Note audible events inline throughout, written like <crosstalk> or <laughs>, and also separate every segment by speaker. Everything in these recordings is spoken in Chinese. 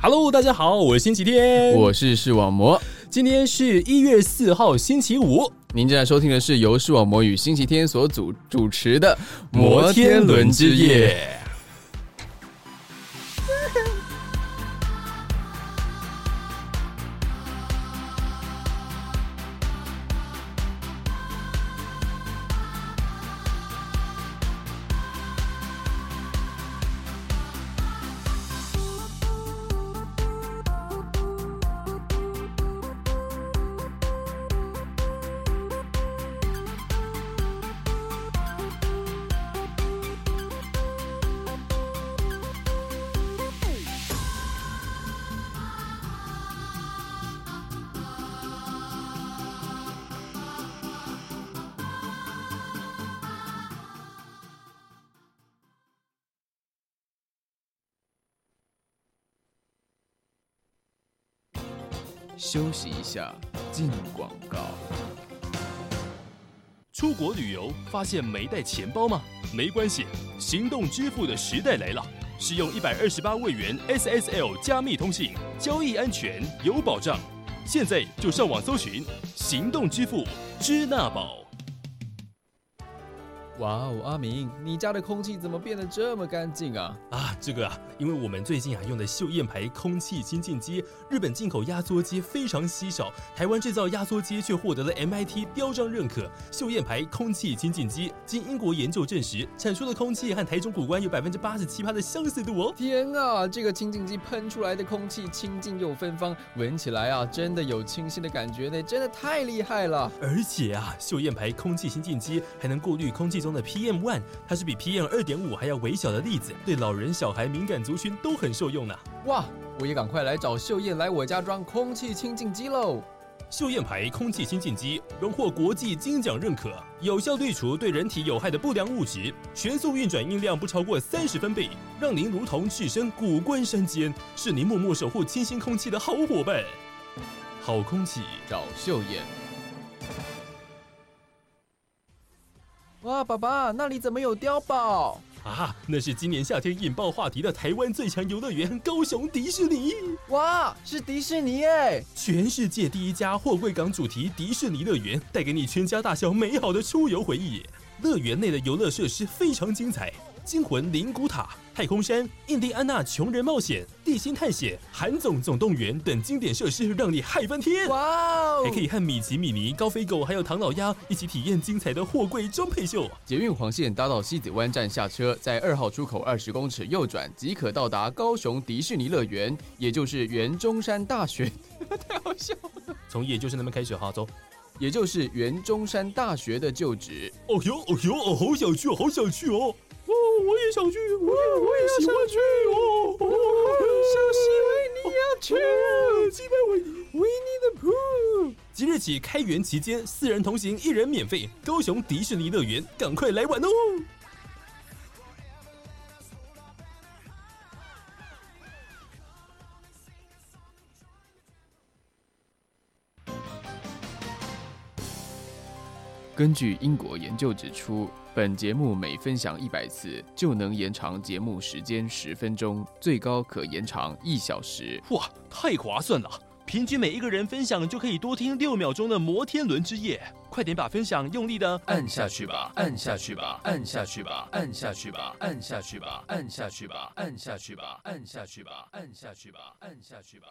Speaker 1: Hello，大家好，我是星期天，
Speaker 2: 我是视网膜。
Speaker 1: 今天是一月四号星期五，
Speaker 2: 您正在收听的是由视网膜与星期天所主主持的《
Speaker 1: 摩天轮之夜》。
Speaker 2: 休息一下，进广告。
Speaker 1: 出国旅游发现没带钱包吗？没关系，行动支付的时代来了。使用一百二十八位元 SSL 加密通信，交易安全有保障。现在就上网搜寻行动支付支那宝。
Speaker 2: 哇哦，阿明，你家的空气怎么变得这么干净啊？
Speaker 1: 啊，这个啊，因为我们最近啊用的秀燕牌空气清净机，日本进口压缩机非常稀少，台湾制造压缩机却获得了 MIT 标章认可。秀燕牌空气清净机经英国研究证实，产出的空气和台中古关有百分之八十七的相似度哦。
Speaker 2: 天啊，这个清净机喷出来的空气清净又芬芳，闻起来啊，真的有清新的感觉呢，真的太厉害了。
Speaker 1: 而且啊，秀燕牌空气清净机还能过滤空气中的 PM one，它是比 PM 二点五还要微小的粒子，对老人、小孩、敏感族群都很受用呢、
Speaker 2: 哇，我也赶快来找秀燕来我家装空气清净机喽。
Speaker 1: 秀燕牌空气清净机荣获国际金奖认可，有效滤除对人体有害的不良物质，全速运转音量不超过三十分贝，让您如同置身古关山间，是您默默守护清新空气的好伙伴。好空气，
Speaker 2: 找秀燕。哇，爸爸，那里怎么有碉堡？
Speaker 1: 啊，那是今年夏天引爆话题的台湾最强游乐园——高雄迪士尼，
Speaker 2: 哇，是迪士尼哎！
Speaker 1: 全世界第一家货柜港主题迪士尼乐园，带给你全家大小美好的出游回忆。乐园内的游乐设施非常精彩，惊魂灵骨塔、太空山、印第安纳穷人冒险、地心探险、韩总总动员等经典设施，让你嗨翻天。
Speaker 2: 哇哦
Speaker 1: 还可以和米奇、米妮、高飞狗还有唐老鸭一起体验精彩的货柜装配秀。
Speaker 2: 捷运黄线搭到西子湾站下车，在二号出口二十公尺右转，即可到达高雄迪士尼乐园，也就是原中山大学， <laughs> 太好笑了，
Speaker 1: 从也就是那边开始哈，走。
Speaker 2: 也就是原中山大学的旧址。
Speaker 1: 哦呦哦呦哦，好想去，好想去哦！哦，我也想去，我也我也喜欢去哦！哦，想西维尼啊要去，西维尼，维尼的铺。即日起开园期间，四人同行一人免费。高雄迪士尼乐园，赶快来玩哦！
Speaker 2: 根据英国研究指出，本节目每分享一百次，就能延长节目时间十分钟，最高可延长一小时。
Speaker 1: 哇，太划算了！平均每一个人分享就可以多听六秒钟的摩天轮之夜。快点把分享用力的
Speaker 3: 按下去吧，按下去吧，按下去吧，按下去吧，按下去吧，按下去吧，按下去吧，按下去吧，按下去吧，按下去吧。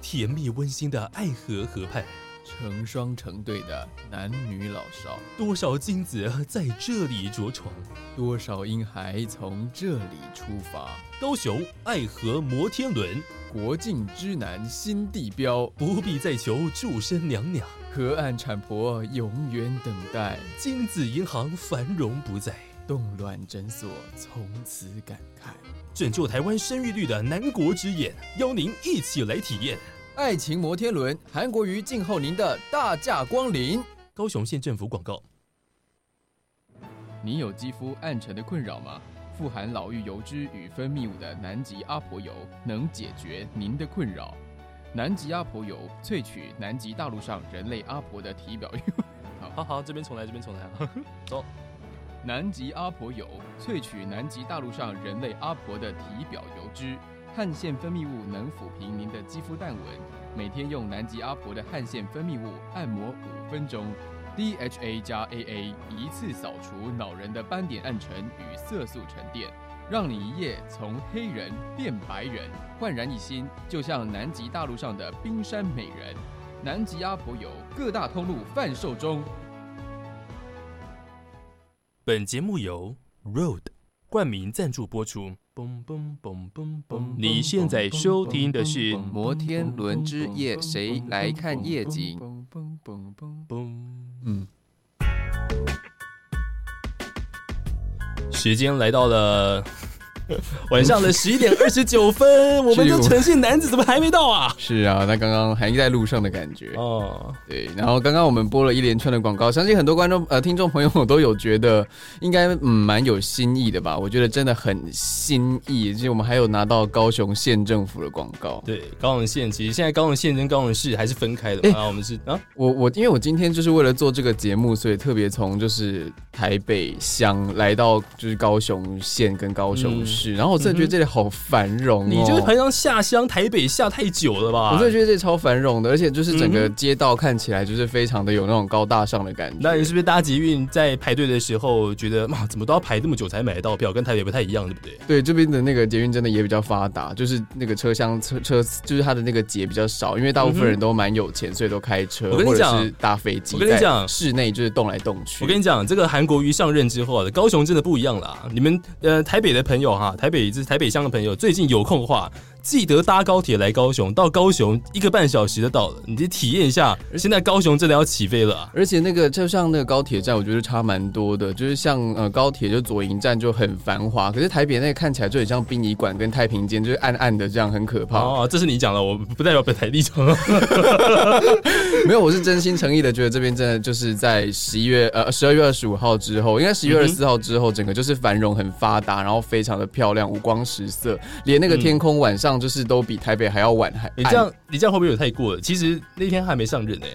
Speaker 1: 甜蜜温馨的爱河河畔。
Speaker 2: 成双成对的男女老少，
Speaker 1: 多少精子在这里着床？
Speaker 2: 多少婴孩从这里出发。
Speaker 1: 高雄爱河摩天轮，
Speaker 2: 国境之南新地标，
Speaker 1: 不必再求祝生娘娘。
Speaker 2: 河岸产婆永远等待，
Speaker 1: 精子银行繁荣不再，
Speaker 2: 冻卵诊所从此感慨。
Speaker 1: 拯救台湾生育率的南国之眼，邀您一起来体验。
Speaker 2: 爱情摩天轮，韩国瑜静候您的大驾光临。
Speaker 1: 高雄县政府广告。
Speaker 2: 你有肌肤暗沉的困扰吗？富含老玉油脂与分泌物的南极阿婆油能解决您的困扰。南极阿婆油萃取南极大陆上人类阿婆的体表油。 <laughs>
Speaker 1: 好好，这边重来，这边重来。
Speaker 2: 南极阿婆油萃取南极大陆上人类阿婆的体表油脂，汗腺分泌物能抚平您的肌肤淡纹。每天用南极阿婆的汗腺分泌物按摩五分钟，DHA 加 AA 一次扫除恼人的斑点暗沉与色素沉淀，让你一夜从黑人变白人，焕然一新，就像南极大陆上的冰山美人。南极阿婆油各大通路贩售中。
Speaker 1: 本节目由 Road 冠名赞助播出。你现在收听的是《
Speaker 2: 摩天轮之夜，谁来看夜景？
Speaker 1: 嗯，时间来到了晚上的十一点二十九分，我们这诚信男子怎么还没到啊？
Speaker 2: 是啊，那刚刚还在路上的感觉。
Speaker 1: 哦，
Speaker 2: 对，然后刚刚我们播了一连串的广告，相信很多观众呃听众朋友都有觉得应该嗯蛮有新意的吧？我觉得真的很新意，而且我们还有拿到高雄县政府的广告。
Speaker 1: 对，高雄县其实现在高雄县跟高雄市还是分开的嘛，然后我们是啊，
Speaker 2: 我我因为我今天就是为了做这个节目，所以特别从就是台北乡来到就是高雄县跟高雄市，然后我真的觉得这里好繁荣、哦
Speaker 1: 嗯你就是平常下乡台北下太久了吧？
Speaker 2: 我真的觉得这里超繁荣的，而且就是整
Speaker 1: 嗯
Speaker 2: 个街道看起来就是非常的有那种高大上的感觉。
Speaker 1: 那你是不是搭捷运在排队的时候觉得嘛，怎么都要排那么久才买得到票，跟台北不太一样，对不对？
Speaker 2: 对，这边的那个捷运真的也比较发达，就是那个车厢车车就是它的那个节比较少，因为大部分人都蛮有钱，所以都开车
Speaker 1: 嗯我跟
Speaker 2: 或
Speaker 1: 你
Speaker 2: 者
Speaker 1: 讲
Speaker 2: 是搭飞机。
Speaker 1: 我跟你讲
Speaker 2: 室内就是动来动去。
Speaker 1: 我跟你讲，这个韩国瑜上任之后啊，高雄真的不一样了啊。你们呃，台北的朋友哈，台北就是台北乡的朋友，最近有空的话，记得搭高铁来高雄，到高雄一个半小时就到了，你去体验一下。现在高雄真的要起飞了啊，
Speaker 2: 而且那个就像那个高铁站，我觉得差蛮多的。就是像呃高铁就左营站就很繁华，可是台北那个看起来就很像殡仪馆跟太平间，就是暗暗的这样，很可怕。
Speaker 1: 哦，这是你讲的，我不代表本台立场 <laughs> 啊。
Speaker 2: <laughs> 没有，我是真心诚意的觉得这边真的就是在十一月呃十二月二十五号之后，应该十一月
Speaker 1: 嗯
Speaker 2: 二
Speaker 1: 哼
Speaker 2: 十四号之后，整个就是繁荣很发达，然后非常的漂亮，五光十色，连那个天空晚上就是都比台北还要晚还
Speaker 1: 嗯你
Speaker 2: 暗
Speaker 1: 这样，你这样会不会有太过了？其实那天还没上任呢、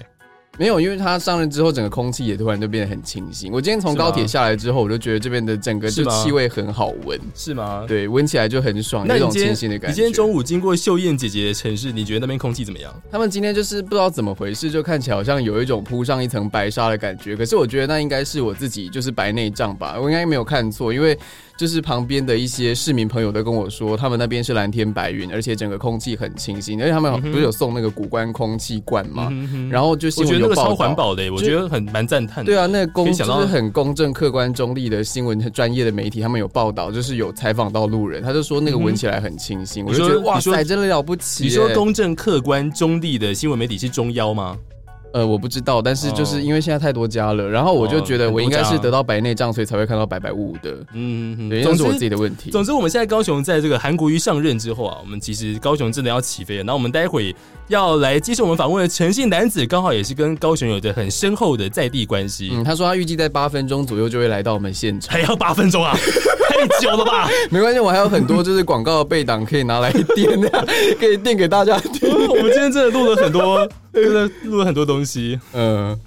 Speaker 2: 没有，因为他上任之后，整个空气也突然就变得很清新。我今天从
Speaker 1: 是吗
Speaker 2: 高铁下来之后，我就觉得这边的整个就是
Speaker 1: 吗
Speaker 2: 气味很好闻，
Speaker 1: 是吗？
Speaker 2: 对，闻起来就很爽，
Speaker 1: 那
Speaker 2: 有一
Speaker 1: 你
Speaker 2: 种
Speaker 1: 今
Speaker 2: 清新
Speaker 1: 天
Speaker 2: 的感
Speaker 1: 你
Speaker 2: 觉。
Speaker 1: 今天中午经过秀燕姐姐的城市，你觉得那边空气怎么样？
Speaker 2: 他们今天就是不知道怎么回事，就看起来好像有一种铺上一层白纱的感觉。可是我觉得那应该是我自己就是白内障吧，我应该没有看错，因为就是旁边的一些市民朋友都跟我说，他们那边是蓝天白云，而且整个空气很清新，而且他们不是有送那个古关空气罐吗？嗯然后就
Speaker 1: 嗯
Speaker 2: 新
Speaker 1: 我觉
Speaker 2: 闻
Speaker 1: 得那个
Speaker 2: 有报
Speaker 1: 超环
Speaker 2: 道。
Speaker 1: 保的、我觉得很蛮赞叹的。
Speaker 2: 对啊，那公
Speaker 1: 可以
Speaker 2: 就
Speaker 1: 想
Speaker 2: 是
Speaker 1: 到
Speaker 2: 很公正、客观、中立的新闻专业的媒体，他们有报道，就是有采访到路人，他就说那个闻起来很清新，我就
Speaker 1: 嗯你
Speaker 2: 觉
Speaker 1: 说
Speaker 2: 得哇
Speaker 1: 你说
Speaker 2: 塞，真的了不起
Speaker 1: 你
Speaker 2: 耶！
Speaker 1: 说公正、客观、中立的新闻媒体是中央吗？
Speaker 2: 呃，我不知道，但是就是
Speaker 1: 哦
Speaker 2: 因为现在太多家了，然后我就觉得
Speaker 1: 哦
Speaker 2: 我应该
Speaker 1: 很多
Speaker 2: 是
Speaker 1: 家
Speaker 2: 得到白内障，所以才会看到白白雾雾的。
Speaker 1: 嗯嗯
Speaker 2: 对，
Speaker 1: 总
Speaker 2: 那
Speaker 1: 之
Speaker 2: 是我自己的问题。
Speaker 1: 总之，我们现在高雄在这个韩国瑜上任之后啊，我们其实高雄真的要起飞了。那我们待会要来接受我们访问的诚信男子，刚好也是跟高雄有着很深厚的在地关系。
Speaker 2: 嗯，他说他预计在八分钟左右就会来到我们现场，
Speaker 1: 还要八分钟啊，太久了吧？
Speaker 2: <laughs> 没关系，我还有很多就是广告的背档可以拿来垫啊，可以垫给大家听。
Speaker 1: 我们今天真的录了很
Speaker 2: <laughs>
Speaker 1: 多，真的录了很多东西。
Speaker 2: 嗯，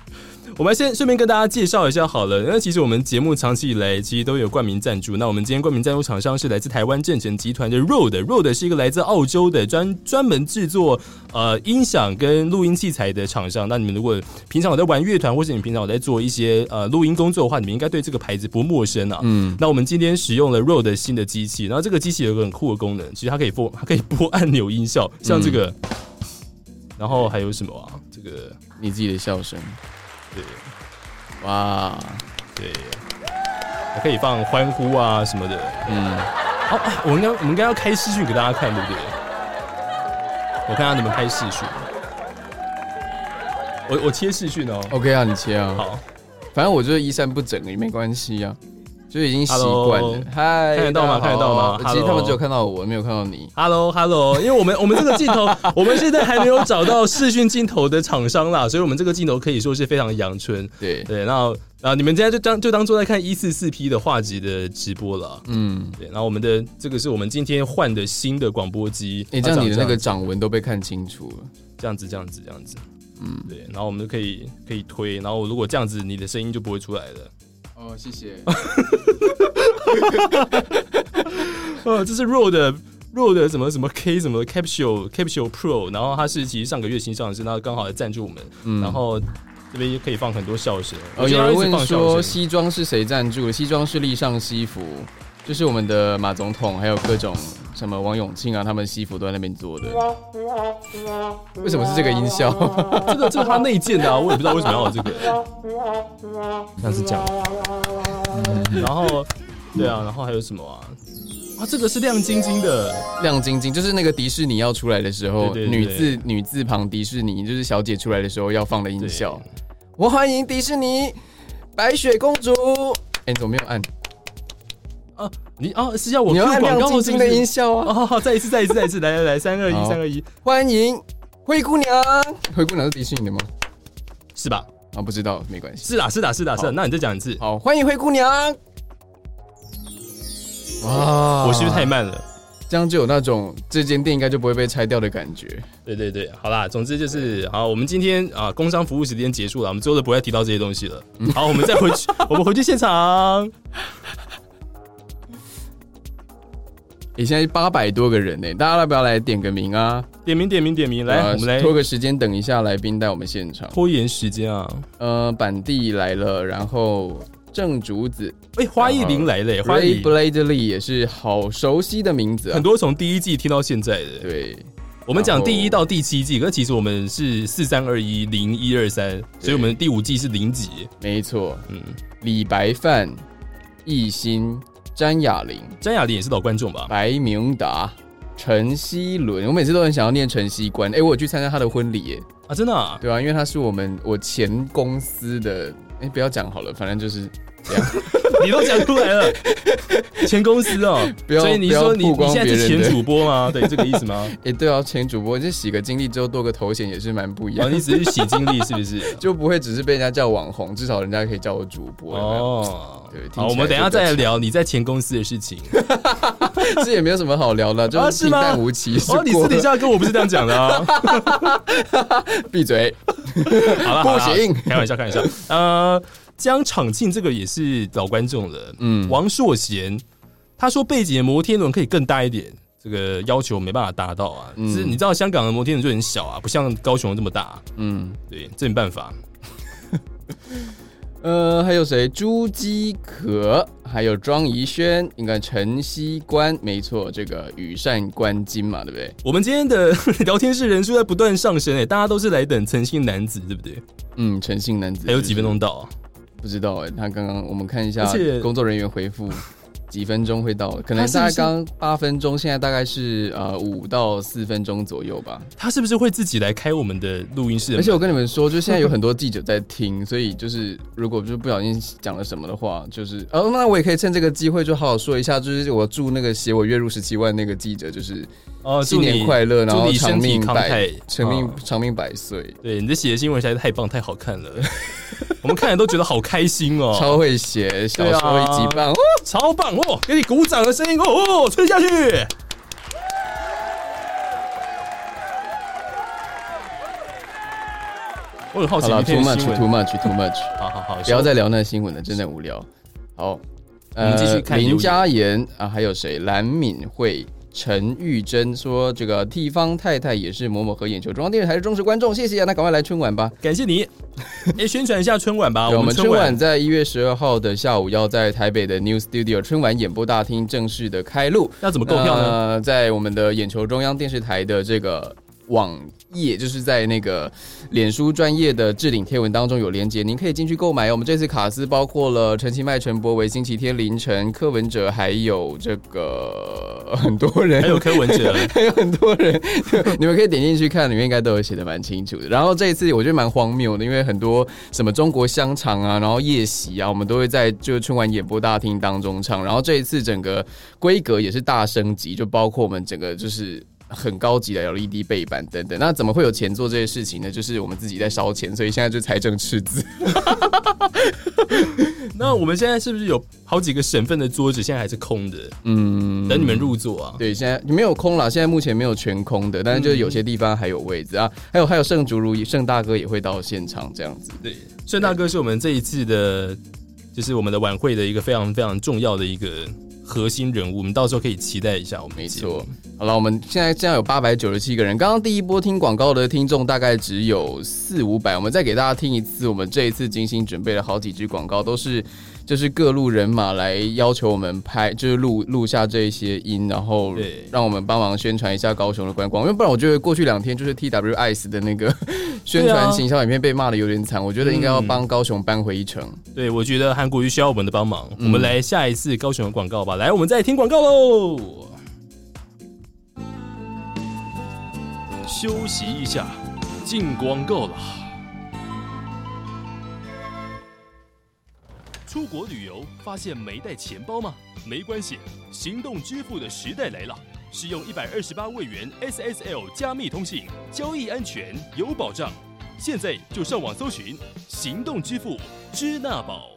Speaker 1: 我们先顺便跟大家介绍一下好了，那其实我们节目长期以来其实都有冠名赞助。那我们今天冠名赞助厂商是来自台湾正成集团的 Road，Road 是一个来自澳洲的专专门制作呃音响跟录音器材的厂商。那你们如果平常有在玩乐团，或是你平常有在做一些呃录音工作的话，你们应该对这个牌子不陌生啊。嗯，那我们今天使用了 Road 的新的机器，然后这个机器有一个很酷的功能，其实它可以播它可以播按钮音效，
Speaker 2: 嗯
Speaker 1: 像这个，然后还有什么啊？这个
Speaker 2: 你自己的笑声，
Speaker 1: 对。
Speaker 2: 哇，
Speaker 1: 对，还可以放欢呼啊什么的。
Speaker 2: 嗯，
Speaker 1: 哦，啊我们应该我们应该要开视讯给大家看，对不对？我看下你们开视讯。 <laughs> 我我切视讯哦。
Speaker 2: OK 啊，你切啊，
Speaker 1: 好，
Speaker 2: 反正我就是衣衫不整也没关系啊，就已经习惯
Speaker 1: Hello
Speaker 2: 了。嗨，
Speaker 1: 看得到吗
Speaker 2: 大家
Speaker 1: 看得到吗
Speaker 2: 好其实他们
Speaker 1: Hello
Speaker 2: 只有看到我，没有看到你。
Speaker 1: Hello Hello，因为我们我们这个镜
Speaker 2: <laughs>
Speaker 1: 头，我们现在还没有找到视讯镜头的厂商啦，所以我们这个镜头可以说是非常阳春。
Speaker 2: 对，
Speaker 1: 对，那啊、你们今天就当就当做在看一四四 P 的画质的直播了。
Speaker 2: 嗯。
Speaker 1: 对，然后我们的这个是我们今天换的新的广播机。
Speaker 2: 你、
Speaker 1: 它
Speaker 2: 这样
Speaker 1: 长
Speaker 2: 你的那
Speaker 1: 样
Speaker 2: 个掌纹都被看清楚了。
Speaker 1: 这样子，这样子，这样子，
Speaker 2: 嗯，
Speaker 1: 对，然后我们就可以可以推，然后如果这样子，你的声音就不会出来了。
Speaker 2: 哦，谢谢。
Speaker 1: 呃，这是 Rode Rode 什么什么 K 什么 Capsule Capsule Pro，然后它是其实上个月新上市，那刚好也赞助我们，
Speaker 2: 嗯
Speaker 1: 然后这边可以放很多笑声。
Speaker 2: 呃，
Speaker 1: 我今
Speaker 2: 有
Speaker 1: 天
Speaker 2: 人
Speaker 1: 要一直
Speaker 2: 问
Speaker 1: 放笑
Speaker 2: 说
Speaker 1: 声
Speaker 2: 西装是谁赞助的？西装是立上西服，就是我们的马总统，还有各种什么王永庆啊，他们西服都在那边做的。为什么是这个音效？
Speaker 1: 哦这个这个它内建的、啊，我也不知道为什么要有这个，像是这样。然后，对啊，然后还有什么啊？啊，这个是亮晶晶的，
Speaker 2: 亮晶晶，就是那个迪士尼要出来的时候，
Speaker 1: 对对对
Speaker 2: 女字女字旁迪士尼，就是小姐出来的时候要放的音
Speaker 1: 对
Speaker 2: 效。我欢迎迪士尼白雪公主。哎、你怎么没有按？
Speaker 1: 啊，你啊是要我
Speaker 2: 你要
Speaker 1: Q
Speaker 2: 按
Speaker 1: 广
Speaker 2: 亮
Speaker 1: 告
Speaker 2: 晶
Speaker 1: 是
Speaker 2: 晶
Speaker 1: 不
Speaker 2: 的音
Speaker 1: 是？
Speaker 2: 效啊！
Speaker 1: 哦，好，再一次，再一次，再一次，来来来，三二一
Speaker 2: 好，
Speaker 1: 三二一，
Speaker 2: 欢迎灰姑娘。灰姑娘是迪士尼的吗？
Speaker 1: 是吧？
Speaker 2: 啊，不知道，没关系。
Speaker 1: 是啦，是啦，是啦，是啦。那你再讲一次，
Speaker 2: 好，欢迎灰姑娘。哇
Speaker 1: 我是不是太慢了？
Speaker 2: 这样就有那种这间店应该就不会被拆掉的感觉？
Speaker 1: 对对对，好啦，总之就是好，我们今天啊工商服务时间结束了，我们之后都不会再提到这些东西了。<laughs>
Speaker 2: 嗯
Speaker 1: 好，我们再回
Speaker 2: <laughs>
Speaker 1: 去，我们回去现场。
Speaker 2: 诶，现在八百多个人呢、大家要不要来点个名啊？
Speaker 1: 点名点名点名，来，
Speaker 2: 呃
Speaker 1: 我们来
Speaker 2: 拖个时间，等一下来宾带我们现场。
Speaker 1: 拖延时间啊！
Speaker 2: 呃，板地来了，然后郑竹子、
Speaker 1: 哎、花艺林来了耶，花
Speaker 2: Ray
Speaker 1: 艺
Speaker 2: Bladley 也是好熟悉的名字啊
Speaker 1: 很。多从第一季听到现在的。
Speaker 2: 对，
Speaker 1: 我们讲
Speaker 2: 然后
Speaker 1: 第一到第七季，可是其实我们是四三二一零一二三，所以我们第五季是零几。
Speaker 2: 没错，
Speaker 1: 嗯，
Speaker 2: 李白范、艺兴、詹雅玲、
Speaker 1: 詹雅玲也是老观众吧？
Speaker 2: 白明达、陈希伦，我每次都很想要念陈希官。哎、我有去参加他的婚礼耶。
Speaker 1: 啊，真的、啊，
Speaker 2: 对啊，因为他是我们我前公司的，哎、不要讲好了，反正就是
Speaker 1: 你都讲出来了， <laughs> 前公司哦，
Speaker 2: <laughs> 不要
Speaker 1: 所以你
Speaker 2: 不要
Speaker 1: 说你
Speaker 2: 曝
Speaker 1: 你
Speaker 2: 光
Speaker 1: 现在是
Speaker 2: 别
Speaker 1: 前
Speaker 2: 人的
Speaker 1: 主播吗？
Speaker 2: <laughs>
Speaker 1: 对，这个意思吗？
Speaker 2: 哎、对啊，前主播就洗个经历之后多个头衔也是蛮不一
Speaker 1: 哦，
Speaker 2: 样的，
Speaker 1: 你只是洗经历是不是？
Speaker 2: <laughs> 就不会只是被人家叫网红，至少人家可以叫我主播。哦，
Speaker 1: 哦
Speaker 2: 对听，起来
Speaker 1: 好，我们等一下
Speaker 2: 就比较
Speaker 1: 再来聊你在前公司的事情。
Speaker 2: <laughs> 这也没有什么好聊
Speaker 1: <laughs>
Speaker 2: 的，
Speaker 1: 啊
Speaker 2: 就是平
Speaker 1: 吗
Speaker 2: 淡无奇。是
Speaker 1: 哦，你
Speaker 2: 过
Speaker 1: 私
Speaker 2: 了
Speaker 1: 底下跟我不是这样讲的啊。
Speaker 2: <laughs> 闭嘴，
Speaker 1: 好了，
Speaker 2: 不
Speaker 1: 好啦
Speaker 2: 行
Speaker 1: 开玩笑，开玩笑。呃，江场庆这个也是老观众了。
Speaker 2: 嗯，
Speaker 1: 王硕贤他说背景的摩天轮可以更大一点，这个要求没办法达到啊。
Speaker 2: 嗯
Speaker 1: 是，你知道香港的摩天轮就很小啊，不像高雄这么大。啊
Speaker 2: 嗯，
Speaker 1: 对，这没办法。
Speaker 2: <laughs> 呃，还有谁？朱基可，还有庄怡轩，应该陈曦官，没错，这个羽扇纶巾嘛，对不对？
Speaker 1: 我们今天的 <laughs> 聊天室人数在不断上升诶、哎大家都是来等诚信男子，对不对？
Speaker 2: 嗯，诚信男子。
Speaker 1: 还有几分
Speaker 2: 钟？
Speaker 1: 钟到、啊？
Speaker 2: 不知道哎、他刚刚我们看一下
Speaker 1: 而且
Speaker 2: 工作人员
Speaker 1: <laughs>
Speaker 2: 回复，几分钟会到，可
Speaker 1: 他是
Speaker 2: 能
Speaker 1: 不
Speaker 2: 大概
Speaker 1: 是
Speaker 2: 刚八分钟，现在大概是呃五到四分钟左右吧。
Speaker 1: 他是不是会自己来开我们的录音室的门？
Speaker 2: 而且我跟你们说，就现在有很多记 <laughs> 者在听，所以就是如果就是不小心讲了什么的话，就是哦，那我也可以趁这个机会就好好说一下，就是我祝那个写我月入十七万那个记者就是
Speaker 1: 哦，
Speaker 2: 新
Speaker 1: 祝
Speaker 2: 年
Speaker 1: 你
Speaker 2: 快乐，然
Speaker 1: 祝
Speaker 2: 后
Speaker 1: 你
Speaker 2: 长
Speaker 1: 身体
Speaker 2: 命
Speaker 1: 康
Speaker 2: 百
Speaker 1: 泰，
Speaker 2: 长命
Speaker 1: 嗯
Speaker 2: 长命百岁，
Speaker 1: 对，你这写的新闻实在是太棒太好看了， <laughs> 我们看了都觉得好开心哦，
Speaker 2: 超会写，小
Speaker 1: 啊
Speaker 2: 说一级棒，哦
Speaker 1: 超棒哦！给你鼓掌的声音哦哦，吹下去。我很好
Speaker 2: 好
Speaker 1: 奇
Speaker 2: 了
Speaker 1: 那
Speaker 2: ，too
Speaker 1: 篇
Speaker 2: much
Speaker 1: 新
Speaker 2: too
Speaker 1: 闻，
Speaker 2: much too much。
Speaker 1: 好好好，
Speaker 2: 不要再聊那新闻了，真的无聊。好，呃
Speaker 1: 我们继续看留言
Speaker 2: 林嘉言啊，还有谁？蓝敏慧、陈玉珍说，这个地方太太也是某某和眼球中央电视台的忠实观众，谢谢啊，那赶快来春晚吧。
Speaker 1: 感谢你。哎，宣传一下春晚吧，
Speaker 2: 对
Speaker 1: 我们
Speaker 2: 春
Speaker 1: 春
Speaker 2: 晚
Speaker 1: 晚
Speaker 2: 在一月十二号的下午要在台北的 New Studio 春晚演播大厅正式的开录，
Speaker 1: 要怎么购票呢？
Speaker 2: 呃，在我们的眼球中央电视台的这个网页，就是在那个脸书专业的置顶贴文当中有连接，您可以进去购买哦。我们这次卡司包括了陈其迈、陈柏维、星期天凌晨、柯文哲，还有这个很多人，
Speaker 1: 还有柯文哲，
Speaker 2: 还有很多人，你们可以点进去看，里面应该都有写的蛮清楚的。然后这一次我觉得蛮荒谬的，因为很多什么中国香肠啊，然后夜袭啊，我们都会在就是春晚演播大厅当中唱。然后这一次整个规格也是大升级，就包括我们整个就是。很高级的 LED 背板等等，那怎么会有钱做这些事情呢？就是我们自己在烧钱，所以现在就财政赤字。
Speaker 1: <laughs> 那我们现在是不是有好几个省份的桌子现在还是空的，
Speaker 2: 嗯，
Speaker 1: 等你们入座啊？
Speaker 2: 对，现在没有空了，现在目前没有全空的，但是就是有些地方还有位置啊。还有还有盛竹如盛大哥也会到现场这样子。
Speaker 1: 对，盛大哥是我们这一次的就是我们的晚会的一个非常非常重要的一个核心人物，我们到时候可以期待一下我们的
Speaker 4: 没
Speaker 1: 节目。
Speaker 4: 错，好了，我们现在这样有八百九十七个人。刚刚第一波听广告的听众大概只有四五百，我们再给大家听一次。我们这一次精心准备了好几支广告，都是就是各路人马来要求我们拍，就是录录下这一些音，然后
Speaker 1: 对
Speaker 4: 让我们帮忙宣传一下高雄的观光。因为不然，我觉得过去两天就是 T W Ice 的那个宣
Speaker 1: 对啊
Speaker 4: 传行销影片被骂的有点惨，我觉得应该要帮高雄扳回一城。
Speaker 1: 对，我觉得韩国瑜需要我们的帮忙，我们来下一次高雄的广告吧。来，我们再听广告喽。休息一下，进广告了。出国旅游发现没带钱包吗？没关系，行动支付的时代来了。使用一百二十八位元 SSL 加密通信，交易安全有保障。现在就上网搜寻行动支付支那宝。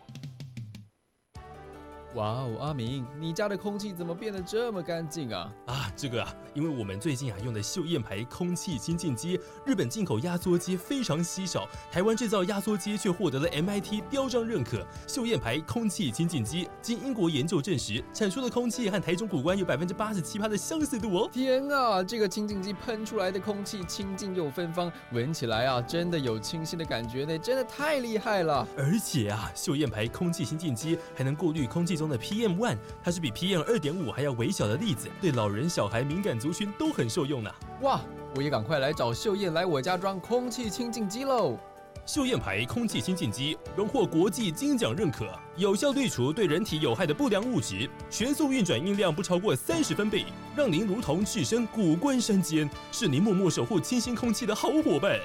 Speaker 4: 哇哦，阿明，你家的空气怎么变得这么干净啊？
Speaker 1: 啊，这个啊，因为我们最近啊用的秀燕牌空气清净机，日本进口压缩机非常稀少，台湾制造压缩机却获得了 MIT 标章认可。秀燕牌空气清净机经英国研究证实，产出的空气和台中古关有百分之八十七的相似度哦。
Speaker 4: 天啊，这个清净机喷出来的空气清净又芬芳，闻起来啊，真的有清新的感觉呢，真的太厉害了！
Speaker 1: 而且啊，秀燕牌空气清净机还能过滤空气中的 PM one，它是比 PM 二点五还要微小的粒子，对老人、小孩、敏感族群都很受用呢、
Speaker 4: 哇，我也赶快来找秀燕来我家装空气清净机喽！
Speaker 1: 秀燕牌空气清净机荣获国际金奖认可，有效滤除对人体有害的不良物质，全速运转音量不超过三十分贝，让您如同置身古关山间，是您默默守护清新空气的好伙伴。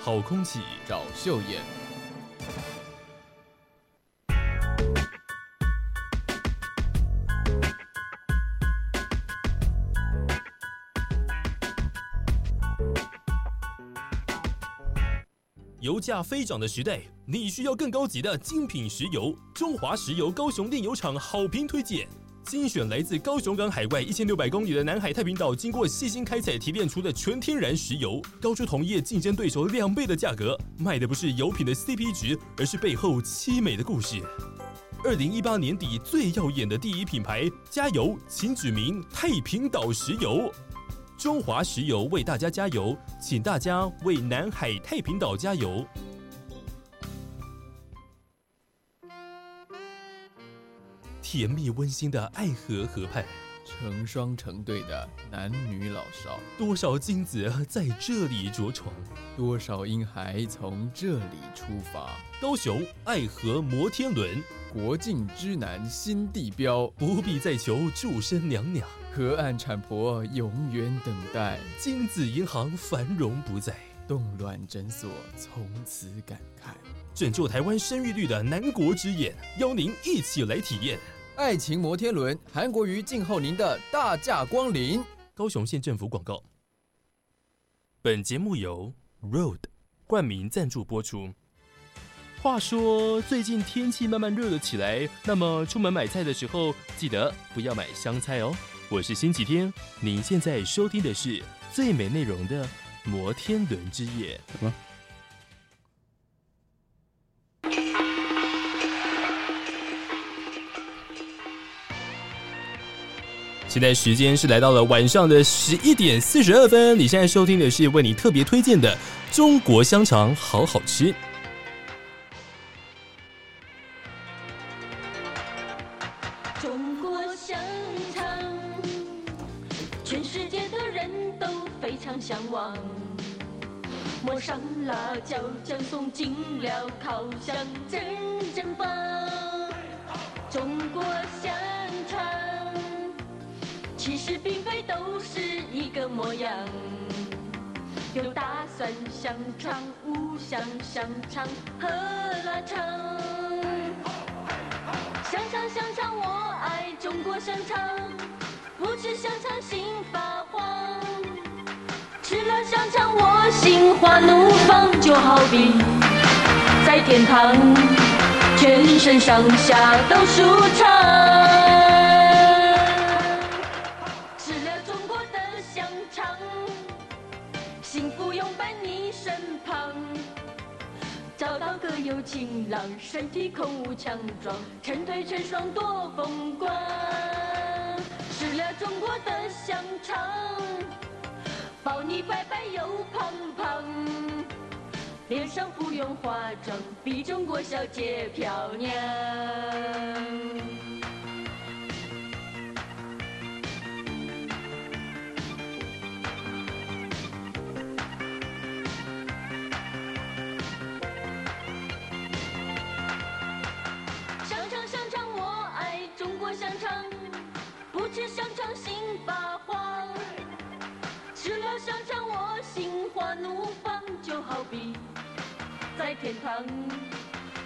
Speaker 1: 好空气，
Speaker 4: 找秀燕，
Speaker 1: 油价飞涨的时代，你需要更高级的精品石油。中华石油高雄炼油厂好评推荐。精选来自高雄港海外一千六百公里的南海太平岛，经过细心开采提炼出的全天然石油，高出同业竞争对手两倍的价格。卖的不是油品的 CP 值，而是背后凄美的故事。二零一八年底最耀眼的第一品牌，加油！请指明太平岛石油。中华石油为大家加油，请大家为南海太平岛加油。甜蜜温馨的爱河河畔，
Speaker 4: 成双成对的男女老少，
Speaker 1: 多少精子在这里着床。
Speaker 4: 多少婴孩从这里出发，
Speaker 1: 高雄爱河摩天轮，
Speaker 4: 国境之南新地标，
Speaker 1: 不必再求祝生娘娘。
Speaker 4: 河岸产婆永远等待，
Speaker 1: 精子银行繁荣不再，
Speaker 4: 冻卵诊所从此感慨。
Speaker 1: 拯救台湾生育率的南国之眼，邀您一起来体验。
Speaker 4: 爱情摩天轮，韩国瑜静候您的大驾光临。
Speaker 1: 高雄县政府广告。本节目由 Road 冠名赞助播出。话说，最近天气慢慢热了起来，那么出门买菜的时候，记得不要买香菜哦。我是星期天，您现在收听的是最美内容的《摩天轮之夜》。现在时间是来到了晚上的十一点四十二分，你现在收听的是为你特别推荐的中国香肠，好好吃。
Speaker 5: 中国香肠，全世界的人都非常向往。抹上辣椒，将送进了烤箱，真真棒！中国香肠，其实并非都是一个模样。有大蒜香肠、五香香肠和腊肠。香肠香肠，我爱中国香肠，不吃香肠心发慌。吃了香肠我心花怒放，就好比在天堂，全身上下都舒畅。吃了中国的香肠，幸福永伴你身旁。找到好各有情郎，身体空无强壮，成对成双多风光。吃了中国的香肠，保你白白又胖胖，脸上不用化妆，比中国小姐漂亮。香肠香肠我爱中国香肠，不吃香肠心发慌，吃了香肠我心花怒放，就好比在天堂，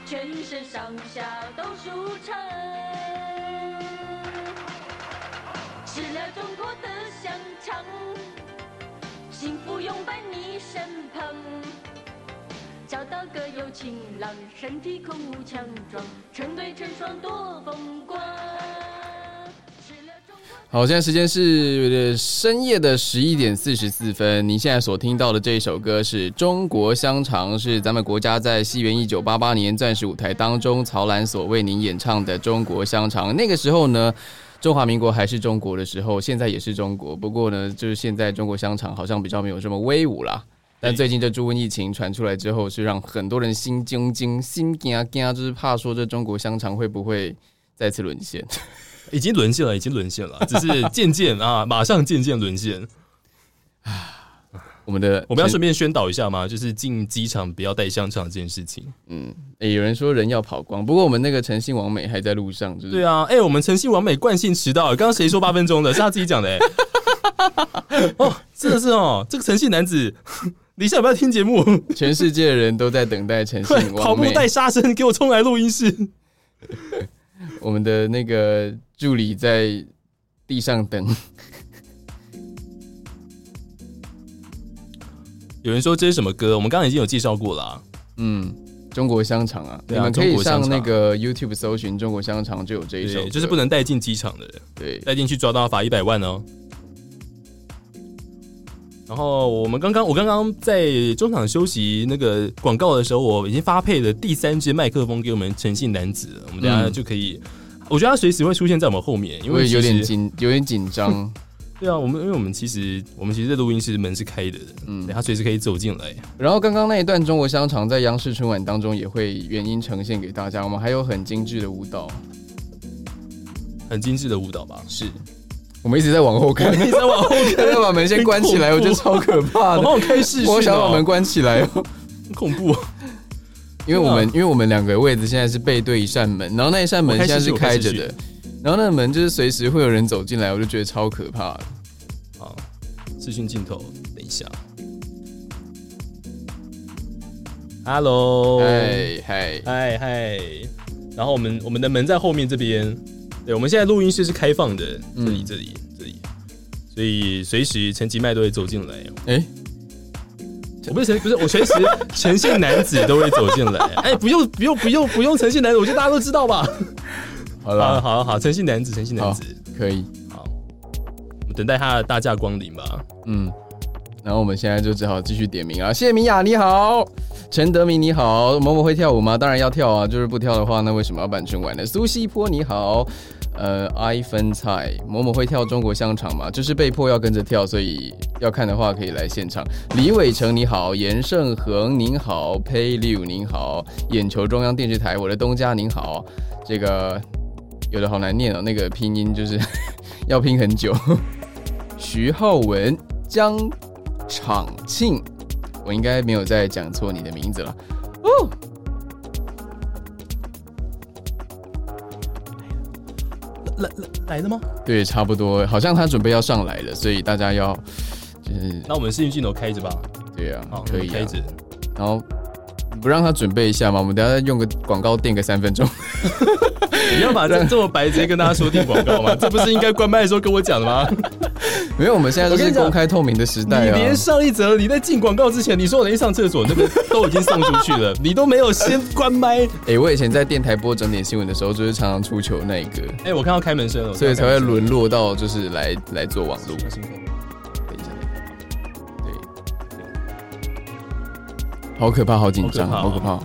Speaker 5: 全身上下都舒畅。吃了中国的香肠，幸福永伴你身旁。找到个有情郎，身体空无强壮，成对成双多风光。吃了中国
Speaker 2: 好，现在时间是呃深夜的十一点四十四分。您现在所听到的这一首歌是《中国香肠》，是咱们国家在西元一九八八年钻石舞台当中，曹兰所为您演唱的《中国香肠》。那个时候呢，中华民国还是中国的时候，现在也是中国。不过呢，就是现在中国香肠好像比较没有这么威武啦。但最近这猪瘟疫情传出来之后，是让很多人心惊惊、心惊惊，就是怕说这中国香肠会不会再次沦陷。
Speaker 1: 已经沦陷了，已经沦陷了，只是渐渐啊，马上渐渐沦陷。
Speaker 2: 我们的
Speaker 1: 我们要顺便宣导一下吗？就是进机场不要带香肠这件事情。
Speaker 2: 欸，有人说人要跑光，不过我们那个诚信王美还在路上，就是
Speaker 1: 对啊，哎、我们诚信完美惯性迟到，刚刚谁说八分钟的？是他自己
Speaker 2: <laughs>
Speaker 1: 讲的、哎哦，真的是哦，这个诚信男子， <laughs> 你下有没有听节目？
Speaker 2: 全世界的人都在等
Speaker 1: <laughs>
Speaker 2: 待诚信
Speaker 1: 快跑
Speaker 2: 王
Speaker 1: 步
Speaker 2: 美。
Speaker 1: 带杀声，给我冲来录音室。
Speaker 2: 我们的那个助理在地上等，
Speaker 1: 有人说这是什么歌？我们刚刚已经有介绍过了啊、
Speaker 2: 嗯，中国香肠啊，
Speaker 1: 对
Speaker 2: 你
Speaker 1: 啊
Speaker 2: 们可以
Speaker 1: 中国香
Speaker 2: 上
Speaker 1: 肠
Speaker 2: 那个 YouTube 搜寻中国香肠，就有这一首歌，
Speaker 1: 对，就是不能带进机场的人，
Speaker 2: 对。
Speaker 1: 带进去抓到罚一百万哦。然后我们刚刚，我刚刚在中场休息那个广告的时候，我已经发配了第三支麦克风给我们诚信男子了，我们等一下
Speaker 2: 嗯
Speaker 1: 就可以。我觉得他随时会出现在我们后面，因
Speaker 2: 我
Speaker 1: 为
Speaker 2: 也有
Speaker 1: 其
Speaker 2: 点
Speaker 1: 实
Speaker 2: 紧，有点紧张。
Speaker 1: <laughs> 对啊，我们因为我们其实我们其实这录音室门是开的，嗯，他随时可以走进来。
Speaker 2: 然后刚刚那一段中国香肠在央视春晚当中也会原音呈现给大家，我们还有很精致的舞蹈，
Speaker 1: 很精致的舞蹈吧？是，
Speaker 2: 我们一直在往后看，
Speaker 1: 你在往后看，
Speaker 2: 要把门先关起来，我
Speaker 1: 很
Speaker 2: 觉
Speaker 1: 恐怖
Speaker 2: 得超可怕
Speaker 1: 往
Speaker 2: 的。
Speaker 1: 后开视讯哦，
Speaker 2: 我想把门关起来哦。
Speaker 1: 很恐怖。
Speaker 2: 因为我们因为我们两个位置现在是背对一扇门，然后那一扇门现在是开着
Speaker 1: 我开
Speaker 2: 的，然后那个门就是随时会有人走进来，我就觉得超可怕的。
Speaker 1: 好，视讯镜头，等一下。Hello，
Speaker 2: 哎嗨，
Speaker 1: 嗨嗨，然后我们我们的门在后面这边，对，我们现在录音室是开放的，这里
Speaker 2: 嗯
Speaker 1: 这里这里，所以随时陈吉麦都会走进来。
Speaker 2: 哎，
Speaker 1: 我不是陈，不是我随时陈姓男子都会走进来。哎，不用不用不用不用陈姓男子，我觉得大家都知道吧？
Speaker 2: 好
Speaker 1: 好
Speaker 2: 了，
Speaker 1: 好好，陈姓男子，陈姓男子，
Speaker 2: 可以，
Speaker 1: 好，我们等待他的大驾光临吧。
Speaker 2: 嗯。然后我们现在就只好继续点名啊，谢米雅你好，陈德明你好，某某会跳舞吗？当然要跳啊，就是不跳的话，那为什么要办春晚呢？苏西坡你好，呃，i 分菜，某某会跳中国香肠嘛，就是被迫要跟着跳，所以要看的话可以来现场。李伟成你好，严胜恒您好，佩六您好，眼球中央电视台我的东家您好，这个有的好难念哦，那个拼音就是 <laughs> 要拼很久。徐浩文、江场庆，我应该没有再讲错你的名字了。 <laughs> 哦，
Speaker 1: 来来来了吗？
Speaker 2: 对，差不多，好像他准备要上来了，所以大家要就是
Speaker 1: 那我们视讯镜头开着吧。
Speaker 2: 对啊
Speaker 1: 好，，
Speaker 2: 可以、
Speaker 1: 开
Speaker 2: 啊
Speaker 1: 着。。
Speaker 2: 然后不让他准备一下嘛，我们等下再用个广告垫个三分钟。
Speaker 1: 你要
Speaker 2: <laughs>
Speaker 1: 把这这么白直接跟大家说定广告吗？这不是应该关麦的时候跟我讲的
Speaker 2: <laughs>
Speaker 1: 吗？
Speaker 2: 没有，我们现在都
Speaker 1: 我跟
Speaker 2: 是
Speaker 1: 你讲
Speaker 2: 公开透明的时
Speaker 1: 你
Speaker 2: 代啊。
Speaker 1: 连上一则你在进广告之前，你说我能去上厕所，那个都已经送出去
Speaker 2: <laughs>
Speaker 1: 了，你都没有先关麦。
Speaker 2: 哎、我以前在电台播整点新闻的时候，就是常常出糗那一个，
Speaker 1: 哎、我看到开门声了，我
Speaker 2: 所以才
Speaker 1: 看
Speaker 2: 会
Speaker 1: 到开门
Speaker 2: 沦落到就是来来做网络。
Speaker 1: 声了。
Speaker 2: 等一下，对，好可怕，好紧张，
Speaker 1: 好
Speaker 2: 好
Speaker 1: 可
Speaker 2: 可
Speaker 1: 怕
Speaker 2: 怕。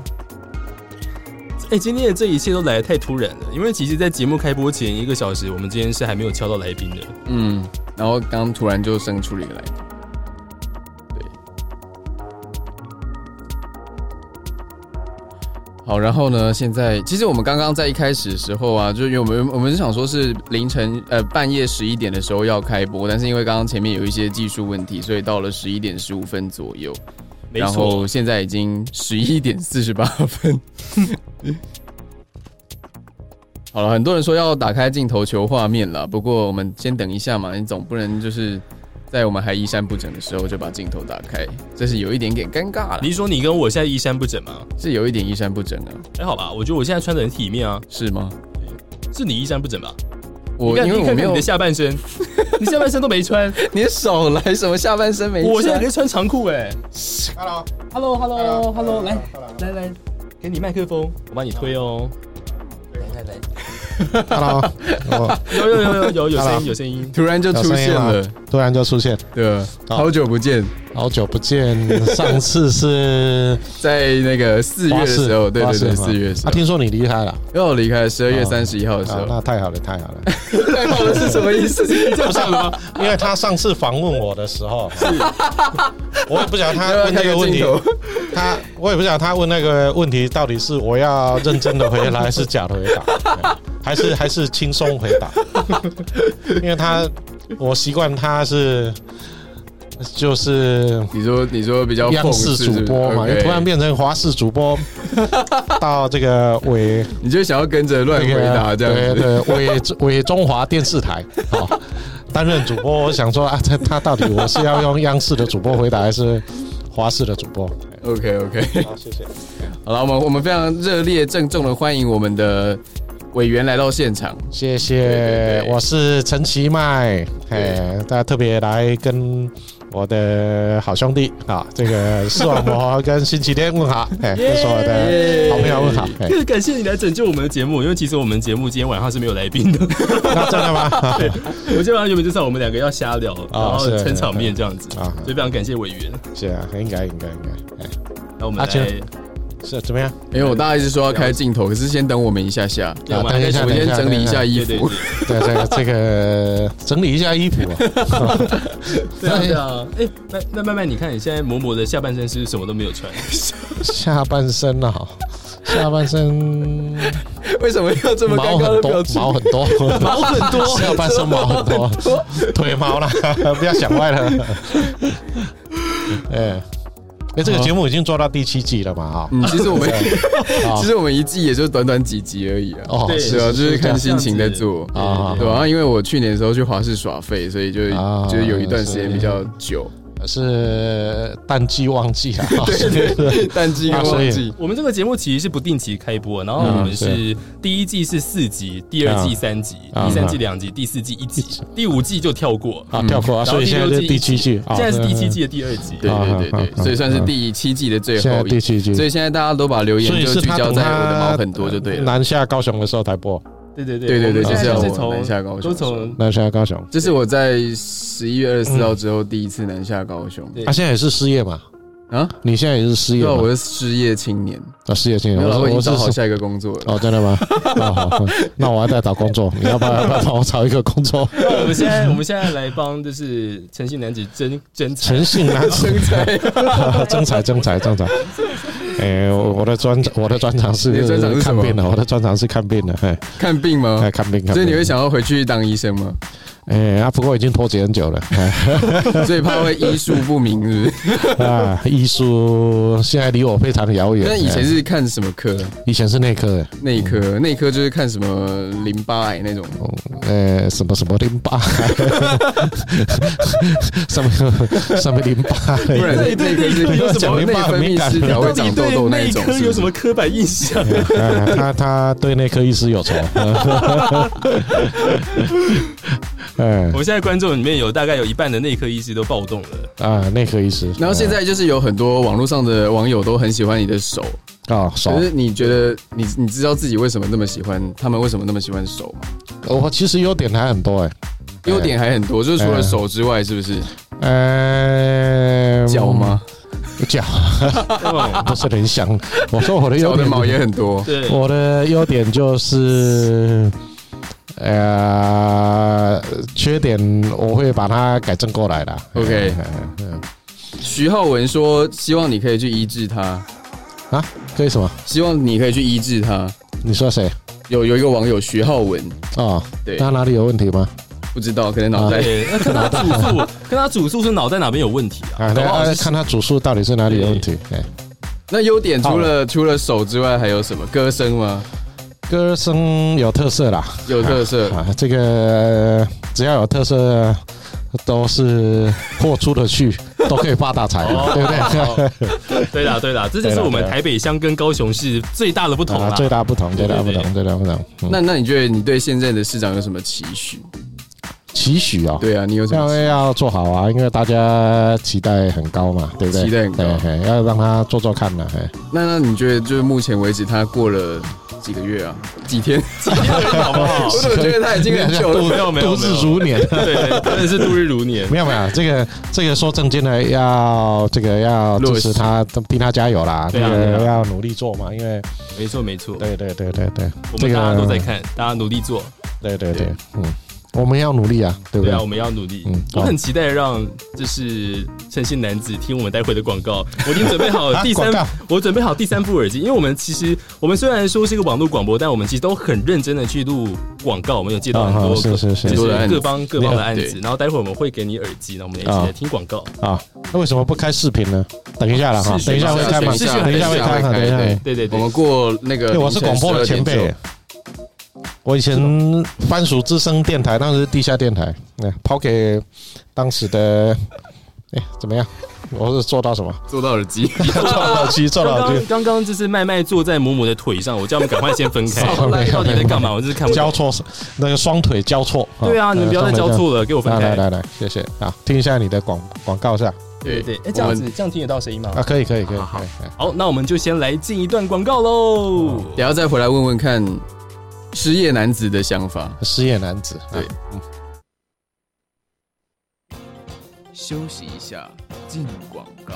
Speaker 1: 哎，今天的这一切都来得太突然了，因为其实，在节目开播前一个小时，我们今天是还没有敲到来宾的。
Speaker 2: 嗯，然后刚突然就生出了一个来宾，对，好，然后呢，现在其实我们刚刚在一开始的时候啊，就因为我们我们是想说是凌晨呃半夜十一点的时候要开播，但是因为刚刚前面有一些技术问题，所以到了十一点十五分左右，
Speaker 1: 没
Speaker 2: 然
Speaker 1: 错
Speaker 2: 后，现在已经十一点四十八分。 <laughs> 好了，很多人说要打开镜头求画面了，不过我们先等一下嘛，你总不能就是在我们还衣衫不整的时候就把镜头打开，这是有一点点尴尬了
Speaker 1: 你，是说你跟我现在衣衫不整吗？
Speaker 2: 是有一点衣衫不整啊，
Speaker 1: 还好吧，我觉得我现在穿的很体面啊。
Speaker 2: 是吗？
Speaker 1: 是你衣衫不整吧？
Speaker 2: 我
Speaker 1: 你看
Speaker 2: 因为
Speaker 1: 你
Speaker 2: 我
Speaker 1: 看
Speaker 2: 没
Speaker 1: 看
Speaker 2: 有
Speaker 1: 你的下半
Speaker 2: <laughs>
Speaker 1: 身，你下半身都没穿，
Speaker 2: 你的手来什么下半身没穿，
Speaker 1: 我现在还穿长裤哎、
Speaker 6: Hello，
Speaker 1: Hello Hello Hello，来
Speaker 6: Hello，
Speaker 1: 来来，给你麦克风，我帮你推哦。
Speaker 7: 来来来，
Speaker 6: Hello，我
Speaker 1: 有有有有有有声
Speaker 6: Hello
Speaker 1: 音有声音，
Speaker 2: 突然就出现
Speaker 6: 有声
Speaker 2: 了，
Speaker 6: 突然就出现，
Speaker 2: 对，
Speaker 6: 好
Speaker 2: 好久不见，
Speaker 6: 好久不见。上次是
Speaker 2: 在那个四月
Speaker 6: 花
Speaker 2: 的
Speaker 6: 市
Speaker 2: 时候，对
Speaker 6: 花
Speaker 2: 对
Speaker 6: 市
Speaker 2: 对，
Speaker 6: 吗
Speaker 2: 四月的时
Speaker 6: 啊，
Speaker 2: 候，
Speaker 6: 听说你离开了，
Speaker 2: 因为我离开十二月
Speaker 6: 哦
Speaker 2: 三十一号的时
Speaker 6: 啊
Speaker 2: 候，，
Speaker 6: 那太好了，太好了。
Speaker 2: 太好了是什么意
Speaker 6: <laughs>
Speaker 2: 思？
Speaker 6: 不是吗？因为他上次访问我的时
Speaker 2: <laughs>
Speaker 6: 候，我也不晓得
Speaker 2: 要
Speaker 6: 他
Speaker 2: 不要
Speaker 6: 问
Speaker 2: 开
Speaker 6: 这
Speaker 2: 个
Speaker 6: 个问
Speaker 2: 镜
Speaker 6: 题
Speaker 2: 头，？
Speaker 6: 他我也不晓得他问那个问题到底是我要认真的回答，还是假的回
Speaker 2: <laughs>
Speaker 6: 答，还是还是轻松回答？因为他我习惯他是就是
Speaker 2: 你说你说比较
Speaker 6: 央视
Speaker 2: 讽刺
Speaker 6: 主播嘛，
Speaker 2: 是不
Speaker 6: 因为
Speaker 2: 是
Speaker 6: 突然
Speaker 2: OK
Speaker 6: 变成华视
Speaker 2: <laughs>
Speaker 6: 主播，到这个伪
Speaker 2: 你就想要跟着乱
Speaker 6: 那
Speaker 2: 回答
Speaker 6: 个
Speaker 2: 这样
Speaker 6: 对啊
Speaker 2: 子。
Speaker 6: 对伪伪中华电视台好担任主播，我想说啊，他他到底我是要用央视的主播回答，还是华视的主播？
Speaker 1: 哎
Speaker 2: OK OK，
Speaker 6: 好，谢谢。
Speaker 2: 好了，我们我们非常热烈郑重的欢迎我们的委员来到现场。
Speaker 6: 谢
Speaker 2: 对
Speaker 6: 谢
Speaker 2: 对，对
Speaker 6: 我是陈其迈，哎
Speaker 2: 对，
Speaker 6: 大家特别来跟我的好兄弟啊，这个视网膜跟星期天问好，哎，跟所有的好朋友问好，哎，
Speaker 1: 感谢你来拯救我们的节目，因为其实我们节目今天晚上是没有来宾的。
Speaker 6: <laughs> 那真的吗？哦
Speaker 1: 对，我今天晚上原本就算我们两个要瞎聊，然后
Speaker 6: 是
Speaker 1: 撑场面这样子，
Speaker 6: 啊
Speaker 1: 所以非常感谢委
Speaker 6: <laughs>
Speaker 1: 员。
Speaker 6: <laughs> 是啊，应该应该应该，哎，
Speaker 1: 那我们
Speaker 6: 啊
Speaker 1: 来
Speaker 6: 其实是怎么样？
Speaker 2: 因为我大概是说要开镜头，可是先等我们一下下，
Speaker 1: 对我们
Speaker 6: 啊
Speaker 1: 还在
Speaker 6: 等一下
Speaker 2: 我
Speaker 6: 等一
Speaker 2: 先
Speaker 6: 下
Speaker 2: 整理一下
Speaker 6: 等一
Speaker 2: 衣
Speaker 1: 对对
Speaker 2: 服。
Speaker 6: 对，这个这个整理一下衣服
Speaker 2: <laughs>
Speaker 6: 啊，
Speaker 1: 对对啊对啊！哎，那那曼曼，你看你现在嬷嬷的下半身是不是什么都没有穿，
Speaker 6: 下半身啊，下半身
Speaker 2: <laughs> 为什么要 <laughs> 这么尴
Speaker 6: 毛
Speaker 2: 尬的
Speaker 6: 很
Speaker 2: 表
Speaker 6: 多，
Speaker 2: 情？
Speaker 6: 毛很
Speaker 2: <laughs>
Speaker 6: 多，毛很多，下半身毛很多，腿毛
Speaker 2: <laughs>
Speaker 6: 啦，不要想歪了。哎，哎，这个节目已经做到第七季了嘛？啊，
Speaker 2: 嗯， <laughs> 其实我们 <laughs>
Speaker 6: 好
Speaker 2: 其实我们一季也就短短几集而已啊。
Speaker 6: 哦
Speaker 1: 对，
Speaker 2: 是啊，就是看心情在做
Speaker 1: 这样
Speaker 6: 啊
Speaker 1: 子
Speaker 2: 对，然后因为我去年的时候去华视耍废，所以就
Speaker 6: 啊
Speaker 2: 就是有一段时间比较久，
Speaker 6: 是淡季旺季
Speaker 2: <laughs>
Speaker 6: 啊，
Speaker 2: 淡季跟
Speaker 6: 啊所
Speaker 2: 旺
Speaker 6: 以
Speaker 2: 季。
Speaker 1: 我们这个节目其实是不定期开播，然后我们是第一季是四集，第二季三集，
Speaker 6: 啊
Speaker 1: 第三季两集，第四季一集，第五季就跳过，
Speaker 6: 啊，跳过啊，所以现在是第七季，
Speaker 1: 现在是第七季，的第二集。
Speaker 2: 对对
Speaker 6: 啊
Speaker 2: 对
Speaker 6: 啊啊
Speaker 2: 对，所以算是第七季的最
Speaker 6: 现在
Speaker 2: 后一
Speaker 6: 第。七季，
Speaker 2: 所以现在大家都把留言
Speaker 6: 所以
Speaker 2: 就是聚
Speaker 6: 他
Speaker 2: 焦
Speaker 6: 等
Speaker 2: 在我的
Speaker 6: 他
Speaker 2: 毛很多就对了。
Speaker 6: 南下高雄的时候才播，
Speaker 1: 对对对
Speaker 2: 对对对，
Speaker 1: 我
Speaker 2: 就
Speaker 1: 们
Speaker 2: 是
Speaker 1: 现在
Speaker 2: 要
Speaker 1: 就是
Speaker 2: 我南下
Speaker 1: 从
Speaker 2: 高
Speaker 1: 都
Speaker 2: 雄。
Speaker 1: 从
Speaker 6: 南下高雄。
Speaker 2: 这是我在十一月二十四号之后第一次南下高雄
Speaker 1: 嗯对
Speaker 6: 他啊现在也是失业嘛？
Speaker 2: 啊，
Speaker 6: 你现在也是失业
Speaker 2: 对啊，
Speaker 6: 嘛？
Speaker 2: 我是失业青年，
Speaker 6: 啊，失业青
Speaker 2: 没
Speaker 6: 年，
Speaker 2: 有啦我
Speaker 6: 我
Speaker 2: 已经
Speaker 6: 我是
Speaker 2: 找好下一个工作了。
Speaker 6: 哦，真
Speaker 2: <laughs>
Speaker 6: 的吗？那好，那我还在找工作，你要不要要不要帮我找一个
Speaker 2: <laughs>
Speaker 6: 工作？
Speaker 1: 那我们现在我们现在来帮就是诚信男子争争财，
Speaker 6: 诚信男子， <laughs> 征才征才征才。哎，我我的专我的专长
Speaker 2: 你
Speaker 6: 是
Speaker 2: 的专长是什
Speaker 6: 看
Speaker 2: 么
Speaker 6: 病啊的，我的专长是看病的，哎
Speaker 2: 看病吗
Speaker 6: 哎，？看病看病。
Speaker 2: 所以你会想要回去当医生吗？
Speaker 6: 哎啊，不过已经脱节很久了。哎
Speaker 2: <laughs> 所以怕会医术不明，是不是？
Speaker 6: <laughs> 啊，医术现在离我非常的遥远。
Speaker 2: 但以前是看什么科？
Speaker 6: 哎以前是内科的，
Speaker 2: 内科，内科就是看什么淋巴癌那种。
Speaker 6: 呃，什么什么淋巴，哦什么什么淋巴，
Speaker 2: 不然
Speaker 1: 对对
Speaker 2: 内科
Speaker 1: 对有
Speaker 2: 是
Speaker 1: 什么
Speaker 2: 内分泌失调会
Speaker 1: 到
Speaker 2: 长
Speaker 1: 底
Speaker 2: 痘
Speaker 1: 对
Speaker 2: 痘那
Speaker 1: 内
Speaker 2: 一种，
Speaker 1: 科
Speaker 2: 是不
Speaker 1: 有
Speaker 2: 是
Speaker 1: 什么刻板印象？
Speaker 6: 啊他他对内科医师有仇。嗯
Speaker 1: 我现在观众里面有大概有一半的内科医师都暴动了。
Speaker 6: <laughs> 啊，内科医师。
Speaker 2: <laughs> 然后现在就是有很多网络上的网友都很喜欢你的手，
Speaker 6: 啊，手
Speaker 2: 可，是你觉得你你知道自己为什么那么喜欢他们为什么那么喜欢手吗？
Speaker 6: 我哦其实优点还很多哎。哎
Speaker 2: 优点还很多，就是除了手之外，是不是
Speaker 6: 呃，
Speaker 2: 脚吗？哦
Speaker 6: 讲，不是很想。我说我的优
Speaker 2: 我的
Speaker 6: 点，
Speaker 2: 毛也很多，
Speaker 1: 对，
Speaker 6: 我的优点就是，呃，缺点我会把它改正过来的。
Speaker 2: OK
Speaker 6: 嗯
Speaker 2: 徐浩文说希望你可以去医治他，
Speaker 6: 啊，可以什么？
Speaker 2: 希望你可以去医治他。
Speaker 6: 你说谁？
Speaker 2: 有有一个网友徐浩文，
Speaker 6: 哦，
Speaker 2: 对
Speaker 6: 他哪里有问题吗？
Speaker 2: 不知啊道可能脑袋
Speaker 1: 对，那
Speaker 2: <laughs>
Speaker 1: 跟他主诉，跟他主诉是脑袋哪边有问题啊？
Speaker 6: 啊，
Speaker 2: 搞不好
Speaker 6: 那
Speaker 2: 哦是
Speaker 6: 看他主数到底是哪里有问题。哎，
Speaker 2: 那优点除了除了手之外还有什么？歌声吗？
Speaker 6: 歌声有特色啦，
Speaker 2: 有特色，
Speaker 6: 啊，这个呃只要有特色，都是豁出的去，都可以发大财，对不对？
Speaker 1: 对啦对啦，这就是我们台北乡跟高雄市最大的不同
Speaker 6: 啊
Speaker 1: 啦。
Speaker 6: 最大不同，最大不
Speaker 1: 对对
Speaker 6: 同，最大不同。嗯
Speaker 2: 那那你觉得你对现在的市长有什么期许？
Speaker 6: 期许哦，
Speaker 2: 对啊，你有什么
Speaker 6: 要
Speaker 2: 期？
Speaker 6: 要做好啊，因为大家期待很高嘛，对不对？
Speaker 2: 期待很高
Speaker 6: 对嘿要让他做做看嘛。嘿
Speaker 2: 那那你觉得就是目前为止他过了几个月啊？几天？ <laughs> 几天而已好不 <laughs> 好？我怎么觉得他已经很
Speaker 6: <laughs>
Speaker 2: 久了？
Speaker 1: 没有没有
Speaker 6: 度
Speaker 1: 没有
Speaker 6: 日如年。
Speaker 1: 对，真的是度日如年。
Speaker 6: <laughs> 没有没有，这个这个说正经的，要这个要支持他，替他加油啦，
Speaker 1: 对
Speaker 6: 这
Speaker 1: 啊
Speaker 6: 个
Speaker 1: 对啊
Speaker 6: 要努力做嘛，因为
Speaker 1: 没错没错，
Speaker 6: 对对对对对，
Speaker 1: 我
Speaker 6: 这
Speaker 1: 们
Speaker 6: 个
Speaker 1: 大家都在看，大家努力做。
Speaker 6: 对对对，嗯，我们要努力啊，对不
Speaker 1: 对
Speaker 6: 对
Speaker 1: 啊，我？们要努力。
Speaker 6: 嗯
Speaker 1: 我
Speaker 6: 好
Speaker 1: 很期待让就是诚信男子听我们待会的广告。我已经准备
Speaker 6: <laughs>
Speaker 1: 好
Speaker 6: 啊
Speaker 1: 第
Speaker 6: 广告
Speaker 1: 三，我准备好第三副耳机，因为我们其实我们虽然说是一个网络广播，但我们其实都很认真的去录广告，我们有接到很
Speaker 6: 啊
Speaker 1: 多
Speaker 6: 啊是是是
Speaker 1: 就
Speaker 2: 很多的案子
Speaker 1: 各方各方的案子
Speaker 2: 对。
Speaker 1: 然后待会我们会给你耳机，然后我们一起来听广告。
Speaker 6: 啊，那为什么不开视频呢？等一下了哈，
Speaker 1: 视
Speaker 6: 啊等一
Speaker 1: 讯啊
Speaker 6: 下会开吗？
Speaker 1: 视讯
Speaker 6: 等一下会开哈，等一下会。
Speaker 1: 对对
Speaker 2: 我
Speaker 1: 对
Speaker 2: 们过那个
Speaker 6: 对，我是广播的前
Speaker 2: 凌
Speaker 6: 辈
Speaker 2: 晨12点，
Speaker 6: 我以前番薯之声电台，当时是地下电台，那抛给当时的， <laughs> 哎，怎么样？我是做到什么？
Speaker 2: 钟做到耳机，
Speaker 6: <laughs> 做到老七，做
Speaker 1: 刚
Speaker 6: 到老
Speaker 1: 刚
Speaker 6: 七，
Speaker 1: 刚刚就是麦麦坐在母母的腿上，我叫他们赶快先分
Speaker 6: <laughs>
Speaker 1: 开
Speaker 6: 少来。
Speaker 1: 到底在干嘛？我真是看不
Speaker 6: 交
Speaker 1: 懂。
Speaker 6: 错那个双腿交错。
Speaker 1: 对啊，你们不要再交
Speaker 6: 了。
Speaker 1: 错了，给我分
Speaker 6: 来来
Speaker 1: 开。
Speaker 6: 来来，谢谢啊！听一下你的广广告是吧？
Speaker 1: 对对，哎，这样
Speaker 2: 我们
Speaker 1: 子这样听得到声音吗？
Speaker 6: 啊，可以可以可以，
Speaker 1: 好好
Speaker 6: 可以可以
Speaker 1: 好，那我们就先来进一段广告喽。
Speaker 2: 等一下再回来问问看失业男子的想法。
Speaker 6: 失业男子，啊
Speaker 2: 对休息一下，进广告。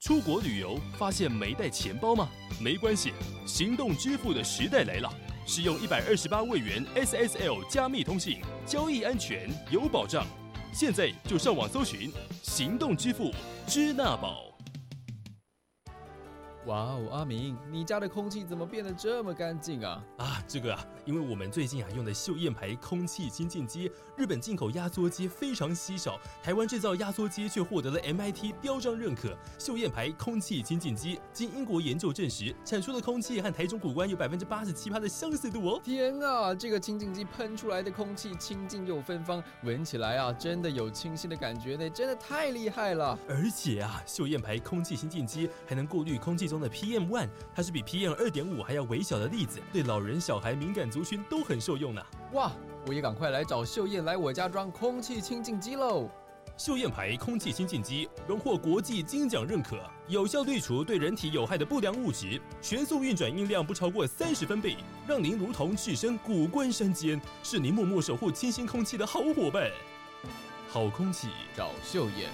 Speaker 1: 出国旅游发现没带钱包吗？没关系，行动支付的时代来了。使用一百二十八位元 SSL 加密通信，交易安全有保障。现在就上网搜寻行动支付支那宝。
Speaker 4: 哇哦，阿明，你家的空气怎么变得这么干净啊？
Speaker 1: 啊，这个啊，因为我们最近啊用的秀燕牌空气清净机，日本进口压缩机非常稀少，台湾制造压缩机却获得了 MIT 标章认可。秀燕牌空气清净机经英国研究证实，产出的空气和台中古关有百分之八十七的相似度哦。
Speaker 4: 天啊，这个清净机喷出来的空气清净又芬芳，闻起来啊，真的有清新的感觉呢，真的太厉害了。
Speaker 1: 而且啊，秀燕牌空气清净机还能过滤空气中的 PM one，它是比 PM 二点五还要微小的粒子，对老人、小孩、敏感族群都很受用呢、
Speaker 4: 哇，我也赶快来找秀燕来我家装空气清净机喽。
Speaker 1: 秀燕牌空气清净机荣获国际金奖认可，有效滤除对人体有害的不良物质，全速运转音量不超过三十分贝，让您如同置身古关山间，是您默默守护清新空气的好伙伴。好空气，
Speaker 4: 找秀妍。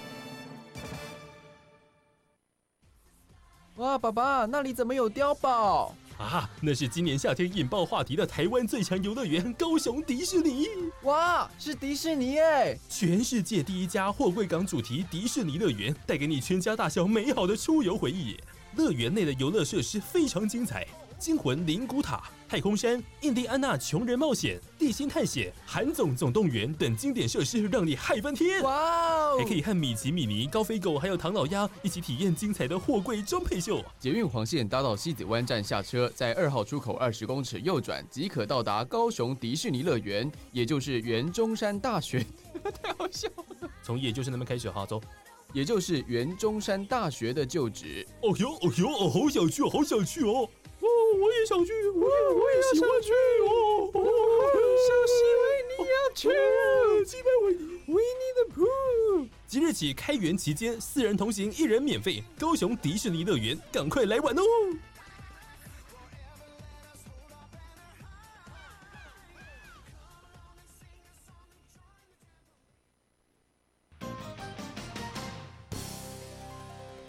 Speaker 4: 哇，爸爸，那里怎么有碉堡？
Speaker 1: 啊，那是今年夏天引爆话题的台湾最强游乐园——高雄迪士尼。
Speaker 4: 哇，是迪士尼哎！
Speaker 1: 全世界第一家货柜港主题迪士尼乐园，带给你全家大小美好的出游回忆。乐园内的游乐设施非常精彩，惊魂灵骨塔、太空山、印第安纳穷人冒险、地心探险、韩总总动员等经典设施，让你嗨翻天。
Speaker 4: 哇哦
Speaker 1: 还，可以和米奇、米妮、高飞狗还有唐老鸭一起体验精彩的货柜装配秀。
Speaker 4: 捷运黄线搭到西子湾站下车，在二号出口二十公尺右转，即可到达高雄迪士尼乐园，也就是原中山大学， <laughs> 太好笑了，
Speaker 1: 从也就是那边开始哈，走。
Speaker 4: 也就是原中山大学的旧址。
Speaker 1: 哦呦哦呦哦，好想去，好想去哦！哦，我也想去，我也我也喜欢去哦！哦，小西维尼啊要去，西维尼维尼的 poo。即日起开园期间，四人同行一人免费。高雄迪士尼乐园，赶快来玩哦！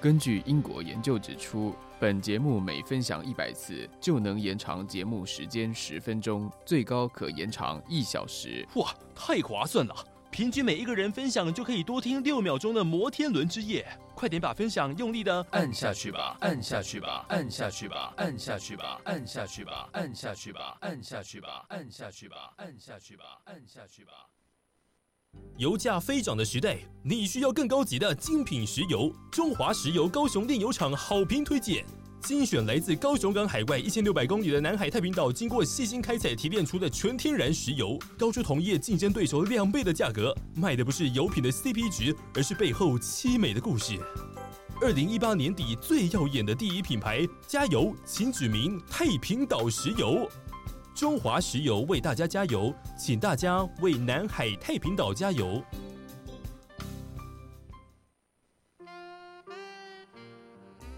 Speaker 4: 根据英国研究指出，本节目每分享一百次就能延长节目时间十分钟，最高可延长一小时。
Speaker 1: 哇，太划算了！平均每一个人分享就可以多听六秒钟的摩天轮之夜。快点把分享用力的
Speaker 3: 按下去吧，按下去吧，按下去吧，按下去吧，按下去吧，按下去吧，按下去吧，按下去吧，按下去吧，按下去吧。
Speaker 1: 油价飞涨的时代，你需要更高级的精品石油。中华石油高雄炼油厂好评推荐，精选来自高雄港海外一千六百公里的南海太平岛，经过细心开采提炼出的全天然石油，高出同业竞争对手两倍的价格。卖的不是油品的 CP 值，而是背后凄美的故事。二零一八年底最耀眼的第一品牌，加油，请指明太平岛石油。中华石油为大家加油，请大家为南海太平岛加油。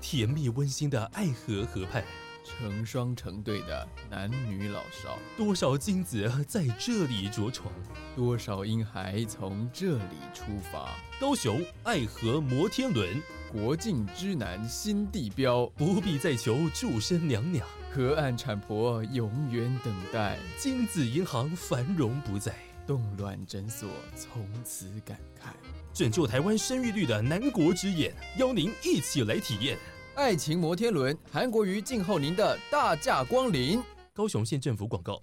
Speaker 1: 甜蜜温馨的爱河河畔，
Speaker 4: 成双成对的男女老少，
Speaker 1: 多少精子在这里着床。
Speaker 4: 多少婴孩从这里出发。
Speaker 1: 高雄爱河摩天轮，
Speaker 4: 国境之南新地标，
Speaker 1: 不必再求祝生娘娘。
Speaker 4: 河岸产婆永远等待，
Speaker 1: 精子银行繁荣不再，
Speaker 4: 冻卵诊所从此感慨。
Speaker 1: 拯救台湾生育率的南国之眼，邀您一起来体验。
Speaker 4: 爱情摩天轮，韩国瑜静候您的大驾光临。
Speaker 1: 高雄县政府广告。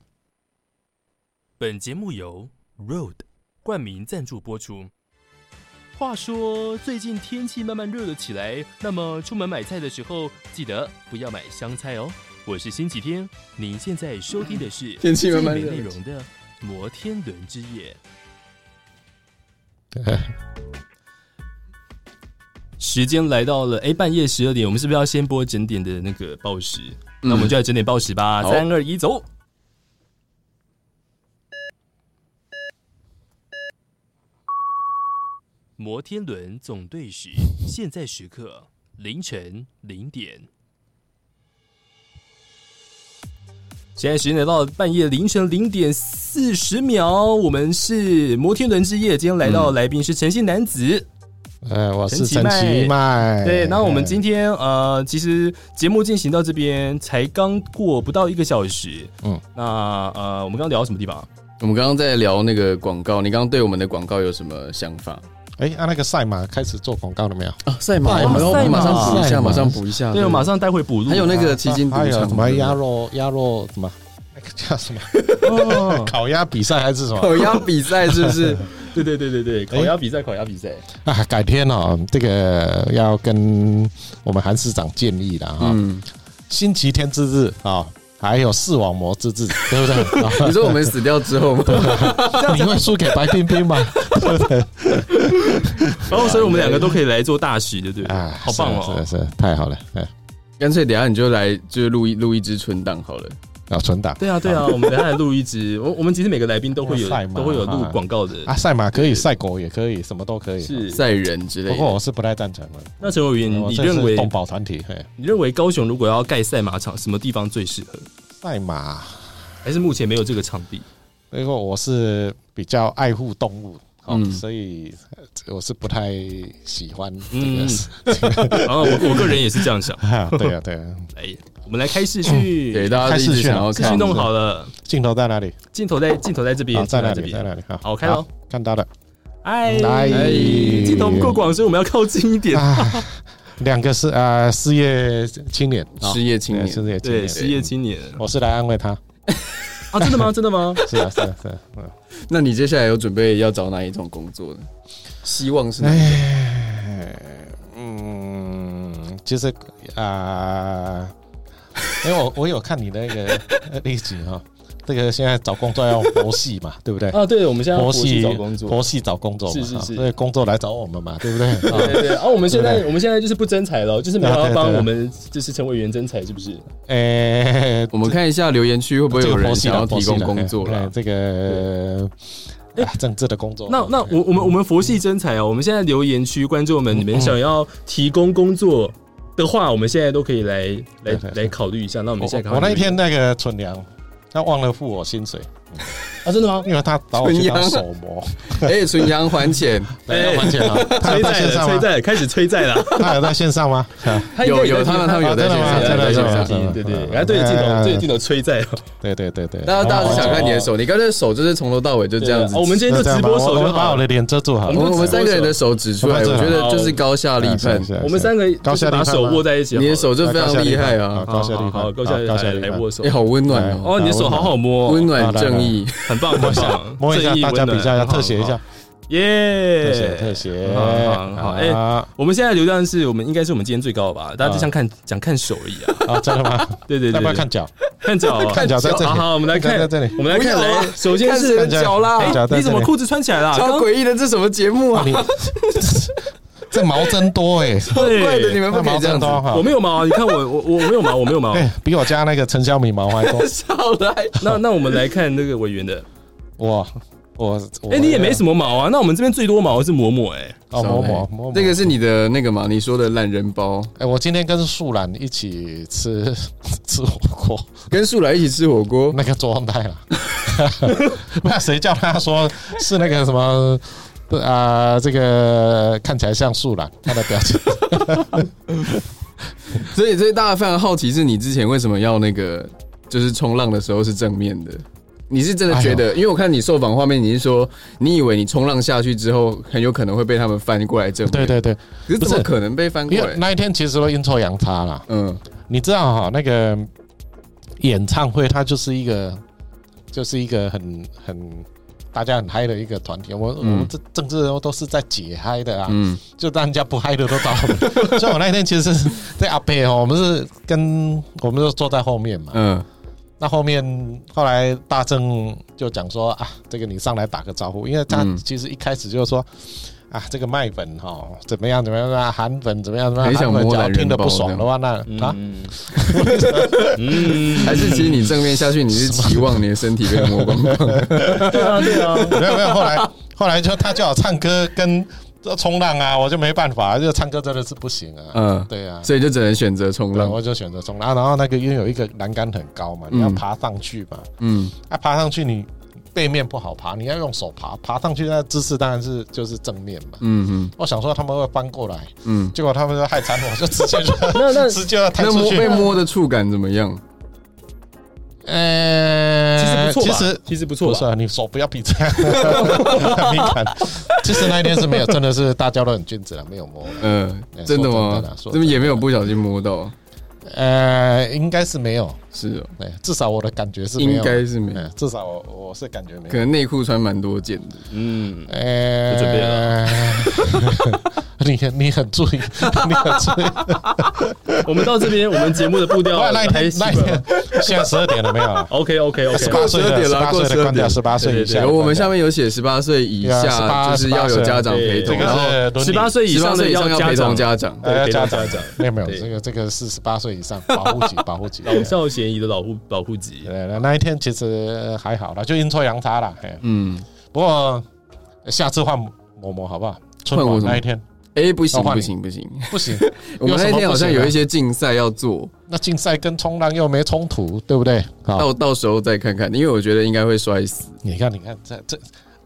Speaker 1: 本节目由 Road 冠名赞助播出。话说，最近天气慢慢热了起来，那么出门买菜的时候，记得不要买香菜哦。我是星期天，您现在收听的是
Speaker 2: 嗯天气慢慢
Speaker 1: 最
Speaker 2: 热
Speaker 1: 没内
Speaker 2: 了
Speaker 1: 容的《摩天轮之夜》。
Speaker 2: <laughs>
Speaker 1: 时间来到了，哎，半夜十二点，我们是不是要先播整点的那个报时？那我们就来整点报时吧，
Speaker 2: 嗯好
Speaker 1: 三二一，走。摩天轮总队时，现在时刻凌晨零点。现在时间来到半夜凌晨零点四十秒，我们是摩天轮之夜，今天来到的来宾是诚信男子。
Speaker 6: 嗯哎，我是
Speaker 1: 陈
Speaker 6: 陈
Speaker 1: 其
Speaker 6: 其迈。
Speaker 1: 对，那我们
Speaker 6: 哎
Speaker 1: 今天呃，其实节目进行到这边才刚过不到一个小时，嗯
Speaker 6: 嗯，
Speaker 1: 那呃，我们刚刚聊到什么地方？
Speaker 2: 我们刚刚在聊那个广告，你刚刚对我们的广告有什么想法
Speaker 6: 哎，啊，那个赛马开始做广告了没有？
Speaker 2: 啊？赛马，
Speaker 6: 赛
Speaker 2: 我
Speaker 6: 哎马
Speaker 2: 们我
Speaker 1: 赛
Speaker 2: 们
Speaker 1: 马
Speaker 2: 马上补一
Speaker 6: 赛
Speaker 2: 下，
Speaker 6: 马
Speaker 2: 马上补一下。
Speaker 1: 哦对，我马上待会补录。啊
Speaker 2: 还有那个奇金赌
Speaker 6: 还有
Speaker 2: 场
Speaker 6: 什么鸭肉鸭肉
Speaker 2: <laughs>
Speaker 6: 什么那个叫什么 <laughs>
Speaker 1: 哦
Speaker 6: 烤鸭比赛还是什么？
Speaker 2: 烤鸭比赛是不是？
Speaker 1: <laughs> 对对对对对，烤鸭比赛，烤鸭比赛，
Speaker 6: 啊，改天哦，这个要跟我们韩市长建议了哈。
Speaker 2: 嗯，
Speaker 6: 星期天之日啊，还有视网膜之
Speaker 2: <laughs>
Speaker 6: 日，对不对？啊
Speaker 2: 你说我们死掉之
Speaker 6: <laughs>
Speaker 1: <laughs>
Speaker 2: 后吗？ <laughs>
Speaker 6: 你会输给白冰冰吗？对不对？
Speaker 1: 然哦后所以我们两个都可以来做大使，对不对？
Speaker 6: 啊，
Speaker 1: 好棒
Speaker 6: 是啊
Speaker 1: 哦！
Speaker 6: 是啊是啊太好了，哎，
Speaker 2: 干脆等一下你就来，就是录一录一支存档好了。
Speaker 6: 要存档
Speaker 1: 对啊对啊，我们等下来录一支，我我们其实每个来宾都会有
Speaker 6: 要赛马
Speaker 1: 都会有录
Speaker 6: 啊
Speaker 1: 广告的。
Speaker 6: 啊，赛马可以，赛狗也可以，什么都可以。
Speaker 1: 是
Speaker 2: 赛人之类
Speaker 6: 不过
Speaker 2: 的。
Speaker 6: 我是不太赞成的。
Speaker 1: 那陈委员，你
Speaker 6: 我
Speaker 1: 你
Speaker 6: 这是
Speaker 1: 认为
Speaker 6: 动保团体？嘿，
Speaker 1: 你认为高雄如果要盖赛马场，什么地方最适合？
Speaker 6: 赛马，
Speaker 1: 还是目前没有这个场地？
Speaker 6: 因为我是比较爱护动物。哦
Speaker 2: 嗯，
Speaker 6: 所以呃我是不太喜欢这
Speaker 1: 嗯
Speaker 6: 个事。
Speaker 1: <laughs> 然后我我个人也是这样想。
Speaker 6: <laughs> 啊对啊，对啊，
Speaker 1: 来，哎我们来开视讯，
Speaker 2: <laughs> 对，大家
Speaker 6: 开
Speaker 2: 一
Speaker 6: 视
Speaker 2: 直
Speaker 6: 讯
Speaker 2: 想
Speaker 6: 啊
Speaker 2: 要
Speaker 1: 视
Speaker 2: 看
Speaker 1: 讯弄好了，
Speaker 6: 镜头在哪里？
Speaker 1: 镜头在镜头在这边
Speaker 6: 好，，
Speaker 1: 镜
Speaker 6: 在
Speaker 1: 头
Speaker 6: 那
Speaker 1: 这
Speaker 6: 里，在
Speaker 1: 边。
Speaker 6: 那里。好，
Speaker 1: 好我开咯
Speaker 6: 好，看到了。
Speaker 1: 哎
Speaker 6: 哎
Speaker 1: 镜头不够广，所以我们要靠近一点。
Speaker 6: 啊，两个是啊，失业青年，啊
Speaker 2: 失业青
Speaker 6: 对
Speaker 2: 年。
Speaker 6: 失业青
Speaker 1: 对，
Speaker 6: 年，
Speaker 1: 失业青年
Speaker 6: 我是来安慰他。
Speaker 1: 啊，真的吗？真的吗？
Speaker 6: 是啊，是啊，是啊。嗯
Speaker 2: 那你接下来有准备要找哪一种工作呢？希望是哪一种？
Speaker 6: 哎嗯，就是啊，因为我我有看你那个呃那一集哈， <laughs> 这个现在找工作要佛系嘛， <laughs> 对不对？
Speaker 1: 啊，对，我们现在佛系
Speaker 6: 系
Speaker 1: 找工作。
Speaker 6: 佛系找工作嘛，
Speaker 1: 是是
Speaker 6: 啊
Speaker 1: 是
Speaker 6: 所以工作来找我们嘛，对不对？
Speaker 1: <laughs> 对
Speaker 6: 啊
Speaker 1: 对，对啊，我们现在
Speaker 6: 对
Speaker 1: 我们现在就是不征才了，就是没有
Speaker 6: 对
Speaker 1: 要
Speaker 6: 对
Speaker 1: 帮
Speaker 6: 对
Speaker 1: 我们就是陈委员征才，是不是？
Speaker 6: 诶，
Speaker 2: 我们看一下留言区会不会
Speaker 6: 哎这
Speaker 2: 有
Speaker 6: 个佛
Speaker 2: 人
Speaker 6: 系
Speaker 2: 想要
Speaker 6: 了，佛
Speaker 2: 提
Speaker 6: 系
Speaker 2: 供
Speaker 6: 了
Speaker 2: 工作
Speaker 6: 嘿嘿
Speaker 2: 了？
Speaker 6: 这个啊政治的工作。
Speaker 1: 那那我我们我们佛系征才哦，我们现在留言区观众们，你
Speaker 6: 嗯
Speaker 1: 们想要提供工作的话，我们现在都可以来来
Speaker 6: 对对对
Speaker 1: 来考虑一下。那我们啊
Speaker 6: 我
Speaker 1: 现在赶
Speaker 6: 我
Speaker 1: 快
Speaker 6: 那一
Speaker 1: 留言
Speaker 6: 天那个存粮，他忘了付我薪水，
Speaker 8: 啊，真的吗？
Speaker 6: 因为他找我去当手
Speaker 1: <laughs>
Speaker 6: 模，
Speaker 2: 哎，纯阳还
Speaker 6: <laughs>
Speaker 2: 钱，
Speaker 6: 哎，要还钱了。他
Speaker 1: 催
Speaker 6: 有在
Speaker 1: 债
Speaker 6: 线
Speaker 1: 了，
Speaker 6: 上
Speaker 1: 催
Speaker 6: 吗？
Speaker 1: 债了，开始催债了。
Speaker 6: <laughs> 他有在线上吗？啊
Speaker 2: 有有
Speaker 6: <laughs>
Speaker 2: 他们他们有在
Speaker 6: 真的
Speaker 2: 线
Speaker 6: 吗
Speaker 2: 上，
Speaker 6: 真的
Speaker 2: 在
Speaker 6: 真
Speaker 2: 线
Speaker 6: 的
Speaker 2: 上。
Speaker 6: 真的
Speaker 1: 对对对，
Speaker 2: 哎
Speaker 1: 然后对着镜头，对着镜头催债。
Speaker 6: 对对对对，
Speaker 2: 哦大家大家是想看你的手，你刚才手就是从头到尾就这样子
Speaker 1: 哦，。我们今天就直播手
Speaker 6: 我
Speaker 1: 就
Speaker 6: 们把
Speaker 1: 好
Speaker 6: 我
Speaker 1: 了。
Speaker 6: 的脸遮住好
Speaker 2: 我
Speaker 6: 了。
Speaker 2: 们我们三个人的手指出来，我觉得就是高下
Speaker 6: 哎
Speaker 2: 立判。
Speaker 1: 我们三个就是把手
Speaker 6: 啊
Speaker 1: 握在一起好了，
Speaker 2: 你的手就非常厉害啊！
Speaker 6: 高下立判
Speaker 1: 好，高下
Speaker 6: 高下立
Speaker 1: 来
Speaker 6: 判
Speaker 1: 握手
Speaker 2: 哎，。好温暖哦，
Speaker 1: 哦，你的手好好摸哦，
Speaker 2: 温暖正义。
Speaker 1: 很棒，很棒，
Speaker 6: <laughs> 摸一下，
Speaker 1: 正义
Speaker 6: 大家
Speaker 1: 温暖
Speaker 6: 比较一下，
Speaker 1: 很好
Speaker 6: 特写一下，特写特
Speaker 1: 耶！
Speaker 6: 写，
Speaker 1: 好好好哎
Speaker 6: 啊
Speaker 1: 我们现在流量是我们应该是我们今天最高的吧？大家就像看想看手而已啊。
Speaker 6: <laughs> 啊，真的吗？
Speaker 1: <laughs> 对对对，
Speaker 6: 要不要
Speaker 1: 对
Speaker 6: 看脚？
Speaker 1: 看脚啊？
Speaker 6: <laughs> 看脚在
Speaker 1: <laughs>
Speaker 6: 这
Speaker 1: 好
Speaker 6: 里，
Speaker 1: 好，我们来看，
Speaker 6: 在这里。
Speaker 1: 我们来看，
Speaker 2: 不要啊
Speaker 1: 来，首先
Speaker 2: 看
Speaker 1: 是
Speaker 2: 谁的脚啦？
Speaker 6: 看脚
Speaker 1: 哎，
Speaker 6: 在这里哦
Speaker 1: 你怎么裤子穿起来了？
Speaker 2: 超
Speaker 1: 刚
Speaker 2: 诡异的，这什么节目啊？
Speaker 6: 你 <laughs> 这毛真多哎，
Speaker 2: 怪的，你
Speaker 1: 对，
Speaker 2: 们
Speaker 6: 这
Speaker 2: 不可
Speaker 6: 毛
Speaker 2: 以这
Speaker 6: 真
Speaker 2: 样子。
Speaker 6: 多哈
Speaker 1: 我。没有毛啊，你看我我我没有毛，我没有毛。
Speaker 6: <laughs> 哎，比我家那个陈小米毛还多。
Speaker 1: <laughs>
Speaker 2: 少来，
Speaker 1: 那那我们来看那个委员的，
Speaker 6: 我我
Speaker 1: 哎，你也没什
Speaker 6: 么
Speaker 1: 么毛啊。那我们这边最多毛是嬷嬷，哎，
Speaker 6: 哦，摸摸摸，
Speaker 2: 那个是你的那个嘛？你说的懒人包，
Speaker 6: 哎，我今天跟素兰一起吃 <laughs> 吃火锅，
Speaker 2: 跟素来一起吃火锅，
Speaker 6: 那个做饭太了。那谁叫他说是那个什么？啊、这个看起来像素兰，他的表情。
Speaker 2: 所以所以大家非常好奇，是你之前为什么要那个，就是冲浪的时候是正面的？你是真的觉
Speaker 6: 哎
Speaker 2: 得？因为我看你受访画面，你是说你以为你冲浪下去之后，很有可能会被他们翻过来正面，
Speaker 6: 对，对对，
Speaker 2: 可是
Speaker 6: 不是
Speaker 2: 怎么可能被翻过
Speaker 6: 因为
Speaker 2: 来？
Speaker 6: 那一天其实都阴错阳差啦。
Speaker 2: 嗯，
Speaker 6: 你知道哈、那个演唱会它就是一个，就是一个很很大家很嗨的一个团体。我、
Speaker 2: 嗯
Speaker 6: 我们这政治人物都是在解嗨的啊，
Speaker 2: 嗯
Speaker 6: 就让人家不嗨的都找我们。 <laughs> 所以我那天其实是在阿贝哦，我们是跟我们就坐在后面嘛。
Speaker 2: 嗯
Speaker 6: 那后面后来大正就讲说啊，这个你上来打个招呼，因为他
Speaker 2: 嗯
Speaker 6: 其实一开始就是说。啊，这个卖粉哈、怎么样？怎么样？那韩粉怎么样？怎么样？
Speaker 2: 很想
Speaker 6: 韩粉
Speaker 2: 摸
Speaker 6: 只要
Speaker 2: 男人
Speaker 6: 听得不
Speaker 2: 包
Speaker 6: 爽的话，那啊，
Speaker 1: 嗯，嗯，
Speaker 2: 还是其实你正面下去，你是期望你的身体被摸光光？
Speaker 6: <laughs>
Speaker 1: 对啊对啊，
Speaker 6: 没有没有，后来后来就他叫我唱歌跟冲浪啊，我就没办法，就唱歌真的是不行啊。
Speaker 2: 嗯，
Speaker 6: 对啊，
Speaker 2: 所以就只能选择冲
Speaker 6: 然后
Speaker 2: 浪。
Speaker 6: 我就选择冲浪，啊然后那个因为有一个栏杆很高嘛，你要爬上去嘛，
Speaker 2: 嗯，
Speaker 6: 啊爬上去你背面不好爬，你要用手爬，爬上去那姿势当然是就是正面嘛。
Speaker 2: 嗯
Speaker 6: 我想说他们会翻过来，
Speaker 2: 嗯
Speaker 6: 结果他们就害惨我，就直接就
Speaker 1: <laughs> 那那
Speaker 6: 直接要
Speaker 2: 嗯，
Speaker 6: 弹
Speaker 2: 那
Speaker 6: 出
Speaker 2: 摸
Speaker 6: 去
Speaker 2: 被。摸的触感怎么样？
Speaker 6: 呃，
Speaker 1: 呃其实不
Speaker 2: 呃
Speaker 1: 错
Speaker 6: 其
Speaker 1: 吧，
Speaker 6: 实
Speaker 1: 其实不错
Speaker 6: 不
Speaker 1: 吧
Speaker 6: 是，啊，你手不要比
Speaker 2: <laughs>
Speaker 6: 这样敏感。其实那一天是没有，真的是大家都很君子了，没有摸。
Speaker 2: 嗯，
Speaker 6: 哎
Speaker 2: 真的
Speaker 6: 说真的
Speaker 2: 吗
Speaker 6: 啦？
Speaker 2: 这
Speaker 6: 说真
Speaker 2: 么
Speaker 6: 的
Speaker 2: 也没有不小心摸到，
Speaker 6: 呃，应该是没有，
Speaker 2: 是哦，
Speaker 6: 对，至少我的感觉是没有
Speaker 2: 应该是没有
Speaker 6: 哎，至少我我是感觉没
Speaker 2: 可
Speaker 6: 有。
Speaker 2: 能内裤穿蛮多件的。
Speaker 1: 嗯，
Speaker 6: 呃，
Speaker 1: 有准备
Speaker 6: <laughs> 你很你很注意，你很注意。
Speaker 1: <laughs> 我们到这边，我们节目的步调
Speaker 6: 哇，那一
Speaker 1: 还
Speaker 6: 天
Speaker 1: 习
Speaker 6: 那
Speaker 1: 惯
Speaker 6: 一天，现在十二点了没有啊？
Speaker 1: OK OK
Speaker 6: 十
Speaker 1: OK，
Speaker 6: 八岁的
Speaker 2: 过12点
Speaker 6: 十
Speaker 2: 了
Speaker 6: 八
Speaker 2: 过
Speaker 6: 岁的
Speaker 2: 12
Speaker 6: 关
Speaker 2: 点
Speaker 6: 掉，十八岁以下
Speaker 1: 对
Speaker 6: 的关掉。
Speaker 2: 有我们下面有写十八岁以
Speaker 6: 对啊
Speaker 2: 下，
Speaker 6: 18
Speaker 2: 就是要有家长陪
Speaker 6: 这
Speaker 2: 同，
Speaker 6: 个
Speaker 2: 然后
Speaker 6: 是
Speaker 1: 十八岁以
Speaker 2: 十八
Speaker 1: 上的
Speaker 2: 岁以上
Speaker 1: 要
Speaker 2: 要
Speaker 1: 家
Speaker 2: 陪同
Speaker 1: 长
Speaker 2: 家长。
Speaker 6: 呃
Speaker 1: 对陪
Speaker 6: 家
Speaker 1: 同
Speaker 6: 长
Speaker 1: 家长
Speaker 6: 没有没有，
Speaker 1: 对
Speaker 6: 这个这个是十八岁以上保
Speaker 2: <laughs>
Speaker 6: 护级，保护级。
Speaker 1: 老少咸宜的老护保护级，
Speaker 6: 对，那那一天其实呃还好啦，就阴错阳差啦。嘿
Speaker 2: 嗯，
Speaker 6: 不过呃下次换某某好不好？春
Speaker 2: 换我
Speaker 6: 晚
Speaker 2: 什么
Speaker 6: 那一天
Speaker 2: 哎，不行
Speaker 6: 要换
Speaker 2: 不
Speaker 6: 你
Speaker 2: 行不
Speaker 6: <laughs>
Speaker 2: 行，
Speaker 6: 不行，
Speaker 2: 我们那天好像有一些
Speaker 6: 啊
Speaker 2: 竞赛要做，
Speaker 6: 那竞赛跟冲浪又没冲突，对不对？好，
Speaker 2: 到到时候再看看，因为我觉得应该会摔死。
Speaker 6: 你看，你看，这这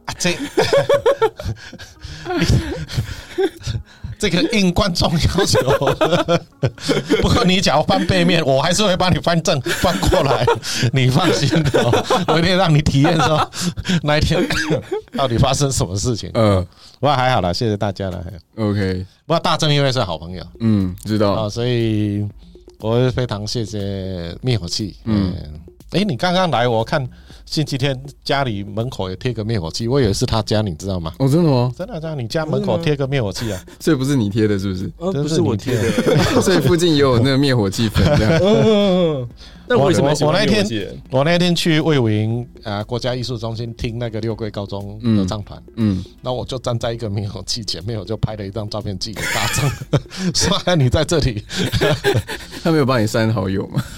Speaker 6: 啊这，这个应观众要求。不过你假如翻背面，我还是会把你翻正翻过来，你放心哦，我一定让你体验说那一天 <coughs> 到底发生什么事情。
Speaker 2: 嗯
Speaker 6: 不过还好啦，谢谢大家了。嘿
Speaker 2: ，OK，
Speaker 6: 不过大正因为是好朋友。
Speaker 2: 嗯，知
Speaker 6: 啊、
Speaker 2: 道。
Speaker 6: 所以我非常谢谢灭火器。
Speaker 2: 嗯
Speaker 6: 嗯，哎、你刚刚来，我看星期天家里门口也贴个灭火器，我以为是他家，你知道吗？
Speaker 2: 哦，真的吗？
Speaker 6: 真的，真的，你家门口贴
Speaker 1: 嗯
Speaker 6: 个灭火器啊？
Speaker 2: <laughs> 所以不是你贴的，是不是？
Speaker 1: 呃，
Speaker 6: 真
Speaker 1: 不是
Speaker 6: 你
Speaker 1: 我贴的，
Speaker 2: <laughs> 所以附近也有那个灭火器粉这样。
Speaker 6: <laughs>
Speaker 1: 嗯，那我为什么喜
Speaker 6: 我
Speaker 1: 欢
Speaker 6: 那
Speaker 1: 灭火
Speaker 6: 天
Speaker 1: 器
Speaker 6: 我那天去魏武营啊、呃国家艺术中心听那个六桂高中合唱团，
Speaker 2: 嗯，
Speaker 6: 那、我就站在一个灭火器前面，我就拍了一张照片寄给大众， <laughs> 说哎你在这
Speaker 1: <laughs>
Speaker 6: 里。
Speaker 2: 他没有帮你删好友吗？
Speaker 6: <laughs>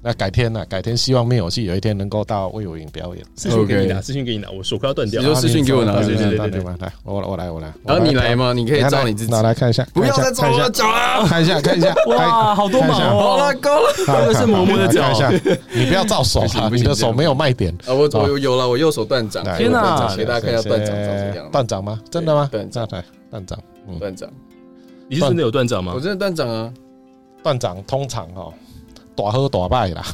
Speaker 6: 那改天呢、改天希望灭火器有一天能够到魏武营表演。
Speaker 1: 私讯给你拿，
Speaker 2: OK
Speaker 1: 私讯给你拿，我手快要断掉
Speaker 2: 你。就
Speaker 6: 啊
Speaker 2: 私讯给我拿
Speaker 6: 对
Speaker 1: 对对对
Speaker 6: 对对，来，我来我来我来。
Speaker 2: 然后你来嘛，你可
Speaker 6: 我
Speaker 2: 以
Speaker 6: 来？
Speaker 2: 照你自己
Speaker 6: 拿。来看一下，
Speaker 2: 不要再
Speaker 6: 看
Speaker 2: 照
Speaker 6: 一
Speaker 2: 我
Speaker 6: 下
Speaker 2: 的，脚了，
Speaker 6: 看一下，看一下，
Speaker 1: 哇，
Speaker 6: 看
Speaker 1: 好多毛
Speaker 6: 看一下
Speaker 2: 好
Speaker 1: 哦
Speaker 2: 了，！够了。
Speaker 6: 好
Speaker 1: 这个是
Speaker 6: 看
Speaker 1: 某某的
Speaker 6: 看一下
Speaker 1: 脚，
Speaker 6: 你不要照手
Speaker 2: 不行
Speaker 6: 啊，
Speaker 2: 不
Speaker 6: 你
Speaker 2: 行
Speaker 6: 的
Speaker 2: 这
Speaker 6: 手
Speaker 2: 样
Speaker 6: 没有卖点。
Speaker 2: 啊，我我有有了，我右手断掌。
Speaker 6: 来
Speaker 1: 天
Speaker 2: 我
Speaker 1: 哪
Speaker 2: 断
Speaker 6: 我
Speaker 2: 掌
Speaker 6: 断
Speaker 2: 给
Speaker 6: 掌
Speaker 2: 大家看一下
Speaker 6: 谢谢
Speaker 2: 断掌长什么样。
Speaker 6: 断掌吗？真的吗？
Speaker 2: 断掌
Speaker 6: 来断掌，嗯，
Speaker 2: 断掌，
Speaker 1: 你是真的有断掌吗
Speaker 2: 我？真的断掌啊。
Speaker 6: 断掌通常哦，大喝大败啦，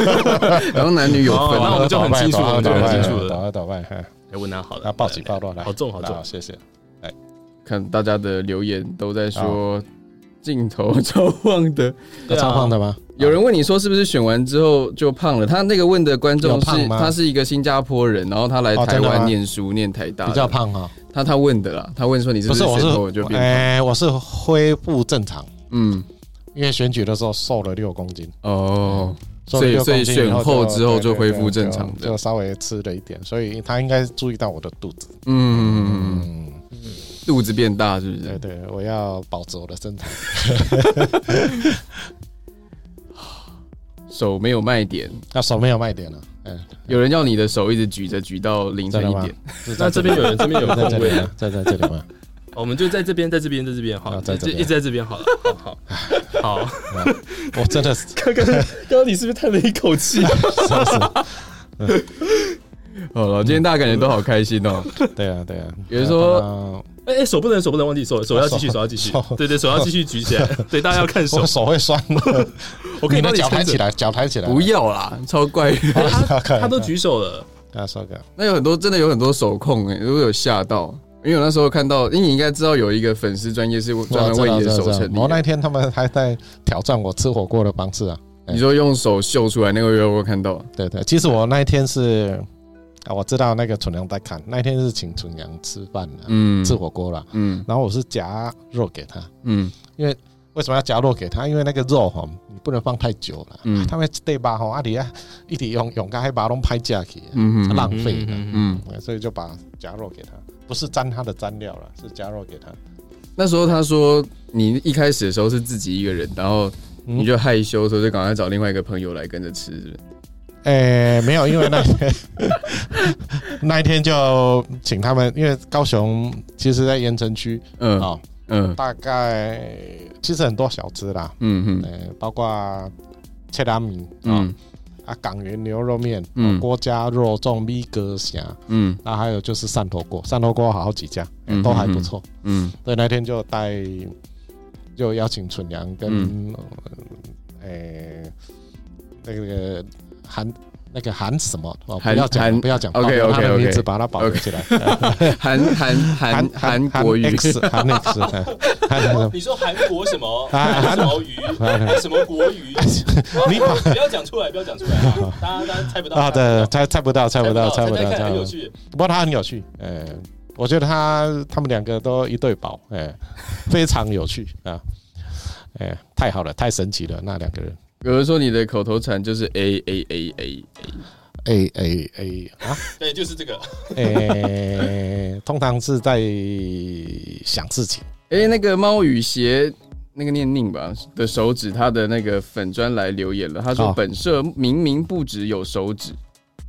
Speaker 2: <laughs> 然后男女有
Speaker 1: 哦
Speaker 2: 分
Speaker 1: 那
Speaker 2: 啊，
Speaker 6: <laughs>
Speaker 1: 我们就很清楚了我们就很清楚了
Speaker 6: 大喝大败，嘿
Speaker 1: 哎，我拿好了，
Speaker 6: 那报喜报落来，
Speaker 1: 好重好重
Speaker 6: 好，。谢谢。
Speaker 2: 看大家的留言都在说镜头超晃的。
Speaker 1: 对啊
Speaker 6: 超胖的吗？
Speaker 2: 有人问你说是不是选完之后就胖了？他那个问的观众
Speaker 6: 有胖
Speaker 2: 是
Speaker 6: 吗
Speaker 2: 他是一个新加坡人，然后他来
Speaker 6: 哦
Speaker 2: 台
Speaker 6: 真的吗
Speaker 2: 湾念书，念台大的
Speaker 6: 比较。胖啊哈，
Speaker 2: 他他问的啦，他问说你是
Speaker 6: 不是，
Speaker 2: 选
Speaker 6: 我
Speaker 2: 后就是变胖？
Speaker 6: 哎，我是恢复正常，
Speaker 2: 嗯，
Speaker 6: 因为选举的时候瘦了六公斤，
Speaker 2: 哦，
Speaker 6: 瘦了六
Speaker 2: 所以所
Speaker 6: 公斤
Speaker 2: 以选后
Speaker 6: 嗯就
Speaker 2: 之后
Speaker 6: 哦对
Speaker 2: 就
Speaker 6: 对
Speaker 2: 恢复
Speaker 6: 对
Speaker 2: 正
Speaker 6: 就
Speaker 2: 常的
Speaker 6: 就稍微吃了一点，所以他应该注意到我的肚子。
Speaker 2: 嗯，
Speaker 6: 嗯，
Speaker 2: 肚子变大是不
Speaker 6: 对
Speaker 2: 是？
Speaker 6: 对，我要保持我的身材。
Speaker 2: 手没有卖点，
Speaker 6: 那嗯啊手没有卖点了，嗯，
Speaker 2: 有人要你的手一直举着，举到凌
Speaker 6: 真
Speaker 2: 晨
Speaker 6: 的
Speaker 2: 一
Speaker 6: 吗
Speaker 2: 点。？ <laughs>
Speaker 6: 是在
Speaker 1: 那这边有人，这边有
Speaker 6: 吗 <laughs> 在
Speaker 1: 空
Speaker 6: 这
Speaker 1: 位
Speaker 6: 里
Speaker 1: 啊
Speaker 6: 吗，？在在这里吗？
Speaker 1: 哦我们就在这边，在这边，在这边，好，
Speaker 6: 啊
Speaker 1: 就
Speaker 6: 在这边啊
Speaker 1: 一直在这边
Speaker 6: <laughs>
Speaker 1: 好了，好好好。
Speaker 6: 我真的是
Speaker 1: 刚刚刚刚你是不是叹了一口气？
Speaker 6: 真的
Speaker 2: 好了，今天大家感觉都好开心哦。
Speaker 6: 是，对啊对啊。
Speaker 2: 有人说
Speaker 6: 呃
Speaker 1: <laughs> 哎哎，手不能手不能忘记手，手要继续，
Speaker 6: 啊手
Speaker 1: 手要继续
Speaker 6: 手，
Speaker 1: 对对，手要继续举起来，对，大家要看手
Speaker 6: 我，手会酸的，
Speaker 1: 我可以
Speaker 6: 你的
Speaker 1: 帮
Speaker 6: 脚抬
Speaker 1: 撑
Speaker 6: 起
Speaker 1: 着。
Speaker 6: 来，脚抬起来。
Speaker 2: 不要啦，超怪。
Speaker 1: 哎他
Speaker 6: 看
Speaker 1: 他都举手了，
Speaker 6: 啊，说个
Speaker 2: 那有很多真的有很多手控哎、欸，都有吓到。因为我那时候看到，因为你应该知道有一个粉丝专业是专门为你的手成
Speaker 6: 我哦那哎
Speaker 2: 立。
Speaker 6: 天他们还在挑战我吃火锅的方式啊。
Speaker 2: 你说用手秀出来那个，我有看到。
Speaker 6: 对对，其实我那一天是啊，我知道那个纯阳在看，那一天是请纯阳吃饭了，
Speaker 2: 嗯，
Speaker 6: 吃火锅了，
Speaker 2: 嗯
Speaker 6: 然后我是夹肉给他。
Speaker 2: 嗯
Speaker 6: 为什么要夹肉给他？因为那个肉哈，你不能放太久了，
Speaker 2: 嗯
Speaker 6: 他们对吧？吼，啊，你啊，一直用用个黑把拢拍架去，啊
Speaker 2: 嗯嗯
Speaker 6: 浪
Speaker 1: 嗯
Speaker 6: 费的。
Speaker 1: 嗯嗯
Speaker 2: 嗯。
Speaker 6: 嗯所以就把夹肉给他，不是沾他的蘸料了，是夹肉给他。
Speaker 2: 那时候他说，你一开始的时候是自己一个人，然后
Speaker 6: 嗯
Speaker 2: 你就害羞，所以就赶快找另外一个朋友来跟着吃。是不是
Speaker 6: 诶、呃没有，因为
Speaker 2: <laughs>
Speaker 6: 那天那一天就请他们，因为高雄其实在盐城区啊、
Speaker 2: 嗯
Speaker 6: 哦
Speaker 2: 嗯
Speaker 6: 大概其实很多小吃啦，
Speaker 2: 嗯嗯
Speaker 6: 呃，包括切拉米啊、
Speaker 2: 嗯
Speaker 6: 啊，港源牛肉面、
Speaker 2: 嗯
Speaker 6: 嗯，郭家肉粽、米格虾，
Speaker 2: 嗯
Speaker 6: 那还有就是汕头锅，汕头锅好几家、呃
Speaker 2: 嗯
Speaker 6: 都还不错。
Speaker 2: 嗯
Speaker 6: 对，那天就带就邀请纯阳
Speaker 2: 嗯
Speaker 6: 跟诶、那个韩那个韩什么哦，不
Speaker 2: 韩
Speaker 6: 要讲
Speaker 2: 韩
Speaker 6: 不要讲
Speaker 2: OK，OK，
Speaker 6: 保留他的
Speaker 2: OK，
Speaker 6: 名字把它保留
Speaker 2: OK
Speaker 6: 起来。
Speaker 2: 嗯， <laughs> 韩韩韩韩国语
Speaker 6: X <laughs> 韩 X 哎韩什么
Speaker 1: 你说韩国什么
Speaker 6: 啊
Speaker 1: 韩毛鱼，
Speaker 6: 哎
Speaker 1: 什么国鱼？
Speaker 6: <laughs>
Speaker 1: 哦
Speaker 6: 你把
Speaker 1: 不要讲出来，不要讲出来啊，大家大家猜不到
Speaker 6: 啊，对，猜猜不到，猜不到，猜不到，
Speaker 1: 猜
Speaker 6: 猜
Speaker 1: 很
Speaker 6: 不
Speaker 1: 有
Speaker 6: 到。
Speaker 1: 趣。
Speaker 6: 不过他很有趣，呃，我觉得他他们两个都一对宝，哎、
Speaker 2: <laughs>
Speaker 6: 非常有趣啊，哎、太好了，太神奇了，那两个人。
Speaker 2: <laughs> 有人说你的口头禅就是 A A A A，
Speaker 6: 哎哎哎啊！
Speaker 1: 对，就是这个。
Speaker 2: <laughs>
Speaker 6: <laughs> 诶、通常是在想事情。
Speaker 2: 哎、那个猫雨鞋，那个念宁吧的手指，他的那个粉砖来留言了，他说
Speaker 6: 哦
Speaker 2: 本社明明不只有手指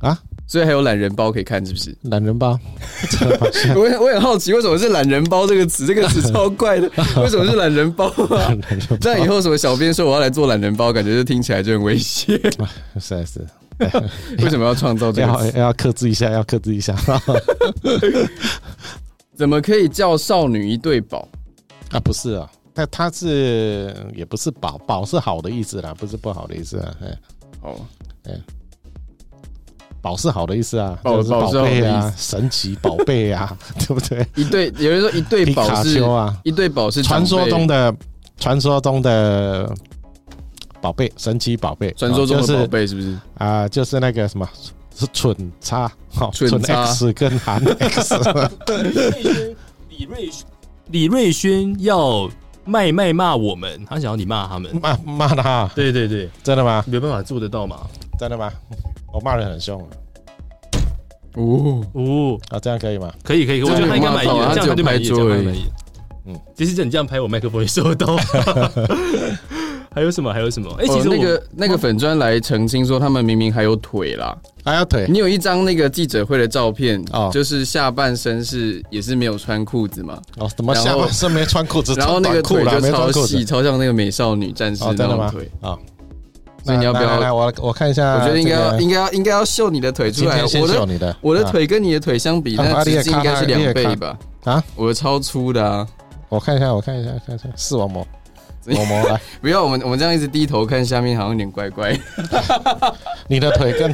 Speaker 6: 啊，
Speaker 2: 所以还有懒人包可以看，是不是？
Speaker 6: 懒人包，
Speaker 2: <laughs> 我我很好奇，为什么是懒人包这个词？这个词超怪
Speaker 6: <laughs>
Speaker 2: 的，为什么是懒人包啊？这样以后什么小编说我要来做懒人包，感觉就听起来就很危
Speaker 6: <laughs>
Speaker 2: 险。
Speaker 6: 实在啊是啊
Speaker 2: <laughs> 为什么要创造这个
Speaker 6: <laughs> 要
Speaker 2: 词？
Speaker 6: 要克制一下，要克制
Speaker 2: <laughs>
Speaker 6: 一下
Speaker 2: 怎么可以叫少女一对宝？
Speaker 6: 啊！不是啊，那他是也不是宝，宝是好的意思啦，不是不好的意思啊。哎，
Speaker 2: 哦，
Speaker 6: 宝是好的意思啊，
Speaker 2: 宝
Speaker 6: 就是
Speaker 2: 宝
Speaker 6: 宝
Speaker 2: 是好的
Speaker 6: 贝
Speaker 2: 意
Speaker 6: 啊，神奇宝贝啊， <laughs> 对不对？
Speaker 2: 一对有人说一对
Speaker 6: 皮
Speaker 2: 宝
Speaker 6: 卡
Speaker 2: 是
Speaker 6: 丘啊，
Speaker 2: 一对宝是
Speaker 6: 传说
Speaker 2: 长辈
Speaker 6: 中的传说中的宝贝，神奇宝贝，哦
Speaker 2: 传说中的
Speaker 6: 就是
Speaker 2: 宝贝是不是？
Speaker 6: 啊、就是那个什么是蠢叉，哦
Speaker 2: 蠢
Speaker 6: 蠢
Speaker 2: 叉
Speaker 6: X 跟韩
Speaker 1: <laughs>
Speaker 6: X，
Speaker 1: 李瑞轩，李瑞轩要卖卖骂我们，他想要你骂他们。
Speaker 6: 骂骂他，
Speaker 1: 对对对，
Speaker 6: 真的吗？
Speaker 1: 没办法做得到嘛。
Speaker 6: 真的吗？我骂人很凶
Speaker 2: 哦，
Speaker 1: 哦，
Speaker 6: 啊，这样可以吗？
Speaker 1: 可以可以，我
Speaker 2: 这
Speaker 1: 觉得他应该满意
Speaker 2: 没有骂
Speaker 1: 的，
Speaker 2: 到
Speaker 1: 这样他就满意，
Speaker 2: 他只有
Speaker 1: 这样
Speaker 2: 拍
Speaker 1: 他
Speaker 2: 桌而已
Speaker 1: 满意。嗯
Speaker 6: 嗯， <laughs>
Speaker 1: 其实你这样拍我麦克风也收得到。还有什么？还有什么？哎、其
Speaker 2: 哦
Speaker 1: 实我、
Speaker 2: 那个那个粉砖来澄清说，他们明明还有腿啦。
Speaker 6: 还有腿
Speaker 2: 你有一张那个记者会的照片，
Speaker 6: 哦
Speaker 2: 就是下半身是也是没有穿裤子嘛，
Speaker 6: 哦，怎么
Speaker 2: 然后
Speaker 6: 下半身没穿裤子，
Speaker 2: 然后
Speaker 6: 穿
Speaker 2: 那
Speaker 6: 短
Speaker 2: 个
Speaker 6: 裤
Speaker 2: 腿就
Speaker 6: 了，没
Speaker 2: 超
Speaker 6: 穿裤
Speaker 2: 细，
Speaker 6: 子，
Speaker 2: 超像那个美少女战士
Speaker 6: 哦，
Speaker 2: 那
Speaker 6: 真的
Speaker 2: 种
Speaker 6: 吗
Speaker 2: 腿。？
Speaker 6: 啊，
Speaker 2: 所以你要不
Speaker 6: 来
Speaker 2: 要
Speaker 6: 来，我我看一下
Speaker 2: 我
Speaker 6: 这
Speaker 2: 觉得
Speaker 6: 个，
Speaker 2: 应该要应该要应该要秀你的腿出
Speaker 6: 今
Speaker 2: 来。
Speaker 6: 天先
Speaker 2: 我
Speaker 6: 秀
Speaker 2: 的
Speaker 6: 你的，
Speaker 2: 我的
Speaker 6: 啊，
Speaker 2: 腿跟你的腿相比，
Speaker 6: 啊
Speaker 2: 那
Speaker 6: 啊你也
Speaker 2: 直径应该是
Speaker 6: 看啊你
Speaker 2: 两
Speaker 6: 也
Speaker 2: 倍
Speaker 6: 看
Speaker 2: 吧？
Speaker 6: 啊，
Speaker 2: 我的超粗的啊！
Speaker 6: 我看一下，我看一下，看一下，视网膜，膜膜来，
Speaker 2: <laughs> 不要我们我们这样一直低头看下面，好像有点怪怪。
Speaker 6: <laughs> 你的腿跟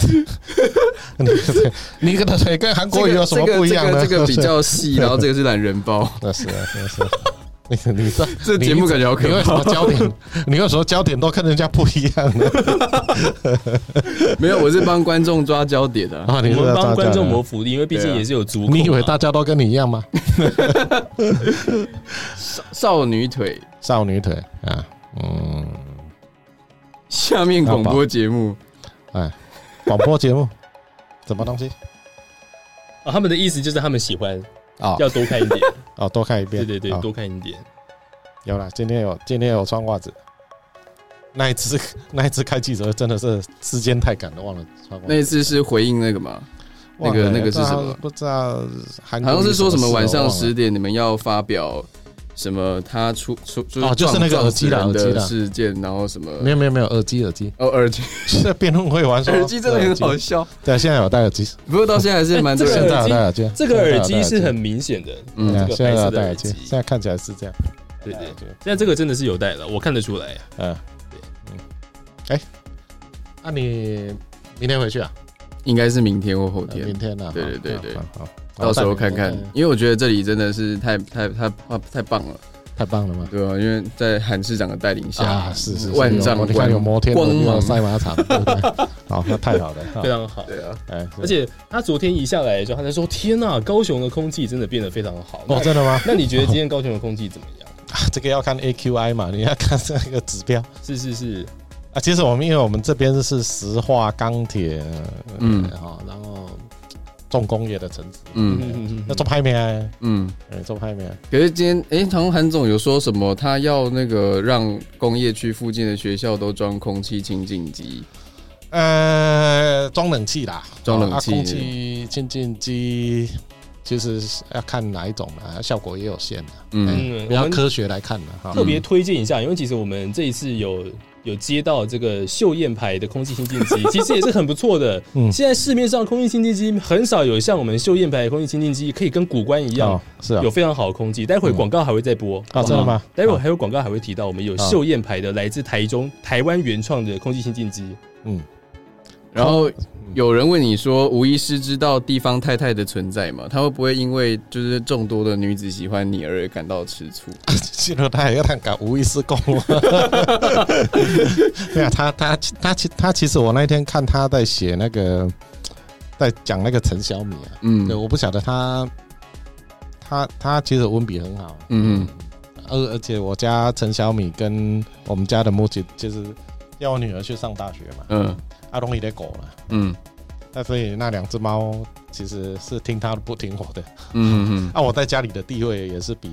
Speaker 6: 你的腿， <laughs> 你的腿跟韩国瑜有什么
Speaker 2: 这个
Speaker 6: 不一样呢？
Speaker 2: 这个这个比
Speaker 6: <laughs>
Speaker 2: 较细，然后这个是懒人包。
Speaker 6: 那是啊，那是啊。你你这
Speaker 2: 这节目感觉好可
Speaker 6: 你为什么
Speaker 2: 怕
Speaker 6: 焦点？你为什么焦点都跟人家不一样
Speaker 1: <laughs>
Speaker 6: 呢？
Speaker 2: <laughs> 没有，我是帮观众抓焦点的、
Speaker 6: <laughs> 啊，你
Speaker 1: 我
Speaker 6: 是
Speaker 1: 们
Speaker 6: 在
Speaker 1: 帮
Speaker 6: 炸
Speaker 1: 观众
Speaker 6: 炸
Speaker 1: 谋福利，因为毕竟
Speaker 2: 对啊
Speaker 1: 也是有足、
Speaker 6: 你以为大家都跟你一样吗？
Speaker 2: 少女腿
Speaker 6: 少女腿啊，嗯，
Speaker 2: 下面广播节目，
Speaker 6: 哎广播节目什么东西？
Speaker 1: 啊，他们的意思就是他们喜欢，
Speaker 6: 哦
Speaker 1: 要多看一
Speaker 6: <laughs>
Speaker 1: 点。
Speaker 6: 哦，多看一遍，
Speaker 1: 对对对，
Speaker 6: 哦
Speaker 1: 多看一点。
Speaker 6: 有了。今天有今天有穿袜子，那一次 <laughs> 那一次开记者会真的是时间太赶了，忘了穿袜
Speaker 2: 那
Speaker 6: 子。
Speaker 2: 一次是回应那个嘛，那个
Speaker 6: 忘了
Speaker 2: 那个是什么
Speaker 6: 不知道呃韩国
Speaker 2: 好像是说什
Speaker 6: 哦
Speaker 2: 么晚上十
Speaker 6: 时
Speaker 2: 点你们要发表什么他出出出
Speaker 6: 哦就是那个耳机啦
Speaker 2: 撞死人
Speaker 6: 耳机
Speaker 2: 的
Speaker 6: 啦
Speaker 2: 事件，然后什么
Speaker 6: 没有没有没有耳机耳机
Speaker 2: 哦耳
Speaker 6: <laughs>
Speaker 2: 机
Speaker 6: 是辩论会玩
Speaker 2: 耳机真的很好笑，
Speaker 6: 对，现在有戴耳机，
Speaker 2: 不过到现在还是蛮多
Speaker 6: <laughs> 现
Speaker 2: 人
Speaker 1: 这
Speaker 6: 在有戴啊耳机，
Speaker 1: 这个耳机是很明显的，
Speaker 6: 现在
Speaker 2: 嗯
Speaker 1: 这个白
Speaker 6: 有戴耳机。嗯，现在
Speaker 1: 色
Speaker 6: 有
Speaker 1: 的
Speaker 6: 戴
Speaker 1: 耳
Speaker 6: 耳机，
Speaker 1: 机
Speaker 6: 现在看起来是这样。
Speaker 1: 对对。
Speaker 6: 对，
Speaker 1: 现在这个真的是有戴了，我看得出来。啊
Speaker 6: 嗯，对，嗯，哎，那你明天回去啊？
Speaker 2: 应该是明天或后天
Speaker 6: 明。天啊？
Speaker 2: 对对对对
Speaker 6: 好，好好
Speaker 2: 到时候看看
Speaker 6: 好带你，
Speaker 2: 因为我觉得这里真的是太太太太太棒了，
Speaker 6: 太棒了嘛！
Speaker 2: 对啊吧、因为在韩市长的带领下，
Speaker 6: 啊，是是是
Speaker 2: 万丈
Speaker 6: 有你看
Speaker 2: 光
Speaker 6: 有摩天
Speaker 2: 光
Speaker 6: 轮，有
Speaker 2: 芒
Speaker 6: 赛马场，对不
Speaker 2: <laughs>
Speaker 6: 对？好，那
Speaker 1: <laughs>
Speaker 6: 太好了，哈
Speaker 1: 非常好。
Speaker 2: 对啊，
Speaker 6: 哎，
Speaker 1: 而且他昨天一下来的时候，他才说：“天呐、高雄的空气真的变得非常好。那
Speaker 6: 哦，真的吗？
Speaker 1: <laughs> 那你觉得今天高雄的空气怎么样？
Speaker 6: 啊这个要看 AQI 嘛，你要看这个指标
Speaker 1: 是是是，
Speaker 6: 啊。其实我们因为我们这边是石化、钢铁，嗯
Speaker 2: 嗯，
Speaker 6: 哈，然后重工业的城市，
Speaker 2: 嗯
Speaker 1: 嗯，
Speaker 6: 那做拍面，
Speaker 2: 嗯。
Speaker 6: 哎，做拍面，
Speaker 2: 可是今天，哎、唐韩总有说什么？他要那个让工业区附近的学校都装空气清净机。
Speaker 6: 呃，装冷气啦，
Speaker 2: 装冷气
Speaker 6: 啊空气清净机，其实是要看哪一种啦，效果也有限的，哎
Speaker 2: 嗯，
Speaker 1: 嗯
Speaker 6: 比较
Speaker 1: 我们
Speaker 6: 科学来看的哈。
Speaker 1: 特别推荐一下，因为其实我们这一次有有接到这个秀燕牌的空气清净
Speaker 6: <laughs>
Speaker 1: 机，其实也是很不错的。
Speaker 6: 嗯
Speaker 1: 现在市面上空气清净机很少有像我们秀燕牌的空气清净机可以跟古关一样、
Speaker 6: 哦是啊
Speaker 1: 有，非常好的空气。待会儿广告还会再播嗯
Speaker 6: 啊，真的？吗？啊
Speaker 1: 待会儿还有广告还会提到，我们有秀燕牌的来自台中台湾原创的空气清净机。
Speaker 6: 嗯，
Speaker 2: 然后有人问你说，吴医师知道地方太太的存在吗？他会不会因为就是众多的女子喜欢你而感到吃醋？
Speaker 6: <laughs> 进入他也要让搞无意识共我。对啊，他他他其他其实我那天看他在写那个，在讲那个陈小米啊，对，
Speaker 2: 嗯
Speaker 6: 我不晓得他他他其实文笔很好，
Speaker 2: 嗯嗯
Speaker 6: 而而且我家陈小米跟我们家的母亲就是要我女儿去上大学嘛，
Speaker 2: 嗯
Speaker 6: 阿龙也得狗了，
Speaker 2: 嗯
Speaker 6: 那所以那两只猫其实是听他的不听我的，
Speaker 2: 嗯嗯
Speaker 6: 啊，我在家里的地位也是比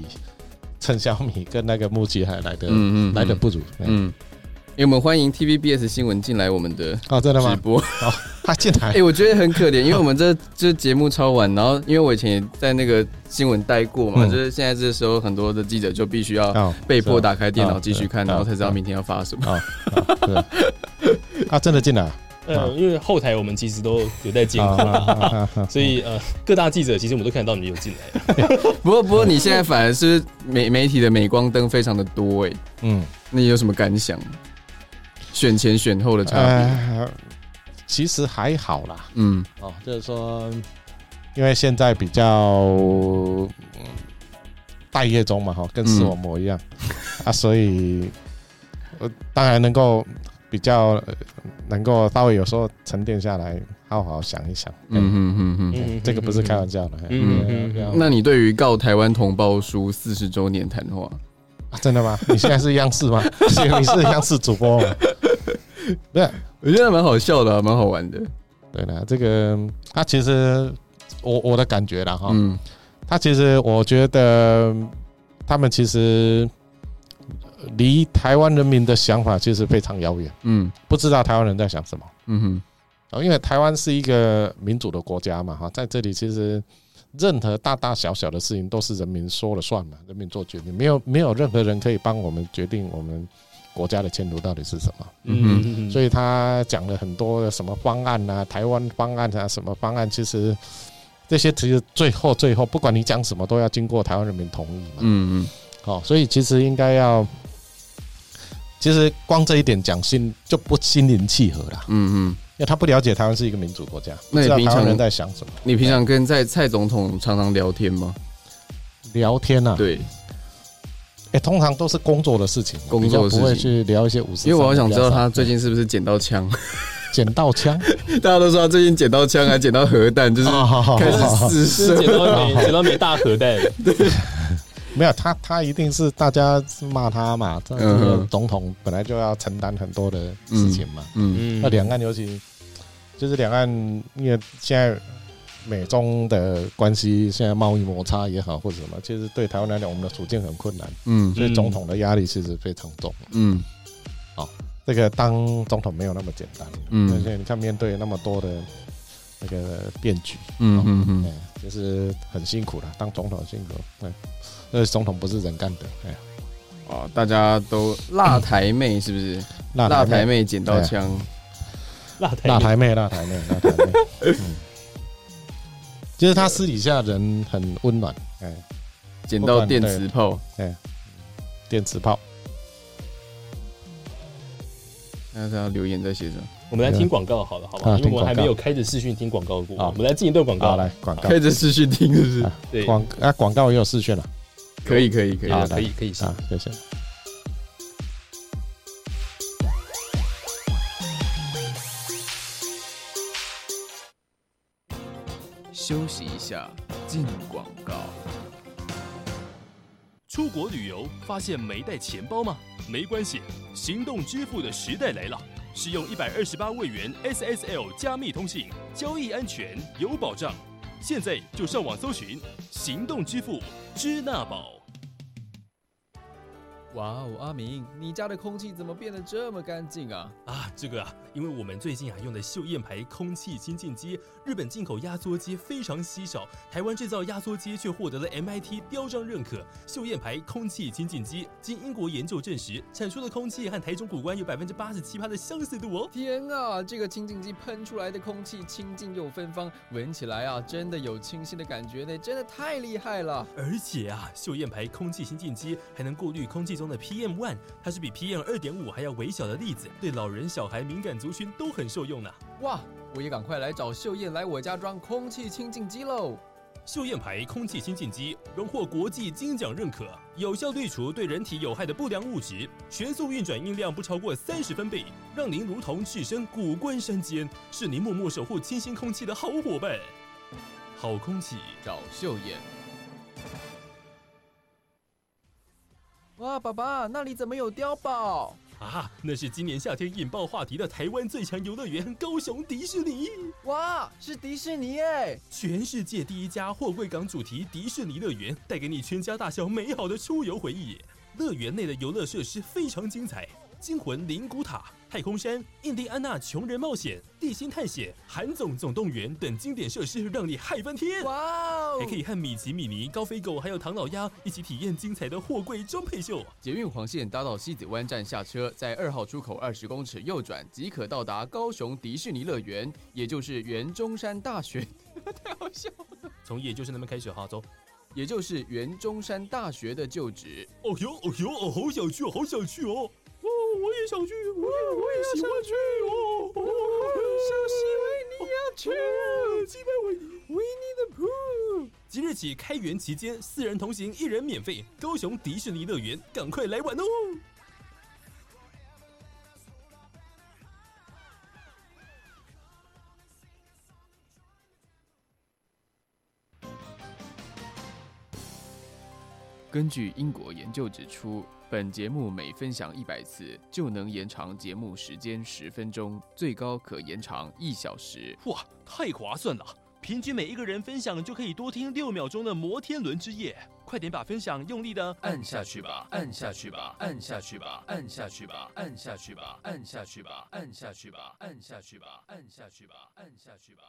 Speaker 6: 陈小米跟那个
Speaker 2: <laughs>
Speaker 6: 木吉还来的、
Speaker 2: 嗯嗯，
Speaker 6: 来的不如，嗯，
Speaker 2: 嗯。因为我们欢迎 TVBS 新闻进来我们的
Speaker 6: 哦，真的
Speaker 2: 直
Speaker 6: 吗？
Speaker 2: 播，
Speaker 6: 他进
Speaker 2: <laughs>
Speaker 6: 来
Speaker 2: 哎、，我觉得很可怜，因为我们这这节目超晚，然后因为我以前也在那个新闻待过嘛，
Speaker 6: 嗯
Speaker 2: 就是现在这时候很多的记者就必须要
Speaker 6: 哦，
Speaker 2: 被迫打开电
Speaker 6: 哦
Speaker 2: 脑继续看，
Speaker 6: 对
Speaker 2: 然后才知道
Speaker 6: 哦
Speaker 2: 明天要发什么。
Speaker 6: 是啊，是啊，真的进来啊，
Speaker 1: 呃，因为后台我们其实都有在监控，
Speaker 6: 啊，
Speaker 1: 所以呃，各大记者其实我们都看得到你有进来。
Speaker 2: <laughs> 不过不过你现在反而是媒媒体的镁光灯非常的多哎、
Speaker 6: 嗯，
Speaker 2: 那你有什么感想？选前选后的差别？
Speaker 6: 呃，其实还好啦，
Speaker 2: 嗯
Speaker 6: 哦，就是说，因为现在比较、嗯、待业中嘛，哈，跟视网膜一样、
Speaker 2: 嗯
Speaker 6: 啊，所以呃，当然能够比较、呃能够稍微有时候沉淀下来，好好想一想。
Speaker 2: 嗯
Speaker 6: 嗯，
Speaker 2: 嗯嗯嗯。
Speaker 1: 嗯，
Speaker 6: 这个不是开玩笑的。嘿
Speaker 1: 嗯
Speaker 6: 嗯
Speaker 1: 嗯
Speaker 6: 嗯
Speaker 1: 嗯
Speaker 2: 那你对于告台湾同胞书四十周年谈话，
Speaker 6: 啊真的吗？你现在是央
Speaker 2: <laughs>
Speaker 6: 视吗？是你是央视主播吗？不是，
Speaker 2: 我觉得蛮好笑的啊、蛮好玩的。
Speaker 6: 对了，这个他、啊其实我我的感觉啦，哈、
Speaker 2: 嗯
Speaker 6: 他其实我觉得他们其实离台湾人民的想法其实非常遥远，
Speaker 2: 嗯
Speaker 6: 不知道台湾人在想什么。
Speaker 2: 嗯哼，
Speaker 6: 啊，因为台湾是一个民主的国家嘛，哈，在这里其实任何大大小小的事情都是人民说了算嘛，人民做决定，没有没有任何人可以帮我们决定我们国家的前途到底是什么。
Speaker 2: 嗯
Speaker 1: 嗯，
Speaker 6: 所
Speaker 1: 以
Speaker 6: 以他讲了很多的什么方案啊，台湾方案啊，什么方案，其实这些其实最后最后，不管你讲什么，都要经过台湾人民同意嘛。
Speaker 2: 嗯嗯
Speaker 6: 哦，所以其实应该要，其实光这一点讲心就不心灵契合啦。
Speaker 2: 嗯嗯，
Speaker 6: 因为他不了解台湾是一个民主国家，
Speaker 2: 那
Speaker 6: 不
Speaker 2: 你
Speaker 6: 知道
Speaker 2: 平
Speaker 6: 台湾
Speaker 2: 常
Speaker 6: 人在想什么。
Speaker 2: 你平常跟在蔡总统常常聊天吗？
Speaker 6: 聊天啊，
Speaker 2: 对，
Speaker 6: 哎、通常都是工作的事情，
Speaker 2: 工作的事情
Speaker 6: 比较不会去聊一些五十。
Speaker 2: 因为我好想知道他最近是不是捡到枪，
Speaker 6: 捡到枪，
Speaker 2: <laughs> 大家都说他最近捡到枪，还捡到核弹，就是
Speaker 6: 啊好好
Speaker 2: 开
Speaker 6: 好
Speaker 2: 始
Speaker 1: 是
Speaker 2: 试
Speaker 1: 捡
Speaker 2: 射。
Speaker 1: 到没捡到没大核
Speaker 2: <laughs>
Speaker 1: 弹，
Speaker 6: 没有他，他一定是大家骂他嘛。这这
Speaker 2: 嗯
Speaker 6: 个
Speaker 2: 哼
Speaker 6: 总统本来就要承担很多的事情嘛。
Speaker 2: 嗯
Speaker 1: 嗯
Speaker 6: 那两岸尤其就是两岸，因为现在美中的关系，现在贸易摩擦也好或者什么，其实对台湾来讲，我们的处境很困难，
Speaker 2: 嗯
Speaker 6: 所以总统的压力其实非常重。
Speaker 2: 嗯
Speaker 6: 这个当总统没有那么简单，
Speaker 2: 嗯
Speaker 6: 而且你看面对那么多的那个变局，
Speaker 2: 嗯嗯嗯
Speaker 6: 哎，就是很辛苦了，当总统很辛苦，对，那总统不是人干的，哎，
Speaker 2: 哦，大家都辣台妹是不是？辣台妹捡
Speaker 6: 哎
Speaker 2: 到枪，
Speaker 1: 辣台
Speaker 6: 辣台妹，辣台妹，辣台妹，
Speaker 1: <laughs>
Speaker 6: 嗯，就是他私底下人很温暖，哎，
Speaker 2: 捡到电磁炮，
Speaker 6: 电磁炮，
Speaker 2: 那大家留言在写什么？
Speaker 1: 我们来听广告好了，好不好？
Speaker 6: 啊
Speaker 1: 因为我们
Speaker 6: 听广告
Speaker 1: 还没有开着视讯听广告过，
Speaker 6: 好
Speaker 1: 我们来进一段广
Speaker 6: 好
Speaker 1: 告。
Speaker 6: 来广告
Speaker 2: 开，着视讯听是不是
Speaker 6: 啊？
Speaker 1: 对，
Speaker 6: 广啊广告也有视讯了
Speaker 2: 可以可以可
Speaker 1: 可
Speaker 2: 以
Speaker 1: 以，
Speaker 6: 好
Speaker 1: 可以，可以，
Speaker 6: 啊，谢谢。
Speaker 2: 休息一下，进广告。
Speaker 1: 出国旅游发现没带钱包吗？没关系，行动支付的时代来了。使用一百二十八位元 SSL 加密通信，交易安全有保障。现在就上网搜寻行动支付支那宝。
Speaker 4: 哇哦，阿明，你家的空气怎么变得这么干净啊？
Speaker 1: 啊，这个啊，因为我们最近啊用的秀燕牌空气清净机，日本进口压缩机非常稀少，台湾制造压缩机却获得了 MIT 标章认可。秀燕牌空气清净机经英国研究证实，产出的空气和台中古关有百分之八十七的相似度哦。
Speaker 4: 天啊，这个清净机喷出来的空气清净又芬芳，闻起来啊，真的有清新的感觉呢，真的太厉害了。
Speaker 1: 而且啊，秀燕牌空气清净机还能过滤空气中的 PM one，它是比 PM 二点五还要微小的粒子，对老人、小孩、敏感族群都很受用呢、
Speaker 4: 哇，我也赶快来找秀燕来我家装空气清净机喽。
Speaker 1: 秀燕牌空气清净机荣获国际金奖认可，有效滤除对人体有害的不良物质，全速运转音量不超过三十分贝，让您如同置身古关山间，是您默默守护清新空气的好伙伴。好空气，
Speaker 4: 找秀妍。哇，爸爸，那里怎么有碉堡？
Speaker 1: 啊，那是今年夏天引爆话题的台湾最强游乐园——高雄迪士尼。
Speaker 4: 哇，是迪士尼哎！
Speaker 1: 全世界第一家货柜港主题迪士尼乐园，带给你全家大小美好的出游回忆。乐园内的游乐设施非常精彩，惊魂灵骨塔、太空山、印第安纳穷人冒险、地心探险、韩总总动员等经典设施，让你嗨翻天。
Speaker 4: 哇哦
Speaker 1: 还可以和米奇、米妮、高飞狗还有唐老鸭一起体验精彩的货柜装配秀。
Speaker 4: 捷运黄线搭到西子湾站下车，在二号出口二十公尺右转，即可到达高雄迪士尼乐园，也就是原中山大学， <laughs> 太好笑了，
Speaker 1: 从也就是那边开始哈，走。
Speaker 4: 也就是原中山大学的旧址。
Speaker 1: 哦呦哦呦哦，好想去，好想去哦！哦，我也想去，我也我也喜欢去哦！哦，小西维尼要去，西班维尼维尼的 poo。即日起开园期间，四人同行一人免费，高雄迪士尼乐园，赶快来玩哦！
Speaker 4: 根据英国研究指出，本节目每分享一百次，就能延长节目时间十分钟，最高可延长一小时。
Speaker 1: 哇，太划算了！平均每一个人分享就可以多听六秒钟的摩天轮之夜，快点把分享用力的
Speaker 3: 按下去吧，按下去吧，按下去吧，按下去吧，按下去吧，按下去吧，按下去吧，按下去吧，按下去吧，按下去吧。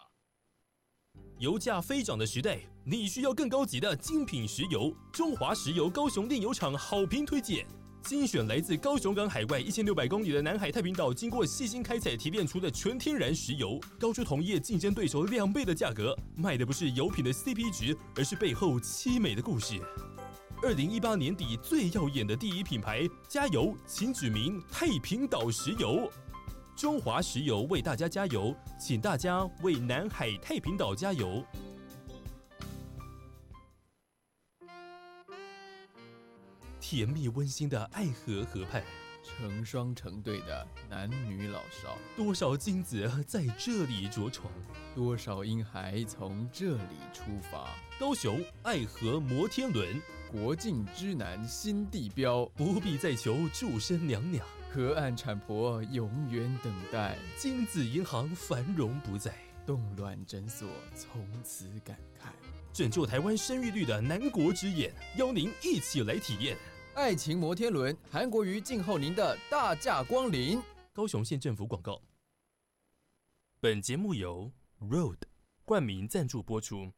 Speaker 1: 油价飞涨的时代，你需要更高级的精品石油。中华石油高雄炼油厂好评推荐，精选来自高雄港海外一千六百公里的南海太平岛，经过细心开采提炼出的纯天然石油，高出同业竞争对手两倍的价格。卖的不是油品的 CP 值，而是背后凄美的故事。二零一八年底最耀眼的第一品牌，加油！请指明太平岛石油。中华石油为大家加油，请大家为南海太平岛加油。甜蜜温馨的爱河河畔，
Speaker 4: 成双成对的男女老少，
Speaker 1: 多少精子在这里着床。
Speaker 4: 多少婴孩从这里出发。
Speaker 1: 高雄爱河摩天轮，
Speaker 4: 国境之南新地标，
Speaker 1: 不必再求祝生娘娘。
Speaker 4: 河岸产婆永远等待，
Speaker 1: 精子银行繁荣不再，
Speaker 4: 冻卵诊所从此感慨。
Speaker 1: 拯救台湾生育率的南国之眼，邀您一起来体验。
Speaker 4: 爱情摩天轮，韩国瑜静候您的大驾光临。
Speaker 1: 高雄县政府广告。本节目由 Road 冠名赞助播出。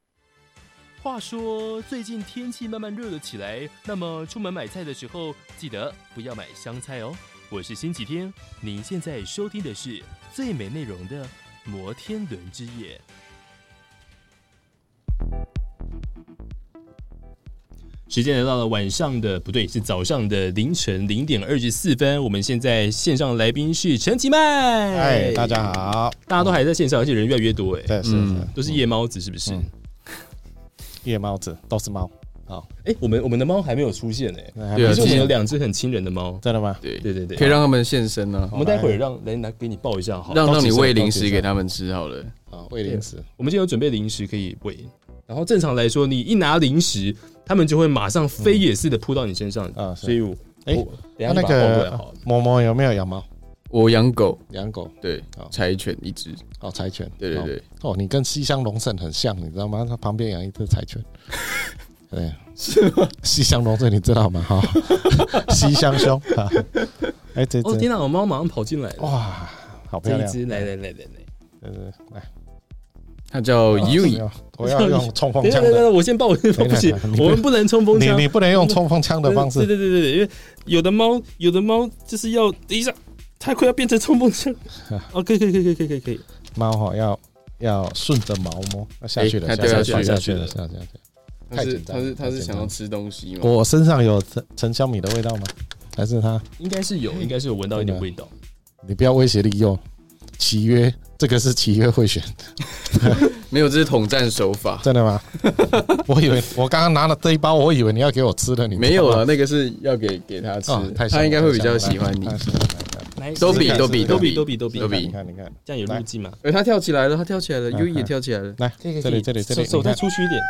Speaker 1: 话说，最近天气慢慢热了起来，那么出门买菜的时候，记得不要买香菜哦。我是星期天，您现在收听的是最美内容的《摩天轮之夜》。时间来到了晚上的不对，是早上的凌晨零点二十四分。我们现在线上来宾是陈其迈，
Speaker 6: 哎，大家好，
Speaker 1: 大家都还在线上，而且人越来越多，哎，
Speaker 6: 对，是
Speaker 4: 嗯
Speaker 6: 是
Speaker 1: 都是夜猫子，是不是？
Speaker 6: 嗯夜猫子，都是猫，
Speaker 1: 哎、我们我们的猫还没有出现哎、
Speaker 6: 哎
Speaker 2: 对啊
Speaker 1: 可是我
Speaker 2: 今
Speaker 1: 们
Speaker 2: 天
Speaker 1: 有两只很亲人的猫。
Speaker 6: 真的吗？
Speaker 2: 对
Speaker 1: 对对对，
Speaker 2: 可以让他们现身啊
Speaker 6: 嗯
Speaker 2: 呢、
Speaker 1: 我们待会儿让来拿给你抱一下好了。
Speaker 2: 让
Speaker 6: 高
Speaker 2: 让
Speaker 6: 级
Speaker 2: 你
Speaker 6: 生
Speaker 2: 喂
Speaker 6: 高
Speaker 2: 零
Speaker 6: 级
Speaker 2: 食给
Speaker 6: 生
Speaker 2: 他们吃好了。
Speaker 6: 啊，喂零食，
Speaker 1: 我们今天有准备零食可以喂，然后正常来说，你一拿零食，它们就会马上飞也似的扑到你身上
Speaker 6: 嗯啊是
Speaker 1: 所以我
Speaker 6: 哎
Speaker 1: 我等一下
Speaker 6: 那
Speaker 1: 就把它抱过来好了。
Speaker 6: 个嬷嬷有没有养猫？
Speaker 2: 我养狗，
Speaker 6: 养狗
Speaker 2: 哦对
Speaker 6: 好，
Speaker 2: 柴犬一只，
Speaker 6: 哦，柴犬，
Speaker 2: 对对对，
Speaker 6: 哦，哦，你跟西乡隆盛很像，你知道吗？他旁边养一只柴
Speaker 2: <laughs>
Speaker 6: 犬，对，
Speaker 2: 是吗？
Speaker 6: 西乡隆盛你知道吗？哈， <laughs> 西乡兄，啊哎，这
Speaker 1: 哦天
Speaker 6: 只
Speaker 1: 哪，我猫马上跑进来了，
Speaker 6: 哇，好漂
Speaker 1: 这一
Speaker 6: 亮，
Speaker 1: 只来来来来来，
Speaker 6: 对，对对，来。
Speaker 2: 它叫 Yui，
Speaker 6: 哦我要用冲
Speaker 1: 等
Speaker 6: 锋
Speaker 1: 一下
Speaker 6: 枪
Speaker 1: 等一下等一
Speaker 6: 的，
Speaker 1: 下，我先抱，我先抱，
Speaker 6: 等一
Speaker 1: 不
Speaker 6: 下
Speaker 1: 行
Speaker 6: 等一，下
Speaker 1: 我们不能冲锋
Speaker 6: 你
Speaker 1: 枪。
Speaker 6: 你不能用冲锋枪的方
Speaker 1: 对
Speaker 6: 式，
Speaker 1: 对对对对，因为有的猫有的猫就是要等一下，它快要变成冲锋枪。哦，可以可以可以可以可以可以。
Speaker 6: 猫哈要要顺着毛摸，要下去了，
Speaker 2: 哎它
Speaker 6: 下去了，
Speaker 2: 掉
Speaker 6: 下
Speaker 2: 下
Speaker 6: 去
Speaker 1: 去
Speaker 6: 了，
Speaker 1: 了
Speaker 6: 下去了。
Speaker 2: 它
Speaker 6: 太
Speaker 2: 是
Speaker 6: 紧张
Speaker 2: 它
Speaker 6: 了
Speaker 2: 是它
Speaker 6: 太
Speaker 2: 是想
Speaker 6: 紧张
Speaker 2: 要
Speaker 6: 了
Speaker 2: 吃东西 <laughs> 吗？
Speaker 6: 我身上有陈陈小米的味道吗？还是它？
Speaker 1: 应该是有，应该是有闻到一点味道。
Speaker 6: 你不要威胁利用。契约，这个是契约会选，
Speaker 2: 没有，这是统战手法。
Speaker 6: <laughs> 真
Speaker 2: <laughs>
Speaker 6: 的吗？我以为我刚刚拿了这一包，我以为你要给我吃的，你知道吗
Speaker 2: 没有啊了，那个是要给给它吃
Speaker 6: 哦，，太香了
Speaker 2: 它应该会比较喜欢你。
Speaker 6: 太香了太香了
Speaker 1: 来
Speaker 2: 都比
Speaker 1: 试试看
Speaker 2: 都比
Speaker 1: 都比
Speaker 2: 都
Speaker 1: 都
Speaker 2: 比
Speaker 1: 比都
Speaker 6: 太
Speaker 1: 比
Speaker 6: 香了
Speaker 2: 都比
Speaker 6: 你看你看，
Speaker 1: 这样有路径嘛？
Speaker 2: 哎，它跳起来了，它跳起来了
Speaker 6: 嗯
Speaker 2: ，Yui 也
Speaker 6: 嗯
Speaker 2: E 跳起来了。
Speaker 6: 来
Speaker 1: 可以
Speaker 6: 这
Speaker 1: 可以
Speaker 6: 里这里这
Speaker 1: 手
Speaker 6: 里，
Speaker 1: 手
Speaker 6: 你
Speaker 1: 再
Speaker 6: 看
Speaker 1: 出虚一点。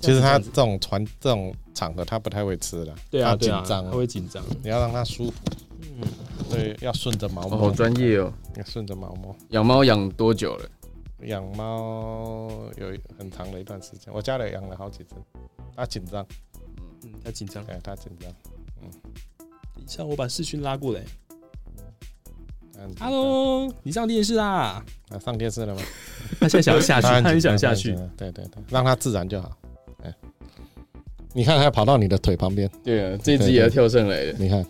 Speaker 6: 其实
Speaker 1: 这
Speaker 6: 它
Speaker 1: 样子
Speaker 6: 这种船这种场合它不太会吃的，
Speaker 1: 对啊
Speaker 6: 它
Speaker 1: 对啊，它
Speaker 6: 紧张啊，
Speaker 1: 会紧张。
Speaker 6: 你要让它舒服，对，要顺着毛
Speaker 2: 哦，
Speaker 6: 摸，
Speaker 2: 好专业哦。
Speaker 6: 要顺着毛摸。
Speaker 2: 养猫养多久了？
Speaker 6: 养猫有很长的一段时间，我家里养了好几只，它紧张，
Speaker 1: 嗯，它紧张。
Speaker 6: 对，它紧张。嗯
Speaker 1: 等一下，我把视讯拉过来。
Speaker 6: 它很紧张
Speaker 1: Hello，你上电视啦？
Speaker 6: 啊，上电视了吗？
Speaker 1: <laughs> 他现在想要下去，
Speaker 6: 它
Speaker 1: 他很
Speaker 6: 紧
Speaker 1: 想
Speaker 6: 张
Speaker 1: 下
Speaker 6: 它很紧
Speaker 1: 去。
Speaker 6: 张对对对，让它自然就好。哎，你看它跑到你的腿旁边，
Speaker 2: 对啊，这只也要跳上来了。
Speaker 6: 你看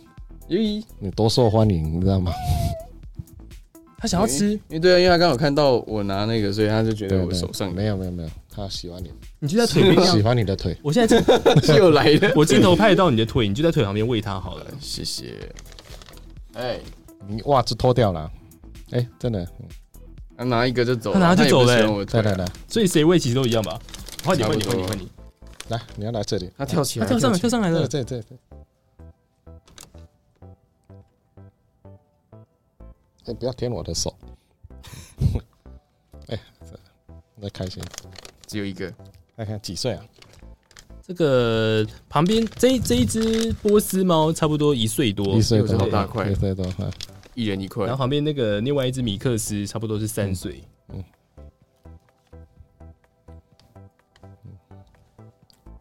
Speaker 2: Yui，
Speaker 6: 你多受欢迎，你知道吗？
Speaker 1: 他想要吃，
Speaker 2: 因为对啊，因为它刚好看到我拿那个，所以它就觉
Speaker 6: 对
Speaker 2: 得
Speaker 6: 对
Speaker 2: 我手上
Speaker 6: 没有没有没有，它喜欢你，
Speaker 1: 你就在腿
Speaker 6: <laughs>
Speaker 1: 边上。
Speaker 6: 喜欢你的腿。
Speaker 1: 我现在这
Speaker 6: <laughs>
Speaker 2: 又来了。
Speaker 1: 我镜头拍得到你的腿，你就在腿旁边喂它好了。
Speaker 2: 谢谢。哎，
Speaker 6: 你袜子脱掉了，哎，真的，嗯
Speaker 2: 他拿一个就走
Speaker 1: 它
Speaker 2: 了，
Speaker 1: 拿就走了
Speaker 2: 它也不喜欢
Speaker 1: 哎
Speaker 2: 我的
Speaker 6: 来
Speaker 2: 腿
Speaker 6: 来来
Speaker 1: 所以谁喂其实都一样吧。换你换你
Speaker 2: 差
Speaker 1: 换
Speaker 2: 不多
Speaker 1: 你换你，
Speaker 6: 来，你要来这里，
Speaker 2: 它跳起
Speaker 1: 他
Speaker 2: 来，
Speaker 1: 跳上来跳上来
Speaker 6: 这
Speaker 1: 了。
Speaker 6: 这这这。哎，不要舔我的手。 <laughs> 哎，这那开心。
Speaker 2: 只有一个，
Speaker 6: 看看几岁啊？
Speaker 1: 这个旁边这一这一只波斯猫差不多一岁多
Speaker 6: 一，岁
Speaker 2: 有
Speaker 6: 多，
Speaker 2: 好大块
Speaker 6: 一岁多。嗯
Speaker 2: 一人一块
Speaker 1: 然后。旁边那个另外一只米克斯差不多是三岁。
Speaker 2: 哎、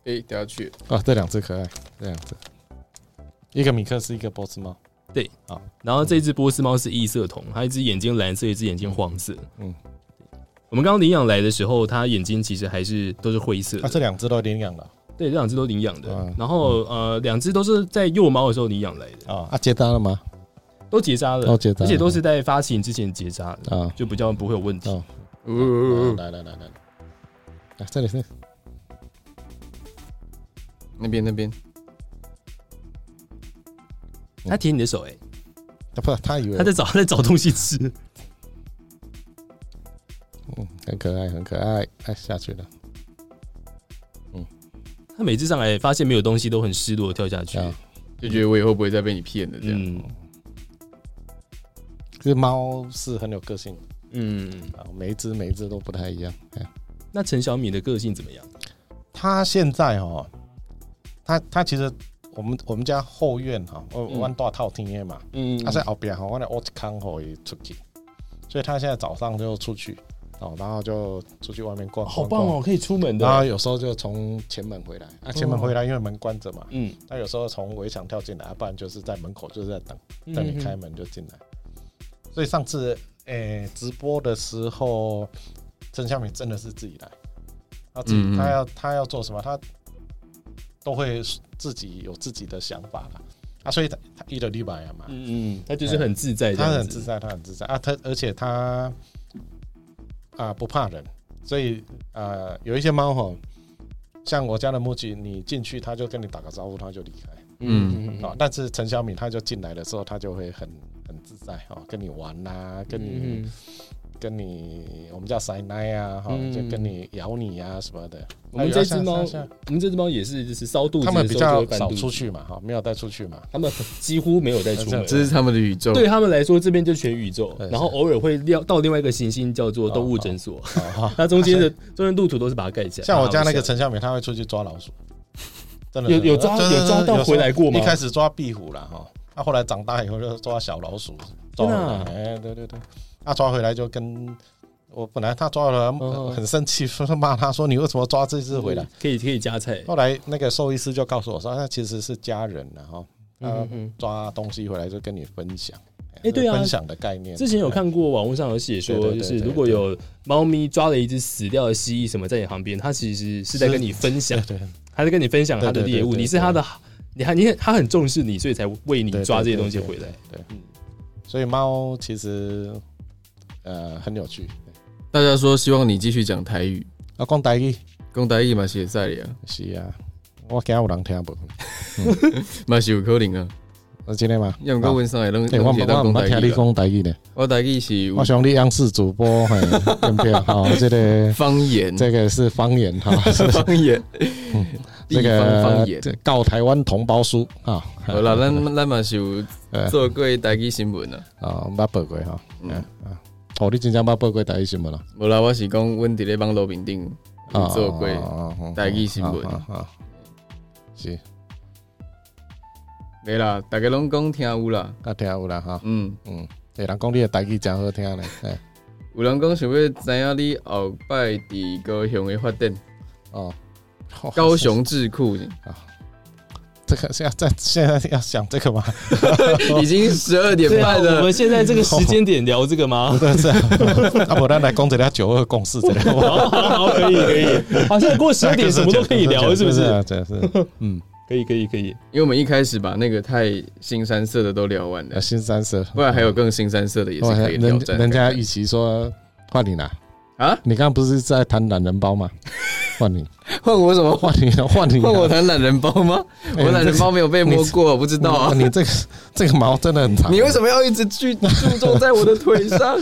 Speaker 2: 哎，等下去，
Speaker 6: 啊，这两只可爱，这两只，一个米克斯，一个波斯猫。
Speaker 1: 然后这只波斯猫是异色瞳，它一只眼睛蓝色，一只眼睛黄色。嗯
Speaker 6: 嗯，
Speaker 1: 我们刚刚领养来的时候，它眼睛其实还是都是灰色的。
Speaker 6: 啊，这两只都领养了
Speaker 1: 对，这两只都领养的。
Speaker 6: 嗯
Speaker 1: 然后呃，两只都是在幼猫的时候领养来的，
Speaker 6: 啊，啊，接单了吗？
Speaker 1: 都结扎了，
Speaker 6: 都结扎
Speaker 1: 而
Speaker 6: 了
Speaker 1: 且都是在发情之前结扎的，
Speaker 6: 啊，
Speaker 1: 就比较不会有问题。
Speaker 6: 哦
Speaker 2: 呜，
Speaker 6: 来来来来，来这里是
Speaker 2: 那边那边，
Speaker 1: 它舔你的手、欸，
Speaker 6: 啊，不，他以为
Speaker 1: 它在找 <laughs> 它在找东西吃。
Speaker 6: 嗯，很可爱，很可爱，哎，下去了
Speaker 1: 它每次上来发现没有东西，都很失落地跳下去。
Speaker 6: 啊。
Speaker 2: 就觉得我以后不会再被你骗了这样。
Speaker 1: 嗯
Speaker 6: 这猫是很有个性的
Speaker 1: 嗯，
Speaker 6: 啊，每一只每一只都不太一样。哎，
Speaker 1: 那陈小米的个性怎么样？
Speaker 6: 它现在哦，它它其实我们我们家后院哈，我
Speaker 2: 嗯
Speaker 6: 我按大套厅的嘛，
Speaker 2: 嗯
Speaker 6: 它在后边哈，我的我康吼也出去，所以它现在早上就出去哦，然后就出去外面逛，
Speaker 1: 好
Speaker 6: 逛
Speaker 1: 棒
Speaker 6: 逛
Speaker 1: 哦，可以出门
Speaker 6: 然后
Speaker 1: 的。哦
Speaker 6: 有时候就从前门回来，啊，前门回来因为门关着嘛，
Speaker 1: 嗯，
Speaker 6: 那有时候从围墙跳进来，啊不然就是在门口就是在等，
Speaker 1: 嗯
Speaker 6: 等你开门就进来。所以上次诶、直播的时候，陈小米真的是自己来，他自己、
Speaker 2: 嗯嗯
Speaker 6: 他要他要做什么，他都会自己有自己的想法啦。啊，所以他他一的立白嘛，
Speaker 1: 嗯嗯，他就是很自在这
Speaker 6: 他
Speaker 1: 样
Speaker 6: 很
Speaker 1: 子，
Speaker 6: 自在，他很自在啊，他而且他啊不怕人，所以啊有一些猫吼，像我家的木吉，你进去它就跟你打个招呼，它就离开。
Speaker 2: 嗯
Speaker 6: 啊、但是陈小米他就进来的时候，他就会很很自在哦，跟你玩呐、跟你、
Speaker 1: 嗯
Speaker 6: 跟你我们叫塞奶啊，哈、
Speaker 1: 嗯
Speaker 6: 就跟你咬你啊什么的。
Speaker 1: 我们这
Speaker 6: 只
Speaker 1: 只猫，我们这只猫也是，就是搔肚子
Speaker 6: 他们
Speaker 1: 的
Speaker 6: 比
Speaker 1: 时候
Speaker 6: 较
Speaker 1: 就会翻
Speaker 6: 少
Speaker 1: 肚
Speaker 6: 出
Speaker 1: 子，
Speaker 6: 去嘛，哈、没有带出去嘛。
Speaker 1: 他们几乎没有再出门。
Speaker 2: <laughs> 这是他们的宇宙。哎
Speaker 1: 对，他们来说，这边就全宇宙
Speaker 6: 对，是
Speaker 1: 然后偶尔会撂到另外一个行星叫做动物诊所，
Speaker 2: 哎
Speaker 1: <laughs>
Speaker 2: <laughs>
Speaker 1: 那中间的中间路途都是把它盖起来。
Speaker 6: 像我家那个
Speaker 1: 好笑
Speaker 6: 陈小米，他会出去抓老
Speaker 2: 啊
Speaker 6: 鼠，真的
Speaker 1: 有
Speaker 6: 真的
Speaker 1: 有抓
Speaker 6: 真的
Speaker 1: 有抓到
Speaker 6: 时候
Speaker 1: 回来过吗
Speaker 6: 一开始抓壁虎了哈，他、后来长大以后就抓小老鼠，抓回
Speaker 1: 真的啊
Speaker 6: 来，哎、对对对，他、抓回来就跟。我本来他抓了，
Speaker 1: 嗯
Speaker 6: 很生气，说骂他说你为什么抓这只回来？
Speaker 1: 可以可以加菜。
Speaker 6: 后来那个兽医师就告诉我说，那其实是家人然后
Speaker 1: 嗯
Speaker 6: 呃
Speaker 1: 嗯嗯
Speaker 6: 抓东西回来就跟你分享，
Speaker 1: 哎对啊
Speaker 6: 分享的概念。
Speaker 1: 之前有看过网络上有写
Speaker 6: 对
Speaker 1: 说，
Speaker 6: 对对
Speaker 1: 就是
Speaker 6: 对
Speaker 1: 如果有猫咪抓了一只死掉的蜥蜴什么在你旁边，它其实是在跟你分享
Speaker 6: <laughs> 对，对
Speaker 1: 它在跟你分享它的
Speaker 6: 对对对
Speaker 1: 猎物，
Speaker 6: 对对
Speaker 1: 你是它的，你还你很它很重视你，所以才为你
Speaker 6: 对，
Speaker 1: 抓这
Speaker 6: 对
Speaker 1: 些东西回来。。
Speaker 6: 对，对对
Speaker 1: 嗯
Speaker 6: 所以猫其实呃很有趣。对
Speaker 2: 大家说希望你继续讲台语，
Speaker 6: 啊，讲台语
Speaker 2: 讲台语嘛是在里啊，
Speaker 6: 是啊，我惊有人听不？
Speaker 2: 嘛是有可能啊。
Speaker 6: 是哦真的吗？
Speaker 2: 要唔过阮上会拢
Speaker 6: 哎、欸，我
Speaker 2: 拢
Speaker 6: 我
Speaker 2: 写到
Speaker 6: 我
Speaker 2: 讲
Speaker 6: 唔捌
Speaker 2: 台
Speaker 6: 听
Speaker 2: 语
Speaker 6: 你
Speaker 2: 啦。
Speaker 6: 讲台语呢。
Speaker 2: 我台语是有
Speaker 6: 我想你央视主播，嘿， <laughs> 对不对？好、这
Speaker 2: <laughs>
Speaker 6: 个
Speaker 2: 方
Speaker 6: <laughs>
Speaker 2: 言，
Speaker 6: 这个是方言哈，是
Speaker 2: 方言，
Speaker 6: 这
Speaker 2: <laughs> 地
Speaker 6: 个
Speaker 2: 方方言。
Speaker 6: 这告台湾同胞书啊。
Speaker 2: 好啦，咱咱嘛是有
Speaker 6: 呃
Speaker 2: 做过台语新闻啊。
Speaker 6: 啊，捌报过吼，
Speaker 2: 嗯
Speaker 6: 嗯啊，哦，你真正捌报过台语新闻啊咯？
Speaker 2: 无啦，我是讲阮伫咧网络面顶有做
Speaker 6: 哦
Speaker 2: 过。
Speaker 6: 过
Speaker 2: 台语新闻
Speaker 6: 啊，啊啊是，
Speaker 2: 没啦，大家拢讲听有啦。
Speaker 6: 啊，听有啦哈，
Speaker 2: 嗯，
Speaker 6: 嗯，诶，人讲你的台语真好听咧，哎，
Speaker 2: 有人讲想要知影你后摆伫高雄的发展，
Speaker 6: 哦，
Speaker 2: 高雄智库
Speaker 6: <laughs> 这个现在现在要想这个吗？ <laughs>
Speaker 2: 已经十二点
Speaker 1: 对啊，
Speaker 2: 半
Speaker 1: 我
Speaker 2: 了
Speaker 1: 们。现在这个时间点聊这
Speaker 6: <laughs>
Speaker 1: 个吗？
Speaker 6: 对，是啊，
Speaker 1: <laughs>
Speaker 6: 啊，不然来讲一下九二共识这个，
Speaker 1: 好哦好好，好可以可以，好像过十二点什么都可以聊，是不是？？
Speaker 6: 这是，嗯，
Speaker 1: 可以可以可以，
Speaker 2: 因为我们一开始把那个太新三色的都聊完了
Speaker 6: 啊，新三色，
Speaker 2: 不然还有更新三色的也是可以挑
Speaker 6: 哦人
Speaker 2: 战看看。
Speaker 6: 人家与其说换你啦，
Speaker 2: 啊，
Speaker 6: 你刚刚不是在谈懒人包
Speaker 2: <laughs>
Speaker 6: 吗？换你，
Speaker 2: 换我什么换？
Speaker 6: 换你，换你，啊
Speaker 2: 换我谈懒人包吗？
Speaker 6: 哎
Speaker 2: 我懒人包没有被摸过，我不知道啊。
Speaker 6: 你这个这个毛真的很
Speaker 2: <laughs> <laughs>
Speaker 6: 长。
Speaker 2: 你为什么要一直去注重在我的
Speaker 4: <laughs>
Speaker 2: 腿上？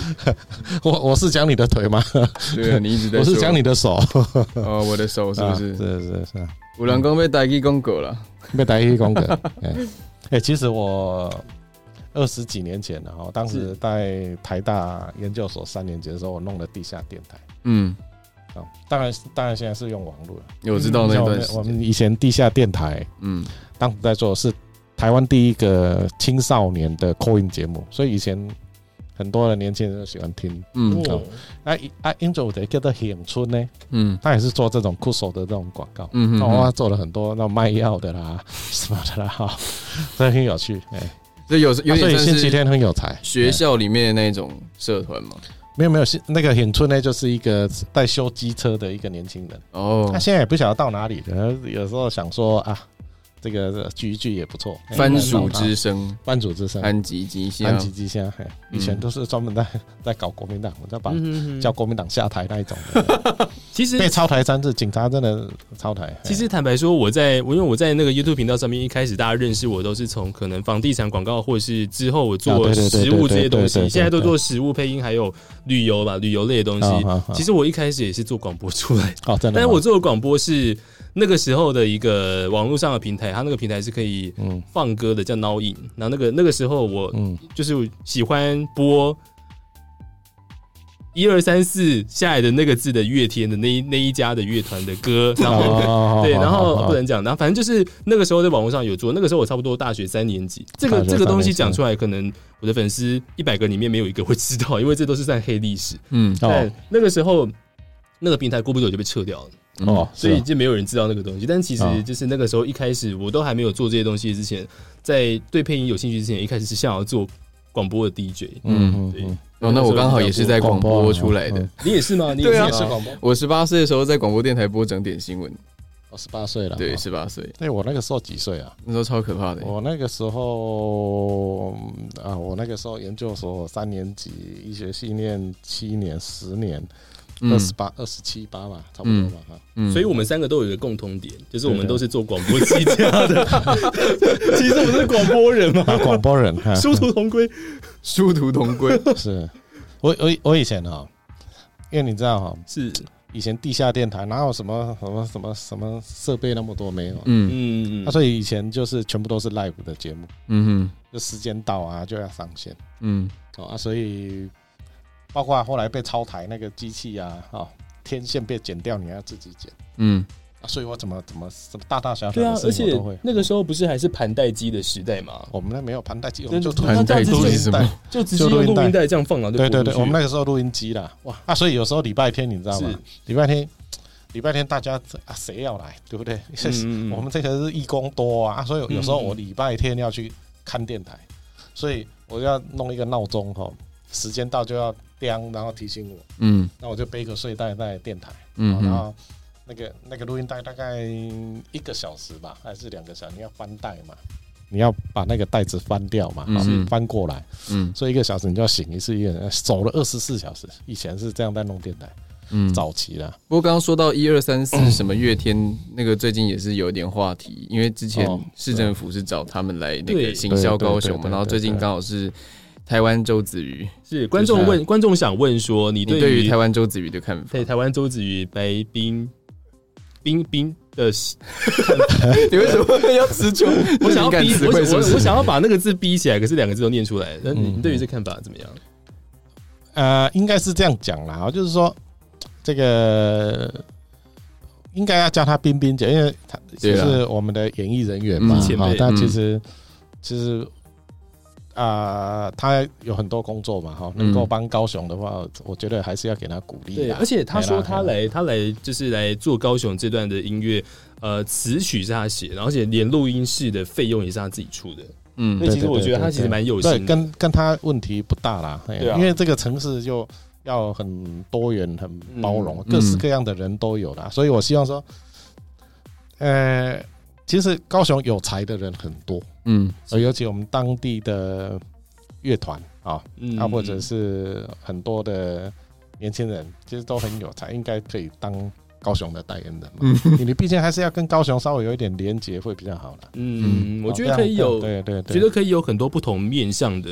Speaker 6: 我我是讲你的腿吗？
Speaker 2: 对啊，你一直在
Speaker 6: 我
Speaker 2: 说。
Speaker 6: 是讲你的手，
Speaker 2: 哦，我的手是不
Speaker 6: 啊
Speaker 2: 是？
Speaker 6: 是是是啊，
Speaker 2: 五郎公被带去公狗了。
Speaker 6: 被打一
Speaker 2: <laughs>
Speaker 6: 公格。哎、哎其实我二十几年前然后当时在台大研究所三年级的时候，我弄了地下电台。
Speaker 2: 嗯，
Speaker 6: 啊、当然，当然现在是用网
Speaker 1: 啊
Speaker 6: 络了。
Speaker 2: 我知道那
Speaker 6: 像
Speaker 1: 嗯
Speaker 6: 我
Speaker 2: 段
Speaker 6: 们
Speaker 2: 时
Speaker 6: 嗯我
Speaker 2: 间。
Speaker 6: 们以前地下电台，
Speaker 2: 嗯，
Speaker 6: 当时在做的是台湾第一个青少年的扣音节目，所以以前很多的年轻人都喜欢听。
Speaker 2: 嗯
Speaker 6: 好那啊，英九的叫做显春呢，
Speaker 2: 嗯
Speaker 6: 他也是做这种酷手的这种广告。
Speaker 2: 嗯
Speaker 6: 那
Speaker 2: 嗯，
Speaker 6: 我做了很多那卖药的啦， <laughs> 什么的啦，哈，这很有趣。哎，
Speaker 2: 所以有有
Speaker 6: 啊所
Speaker 2: 点
Speaker 6: 以
Speaker 2: 像
Speaker 6: 星期
Speaker 2: 是
Speaker 6: 天很有才。啊
Speaker 2: 学
Speaker 6: 哎
Speaker 2: 校里面的那种社团嘛。
Speaker 6: 没有没有，是那个显春呢，就是一个在修机车的一个年轻人，
Speaker 2: 哦
Speaker 6: 他，现在也不晓得到哪里了。有时候想说啊，这个聚一聚也不错。哎
Speaker 2: 番薯之声，
Speaker 6: 番薯之声，
Speaker 2: 安吉吉祥
Speaker 6: 安，吉之乡，嘿以前都是专门在在搞国民党，在把
Speaker 1: 嗯
Speaker 6: <laughs> 叫国民党下台那一种的，
Speaker 1: 其实
Speaker 6: 被抄台三次，警察真的抄台。嘿
Speaker 1: 其实坦白说，我在我因为我在那个 YouTube 频道上面，一开始大家认识我都是从可能房地产广告，或者是之后我
Speaker 6: 啊
Speaker 1: 做
Speaker 6: 对对对
Speaker 1: 食物这些东
Speaker 6: 对对对
Speaker 1: 西，
Speaker 6: 对
Speaker 1: 现在都做食物配音，还有旅游吧，旅游类的东
Speaker 6: 啊
Speaker 1: 西
Speaker 6: 啊啊。
Speaker 1: 其实我一开始也是做广播出来的，
Speaker 6: 哦，真的吗，
Speaker 1: 但是我做的广播是那个时候的一个网络上的平台，它那个平台是可以
Speaker 6: 嗯
Speaker 1: 放歌的，叫 Now In。然后那个那个时候我
Speaker 6: 嗯，
Speaker 1: 就是喜欢播一二三四下来的那个字的乐天的那一那一家的乐团的歌，然
Speaker 6: 哦
Speaker 1: 后。
Speaker 6: 后
Speaker 1: 对，然后不能讲，然后反正就是那个时候在网络上有做，那个时候我差不多大学三年级，这个
Speaker 6: 大学
Speaker 1: 这个东西
Speaker 6: 三年级
Speaker 1: 讲出来，可能我的粉丝一百个里面没有一个会知道，因为这都是算黑历史。
Speaker 2: 嗯
Speaker 6: 哦
Speaker 1: 但那个时候那个平台过不久就被撤掉了，
Speaker 2: 嗯
Speaker 6: 哦，
Speaker 1: 所
Speaker 6: 所
Speaker 1: 以
Speaker 6: 以
Speaker 1: 就没有人知道那个东西。但其实
Speaker 6: 哦
Speaker 1: 就是那个时候一开始我都还没有做这些东西之前，在对配音有兴趣之前，一开始是想要做广播的 DJ。
Speaker 6: 嗯
Speaker 1: 对
Speaker 6: 嗯，
Speaker 2: 哦，那我刚好也是在广播出来的
Speaker 6: 嗯。
Speaker 1: 你也是吗？你也
Speaker 2: 对
Speaker 1: 是
Speaker 2: 啊
Speaker 1: 吗
Speaker 6: 广播，
Speaker 2: 我十八岁的时候在广播电台播整点新闻，
Speaker 6: 我十八岁了，
Speaker 2: 对，
Speaker 6: 哦
Speaker 2: 十八岁
Speaker 6: 对我那个时候几岁啊？
Speaker 2: 那时候超可怕的。
Speaker 6: 我那个时候嗯啊，我那个时候研究所三年级，医学系念七年、十年，二
Speaker 2: 嗯
Speaker 6: 十八、二十七八吧，差不多吧。哈
Speaker 2: 嗯
Speaker 1: 所以我们三个都有一个共通点，就是我们
Speaker 6: 对的啊
Speaker 1: 都是做广播起家的。 <laughs> 其实我们是广播人嘛，
Speaker 6: 啊，广播人，哈
Speaker 1: 殊途同归。
Speaker 2: 殊途同归。
Speaker 6: <laughs> 是我我我以前哈，因为你知道哈，
Speaker 1: 是，
Speaker 6: 以前地下电台哪有什么什么什么什么设备那么多没有，那、
Speaker 1: 嗯
Speaker 2: 嗯
Speaker 1: 嗯嗯，
Speaker 6: 所以以前就是全部都是 live 的节目，
Speaker 2: 嗯
Speaker 6: 就时间到啊就要上线
Speaker 2: 哼嗯
Speaker 6: 哦啊，所以包括后来被抄台那个机器啊，哦，天线被剪掉，你要自己剪
Speaker 2: 嗯
Speaker 6: 啊，所以我怎么怎么什么大大小小
Speaker 1: 对啊
Speaker 6: 的，事
Speaker 1: 而
Speaker 6: 情我
Speaker 1: 且
Speaker 6: 都会。
Speaker 1: 那个时候不是还是盘带机的时代嘛，
Speaker 6: 我们那没有盘带机，我
Speaker 1: 真
Speaker 6: 们
Speaker 1: 的
Speaker 6: 就
Speaker 1: 盘带机
Speaker 6: 录
Speaker 1: 是
Speaker 2: 什
Speaker 6: 音
Speaker 2: 么
Speaker 6: 带，
Speaker 1: 就直接用录音带这样放啊了就
Speaker 6: 对
Speaker 1: 播
Speaker 6: 对
Speaker 1: 出
Speaker 6: 对，
Speaker 1: 去
Speaker 6: 我们那个时候录音机啦，哇啊，所以有时候礼拜天你知道吗
Speaker 1: 是？
Speaker 6: 礼拜天，礼拜天大家啊谁要来，对不对？
Speaker 1: 嗯嗯嗯
Speaker 6: <laughs> 我们这个是义工多啊，啊所以有时
Speaker 1: 嗯
Speaker 6: 候
Speaker 1: 嗯嗯
Speaker 6: 我礼拜天要去看电台，所以我就要弄一个闹钟哈，时间到就要叮，然后提醒我，
Speaker 2: 嗯
Speaker 6: 那我就背个睡袋在电台，哦
Speaker 2: 嗯
Speaker 6: 然
Speaker 2: 哼
Speaker 6: 后那个那个录音带大概一个小时吧，还是两个小时，你要翻带嘛。你要把那个袋子翻掉嘛，
Speaker 2: 嗯
Speaker 6: 哈
Speaker 2: 是
Speaker 6: 翻过来，
Speaker 2: 嗯
Speaker 6: 所以一个小时你就要醒一次夜，呃走了二十四小时。以前是这样在弄电台，
Speaker 2: 嗯。
Speaker 6: 早期啦，
Speaker 2: 不过刚刚说到一二三
Speaker 1: 嗯
Speaker 2: 四什么月天那个，最近也是有点话题，因为之前
Speaker 6: 哦
Speaker 2: 市政府是找他们来那个
Speaker 1: 对
Speaker 2: 行销高
Speaker 6: 对对
Speaker 2: 雄
Speaker 6: 对
Speaker 2: 嘛，
Speaker 6: 对
Speaker 2: 然后最近
Speaker 6: 对
Speaker 2: 刚好是台湾周子瑜，
Speaker 1: 是观众问观众想问说，你
Speaker 2: 你
Speaker 1: 对
Speaker 2: 对于
Speaker 1: 于
Speaker 2: 台湾周子瑜的看法
Speaker 1: 对，台湾周子瑜、白冰、冰冰的，
Speaker 2: <laughs> 你为什么要词穷？
Speaker 1: <laughs> 我想要
Speaker 2: 敏感
Speaker 1: 逼
Speaker 2: 词
Speaker 1: 我
Speaker 2: 汇
Speaker 1: 想
Speaker 2: 是
Speaker 1: 我
Speaker 2: 不是
Speaker 1: 我想要把那个字逼起来，可是两个字都念出来。那你
Speaker 6: 嗯
Speaker 1: 你对于这看法怎么样？
Speaker 6: 呃，应该是这样讲啦，哦就是说这个应该要叫她冰冰姐，因为她
Speaker 2: 对
Speaker 6: 就
Speaker 2: 啊
Speaker 6: 是我们的演艺人员嘛
Speaker 2: 嗯，前
Speaker 1: 辈
Speaker 6: 哈但
Speaker 2: 嗯
Speaker 6: 其实其实啊，她有很多工作嘛，哈，
Speaker 2: 嗯
Speaker 6: 能够帮高雄的话，我觉得还是要给她鼓励
Speaker 1: 对，
Speaker 6: 啦
Speaker 1: 而。且他说
Speaker 6: 没啦
Speaker 1: 他来，他来就是来做高雄这段的音乐，呃，词曲是他写的，而且连录音室的费用也是他自己出的。
Speaker 2: 嗯
Speaker 1: 所以其实
Speaker 6: 对对
Speaker 1: 我觉得
Speaker 6: 对
Speaker 1: 他其实
Speaker 6: 对
Speaker 1: 蛮有
Speaker 6: 对，
Speaker 1: 心的。
Speaker 6: 跟跟她问题不大啦，哎
Speaker 1: 对啊
Speaker 6: 因为这个城市就要很多元、很包容，
Speaker 2: 嗯
Speaker 6: 各式各样的人都有
Speaker 1: 嗯
Speaker 6: 啦，所以我希望说，呃，其实高雄有才的人很多，
Speaker 2: 嗯
Speaker 6: 呃尤其我们当地的乐团啊，
Speaker 1: 嗯
Speaker 6: 啊，或者是很多的年轻人，其实都很有才，应该可以当高雄的代言人
Speaker 1: 嗯
Speaker 6: 嘛。你你毕竟还是要跟高雄稍微有一点连结会比较好啦。
Speaker 1: 嗯，我觉得
Speaker 6: 哦
Speaker 1: 可以有，
Speaker 6: 对对对，
Speaker 1: 觉得可以有很多不同面向的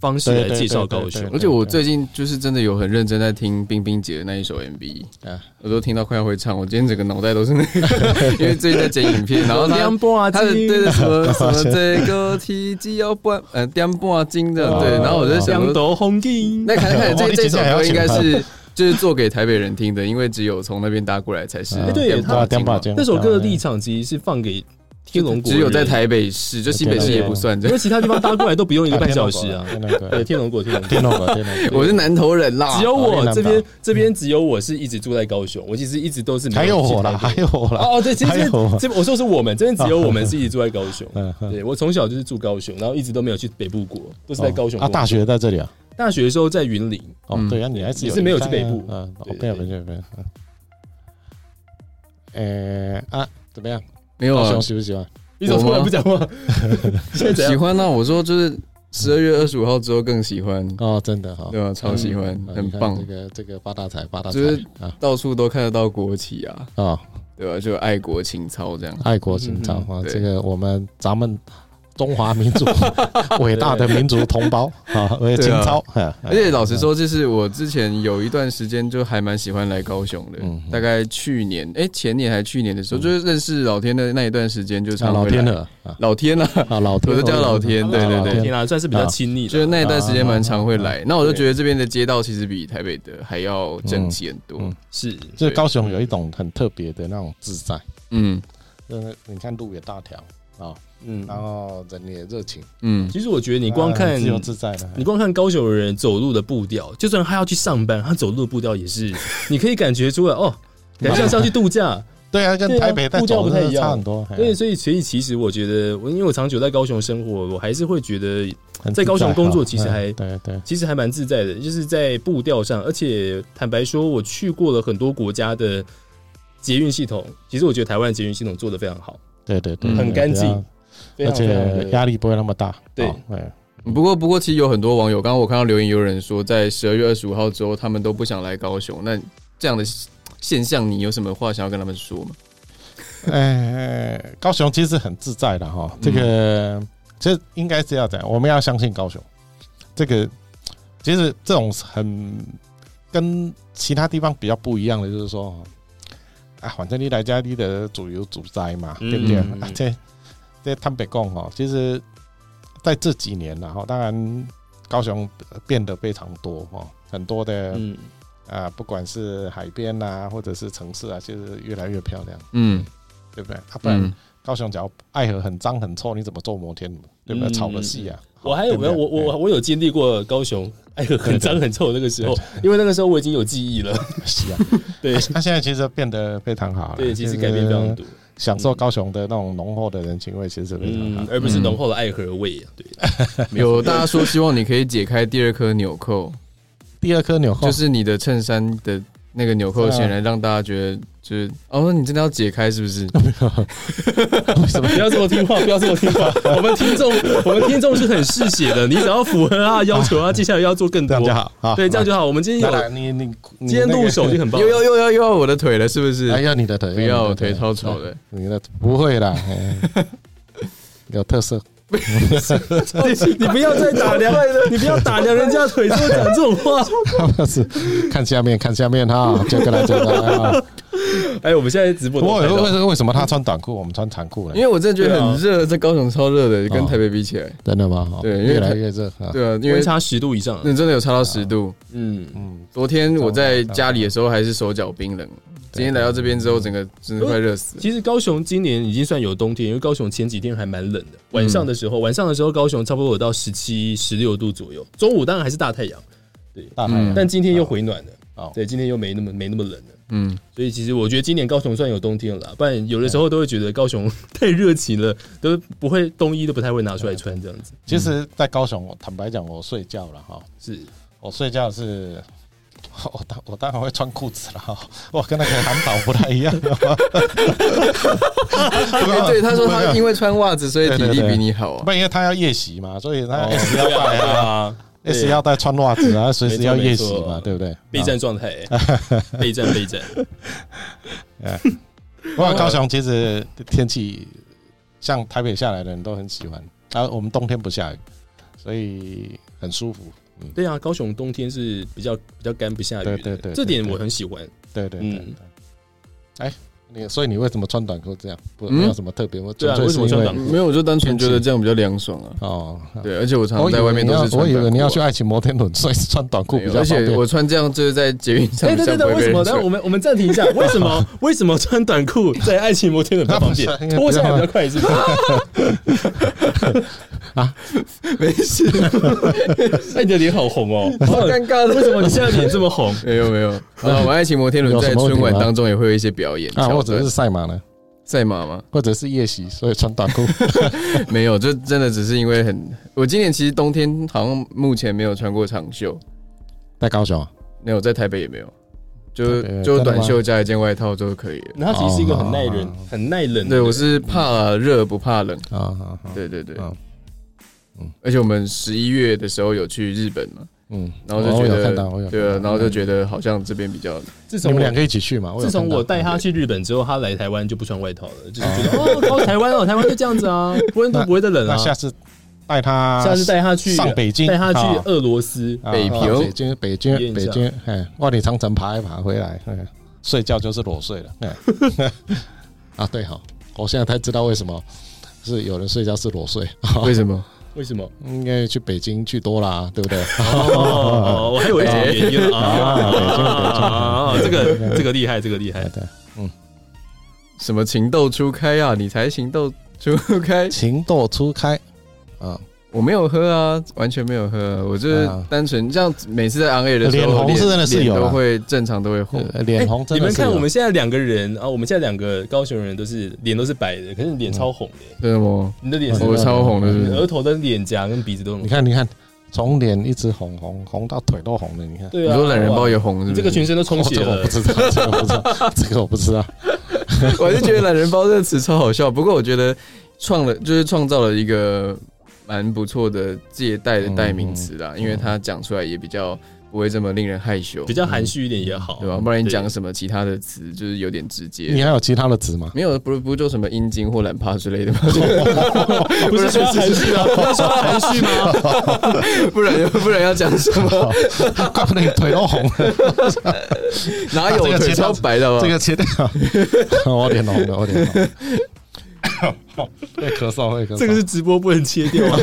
Speaker 1: 方式
Speaker 6: 对
Speaker 1: 来
Speaker 6: 对
Speaker 1: 介
Speaker 6: 对
Speaker 1: 绍
Speaker 6: 对
Speaker 1: 高
Speaker 6: 对
Speaker 1: 雄
Speaker 6: 对。
Speaker 2: 而且我最近就是真的有很认真在听冰冰姐的那一首 MV，、
Speaker 6: 啊
Speaker 2: 我都听到快要会唱，我今天整个脑袋都是那个，
Speaker 1: <laughs>
Speaker 2: 因为最近在剪影片，然后她
Speaker 1: 两拨啊
Speaker 2: 她的
Speaker 1: 金
Speaker 2: 对对
Speaker 4: <laughs>
Speaker 1: <laughs>
Speaker 2: 什么什么这个体积要半呃点半斤的，
Speaker 6: 哦
Speaker 2: 对，然后我就想
Speaker 1: 两
Speaker 2: 说，
Speaker 1: 斗红金，
Speaker 2: 那看看
Speaker 6: 哇
Speaker 2: 这
Speaker 6: 你
Speaker 2: 这
Speaker 6: 今
Speaker 2: 首
Speaker 6: 天还要
Speaker 2: 歌应该
Speaker 6: 请
Speaker 2: 是就是做给台北人听的，因为只有从那边搭过来才是
Speaker 6: 啊
Speaker 1: 哎对
Speaker 2: 点
Speaker 1: 她
Speaker 2: 半斤嘛
Speaker 6: 点半斤
Speaker 1: 那首歌的立场其实是放给天龙国
Speaker 2: 只有在台北市，就新北市也不算。这
Speaker 1: 因
Speaker 2: 样
Speaker 1: 为其他地方搭过来都不用一个半小时啊。
Speaker 6: 天龙国
Speaker 8: 对，
Speaker 6: 啊，
Speaker 8: 天龙国，天龙国。
Speaker 6: 天龙国，天龙
Speaker 2: <laughs>
Speaker 6: 国，
Speaker 2: 我是南投人啦
Speaker 1: 只，有
Speaker 6: 好越
Speaker 1: 我
Speaker 6: 南
Speaker 1: 这
Speaker 6: 岛
Speaker 1: 边这边只有我是一直住在高雄，我其实一直都是没
Speaker 6: 还有
Speaker 1: 去
Speaker 6: 我
Speaker 1: 台
Speaker 6: 啦，
Speaker 1: 北
Speaker 6: 还有我啦。
Speaker 1: 哦哦，对，这
Speaker 6: 还
Speaker 1: 边
Speaker 6: 有我。
Speaker 1: 这边我说是我们这边只有我们是一直住在高雄
Speaker 6: <laughs> 嗯嗯
Speaker 1: 对我从小就是住高雄，然后一直都没有去北部过，都是在高雄
Speaker 6: 啊，
Speaker 1: 工作。
Speaker 6: 大学在这里啊。
Speaker 1: 大学的时候在云林，
Speaker 6: 哦
Speaker 2: 嗯，
Speaker 6: 对啊，你还是
Speaker 1: 你是没有去北部
Speaker 6: 嗯，哦
Speaker 1: 对
Speaker 6: 没有
Speaker 1: 对
Speaker 6: 没有没有。嗯呃啊，怎么样？
Speaker 2: 没有
Speaker 6: 高
Speaker 2: 啊
Speaker 6: 雄，喜不喜欢？
Speaker 1: 你怎么突然不讲
Speaker 2: <laughs>
Speaker 1: 话？现在怎
Speaker 2: 喜
Speaker 1: 样？
Speaker 2: 欢啊。我说就是十二月二十五号之后更喜欢，
Speaker 6: 哦，真的哈，
Speaker 2: 对吧？超喜欢，
Speaker 6: 啊
Speaker 2: 很
Speaker 6: 你看
Speaker 2: 棒
Speaker 6: 这，个这个发大财，发大财
Speaker 2: 就是
Speaker 6: 啊
Speaker 2: 到处都看得到国旗啊，
Speaker 6: 啊！
Speaker 2: 对吧？就爱国情操这样。嗯
Speaker 6: 爱国情操啊，
Speaker 2: 对
Speaker 6: 这个我们咱们中华民
Speaker 2: <laughs>
Speaker 6: 族 <laughs> 伟大的民族同胞啊，为情操。啊
Speaker 2: 而且老实，说，就是我之前有一段时间就还蛮喜欢来高雄的，
Speaker 6: 嗯嗯
Speaker 2: 大概去年，哎、前年还去年的时候，就是认识老天的那一段时间，就
Speaker 6: 啊
Speaker 2: 常
Speaker 6: 老
Speaker 2: 会来
Speaker 6: 天，了啊
Speaker 2: 老天啊，
Speaker 6: 啊，老
Speaker 2: 我
Speaker 6: 天，
Speaker 2: 都叫老天，对对
Speaker 6: 老
Speaker 2: 对，
Speaker 1: 天啊，算是比较亲密
Speaker 2: 就
Speaker 1: 的。
Speaker 2: 是那一段时间蛮常
Speaker 6: 啊
Speaker 2: 会来。那我就觉得这边的街道其实比台北的还要整齐很多
Speaker 6: 嗯，
Speaker 1: 是
Speaker 6: 就是高雄有一种很特别的那种自在，
Speaker 2: 嗯
Speaker 6: 就是你看路也大条啊，
Speaker 1: 嗯
Speaker 6: 然。后人也热情，
Speaker 2: 嗯，
Speaker 1: 其实我觉得你光看
Speaker 6: 啊自由自在的，
Speaker 1: 你光看高雄人走路的步调，就算他要去上班，他走路的步调也
Speaker 6: <laughs>
Speaker 1: 是，你可以感觉出来哦，感觉像是要去度假。
Speaker 6: 啊对啊，跟
Speaker 1: 对啊
Speaker 6: 台北在
Speaker 1: 步调
Speaker 6: 走
Speaker 1: 不太
Speaker 6: 的
Speaker 1: 一样
Speaker 6: 差很多，哎嘿
Speaker 1: 对，所以所以其实我觉得，我因为我长久在高雄生活，我还是会觉得
Speaker 6: 很
Speaker 1: 在
Speaker 6: 自
Speaker 1: 高雄
Speaker 6: 在
Speaker 1: 工作
Speaker 6: 哈
Speaker 1: 其实
Speaker 6: 嗯
Speaker 1: 还
Speaker 6: 对对，
Speaker 1: 其实还蛮自在的，就是在步调上，而且坦白说，我去过了很多国家的捷运系统，其实我觉得台湾的捷运系统做的非常好，
Speaker 6: 对对对，
Speaker 2: 嗯
Speaker 1: 很
Speaker 6: 对
Speaker 1: 干净，非
Speaker 6: 对啊而
Speaker 1: 常非常
Speaker 6: 且
Speaker 1: 的
Speaker 6: 压力不会那么大。
Speaker 1: 对
Speaker 6: 哦，哎
Speaker 2: 不过不过其实有很多网友，刚刚我看到留言有人说，在十二月二十五号之后，他们都不想来高雄，那这样的现象，你有什么话想要跟他们说吗？
Speaker 6: 哎，哎高雄其实很自在的哈，这个
Speaker 1: 嗯
Speaker 6: 其实应该是要这样，我们要相信高雄。这个其实这种很跟其他地方比较不一样的，就是说啊，反正你来家里的主游主灾嘛，
Speaker 1: 嗯
Speaker 6: 对不对？
Speaker 1: 嗯
Speaker 6: 啊这这坦白讲哦，其实在这几年然后当然高雄变得非常多哦，很多的
Speaker 1: 嗯，
Speaker 6: 啊、不管是海边呐、或者是城市啊，就是越来越漂亮，
Speaker 2: 嗯
Speaker 6: 对不对？啊，不然
Speaker 2: 嗯
Speaker 6: 高雄只要爱河很脏很臭，你怎么做摩天轮？对不对？
Speaker 1: 嗯
Speaker 6: 吵个戏啊！
Speaker 1: 我还有没有
Speaker 6: 对哎
Speaker 1: 我
Speaker 6: 不对
Speaker 1: 我我有经历过高雄，哎
Speaker 6: <laughs>
Speaker 1: 呦很脏很臭的那个时候，因为那个时候我已经有记忆了，
Speaker 6: 哎是啊，
Speaker 1: 嗯对
Speaker 6: 他现在其实变得非常好了，
Speaker 1: 对，其实改变非常
Speaker 6: 就是
Speaker 1: 多，嗯
Speaker 6: 享受高雄的那种浓厚的人情味，其实非常好。
Speaker 1: 嗯，而不是浓厚的爱和味，啊对，
Speaker 6: 嗯 <laughs>
Speaker 2: 有大家说希望你可以解开第二颗纽扣，
Speaker 6: 第二颗纽扣
Speaker 2: 就是你的衬衫的那个纽扣，
Speaker 6: 是啊
Speaker 2: 显然让大家觉得就是哦，你真的要解开是不
Speaker 6: <laughs>
Speaker 2: 是？
Speaker 1: <laughs> 不要这么听话，不要这么听
Speaker 6: <laughs>
Speaker 1: 话。我们听众，我们听众是很嗜血的，你只要符合他的要求，他啊接下来要做更
Speaker 6: 这
Speaker 1: 多
Speaker 6: 样就。好啊，
Speaker 1: 对，这样就好。我们今天
Speaker 6: 来
Speaker 1: 有
Speaker 6: 来，你你你
Speaker 1: 今天入手就很
Speaker 6: <laughs>
Speaker 1: 棒
Speaker 2: 又。要又要又要我的腿了是不
Speaker 6: 那个，哎
Speaker 2: 是？
Speaker 6: 要你的腿，
Speaker 2: 不要我
Speaker 6: 你的
Speaker 2: 腿超丑的，
Speaker 6: 你的不会啦， <laughs> 哎有特色。
Speaker 1: 你 <laughs> 你不要再打
Speaker 6: <laughs>
Speaker 1: 量，你不要打量人家的腿，说讲这种话。
Speaker 6: 是看下面，看下面哈，就跟他讲的。
Speaker 1: <laughs> 哎，我们现在直播
Speaker 6: 不过
Speaker 1: 都看到
Speaker 6: 为为什么他穿短裤，我们穿长裤
Speaker 2: 因
Speaker 6: 呢？
Speaker 2: 为我真的觉得很
Speaker 1: 对
Speaker 2: 热，在高雄超热的，跟
Speaker 6: 哦
Speaker 2: 台北比起来，
Speaker 6: 真的吗？哦
Speaker 2: 对因为
Speaker 6: 越来越热啊。
Speaker 2: 对啊，因为
Speaker 1: 温差十度以上。
Speaker 2: 那真的有差到十度。
Speaker 1: 嗯，
Speaker 6: 嗯，
Speaker 2: 昨天我在家里的时候还是手脚冰冷，今天来到这边之后，整个真的快热死了。
Speaker 1: 其实高雄今年已经算有冬天，因为高雄前几天还蛮冷的。晚上的时
Speaker 6: 嗯
Speaker 1: 候，晚上的时候高雄差不多有到十七、十六度左右。中午当然还是大太阳，
Speaker 6: 大太阳
Speaker 2: 嗯
Speaker 1: 但今天又回暖了
Speaker 6: 哦。
Speaker 1: 对，今天又没那么没那么冷了。
Speaker 6: <laughs>
Speaker 2: 嗯，
Speaker 1: 所以其实我觉得今年高雄算有冬天了啦，不然有的时候都会觉得高雄太热情了，都不会冬衣都不太会拿出来穿这样子。
Speaker 6: 嗯其实，在高雄，我坦白讲，我睡觉了哈，
Speaker 1: 是，
Speaker 6: 我睡觉是。我当我当然会穿裤子了哈， <laughs> 我跟那个韩导不太一样。
Speaker 2: 哎对，他说他因为穿袜子，所以体
Speaker 6: 啊对
Speaker 2: 力
Speaker 6: 对对
Speaker 2: 比你好啊。
Speaker 6: 不，因为他要夜袭嘛，所以他 S
Speaker 1: 要
Speaker 6: 腰带啊
Speaker 1: 哦啊，
Speaker 6: ，S 腰带穿袜子啊，随时要夜袭
Speaker 1: 没错没
Speaker 6: 嘛，
Speaker 1: 错
Speaker 6: 对不对？啊
Speaker 1: 备战状态、备战备
Speaker 6: <laughs>
Speaker 1: 战，
Speaker 6: 哎不过高雄其实天气像台北下来的人都很喜欢，啊，我们冬天不下雨，所以很舒服。嗯
Speaker 1: 对啊，高雄冬天是比较比较干不下雨的，
Speaker 6: 对对对对
Speaker 1: 这点我很喜欢。
Speaker 6: 对对对
Speaker 1: 嗯
Speaker 6: 对。哎，那个，所以你为什么穿短裤这样？不，
Speaker 2: 嗯
Speaker 6: 没有什么特别，我
Speaker 1: 对
Speaker 6: 纯
Speaker 1: 啊
Speaker 6: 粹是
Speaker 1: 为什么
Speaker 6: 因
Speaker 1: 穿
Speaker 6: 为
Speaker 1: 短裤
Speaker 2: 没有，我就单纯觉得这样比较凉爽啊。
Speaker 6: 哦，
Speaker 2: 对，而且我常
Speaker 6: 我
Speaker 2: 常
Speaker 6: 以为
Speaker 2: 在外面
Speaker 6: 你
Speaker 2: 都
Speaker 6: 要
Speaker 2: 是穿
Speaker 6: 我以为
Speaker 2: 短
Speaker 6: 你
Speaker 2: 裤
Speaker 6: 要
Speaker 2: 啊
Speaker 6: 去爱情摩天轮，所以穿短裤
Speaker 2: 没
Speaker 6: 比
Speaker 2: 有
Speaker 6: 较
Speaker 2: 而
Speaker 6: 方
Speaker 2: 且
Speaker 6: 便
Speaker 2: 我。穿这样就是在捷运上
Speaker 1: 哎，
Speaker 2: 比
Speaker 1: 等
Speaker 2: 较
Speaker 1: 等等，
Speaker 2: 不会
Speaker 1: 为
Speaker 2: 被
Speaker 1: 什么？
Speaker 2: 人
Speaker 1: 等下我
Speaker 2: 追。
Speaker 1: 们 <laughs> 我们暂停一下，为什 <laughs> 么为什么穿短裤在爱情摩天轮不方 <laughs> 便
Speaker 6: 那不是？因为
Speaker 1: 脱下来比较快，是不是？ <laughs>
Speaker 2: 没事，
Speaker 1: 哎，啊你的脸 <laughs> 好红哦，
Speaker 2: <laughs> 好尴尬
Speaker 1: 为
Speaker 2: 的。
Speaker 1: 什么你现在脸这么红？哎
Speaker 2: 没有没有，那我们爱情摩天轮
Speaker 6: 有什
Speaker 2: 在
Speaker 6: 么问题
Speaker 2: 春晚
Speaker 6: 吗
Speaker 2: 当中也会有一些表演
Speaker 6: 啊，
Speaker 2: 桥
Speaker 6: 或者
Speaker 2: 段
Speaker 6: 是赛马呢，
Speaker 2: 赛马吗？
Speaker 6: 或者是夜袭，所以穿短裤。
Speaker 2: <laughs> 没有，就真的只是因为很，我今年其实冬天好像目前没有穿过长袖，
Speaker 6: 在高雄啊，
Speaker 2: 没有在台北也没有，就
Speaker 6: 台北
Speaker 2: 就
Speaker 6: 真的吗
Speaker 2: 短袖加一件外套就可以了。
Speaker 1: 那他其实是一个很耐
Speaker 6: 哦
Speaker 1: 人、很耐冷的人。
Speaker 2: 对，我是怕热不怕冷。
Speaker 6: 啊啊嗯啊
Speaker 2: 对对对
Speaker 6: 嗯，
Speaker 2: 而且我们十一月的时候有去日本嘛，
Speaker 6: 嗯，
Speaker 2: 然后就
Speaker 6: 哦
Speaker 2: 觉
Speaker 6: 我有看到，我
Speaker 2: 得
Speaker 6: 有
Speaker 2: 对啊，
Speaker 6: 看
Speaker 2: 然
Speaker 6: 到
Speaker 2: 后就觉得好像这边比较
Speaker 1: 自
Speaker 6: 你
Speaker 1: 从
Speaker 6: 们
Speaker 1: 我
Speaker 6: 两个一起去嘛？有
Speaker 1: 自从
Speaker 6: 看到
Speaker 1: 我带他去日本之后，他来台湾就不穿外套了，就是觉得哦，到台湾哦，台湾就这样子 <laughs> 啊，温度不会再冷
Speaker 6: 那
Speaker 1: 啊。
Speaker 6: 下次带他，
Speaker 1: 下次带他去
Speaker 6: 上北京
Speaker 1: 带他去
Speaker 6: 啊
Speaker 1: 俄罗斯。
Speaker 6: 啊
Speaker 2: 北平
Speaker 6: 啊北京，北
Speaker 1: 体验
Speaker 6: 京，
Speaker 1: 一
Speaker 6: 北
Speaker 1: 下
Speaker 6: 京，哎，万里长城爬一爬回来，哎，睡觉就是裸睡了，哎， <laughs> 啊，对好，我现在才知道为什么是有人睡觉是裸睡，
Speaker 2: 为什
Speaker 6: <laughs>
Speaker 2: 么？
Speaker 1: 为什么？
Speaker 6: 应该去北京去多啦，对不对？
Speaker 1: 哦，我还以
Speaker 6: <laughs>
Speaker 1: 为什么原因了
Speaker 2: 啊
Speaker 1: 啊？啊
Speaker 6: 哦
Speaker 1: 这个这个厉害，这个厉害
Speaker 6: 哎。对，
Speaker 2: 什么情窦初开啊？你才情窦初开，
Speaker 6: 情窦初开啊，
Speaker 2: 我没有喝啊，完全没有喝啊、我就是
Speaker 6: 啊
Speaker 2: 单纯这样，每次在昂 A 的时候，
Speaker 6: 脸红是真的是有啊
Speaker 2: 脸都会正常都会红。哎
Speaker 6: 呃脸红
Speaker 1: 哎
Speaker 6: 真
Speaker 1: 你
Speaker 6: 的
Speaker 1: 们
Speaker 6: 是
Speaker 1: 看
Speaker 6: 有
Speaker 1: 我们现在两个人啊，我们现在两个高雄人都是脸都是白的，可是你脸超红
Speaker 6: 嗯
Speaker 1: 的，
Speaker 2: 真的吗？
Speaker 1: 你的脸是
Speaker 2: 哦我超红的，是
Speaker 1: 你
Speaker 2: 不
Speaker 1: 的
Speaker 2: 是？
Speaker 1: 额头跟脸颊跟鼻子都
Speaker 6: 你
Speaker 1: 红。
Speaker 6: 看，你看，从脸一直红红红到腿都红了，你看。
Speaker 1: 对
Speaker 2: 你
Speaker 1: 啊，
Speaker 2: 说懒人包也红，是
Speaker 1: 哇，
Speaker 2: 不
Speaker 1: 你
Speaker 2: 是
Speaker 1: 这个全身都充血
Speaker 6: 哦这个我
Speaker 1: 了
Speaker 6: 不。知道，这个我不知道，这个我不知道。
Speaker 2: <laughs> 我就觉得“懒人包”这个词超好笑。不过我觉得创了就是创造了一个蛮不错的借代的代名词啦，因为他讲出来也比较不会这么令人害羞，
Speaker 1: 嗯比较含蓄一点也好，
Speaker 2: 对吧？不然你
Speaker 1: 对
Speaker 2: 讲什么其他的词就是有点直
Speaker 6: 你
Speaker 2: 接。
Speaker 6: 还有其他的词吗？
Speaker 2: 没有，不不就什么阴茎或懒趴之类的吗？ <laughs> 不
Speaker 1: <laughs> 不是说要含
Speaker 2: <laughs> 啊
Speaker 1: 蓄吗？不是说要含蓄吗？
Speaker 2: 不然不然要讲什么？
Speaker 6: 怪不得你腿都红了。
Speaker 2: 哪有
Speaker 6: 这个
Speaker 2: 我腿
Speaker 6: 切到
Speaker 2: 超白的吧？
Speaker 6: 这个切掉，我脸红了，我脸红了。会咳嗽，会咳嗽。
Speaker 1: 这个是直播不能切掉啊。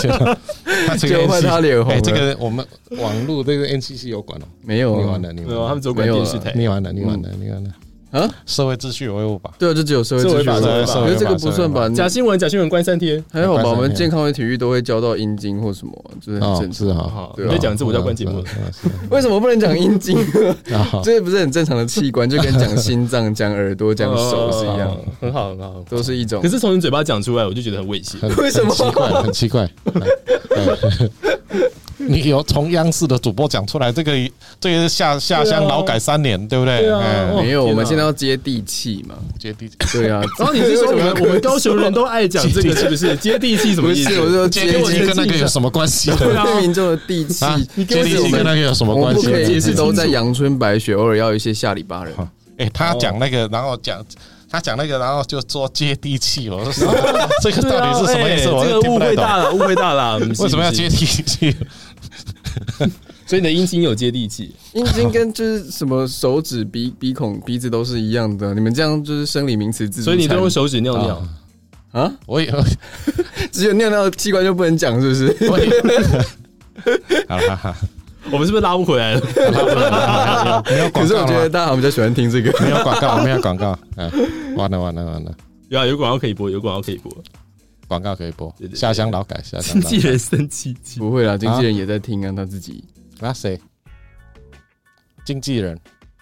Speaker 6: 切掉，他这
Speaker 2: 就
Speaker 6: 个
Speaker 2: 换他脸红了
Speaker 6: 哎，这个我们网络这个 NCC 有管哦。
Speaker 2: 没有
Speaker 6: 你
Speaker 2: 啊
Speaker 6: 完了，你
Speaker 1: 没有，他们
Speaker 6: 完了，
Speaker 1: 只有管电视台。
Speaker 6: 你完了，你完了，你完了。
Speaker 2: 啊？
Speaker 6: 社会秩序维护吧，
Speaker 2: 对啊，就只有社会
Speaker 1: 社
Speaker 2: 秩
Speaker 1: 会
Speaker 2: 序
Speaker 1: 法
Speaker 2: 吧。
Speaker 1: 社会法
Speaker 2: 我觉得这个不算吧？你哎
Speaker 1: 假新闻，假新闻关三天。
Speaker 2: 还好吧？我
Speaker 6: 关
Speaker 2: 们
Speaker 6: 系
Speaker 2: 健康与体育都会教到阴茎或什么，就是很
Speaker 6: 哦
Speaker 2: 正，常
Speaker 6: 是。哈，
Speaker 1: 好，
Speaker 2: 对
Speaker 1: 你
Speaker 2: 啊
Speaker 1: 在讲这，我就要关节目了。
Speaker 6: 是啊
Speaker 2: 为什么不能讲阴茎？
Speaker 6: 是啊，
Speaker 2: <laughs>
Speaker 6: 好
Speaker 2: 这不是很正常的器官，就跟讲心脏、讲耳朵、讲手是一样，
Speaker 1: 哦，很好，很好。很好
Speaker 2: 都是一种
Speaker 1: 可。是从你嘴巴讲出来，我就觉得很猥亵。
Speaker 6: 很
Speaker 2: 为
Speaker 6: <laughs>
Speaker 2: 什么
Speaker 6: 很
Speaker 1: <laughs>
Speaker 6: 奇怪，很奇怪。 <laughs> 嗯你有从央视的主播讲出来，这个这个下下乡
Speaker 1: 对啊
Speaker 6: 劳改三年，对不对？
Speaker 1: 对啊
Speaker 6: 嗯
Speaker 1: 哦
Speaker 2: 哎没有，
Speaker 1: 天哪
Speaker 2: 我们现在要接地气嘛。
Speaker 6: 接地气，
Speaker 2: 对啊，
Speaker 1: 然后你是说 <laughs> 我们
Speaker 2: 为什么
Speaker 1: 我们高雄人都爱讲这个是不是？接地气什么
Speaker 2: 不
Speaker 1: 意
Speaker 2: 是？我
Speaker 1: 思？
Speaker 2: 说
Speaker 6: 接
Speaker 2: 接
Speaker 6: 地
Speaker 2: 地
Speaker 6: 气
Speaker 2: 气
Speaker 6: 跟那个有什么关系？
Speaker 1: 对啊
Speaker 2: <laughs> 对民众的地气
Speaker 6: 啊，，接
Speaker 2: 就
Speaker 6: 地
Speaker 2: 是我
Speaker 6: 气跟那
Speaker 2: 们
Speaker 6: 个有什么
Speaker 2: 我们
Speaker 6: 关
Speaker 2: 不
Speaker 6: 系
Speaker 2: 可以一
Speaker 1: 解
Speaker 2: 直
Speaker 1: 释
Speaker 6: 呢？
Speaker 2: 都在阳春白雪，偶尔要一些下里巴人。
Speaker 6: 哎，
Speaker 1: 哦
Speaker 6: 他讲那个，然后讲他讲那个，然后就说接地气，我说
Speaker 1: <laughs>
Speaker 6: 这个
Speaker 1: 对啊
Speaker 6: 到底是什么意思？
Speaker 1: 哎
Speaker 6: 我
Speaker 1: 这个
Speaker 6: 就听
Speaker 1: 误
Speaker 6: 不太
Speaker 1: 会
Speaker 6: 懂。
Speaker 1: 大了，误会大了。不是
Speaker 6: 为什么要接？
Speaker 1: 不
Speaker 6: 地气？
Speaker 1: 是所以你的阴茎有接地气，
Speaker 2: 阴茎跟就是什么手指、鼻鼻孔、鼻子都是一样的，你们这样就是生理名词自助
Speaker 1: 所以你都用
Speaker 2: 餐
Speaker 1: 手指尿尿。
Speaker 2: 啊？
Speaker 6: 我以为
Speaker 2: <laughs> 只有尿尿的器官就不能讲，是不是？
Speaker 6: 我以为 <laughs> 好了，好了
Speaker 1: 我们是不是拉不回来了？
Speaker 6: 好了没有
Speaker 2: 可
Speaker 6: 广
Speaker 2: 是我
Speaker 6: 告了
Speaker 2: 觉
Speaker 6: 吗
Speaker 2: 得大家好像比较喜欢听这个。
Speaker 6: 没有广告，没有
Speaker 2: <laughs>
Speaker 6: 广告，嗯，完了完了完了，
Speaker 1: 有啊，有广告可以播，有广告可以播。
Speaker 6: 广告可以播
Speaker 1: 对，对
Speaker 6: 下乡劳改，下乡
Speaker 1: 经 <laughs>
Speaker 6: 劳
Speaker 1: 纪
Speaker 6: 改。
Speaker 1: 人生气气。
Speaker 2: 不会啦，经纪人也在听啊，他自己。
Speaker 6: 那谁？经纪人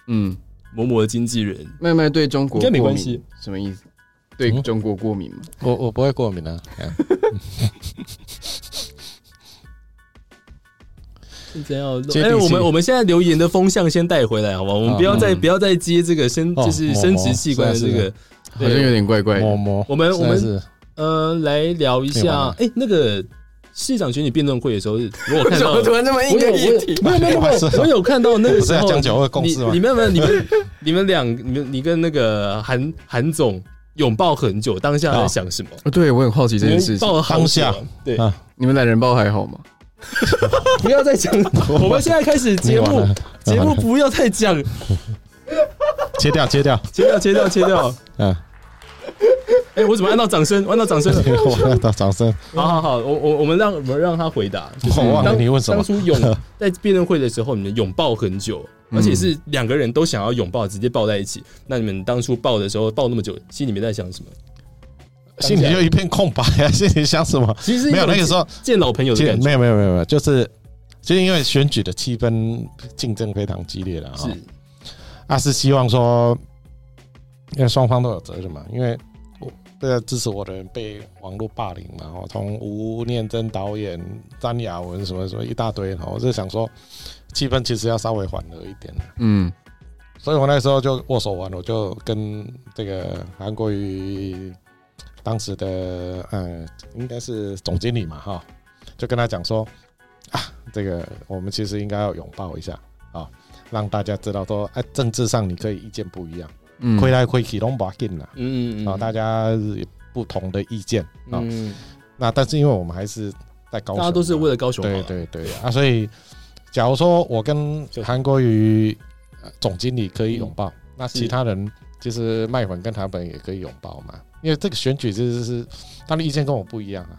Speaker 2: 嗯，
Speaker 1: 某某的经纪人，
Speaker 2: 麦麦对中国
Speaker 1: 应该没
Speaker 2: 过
Speaker 1: 关
Speaker 2: 敏
Speaker 1: 系
Speaker 2: 什么意思？对
Speaker 6: 嗯
Speaker 2: 中国过敏吗？
Speaker 6: 我我不会过
Speaker 1: <laughs>
Speaker 6: 敏啊。
Speaker 1: 哎
Speaker 6: 嗯
Speaker 1: 现在要
Speaker 6: 接地气
Speaker 1: 哎，我们我们现在留言的风向先带回来，好吧？我们不要再
Speaker 2: 嗯
Speaker 1: 不要再接这个生
Speaker 6: 哦
Speaker 1: 就是生殖器官的
Speaker 2: 啊
Speaker 1: 这
Speaker 6: 是
Speaker 1: 个
Speaker 6: 的，
Speaker 2: 好像有点怪怪
Speaker 6: 摸
Speaker 2: 的。
Speaker 6: 摸，
Speaker 1: 我们我们
Speaker 6: 实在是
Speaker 1: 呃，来聊一
Speaker 6: 可以玩
Speaker 1: 下
Speaker 6: 了，
Speaker 1: 哎，那个市长选举辩论会的时候，如果看
Speaker 2: <laughs>
Speaker 1: 到
Speaker 2: 突然这么硬
Speaker 1: 我
Speaker 2: 的
Speaker 1: 有
Speaker 2: 议题？
Speaker 1: 没有没有没有， <laughs> 我有看到那个
Speaker 6: 不是
Speaker 1: 时
Speaker 6: 要
Speaker 1: 候
Speaker 6: 讲九二共
Speaker 1: 你
Speaker 6: 识吗
Speaker 1: 你？们们你们你们两你们你跟那个韩韩总拥抱很久，当下在想什么？
Speaker 2: 哦对，我很好奇这
Speaker 1: 你
Speaker 2: 件
Speaker 1: 们
Speaker 2: 事情。
Speaker 1: 抱了好久
Speaker 6: 当下
Speaker 1: 对，
Speaker 6: 啊
Speaker 2: 你们懒人包还好吗？
Speaker 1: 不要再讲，我们现在开始节
Speaker 6: 你完
Speaker 1: 目
Speaker 6: 了
Speaker 1: 节目不要再讲
Speaker 6: 切掉，切掉，
Speaker 1: 切掉，切掉，切掉。
Speaker 6: 嗯，
Speaker 1: 哎、我怎么按到掌声？我按到掌声了。
Speaker 6: 我打掌声。
Speaker 1: 好好好，我我我们让我们让他回答。就是
Speaker 6: 我忘了
Speaker 1: 当
Speaker 6: 你问什么
Speaker 1: 当初
Speaker 6: <laughs>
Speaker 1: 拥在辩论会的时候，你们拥抱很久，
Speaker 6: 嗯
Speaker 1: 而且是两个人都想要拥抱，直接抱在一起。那你们当初抱的时候抱那么久，心里面在想什么？
Speaker 6: 心里就一片空白啊！心里想什么？
Speaker 1: 其实
Speaker 6: 没有那个时候，
Speaker 1: 见老朋友
Speaker 6: 其
Speaker 1: 的
Speaker 6: 实
Speaker 1: 感觉，
Speaker 6: 没有没有没有没有，就是就是因为选举的气氛竞争非常激烈了哈。
Speaker 1: 是
Speaker 6: 啊，是希望说，因为双方都有责任嘛，因为我这个支持我的人被网络霸凌嘛，我从吴念真导演、张雅文什么什么一大堆，然后我就想说，气氛其实要稍微缓和一点，
Speaker 2: 嗯
Speaker 6: 所以我那时候就握手完，我就跟这个韩国瑜当时的嗯，应该是总经理嘛哈，就跟他讲说啊，这个我们其实应该要拥抱一下啊，让大家知道说，哎、政治上你可以意见不一样，
Speaker 2: 嗯，
Speaker 6: 亏来亏去拢不要紧啦，
Speaker 1: 嗯
Speaker 6: 啊，大家有不同的意见啊，
Speaker 1: 嗯，
Speaker 6: 那但是因为我们还是在高雄嘛，
Speaker 1: 大家都是为了高雄好
Speaker 6: 对
Speaker 1: 啊，
Speaker 6: 对对啊，所以假如说我跟韩国瑜呃总经理可以拥抱，那
Speaker 1: 是
Speaker 6: 其他人其实麦粉跟韩粉也可以拥抱嘛，因为这个选举其实是他的意见跟我不一样啊，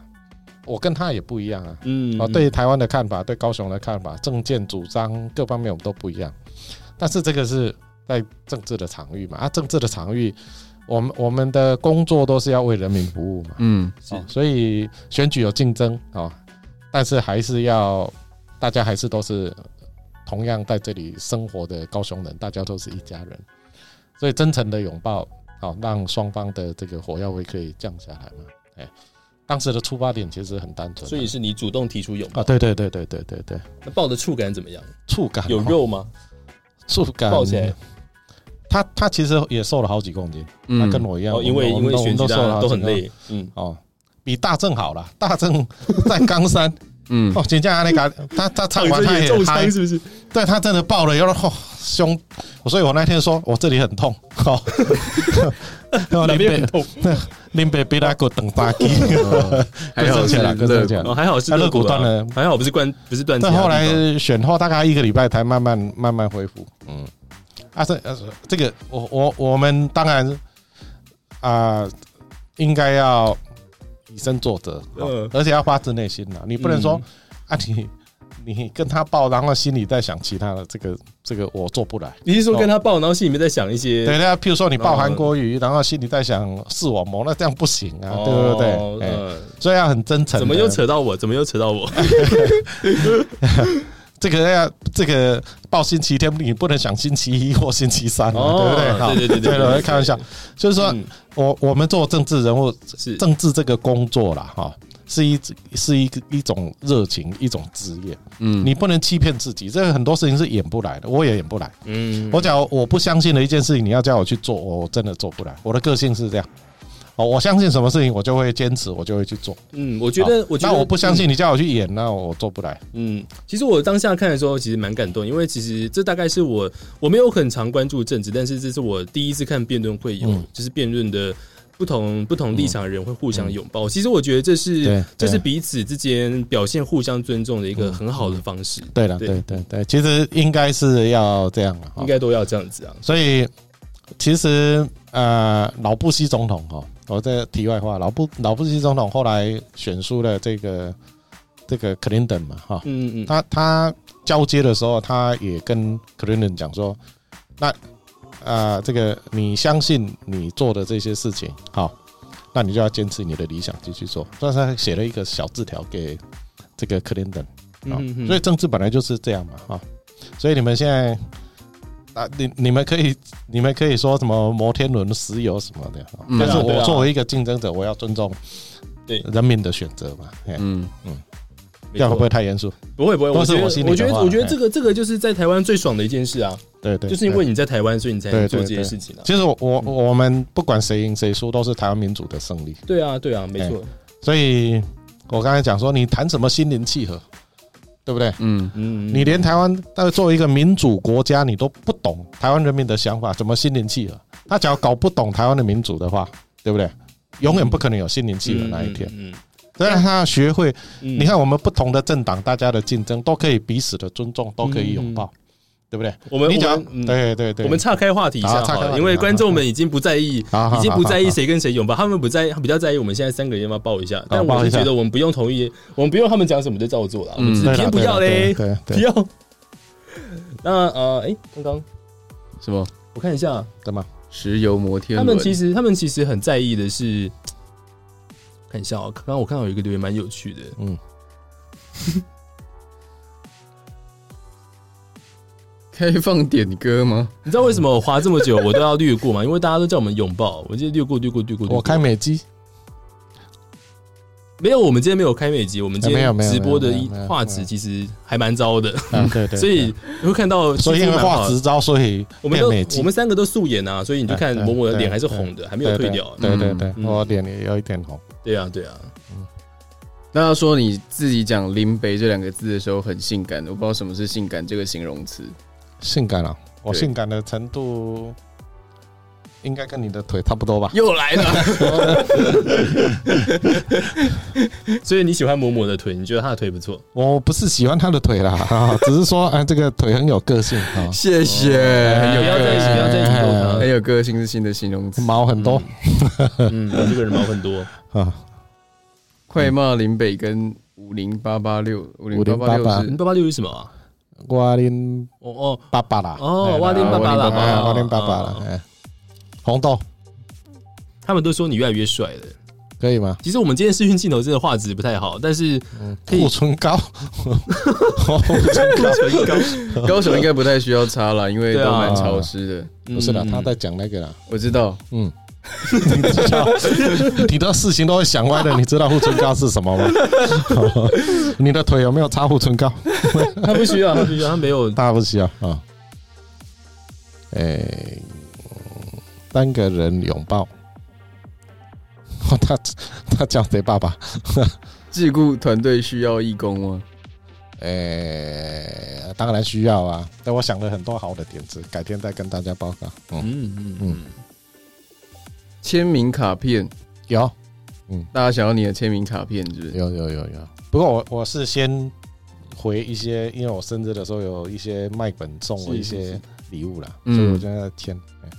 Speaker 6: 我跟他也不一样啊。
Speaker 1: 嗯
Speaker 6: 啊，对，台湾的看法，对高雄的看法，政见主张各方面我们都不一样，但是这个是在政治的场域嘛，啊，政治的场域，我们我们的工作都是要为人民服务嘛，
Speaker 2: 嗯
Speaker 1: 是
Speaker 6: 哦，所以选举有竞争哦，但是还是要大家还是都是同样在这里生活的高雄人，大家都是一家人，所以真诚的拥抱，好、让双方的这个火药味可以降下来嘛。哎，当时的出发点其实很单纯啊、
Speaker 1: 所以是你主动提出拥
Speaker 6: 啊，
Speaker 1: 抱，
Speaker 6: 对对对对对对对，
Speaker 1: 那抱的触感怎么样？
Speaker 6: 触感
Speaker 1: 有
Speaker 6: 哦
Speaker 1: 肉吗？
Speaker 6: 触感，
Speaker 1: 抱起来。
Speaker 6: 他他其实也瘦了好几公斤，他
Speaker 2: 嗯，
Speaker 6: 跟我一样，
Speaker 1: 哦，因为
Speaker 6: 我
Speaker 1: 因
Speaker 6: 们
Speaker 1: 为
Speaker 6: 我
Speaker 1: 选
Speaker 6: 们
Speaker 1: 举
Speaker 6: 都
Speaker 1: 大
Speaker 6: 瘦了
Speaker 1: 家
Speaker 6: 好
Speaker 1: 都
Speaker 6: 几
Speaker 1: 很
Speaker 6: 公斤
Speaker 1: 累，嗯，
Speaker 6: 哦，比大正
Speaker 1: <laughs>
Speaker 6: 好了，大正在冈山。
Speaker 2: 嗯
Speaker 6: 哦，，请假那个他他唱完他
Speaker 1: 这也
Speaker 6: 也
Speaker 1: 中
Speaker 6: 嗨
Speaker 1: 枪，是不是？
Speaker 6: 对他真的爆了，然后、哦、胸，所以我那天说我这里很痛，好、哦，然
Speaker 1: <laughs>
Speaker 6: 后
Speaker 1: 哪
Speaker 6: 林
Speaker 1: 边很
Speaker 6: 北
Speaker 1: 痛？
Speaker 6: <laughs> 林北被他给我等打击，
Speaker 2: 还好
Speaker 6: <laughs> 更生气
Speaker 2: 是
Speaker 6: 了，更
Speaker 2: 乐
Speaker 6: 生气
Speaker 1: 哦，
Speaker 6: 了。
Speaker 1: 还好是
Speaker 6: 那
Speaker 1: 肋
Speaker 6: 肋骨
Speaker 1: 骨
Speaker 6: 断
Speaker 1: 啊
Speaker 6: 了
Speaker 1: 还好不是断不是断其他
Speaker 6: 但
Speaker 1: 地方。
Speaker 6: 后来选后大概一个礼拜才慢慢慢慢恢复，嗯，啊这呃这个我我我们当然啊、应该要以身作则，哦
Speaker 1: 嗯
Speaker 6: 而且要发自内心呐，你不能说、
Speaker 1: 嗯
Speaker 6: 啊你。你跟他抱，然后心里在想其他的，这个这个我做不来。哦
Speaker 1: 你是说跟他抱，然后心里面在想一些
Speaker 6: 对，那譬如说你抱
Speaker 1: 哦
Speaker 6: 韩国语，然后心里在想视网膜，那这样不行啊，
Speaker 1: 哦
Speaker 6: 对不对？哎
Speaker 1: 嗯
Speaker 6: 所以要很真诚的。
Speaker 1: 怎么又扯到我？怎么又扯到
Speaker 6: <laughs>
Speaker 1: 我？
Speaker 6: 这个要这个报星期天，你不能想星期一或星期三啊，对不对？好
Speaker 1: 哦对对对对
Speaker 6: 对了，我在开玩笑，就是说
Speaker 1: 嗯
Speaker 6: 我我们做政治人物，
Speaker 1: 是
Speaker 6: 政治这个工作啦，哈，是一是一一种热情，一种职业，
Speaker 2: 嗯
Speaker 6: 你不能欺骗自己，这个很多事情是演不来的，我也演不来。
Speaker 1: 嗯
Speaker 6: 我讲我不相信的一件事情，你要叫我去做，我真的做不来。我的个性是这样，哦，我相信什么事情，我就会坚持，我就会去做。
Speaker 1: 嗯，我觉得
Speaker 6: 好
Speaker 1: 我觉得
Speaker 6: 那我不相信你叫我去演，那我做不来。
Speaker 1: 嗯，其实我当下看的时候，其实蛮感动，因为其实这大概是我我没有很常关注政治，但是这是我第一次看辩论会有，
Speaker 6: 嗯
Speaker 1: 就是辩论的不同不同立场的人会互相拥抱。其实我觉得这是
Speaker 6: 嗯对
Speaker 1: 这是
Speaker 6: 对
Speaker 1: 彼此之间表现互相尊重的一个
Speaker 6: 嗯
Speaker 1: 很好的方式，
Speaker 6: 对了，
Speaker 1: 对
Speaker 6: 对对对，其实应该是要这样了。
Speaker 1: 应
Speaker 6: 哈。
Speaker 1: 该都要这样子啊。
Speaker 6: 所以其实呃，老布希总统哈，我这题外话，老布老布希总统后来选输了这个这个克林顿嘛哈，
Speaker 1: 嗯嗯嗯，
Speaker 6: 他他交接的时候，他也跟克林顿讲说，那啊、呃这个你相信你做的这些事情，好，那你就要坚持你的理想，继续做。所以他写了一个小字条给这个克林顿，啊
Speaker 1: 嗯嗯嗯
Speaker 6: 所以政治本来就是这样嘛，哈、所以你们现在。啊，你你们可以，你们可以说什么摩天轮、石油什么的，啊
Speaker 2: 嗯
Speaker 6: 但
Speaker 1: 对
Speaker 6: 是
Speaker 1: 啊对
Speaker 6: 我
Speaker 1: 啊
Speaker 6: 作为一个竞争者，我要尊重
Speaker 1: 对
Speaker 6: 人民的选择嘛，哎
Speaker 2: 嗯
Speaker 1: 没
Speaker 6: 这样
Speaker 1: 错啊
Speaker 6: 会不会太严肃？
Speaker 1: 不会不会，
Speaker 6: 都
Speaker 1: 我
Speaker 6: 是
Speaker 1: 觉得
Speaker 6: 我心里
Speaker 1: 我觉
Speaker 6: 的
Speaker 1: 得
Speaker 6: 话
Speaker 1: 我觉得
Speaker 6: 哎
Speaker 1: 这个这个就是在台湾最爽的一件事啊，
Speaker 6: 对对，
Speaker 1: 就是因
Speaker 6: 对
Speaker 1: 为你在台湾，所以你才能
Speaker 6: 对
Speaker 1: 做
Speaker 6: 对
Speaker 1: 这些
Speaker 6: 对
Speaker 1: 事情啊。
Speaker 6: 其实我我我们不管谁赢谁输，都是台湾民主的胜利。
Speaker 1: 对啊对啊，
Speaker 6: 哎
Speaker 1: 没错。
Speaker 6: 所以我刚才讲说，你谈什么心灵契合，对不对？
Speaker 2: 嗯
Speaker 1: 嗯，嗯
Speaker 6: 你连台湾呃作为一个民主国家，你都不懂台湾人民的想法，怎么心灵契合？他只要搞不懂台湾的民主的话，对不对？永远不可能有心灵契合那一天。
Speaker 1: 嗯，嗯
Speaker 6: 所以他要学会，
Speaker 1: 嗯嗯
Speaker 6: 你看我们不同的政党，大家的竞争都可以彼此的尊重，都可以拥抱。对不对？
Speaker 1: 我们
Speaker 6: 你
Speaker 1: 我
Speaker 6: 讲
Speaker 1: 们嗯
Speaker 6: 对对对，
Speaker 1: 我们岔开话题一下
Speaker 6: 好岔开
Speaker 1: 好
Speaker 6: 话
Speaker 1: 了，
Speaker 6: 题啊
Speaker 1: 因为
Speaker 6: 好
Speaker 1: 观众们已经不在意，
Speaker 6: 好好
Speaker 1: 已经不在意
Speaker 6: 好好
Speaker 1: 谁跟谁拥抱，他们不在，比较在意我们现在三个人要不要抱一下。但
Speaker 6: 啊抱
Speaker 1: 我
Speaker 6: 一
Speaker 1: 是
Speaker 6: 下嗯
Speaker 1: 觉得我们不用同意，我们不用他们讲什么就照做了，我们只是
Speaker 6: 对啦
Speaker 1: 偏不
Speaker 6: 对啦
Speaker 1: 要嘞，
Speaker 6: 对
Speaker 1: <laughs> 不
Speaker 6: 对，
Speaker 1: 要。那呃，哎，刚刚
Speaker 2: 什么
Speaker 1: 我看一下，
Speaker 6: 怎么？
Speaker 2: 石油摩天
Speaker 1: 他
Speaker 2: 轮？
Speaker 1: 们其实他们其实很在意的是，看一下哦，刚刚我看到有一个留言蛮有趣的，
Speaker 6: 嗯 <laughs>
Speaker 2: 开放点歌吗？
Speaker 1: 你知道为什么我滑这么久我都要略
Speaker 6: <laughs>
Speaker 1: 过吗？因为大家都叫我们拥抱，我就略过略过略过。略过
Speaker 6: 我开美机，
Speaker 1: 没有，我们今天没有开美集，我们今
Speaker 6: 哎没有
Speaker 1: 天
Speaker 6: 没有
Speaker 1: 直播的
Speaker 6: 没有
Speaker 1: 一
Speaker 6: 没有
Speaker 1: 画质其实还蛮糟的，
Speaker 6: 啊
Speaker 1: <laughs>
Speaker 6: 对对，
Speaker 1: 所以你会看到，
Speaker 6: 所以因为
Speaker 1: 哦其
Speaker 6: 画
Speaker 1: 实蛮好
Speaker 6: 质
Speaker 1: 的，
Speaker 6: 招，所以
Speaker 1: 我们
Speaker 6: 变
Speaker 1: 都
Speaker 6: 美肌
Speaker 1: 我们三个都素颜啊，所以你就看
Speaker 6: 对对
Speaker 1: 某某的脸
Speaker 6: 对
Speaker 1: 还是红的，还没有
Speaker 6: 对
Speaker 1: 退
Speaker 6: 对
Speaker 1: 掉。
Speaker 6: 对对对，
Speaker 1: 嗯
Speaker 6: 我脸也有一点红。
Speaker 1: 对啊，对啊，
Speaker 2: 大家说你自己讲“林北”这两个字的时候很性感，我不知道什么是性感这个形容词。
Speaker 6: 性感啊，我
Speaker 2: 对
Speaker 6: 性感的程度应该跟你的腿差不多吧？
Speaker 2: 又来了，
Speaker 1: <laughs>
Speaker 6: <laughs>
Speaker 1: 所以你喜欢某某的腿，你觉得他的腿不错，
Speaker 6: 我不是喜欢他的腿啦， <laughs> 啊，只是说啊，这个腿很有个性啊，
Speaker 2: 谢谢，哎很
Speaker 1: 哎不
Speaker 2: 有
Speaker 1: 要再
Speaker 2: 个
Speaker 1: 不要再提
Speaker 2: 性，
Speaker 6: 哎
Speaker 1: 他。
Speaker 2: 很
Speaker 1: 哎
Speaker 2: 有个性是新的形容词。
Speaker 6: 毛很多
Speaker 1: 嗯，我这个人毛很多，
Speaker 6: 啊，
Speaker 2: 快骂林北跟五零八八六，五零八八六
Speaker 6: 50886
Speaker 1: 你
Speaker 2: 是
Speaker 1: 八八六是什么啊？
Speaker 6: 瓜林
Speaker 1: 哦哦，
Speaker 6: 爸爸啦，哎
Speaker 1: 哦蛙林
Speaker 2: 爸爸啦
Speaker 6: 瓜林爸爸
Speaker 1: 哦
Speaker 6: 啦，哎红豆
Speaker 1: 他们都说你越来越帅了。
Speaker 6: 可以吗？
Speaker 1: 其实我们今天视讯镜头真的画质不太好，但是
Speaker 2: 嗯
Speaker 1: 可以
Speaker 6: 护唇
Speaker 1: <laughs>
Speaker 6: 膏， <laughs> 护唇膏
Speaker 1: 唇膏 <laughs>
Speaker 2: 高雄应该不太需要擦了，因为
Speaker 1: 对
Speaker 2: 都
Speaker 1: 啊
Speaker 2: 蛮潮湿的。
Speaker 6: 不是啦，
Speaker 1: 嗯
Speaker 6: 他在讲那个啦，
Speaker 2: 我知道，
Speaker 6: 嗯。你知道，你的事情都会想歪的。你知道护唇膏是什么吗？你的腿有没有擦护唇膏？
Speaker 1: <laughs> 他不需要，他不需要，他没有
Speaker 6: 大不需要啊。诶、嗯单个人拥抱。哦、他他叫谁爸 <laughs> 爸？
Speaker 2: 自雇团队需要义工吗？
Speaker 6: 诶、当然需要啊。但我想了很多好的点子，改天再跟大家报告。嗯，
Speaker 1: 嗯嗯嗯
Speaker 6: 嗯，
Speaker 2: 签名卡片，
Speaker 6: 有嗯
Speaker 2: 大家想要你的签名卡片，是不是？
Speaker 6: 有有有有。不过我我是先回一些，因为我生日的时候有一些卖本送我
Speaker 1: 是
Speaker 6: 一
Speaker 1: 是
Speaker 6: 些
Speaker 1: 是
Speaker 6: 礼物啦，
Speaker 2: 嗯
Speaker 6: 所以我现在在签哎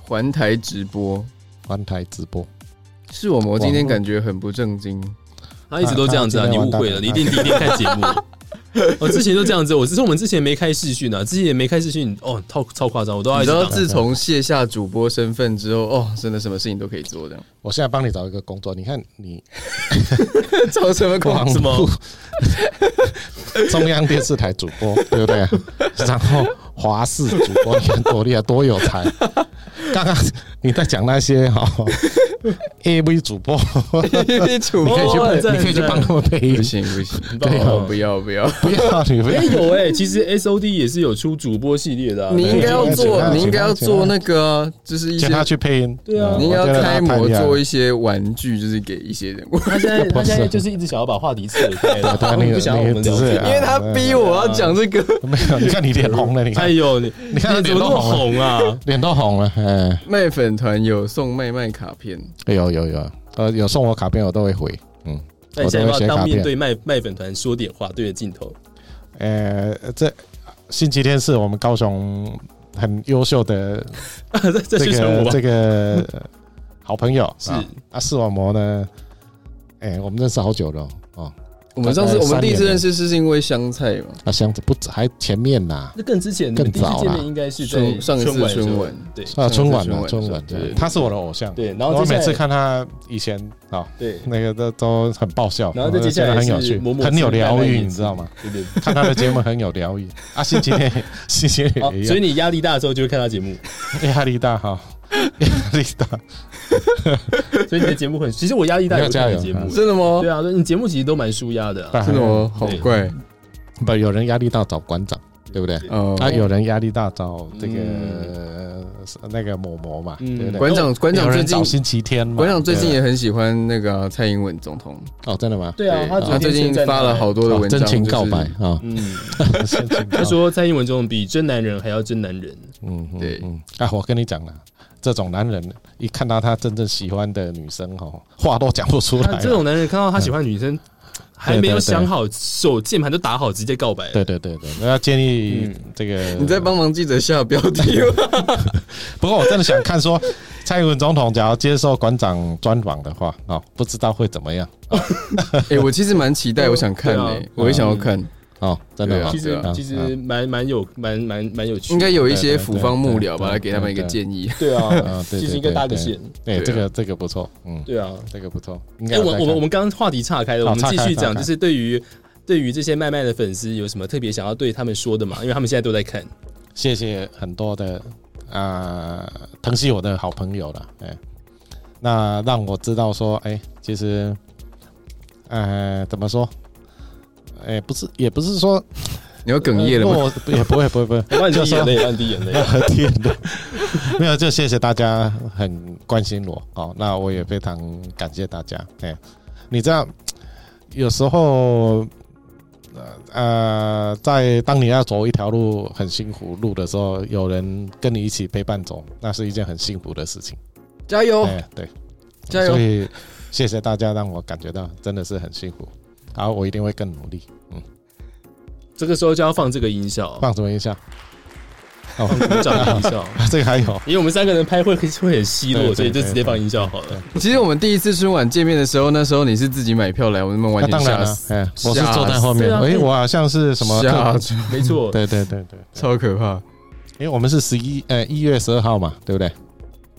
Speaker 2: 环台直播，
Speaker 6: 观台直播。
Speaker 2: 是我们今天感觉很不正经。
Speaker 1: 他一直都这样子啊，
Speaker 6: 他他
Speaker 1: 你
Speaker 6: 今天
Speaker 1: 误会了，你一
Speaker 6: <laughs>
Speaker 1: 定第一天看节目。我哦之前都这样子，我只是我们之前没开视讯啊，之前也没开视讯，哦，超超夸张，我都要
Speaker 2: 你
Speaker 1: 一
Speaker 2: 知
Speaker 1: 直
Speaker 2: 道，
Speaker 1: 挡。
Speaker 2: 自从卸下主播身份之后，哦，真的什么事情都可以做，这样
Speaker 6: 我现在帮你找一个工作，你看你
Speaker 1: <laughs>
Speaker 2: 找什么
Speaker 6: 广
Speaker 2: 狂？
Speaker 1: 什
Speaker 6: 播
Speaker 1: 么
Speaker 6: 中央电视台主播， <laughs> 对不对、然后华视主播，你看多厉害，多有才！刚刚你在讲那些
Speaker 1: <laughs>
Speaker 6: 哈、AV 主播，
Speaker 2: 主
Speaker 6: 你可以去
Speaker 1: 哦
Speaker 6: 配，
Speaker 1: 赞
Speaker 6: 你可以去
Speaker 1: 赞
Speaker 6: 帮他们配
Speaker 2: 不
Speaker 6: 音。
Speaker 2: 行不行，
Speaker 1: 棒
Speaker 2: 不要不要不要！
Speaker 6: 不要你不要
Speaker 1: 哎、，有哎、其实 S O D 也是有出主播系列的、啊，
Speaker 2: 你应该要
Speaker 6: 请他
Speaker 2: 做，你应该要
Speaker 6: 请他
Speaker 2: 做那个啊，就是一些
Speaker 6: 请他去配音。
Speaker 1: 对啊
Speaker 6: 嗯
Speaker 2: 你应该
Speaker 6: 我觉
Speaker 2: 要
Speaker 6: 得他
Speaker 2: 开模
Speaker 6: 太厉害了
Speaker 2: 做一些玩具，就是给一些人，
Speaker 1: 他现在
Speaker 6: 不
Speaker 1: 他
Speaker 6: 是
Speaker 1: 现在就是一直想要把话题扯开，然
Speaker 6: 对啊
Speaker 1: 后
Speaker 6: 那个
Speaker 1: 不想让我们
Speaker 6: 那
Speaker 1: 聊
Speaker 6: 个只是
Speaker 1: 天。
Speaker 6: 啊
Speaker 2: 因为他逼我要讲这个。
Speaker 6: 没有，你看你脸红了，你
Speaker 1: 哎
Speaker 6: 看
Speaker 1: 呦，你
Speaker 6: 你看他
Speaker 1: 怎
Speaker 6: 脸
Speaker 1: 么
Speaker 6: 都
Speaker 1: 那么
Speaker 6: 红了，
Speaker 1: 红啊？
Speaker 6: 脸都红了。哎，
Speaker 2: <laughs> 卖粉团有送卖卖卡片，
Speaker 6: 有有有，呃，有送我卡片我都会回。嗯，
Speaker 1: 那你现在要不要当面对麦麦粉团说点话，对着镜头。
Speaker 6: 呃，这星期天是我们高雄很优秀的
Speaker 1: 啊， <laughs> 这这
Speaker 6: 这
Speaker 1: 宣传我
Speaker 6: 个
Speaker 1: 吧，
Speaker 6: 这个呃好朋友
Speaker 1: <laughs> 是
Speaker 6: 啊啊，视网膜呢，哎、我们认识好久了哦。
Speaker 2: 我们上次
Speaker 6: 大概
Speaker 2: 我们第一次
Speaker 6: 三年了
Speaker 2: 认识是因为香菜嘛，
Speaker 6: 啊，箱子不止还前面呐、
Speaker 1: 那更之前你们第一次见面应该是在
Speaker 2: 更早啦
Speaker 1: 春晚的时候
Speaker 2: 上一次春晚
Speaker 1: 对
Speaker 6: 啊，
Speaker 2: 上次
Speaker 6: 春晚
Speaker 2: 春
Speaker 6: 啊，
Speaker 2: 晚
Speaker 6: 春晚，
Speaker 2: 对
Speaker 6: 对
Speaker 2: 对
Speaker 6: 他是我的偶像。
Speaker 1: 对，然后
Speaker 6: 我
Speaker 1: 接下
Speaker 6: 每
Speaker 1: 来
Speaker 6: 次看他以前啊、哦，
Speaker 1: 对，
Speaker 6: 那个都都很爆笑，
Speaker 1: 然后再接下
Speaker 6: 我
Speaker 1: 来
Speaker 6: 就觉得很有
Speaker 1: 是
Speaker 6: 趣，
Speaker 1: 某某
Speaker 6: 很有疗
Speaker 1: 自带麦
Speaker 6: 愈，
Speaker 1: 克
Speaker 6: 你知道吗？
Speaker 1: 对对对。
Speaker 6: 看他的节目很有
Speaker 2: <laughs>
Speaker 6: 疗愈 <laughs> 啊。星期天，星期
Speaker 1: 哦
Speaker 6: <laughs> 天也一
Speaker 1: 所以
Speaker 6: 样，
Speaker 1: 你压力大的时候就会看他节目，
Speaker 6: <laughs> 压力大哈， <laughs> 压力大。
Speaker 1: <laughs> 所以你的节目很，其实我压力大也会看你的节目
Speaker 6: 你要，
Speaker 2: 真的吗
Speaker 1: 对？啊，所以你节目其实都蛮舒压的啊。
Speaker 6: 但
Speaker 2: 真的吗？好怪
Speaker 6: 不，有人压力大找馆长，对不对？
Speaker 2: 哦！嗯
Speaker 6: 啊，有人压力大找这个、呃那个某某嘛，
Speaker 1: 嗯
Speaker 6: 对不对？
Speaker 2: 馆长馆
Speaker 6: 有
Speaker 2: 长最
Speaker 6: 人
Speaker 2: 近
Speaker 6: 找星期天嘛，
Speaker 2: 馆长最近
Speaker 6: 对
Speaker 2: 也很喜欢那个啊蔡英文总统，
Speaker 6: 哦，真的吗？
Speaker 1: 对啊，
Speaker 2: 他
Speaker 1: 他
Speaker 2: 最近发了，好多的
Speaker 6: 哦
Speaker 2: 文章，
Speaker 6: 真情
Speaker 2: 就是
Speaker 6: 告白啊，
Speaker 1: 嗯，
Speaker 6: 真 <laughs> 情告
Speaker 1: 他
Speaker 6: 白
Speaker 1: 说蔡英文总统比真男人还要真男人，
Speaker 6: 嗯，嗯
Speaker 2: 对
Speaker 6: 嗯，啊，我跟你讲了，这种男人一看到他真正喜欢的女生哦，话都讲不出来
Speaker 1: 他
Speaker 6: 嗯啊，
Speaker 1: 这种男人看到他喜欢女生，还没有想好手键盘就打好，直接告白了。
Speaker 6: 对对对对，那要建议
Speaker 2: 嗯
Speaker 6: 这个。
Speaker 2: 你在帮忙记者
Speaker 1: <laughs>
Speaker 2: 下标题吗？
Speaker 1: 啊
Speaker 6: 不过我真的想看说，蔡英文总统假如接受馆长专访的话，哦，不知道会怎么样哦
Speaker 2: <laughs> 哎，我其实蛮期待，我想看
Speaker 1: 对啊
Speaker 2: 诶，我也想要看，
Speaker 6: 哦，真的
Speaker 2: 对啊
Speaker 6: 吗
Speaker 1: 其实
Speaker 6: 啊
Speaker 1: 其
Speaker 6: 啊
Speaker 1: 实蛮蛮有蛮蛮蛮有趣的，
Speaker 2: 应该有一
Speaker 6: 对对
Speaker 2: 些
Speaker 6: 对
Speaker 2: 府方幕僚吧，
Speaker 6: 对
Speaker 2: 来给他们一个
Speaker 6: 对对
Speaker 2: 建议。
Speaker 1: <laughs> 对啊，
Speaker 6: 啊，对，
Speaker 1: 其实
Speaker 6: 对
Speaker 1: 应该搭个
Speaker 6: 对
Speaker 1: 线，
Speaker 2: 对
Speaker 6: 对，
Speaker 2: 啊
Speaker 6: 这个这个不错，嗯，
Speaker 1: 对啊。
Speaker 6: 这个不错。应该
Speaker 1: 哎，
Speaker 6: 有
Speaker 1: 我我
Speaker 6: 在
Speaker 1: 们
Speaker 6: 看
Speaker 1: 我们刚刚话题岔开了，
Speaker 6: 好
Speaker 1: 我们继
Speaker 6: 岔
Speaker 1: 续
Speaker 6: 开岔
Speaker 1: 讲，
Speaker 6: 开
Speaker 1: 就是对于对于这些麦麦的粉丝有什么特别想要对他们说的嘛？因为他们现在都在看，
Speaker 6: <laughs> 谢谢很多的啊、呃疼惜我的好朋友了，哎、那让我知道说，哎、其实，呃，怎么说？哎、不是，也不是说
Speaker 2: 你要哽咽了吗？
Speaker 6: 呃不我也不会，不会，不会，
Speaker 1: <laughs> 乱滴
Speaker 6: 就
Speaker 1: 眼
Speaker 6: 说
Speaker 1: 泪，乱滴眼泪。
Speaker 6: <laughs> 天的，没有，就谢谢大家很关心我哦。那我也非常感谢大家。哎、你知道，有时候，呃，在当你要走一条路很辛苦路的时候，有人跟你一起陪伴走，那是一件很幸福的事情。
Speaker 2: 加油
Speaker 6: 哎、，对，
Speaker 2: 加
Speaker 6: 所
Speaker 2: 油！
Speaker 6: 以谢谢大家，让我感觉到真的是很幸福。好，我一定会更努力。嗯
Speaker 1: 这个时候就要放这个音效，
Speaker 6: 放什么
Speaker 1: <laughs>
Speaker 6: 音效？哦，
Speaker 1: 放
Speaker 6: <laughs>
Speaker 1: 鼓掌的音效。
Speaker 6: 这个还有。
Speaker 1: 因为我们三个人拍会会很奚落，
Speaker 6: 对对
Speaker 1: 所以就直接
Speaker 6: 对
Speaker 1: 放音效好了。
Speaker 2: 其实我们第一次春晚见面的时候，那时候你是自己买票来，我们完
Speaker 6: 那
Speaker 2: 全
Speaker 6: 当然
Speaker 2: 吓
Speaker 6: 了
Speaker 2: 死，，
Speaker 6: 哎，我是坐在后面，
Speaker 1: 吓死
Speaker 6: 哎，我好像是什么特别？
Speaker 2: 吓死，
Speaker 1: 没错，
Speaker 6: 对对对对，
Speaker 2: 超可怕。
Speaker 6: 因为我们是十一呃一月十二号嘛，对不对？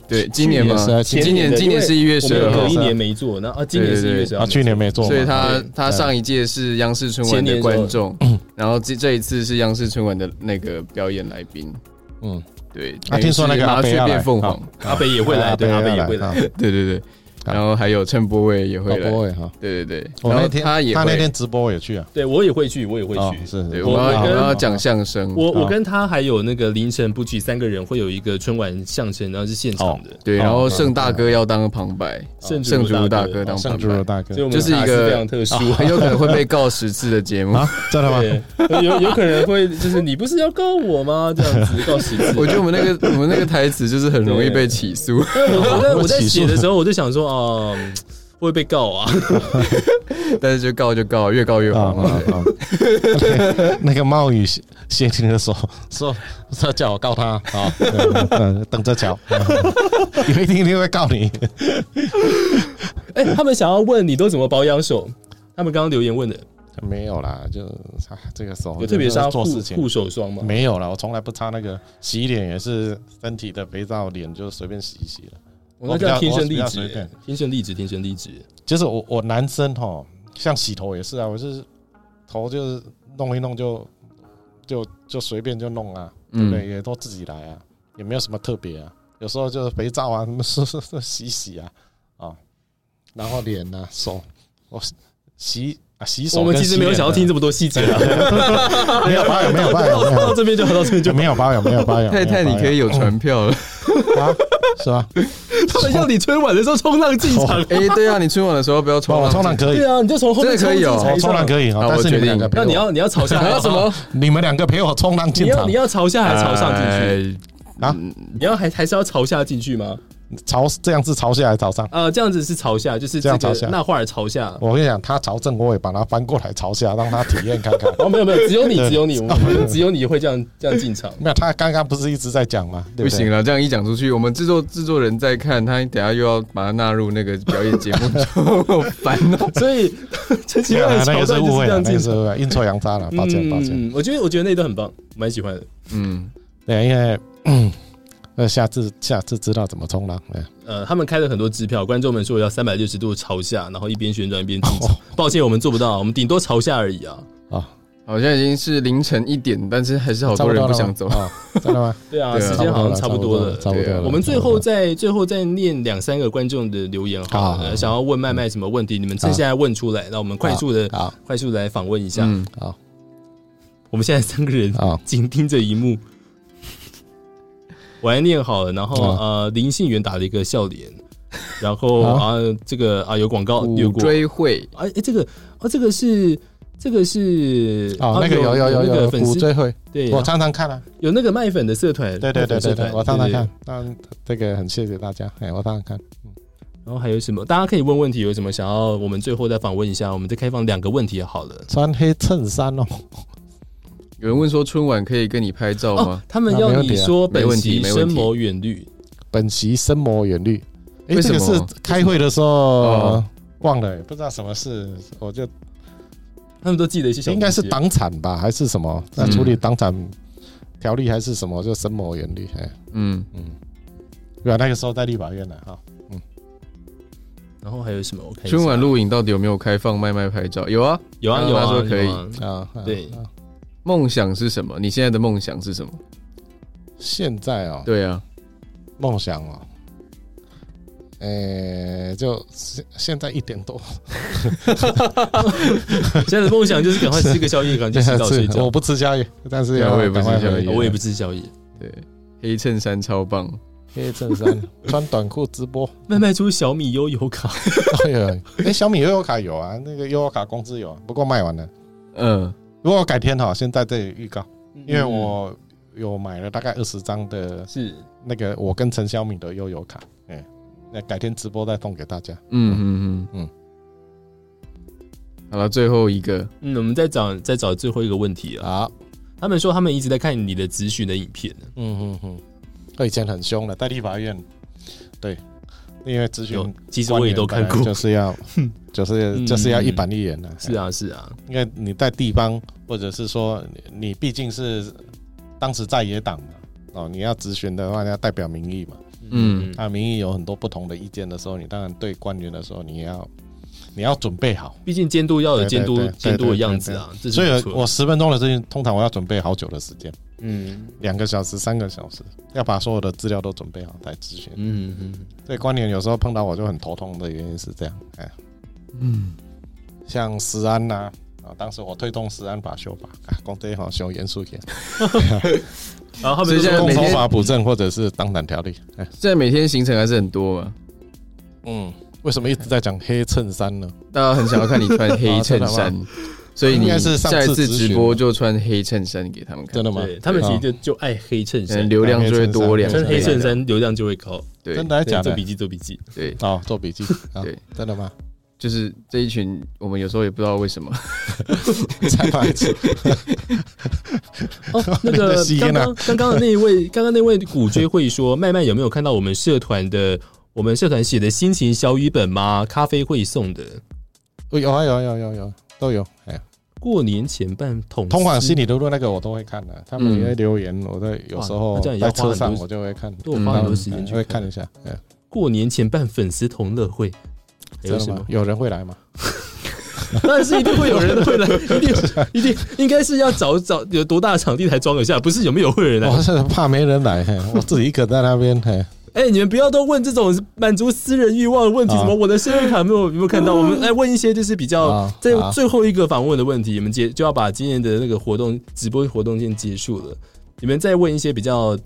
Speaker 2: 对，今年嘛
Speaker 6: 去年12，
Speaker 1: 啊
Speaker 2: 今年今年是一月
Speaker 1: 我
Speaker 2: 十
Speaker 1: 们
Speaker 2: 二
Speaker 1: 有
Speaker 2: 号
Speaker 1: 一，年没做，那啊，今年是一月十
Speaker 6: 啊，
Speaker 1: 号，嗯
Speaker 6: 去年没做嘛，
Speaker 2: 所以他
Speaker 1: 对
Speaker 2: 他上一届是央视春晚的观众，
Speaker 6: 嗯
Speaker 2: 然后这这一次是央视春晚的那个表演来宾。
Speaker 6: 嗯，
Speaker 2: 对，
Speaker 6: 啊，听说那个
Speaker 2: 麻
Speaker 6: 阿
Speaker 2: 雀
Speaker 6: 贝要来
Speaker 2: 变凤凰，，
Speaker 1: 阿北也会来，对，阿
Speaker 6: 啊
Speaker 1: 北也会来。，
Speaker 2: 对对对，然后还有陈柏伟也会
Speaker 6: 哦，
Speaker 2: 来
Speaker 6: 不，会哈。
Speaker 2: 对对对，
Speaker 6: 我
Speaker 2: 然
Speaker 6: 那
Speaker 2: 后
Speaker 6: 天
Speaker 2: 他也
Speaker 6: 他那天
Speaker 2: 会，
Speaker 6: 直播我也去啊，
Speaker 1: 对我也会去，我也会
Speaker 6: 哦
Speaker 1: 去。
Speaker 6: 是
Speaker 2: 对，
Speaker 6: 是，
Speaker 2: 我们要
Speaker 1: 我
Speaker 2: 我
Speaker 1: 跟
Speaker 2: 们要讲相声，
Speaker 1: 我我
Speaker 6: 啊
Speaker 1: 跟他还有那个凌晨不举三个人会有一个春晚相声，然后是现场的，
Speaker 2: 对，
Speaker 6: 哦
Speaker 2: 然后盛大哥要当旁白，
Speaker 1: 哦圣
Speaker 2: 圣
Speaker 1: 主
Speaker 2: 主
Speaker 1: 大
Speaker 2: 大
Speaker 1: 哥
Speaker 2: 哥，当
Speaker 6: 圣
Speaker 2: 旁
Speaker 6: 主的
Speaker 2: 白，
Speaker 6: 大
Speaker 1: 所以
Speaker 6: 哥
Speaker 1: 我们
Speaker 2: 就是
Speaker 1: 卡
Speaker 2: 一
Speaker 1: 斯非
Speaker 2: 个
Speaker 1: 常特殊。啊
Speaker 2: 很 <laughs> 有可能会
Speaker 1: <laughs>
Speaker 2: 被告十次的节目。
Speaker 6: 啊，真的吗？
Speaker 1: 对，有有可能会就是你不是要告我吗？这样
Speaker 2: <laughs>
Speaker 1: 子告十次。
Speaker 2: 我觉得我们那
Speaker 1: <laughs>
Speaker 2: 个我们那个台词就是很容易被起诉。
Speaker 1: 我在我在
Speaker 6: 哦起诉
Speaker 1: 写的时候，我就想说啊，嗯会不会被告啊？ <laughs>
Speaker 2: <laughs> 但是就告就告，越告越
Speaker 6: 啊
Speaker 2: 黄
Speaker 6: 啊
Speaker 2: 嘛。
Speaker 6: 啊！那个冒雨邪邪情的说说他叫我告他
Speaker 1: 哦
Speaker 6: 啊，嗯等着瞧，有一天一定会告你。
Speaker 1: 哎，他们想要问你都怎么保养手？他们刚刚留言问的，
Speaker 6: 没有啦，就、啊、这个时候
Speaker 1: 有特别是要护
Speaker 6: 做事情
Speaker 1: 护手霜吗？
Speaker 6: 没有啦，我从来不擦那个洗脸，也是身体的肥皂，脸就随便洗一洗了。
Speaker 1: 我那叫天生丽
Speaker 6: 哦我比较随
Speaker 1: 质
Speaker 6: 便，
Speaker 1: 天生丽质，天生丽质。
Speaker 6: 就是我我男生哈，像洗头也是啊，我就是头就是弄一弄就就就随便就弄啊，对不对？
Speaker 2: 嗯，
Speaker 6: 也都自己来啊，也没有什么特别啊。有时候就是肥皂啊，什 <laughs> 么洗洗啊，啊，然后脸啊、手，我洗啊洗手
Speaker 1: 我
Speaker 6: 跟洗脸啊。
Speaker 1: 们其实没有想要听这么多细节啊， <laughs>
Speaker 6: 没有保养，没有保养，没有保
Speaker 1: 到
Speaker 6: 养
Speaker 1: 这边就到这边就
Speaker 6: 就没有保养，没有保养。
Speaker 2: 太太，你
Speaker 6: 没有保养
Speaker 2: 可以有船票了。
Speaker 6: 啊，是吧？
Speaker 1: 他们要你春晚的时候冲浪进场。
Speaker 2: <laughs> 哎，对啊，你春晚的时候不要冲
Speaker 6: 哦我
Speaker 2: 浪，
Speaker 6: 冲浪可以
Speaker 1: 对，啊，你就从后面
Speaker 2: 这个可以哦
Speaker 1: 冲进
Speaker 6: 我
Speaker 1: 台
Speaker 6: 冲浪
Speaker 1: 上。
Speaker 6: 可以啊
Speaker 2: 好，
Speaker 6: 但
Speaker 2: 我
Speaker 6: 是
Speaker 2: 决
Speaker 6: 你们两
Speaker 2: 定
Speaker 6: 个陪
Speaker 1: 那
Speaker 6: 我，
Speaker 1: 你要你要朝下
Speaker 2: 还
Speaker 1: 还
Speaker 2: 要
Speaker 6: <laughs>
Speaker 1: 是
Speaker 2: 什？么？
Speaker 6: 你们两个陪我冲浪
Speaker 1: 你
Speaker 6: 进
Speaker 1: 要
Speaker 6: 场
Speaker 1: 你，要朝下还是朝上进去？
Speaker 6: 啊
Speaker 2: 嗯
Speaker 1: 你要还还是要朝下进去吗？
Speaker 6: 朝这样子朝下来朝上。
Speaker 1: 呃，这样子是朝下，就是
Speaker 6: 这
Speaker 1: 这
Speaker 6: 样朝
Speaker 1: 个
Speaker 6: 下
Speaker 1: 那画儿朝下。
Speaker 6: 我跟你讲，他朝正，我也把他翻过来朝下，让他体验看看。
Speaker 1: <laughs> 哦，没有没有，只有你
Speaker 6: <laughs> 对哦
Speaker 1: 只有你，我们只有你会这样这样进场。
Speaker 6: 没有，他刚刚不是一直在讲吗？对
Speaker 2: 不
Speaker 6: 对
Speaker 2: 行，了，这样一讲出去，我们制作制作人在看，他等下又要把它纳入那个表演节目
Speaker 1: <laughs>
Speaker 2: 中，好烦
Speaker 6: <laughs>
Speaker 2: 哦。
Speaker 1: 所以 <laughs> 陈其
Speaker 6: 没有
Speaker 1: 迈的
Speaker 6: 啦啊那
Speaker 1: 桥
Speaker 6: 个
Speaker 1: 段
Speaker 6: 是
Speaker 1: 就
Speaker 6: 误
Speaker 1: 是这
Speaker 6: 会啦，
Speaker 1: 样
Speaker 6: 那
Speaker 1: 进
Speaker 6: 个是
Speaker 1: 场。
Speaker 6: 误会，阴错阳差了，抱歉抱歉。
Speaker 1: 嗯，我觉得我觉得那一段很棒，蛮喜欢的。
Speaker 2: 嗯，
Speaker 6: 对，因为 <clears throat> 嗯那下次下次知道怎么冲浪。嗯
Speaker 1: 呃，他们开了很多支票，观众们说要三百六十度朝下，然后一边旋转一边进场。
Speaker 6: 哦
Speaker 1: 抱歉，我们做不到，我们顶多朝下而已啊。
Speaker 2: 好像已经是凌晨一点，但是还是好
Speaker 6: 差
Speaker 2: 多
Speaker 6: 不
Speaker 2: 人
Speaker 6: 多
Speaker 2: 不
Speaker 6: 了
Speaker 2: 想
Speaker 6: 吗
Speaker 2: 走。
Speaker 6: 哦真的吗？
Speaker 1: 对啊，
Speaker 2: 对啊
Speaker 1: 时间好像差不多了。
Speaker 6: 差不多
Speaker 2: 对啊
Speaker 6: 了。
Speaker 1: 我们最
Speaker 6: 差不多
Speaker 1: 后
Speaker 6: 了
Speaker 1: 再最后再念两三个观众的留言
Speaker 6: 好
Speaker 1: 好
Speaker 6: 好
Speaker 1: 了，呃
Speaker 6: 好
Speaker 1: 想要问麦麦什么问题，你们趁现在问出来，那我们快速的
Speaker 6: 好
Speaker 1: 快速地来访问一下。
Speaker 2: 嗯，
Speaker 1: <laughs> 我们现在三个人
Speaker 6: 好
Speaker 1: 紧盯着一幕，我还念好了，然后
Speaker 6: 嗯
Speaker 1: 呃，林信源打了一个笑
Speaker 6: <laughs>
Speaker 1: 脸，然后啊
Speaker 6: 啊，
Speaker 1: 这个啊有广告有
Speaker 2: 五
Speaker 1: 过，
Speaker 2: 追会
Speaker 1: 哎哎，这个啊，这个是这个是
Speaker 6: 哦，那个有有有
Speaker 1: 啊那
Speaker 6: 有
Speaker 1: 个粉
Speaker 6: 骨
Speaker 1: 丝
Speaker 6: 追会，
Speaker 1: 对，
Speaker 6: 我常常看啊。
Speaker 1: 有那个卖粉的社团，
Speaker 6: 对对
Speaker 1: 卖 <laughs>
Speaker 6: 对
Speaker 1: 粉社
Speaker 6: 对
Speaker 1: 团
Speaker 6: 嗯对，我常常看。那这个很谢谢大家，哎，我常常看。
Speaker 1: 然后还有什么？大家可以问问题，有什么想要我们最后再访问一下？我们再开放两个问题好了。
Speaker 6: 穿黑衬衫哦，
Speaker 2: 有人问说春晚可以跟你拍照
Speaker 1: 哦
Speaker 2: 吗？，
Speaker 1: 他们
Speaker 6: 啊没
Speaker 1: 要
Speaker 6: 问
Speaker 1: 你
Speaker 6: 题啊
Speaker 1: 说
Speaker 2: 没
Speaker 1: 本
Speaker 2: 问题
Speaker 1: 席
Speaker 2: 没问
Speaker 1: 深
Speaker 2: 题
Speaker 1: 谋远虑，
Speaker 6: 本席深谋远虑。哎、
Speaker 2: 为什
Speaker 6: 这
Speaker 2: 么
Speaker 6: 个是开会的时候、
Speaker 2: 哦
Speaker 6: 忘了、不知道什么事，我就
Speaker 1: 他们都记得一些小
Speaker 6: 应该是
Speaker 1: 东西
Speaker 6: 党产吧，还是什么？那
Speaker 2: 嗯
Speaker 6: 处理党产条例还是什么？就深谋远虑。哎、
Speaker 2: 嗯，
Speaker 6: 嗯，对啊，那个时候在立法院呢，哈，嗯
Speaker 1: 然后还有什么？我看一下
Speaker 2: 春晚录影到底有没有开放卖卖拍照？有啊。
Speaker 1: 有啊
Speaker 2: 刚刚
Speaker 1: 有啊，
Speaker 2: 他说可以
Speaker 1: 有啊
Speaker 6: 啊，啊
Speaker 1: 对
Speaker 6: 啊
Speaker 2: 梦想是什么？你现在的梦想是什么？
Speaker 6: 现在哦，
Speaker 2: 对啊，
Speaker 6: 梦想哦，诶、就现现在一点多，
Speaker 1: <laughs> 现在的梦想就是赶快吃个宵夜，赶快去洗澡睡
Speaker 6: <laughs> 是
Speaker 1: <laughs>
Speaker 6: 我
Speaker 1: 觉。
Speaker 6: 不吃宵夜，但是
Speaker 2: 对啊
Speaker 6: 要
Speaker 2: 我也不吃
Speaker 6: 赶快
Speaker 2: 宵
Speaker 6: 回
Speaker 2: 夜
Speaker 6: 去
Speaker 1: 我也不吃宵夜，
Speaker 2: 对，黑衬衫超棒，
Speaker 6: 黑
Speaker 1: <laughs>
Speaker 6: 衬衫， <laughs> 穿短裤直播。
Speaker 1: 卖卖出小米悠游
Speaker 6: <laughs>
Speaker 1: 卡，
Speaker 6: 哎呀，哎、小米悠游卡有啊，那个悠游卡公司有啊，不过卖完了。
Speaker 2: 嗯，
Speaker 6: 如果改天哈，先在这里预告，
Speaker 1: 嗯
Speaker 6: 因为我有买了大概二十张的
Speaker 1: 是
Speaker 6: 那个我跟陈小米的悠游卡，哎、那改天直播再送给大家。
Speaker 2: 嗯嗯嗯嗯。好了，最后一个，
Speaker 1: 嗯，我们再找再找最后一个问题啊。
Speaker 6: 好，
Speaker 1: 他们说他们一直在看你的咨询的影片呢，
Speaker 6: 嗯嗯嗯，我以前很凶的，在立法院，对，因为咨询
Speaker 1: 有，其实我也都看过
Speaker 6: 官员本来。就是要，就是
Speaker 1: <laughs> 嗯
Speaker 6: 就是要一板一眼的、
Speaker 1: 是，啊，是啊，
Speaker 6: 因为你在地方，或者是说你你毕竟是当时在野党嘛，哦，你要咨询的话，你要代表民意嘛，
Speaker 2: 嗯
Speaker 6: 啊，民意有很多不同的意见的时候，你当然对官员的时候，你要你要准备好。
Speaker 1: 毕竟监督要有
Speaker 6: 对对
Speaker 1: 监督
Speaker 6: 对对
Speaker 1: 监督的
Speaker 6: 对对
Speaker 1: 样子啊，这
Speaker 6: 所以
Speaker 1: 是不错
Speaker 6: 我十分钟的事情，通常我要准备好久的时间，
Speaker 1: 嗯
Speaker 6: 两个小时、三个小时，要把所有的资料都准备好再咨询。
Speaker 1: 嗯嗯
Speaker 6: 所以官员有时候碰到我就很头痛的原因是这样，哎，
Speaker 2: 嗯，
Speaker 6: 像食安呐、啊，当时我推动食安法修法，啊讲这一行修严肃一点，
Speaker 1: 嗯， <laughs> 然后他
Speaker 2: 所
Speaker 1: 们
Speaker 2: 以
Speaker 1: 就
Speaker 2: 现在
Speaker 1: 说
Speaker 6: 动
Speaker 2: 每
Speaker 6: 手
Speaker 2: 天
Speaker 6: 法补正或者是党产条例，哎，
Speaker 2: 现在每天行程还是很多嘛，
Speaker 6: 嗯，为什么一直在讲黑衬衫呢？
Speaker 2: 大家很想要看你穿黑衬
Speaker 6: <laughs> 啊真的
Speaker 2: 衫，所以
Speaker 6: 应
Speaker 2: 你
Speaker 6: 该是上次
Speaker 2: 下一次
Speaker 6: 咨询
Speaker 2: 直播就穿黑衬衫给他们看
Speaker 6: 真，的吗？
Speaker 1: 对他们其实
Speaker 6: 啊
Speaker 1: 就就爱黑衬
Speaker 2: 嗯，
Speaker 1: 衫，
Speaker 2: 流量就会多两
Speaker 6: 对
Speaker 1: 穿
Speaker 2: 倍
Speaker 1: 黑衬，衫流量就会高。
Speaker 2: 对
Speaker 6: 真的还是
Speaker 1: 对
Speaker 6: 假
Speaker 1: 做
Speaker 6: 的
Speaker 1: 笔？记做笔记，
Speaker 2: 对，
Speaker 6: 哦，做笔记，啊
Speaker 2: 对，
Speaker 6: 真的吗？
Speaker 2: 就是这一群，我们有时候也不知道为
Speaker 6: <laughs>
Speaker 2: 什么，
Speaker 6: 再来一次，
Speaker 1: 哦，那
Speaker 6: 你
Speaker 1: 个
Speaker 6: 的吸
Speaker 1: 刚
Speaker 6: 烟啊
Speaker 1: 刚刚刚的那一位， <laughs> 刚刚那位古追会说，麦麦有没有看到我们社团的我们社团写的心情小语本吗？咖啡会送的，
Speaker 6: 有啊有啊有啊有啊有啊都有，哎，
Speaker 1: 过年前办统
Speaker 6: 通往
Speaker 1: 心
Speaker 6: 心理的路那个我都会看的，
Speaker 2: 嗯
Speaker 6: 他们也会留言，我在有时
Speaker 1: 哇
Speaker 6: 候
Speaker 1: 那嗯这样也要
Speaker 6: 在车
Speaker 1: 花很
Speaker 6: 上
Speaker 1: 多
Speaker 6: 我就会看，
Speaker 1: 都有花很多时间去
Speaker 6: 嗯会看一下，哎，
Speaker 1: 过年前办粉丝同乐会，还有
Speaker 6: 真
Speaker 1: 什
Speaker 6: 的
Speaker 1: 么
Speaker 6: 吗？？有人会来吗？
Speaker 1: <laughs> 当然是一定会有人会来，一定一定应该是要找找有多大的场地才装得下，不是有没有会有人来？
Speaker 6: 我是怕没人来，嘿我自己一个在那边，嘿，
Speaker 1: 哎、你们不要都问这种满足私人欲望的问题，
Speaker 6: 啊
Speaker 1: 什么我的信用卡有没有有没有看到？我
Speaker 2: 嗯
Speaker 1: 们来问一些就是比较
Speaker 6: 啊
Speaker 1: 在
Speaker 6: 啊
Speaker 1: 最后一个访问的问题，你们结就要把今年的那个活动直播活动先结束了，你们再问一些比较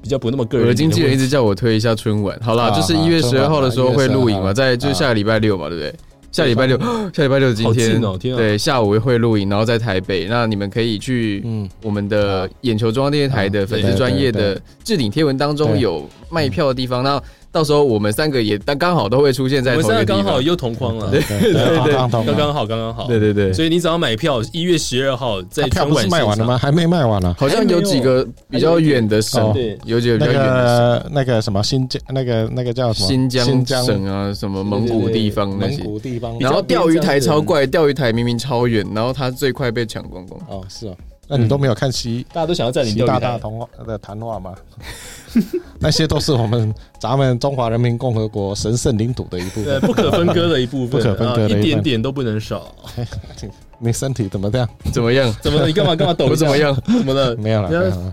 Speaker 1: 比较不那么个人
Speaker 2: 我的
Speaker 1: 问题。
Speaker 2: 经纪人一直叫我推一下春晚，好啦，
Speaker 6: 啊
Speaker 2: 就是
Speaker 6: 啊
Speaker 2: 一月十
Speaker 6: 春
Speaker 2: 二
Speaker 6: 晚
Speaker 2: 号的时候
Speaker 6: 啊
Speaker 2: 会录
Speaker 6: 1月
Speaker 2: 影
Speaker 6: 12
Speaker 2: 嘛，
Speaker 6: 号
Speaker 2: 在就是下礼拜六嘛，对不对？下礼拜六，下礼拜六今
Speaker 1: 好
Speaker 2: 天
Speaker 1: 近哦天啊
Speaker 2: 对下午会录影，然后在台北，那你们可以去
Speaker 6: 嗯，
Speaker 2: 我们的眼球中央电视台的粉丝
Speaker 1: 对
Speaker 2: 专业
Speaker 6: 对
Speaker 2: 的置顶贴文当中
Speaker 6: 对
Speaker 2: 有卖票的地方，那到时候我们三个也刚刚好都会出现在
Speaker 1: 我们
Speaker 2: 同一
Speaker 1: 三
Speaker 2: 个
Speaker 1: 个
Speaker 2: 地
Speaker 1: 刚好
Speaker 2: 方。啊
Speaker 1: 又同框了，
Speaker 6: 对对对，刚
Speaker 1: 刚刚好，刚刚好。
Speaker 2: 对对对，
Speaker 1: 所以你只要买票，一月十二号在
Speaker 6: 啊票
Speaker 1: 春
Speaker 6: 不
Speaker 1: 晚
Speaker 6: 是卖
Speaker 1: 现
Speaker 6: 完了
Speaker 1: 场
Speaker 6: 吗？还没卖完啊呢。
Speaker 2: 好像有几个比较远的省
Speaker 6: 哦，
Speaker 1: 对
Speaker 2: 有几个比
Speaker 6: 那
Speaker 2: 较远的省。
Speaker 6: 个那个什么新疆，那个那个叫什么？
Speaker 2: 新
Speaker 6: 新
Speaker 2: 疆
Speaker 6: 疆
Speaker 2: 省啊，什么蒙古地方那
Speaker 6: 蒙
Speaker 2: 些，
Speaker 6: 古地方。
Speaker 2: 然后钓鱼台超怪，钓鱼台明明超远，然后它最快被抢光光。
Speaker 6: 哦，是哦，那你都没有看西
Speaker 1: 大家都想要占领
Speaker 6: 习
Speaker 1: 钓鱼
Speaker 6: 大
Speaker 1: 台。
Speaker 6: 大同的谈话吗？ <laughs> 那些都是我们咱们中华人民共和国神圣领土的一部
Speaker 1: 对，
Speaker 6: 分。
Speaker 1: 不可分割的一部分，
Speaker 6: 不可分割的一部
Speaker 1: 啊、
Speaker 6: 分
Speaker 1: 一点点都不能少。
Speaker 6: 你身体怎么这样？
Speaker 2: <laughs> 怎么样？
Speaker 1: 怎么了？你干嘛干嘛抖一下？
Speaker 2: 我怎么样？
Speaker 1: 怎么了？
Speaker 6: 没有了，
Speaker 1: 人
Speaker 6: 没
Speaker 1: 家
Speaker 6: 有了。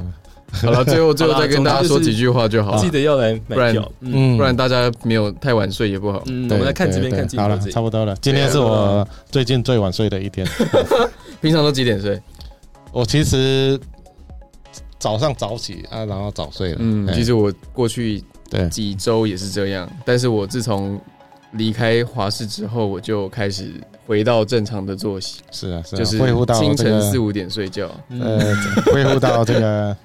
Speaker 2: 好了，最后最后
Speaker 1: 好啦
Speaker 2: 再跟
Speaker 1: 总之
Speaker 2: 大家说
Speaker 1: 就是
Speaker 2: 几句话就好
Speaker 1: 记
Speaker 2: 了，
Speaker 1: 得要来买票
Speaker 2: 不，
Speaker 1: 嗯
Speaker 6: 嗯
Speaker 2: 不然大家没有太晚睡也不好。
Speaker 1: 嗯，我
Speaker 6: 对
Speaker 1: 们来看这边，
Speaker 6: 对
Speaker 1: 看
Speaker 6: 对
Speaker 1: 这
Speaker 6: 好了，
Speaker 1: 边，
Speaker 6: 差不多了。今天是我最近最晚睡的一
Speaker 1: <laughs>
Speaker 6: 天。
Speaker 2: 平常都几点睡？
Speaker 6: 我其实早上早起啊，然后早睡了。
Speaker 2: 嗯，
Speaker 6: 哎
Speaker 2: 其实我过去
Speaker 6: 对
Speaker 2: 几周也是这样，但是我自从离开华视之后，我就开始回到正常的作息，
Speaker 6: 是啊，是啊
Speaker 2: 就是
Speaker 6: 恢复到
Speaker 2: 清
Speaker 6: 这
Speaker 2: 晨四
Speaker 6: 个
Speaker 2: 五点睡觉。
Speaker 1: 嗯
Speaker 6: 呃
Speaker 2: <laughs>
Speaker 6: 呃，恢复到这个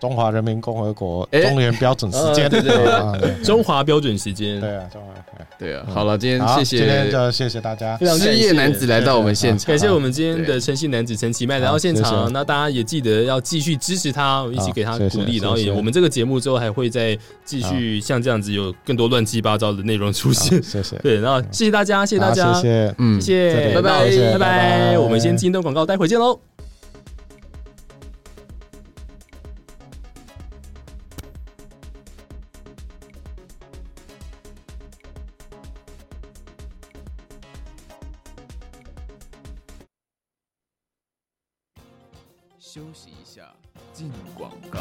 Speaker 6: 中华人民共和国
Speaker 2: 哎
Speaker 6: 中原标准时间，
Speaker 2: 呃对对对
Speaker 6: 啊对
Speaker 1: 中华标准时间，
Speaker 6: 对啊，中华。哎
Speaker 2: 对啊，好了，今天
Speaker 6: 好，
Speaker 2: 谢
Speaker 6: 今天
Speaker 2: 谢
Speaker 6: 就谢谢大家
Speaker 1: 非。常感谢啊
Speaker 2: 失业男子来到我们现场，
Speaker 1: 感谢我们今天的诚信男子陈其迈来到现
Speaker 6: 好谢
Speaker 1: 场，
Speaker 6: 谢
Speaker 1: 那大家也记得要继续支持他，一起给他
Speaker 6: 谢谢
Speaker 1: 鼓励，
Speaker 6: 谢谢
Speaker 1: 然后也我们这个节目之后还会再继续像这样子有更多乱七八糟的内容出
Speaker 6: 好
Speaker 1: 现。
Speaker 6: 谢谢，
Speaker 1: <laughs> 对，然后谢谢大家，谢谢大
Speaker 6: 好
Speaker 1: 家，
Speaker 6: 谢谢。
Speaker 2: 嗯，
Speaker 1: 谢
Speaker 6: 再
Speaker 1: 谢，
Speaker 6: 见
Speaker 1: 拜拜
Speaker 6: 谢
Speaker 1: 拜
Speaker 6: 谢拜
Speaker 1: 拜，
Speaker 6: 拜
Speaker 1: 我们先进一段广告，待会儿见喽。
Speaker 4: 休息一下，进广告。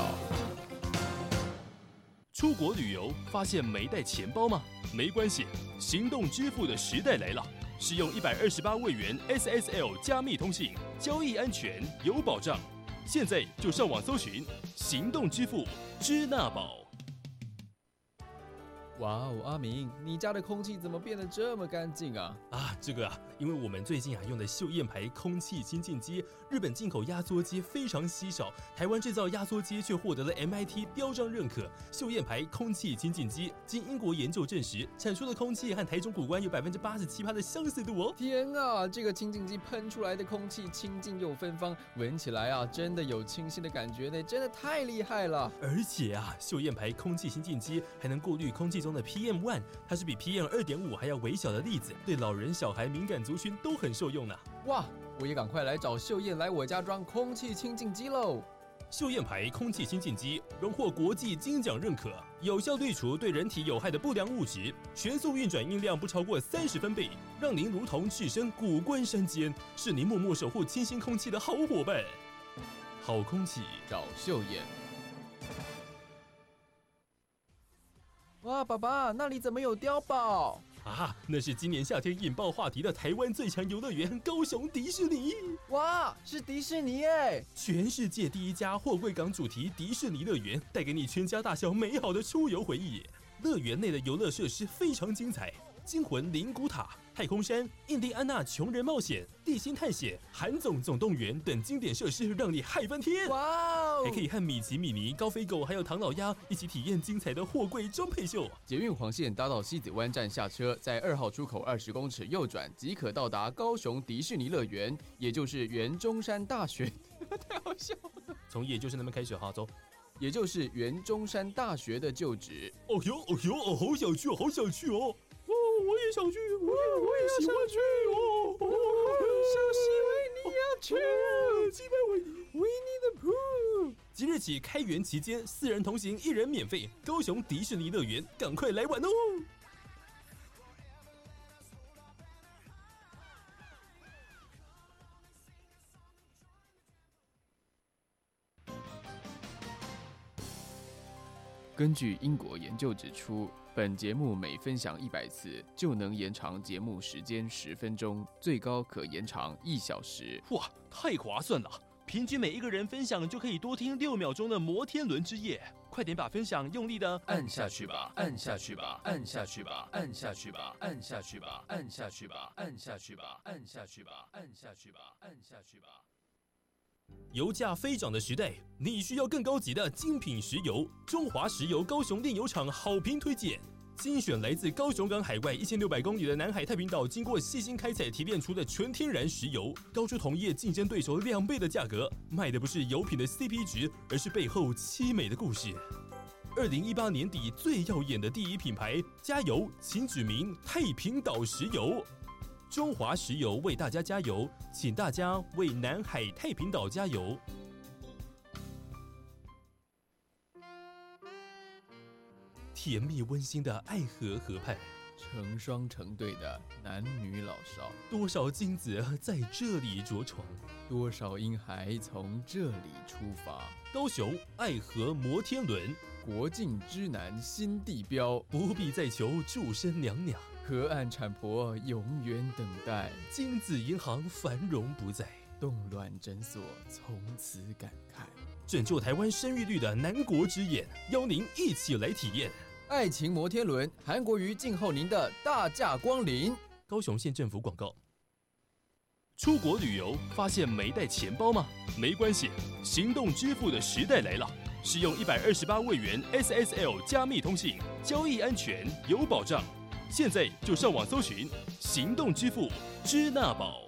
Speaker 1: 出国旅游发现没带钱包吗？没关系，行动支付的时代来了。使用一百二十八位元 SSL 加密通信，交易安全有保障。现在就上网搜寻行动支付支那宝。
Speaker 4: 哇哦，阿明，你家的空气怎么变得这么干净啊？
Speaker 1: 啊，这个啊，因为我们最近啊用的秀燕牌空气清净机，日本进口压缩机非常稀少，台湾制造压缩机却获得了 MIT 标章认可。秀燕牌空气清净机经英国研究证实，产出的空气和台中古关有百分之八十七的相似度哦。
Speaker 4: 天啊，这个清净机喷出来的空气清净又芬芳，闻起来啊，真的有清新的感觉呢，真的太厉害了。
Speaker 1: 而且啊，秀燕牌空气清净机还能过滤空气中的 PM one，它是比 PM 二点五还要微小的粒子，对老人、小孩、敏感族群都很受用呢、
Speaker 4: 哇，我也赶快来找秀燕来我家装空气清净机喽。
Speaker 1: 秀燕牌空气清净机荣获国际金奖认可，有效滤除对人体有害的不良物质，全速运转音量不超过三十分贝，让您如同置身古关山间，是您默默守护清新空气的好伙伴。好空气，
Speaker 4: 找秀燕。哇，爸爸，那里怎么有碉堡？
Speaker 1: 啊，那是今年夏天引爆话题的台湾最强游乐园——高雄迪士尼。
Speaker 4: 哇，是迪士尼哎！
Speaker 1: 全世界第一家货柜港主题迪士尼乐园，带给你全家大小美好的出游回忆。乐园内的游乐设施非常精彩，惊魂灵骨塔、太空山、印第安纳穷人冒险、地心探险、韩总总动员等经典设施，让你嗨翻天。
Speaker 4: 哇哦
Speaker 1: 还！可以和米奇、米妮、高飞狗还有唐老鸭一起体验精彩的货柜装配秀。
Speaker 4: 捷运黄线搭到西子湾站下车，在二号出口二十公尺右转，即可到达高雄迪士尼乐园，也就是原中山大学， <laughs> 太好笑了，
Speaker 1: 从也就是那边开始哈，走。
Speaker 4: 也就是原中山大学的旧址。
Speaker 1: 哦呦哦呦哦，好想去，好想去哦！哦，我也想去，我也我也喜欢去哦！哦，小西维尼要去，西哦维尼维尼的 poo。即日起开园期间，四人同行一人免费，高雄迪士尼乐园，赶快来玩哦！
Speaker 4: 根据英国研究指出，本节目每分享一百次，就能延长节目时间十分钟，最高可延长一小时。
Speaker 1: 哇，太划算了！平均每一个人分享就可以多听六秒钟的摩天轮之夜，快点把分享用力的
Speaker 3: 按下去吧，按下去吧，按下去吧，按下去吧，按下去吧，按下去吧，按下去吧，按下去吧，按下去吧，按下去吧。
Speaker 1: 油价飞涨的时代，你需要更高级的精品石油。中华石油高雄炼油厂好评推荐，精选来自高雄港海外一千六百公里的南海太平岛，经过细心开采提炼出的纯天然石油，高出同业竞争对手两倍的价格。卖的不是油品的 CP 值，而是背后凄美的故事。二零一八年底最耀眼的第一品牌，加油！请指明太平岛石油。中华石油为大家加油，请大家为南海太平岛加油。甜蜜温馨的爱河河畔，
Speaker 4: 成双成对的男女老少，
Speaker 1: 多少精子啊在这里着床。
Speaker 4: 多少婴孩从这里出发。
Speaker 1: 高雄爱河摩天轮，
Speaker 4: 国境之南新地标，
Speaker 1: 不必再求祝生娘娘。
Speaker 4: 河岸产婆永远等待，
Speaker 1: 精子银行繁荣不再，
Speaker 4: 冻卵诊所从此感慨。
Speaker 1: 拯救台湾生育率的南国之眼，邀您一起来体验。
Speaker 4: 爱情摩天轮，韩国瑜静候您的大驾光临。
Speaker 1: 高雄县政府广告。出国旅游发现没带钱包吗？没关系，行动支付的时代来了。使用一百二十八位元 SSL 加密通信，交易安全有保障。现在就上网搜寻行动支付支那宝。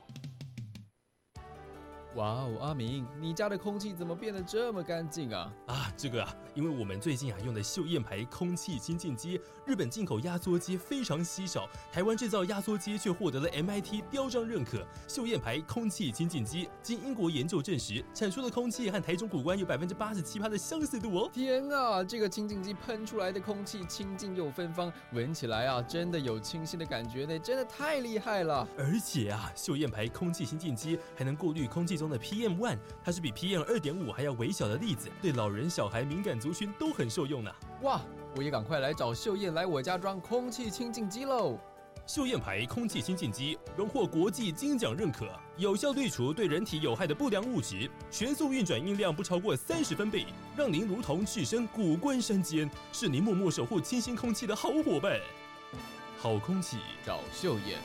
Speaker 4: 哇哦，阿明，你家的空气怎么变得这么干净啊？
Speaker 1: 啊，这个啊，因为我们最近啊用的秀燕牌空气清净机，日本进口压缩机非常稀少，台湾制造压缩机却获得了 MIT 标章认可。秀燕牌空气清净机经英国研究证实，产出的空气和台中古关有百分之八十七的相似度哦。
Speaker 4: 天啊，这个清净机喷出来的空气清净又芬芳，闻起来啊，真的有清新的感觉呢，真的太厉害了。
Speaker 1: 而且啊，秀燕牌空气清净机还能过滤空气中的 PM one，它是比 PM 二点五还要微小的粒子，对老人、小孩、敏感族群都很受用呢、
Speaker 4: 哇，我也赶快来找秀燕来我家装空气清净机喽。
Speaker 1: 秀燕牌空气清净机荣获国际金奖认可，有效滤除对人体有害的不良物质，全速运转音量不超过三十分贝，让您如同置身古关山间，是您默默守护清新空气的好伙伴。好空气，
Speaker 4: 找秀燕。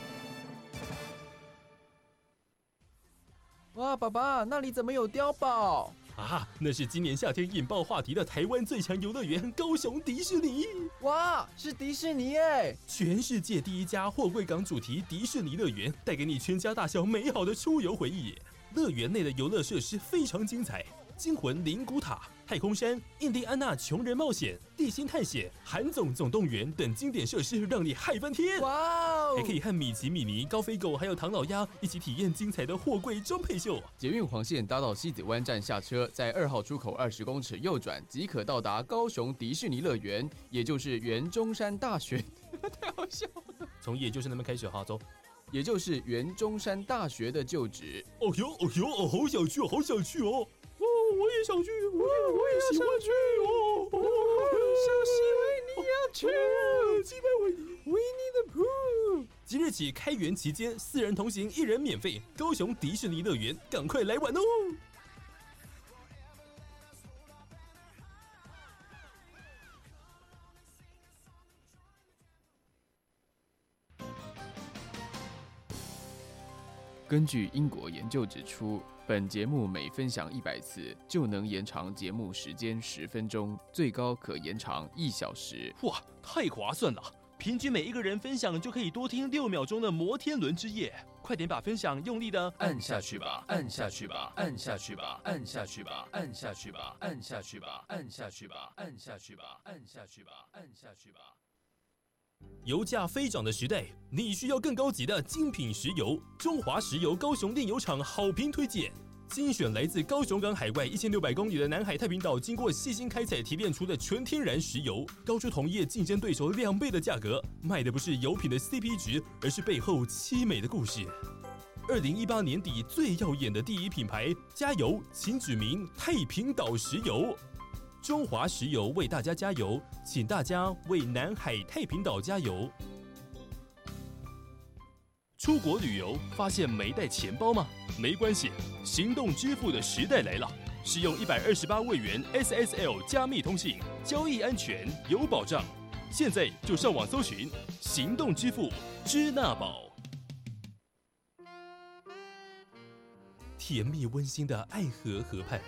Speaker 4: 哇，爸爸，那里怎么有碉堡？
Speaker 1: 啊，那是今年夏天引爆话题的台湾最强游乐园——高雄迪士尼。
Speaker 4: 哇，是迪士尼耶！
Speaker 1: 全世界第一家货柜港主题迪士尼乐园，带给你全家大小美好的出游回忆。乐园内的游乐设施非常精彩，惊魂灵骨塔、太空山、印第安纳穷人冒险、地心探险、韩总总动员等经典设施，让你嗨翻天。
Speaker 4: 哇哦
Speaker 1: 还可以和米奇、米妮、高飞狗还有唐老鸭一起体验精彩的货柜装配秀。
Speaker 4: 捷运黄线搭到西子湾站下车，在二号出口二十公尺右转即可到达高雄迪士尼乐园，也就是原中山大学， <laughs> 太好笑了，
Speaker 1: 从也就是那边开始哈，走。
Speaker 4: 也就是原中山大学的旧址。
Speaker 1: 哦呦哦呦哦，好想去，好想去哦！哦，我也想去，我也我也喜欢去哦！哦，小西维尼要去，西维尼维尼的 poo。即日起开园期间，四人同行一人免费，高雄迪士尼乐园，赶快来玩哦！
Speaker 4: 根据英国研究指出，本节目每分享一百次就能延长节目时间十分钟，最高可延长一小时。
Speaker 1: 哇，太划算了！平均每一个人分享就可以多听六秒钟的摩天轮之夜，快点把分享用力的
Speaker 3: 按下去吧，按下去吧，按下去吧，按下去吧，按下去吧，按下去吧，按下去吧，按下去吧，按下去吧，按下去吧。
Speaker 1: 油价飞涨的时代，你需要更高级的精品石油。中华石油高雄炼油厂好评推荐，精选来自高雄港海外一千六百公里的南海太平岛，经过细心开采提炼出的纯天然石油，高出同业竞争对手两倍的价格。卖的不是油品的 CP 值，而是背后凄美的故事。二零一八年底最耀眼的第一品牌，加油！请指明太平岛石油。中华石油为大家加油，请大家为南海太平岛加油。出国旅游发现没带钱包吗？没关系，行动支付的时代来了。使用一百二十八位元 SSL 加密通信，交易安全有保障。现在就上网搜寻行动支付支那宝。甜蜜温馨的爱河河畔。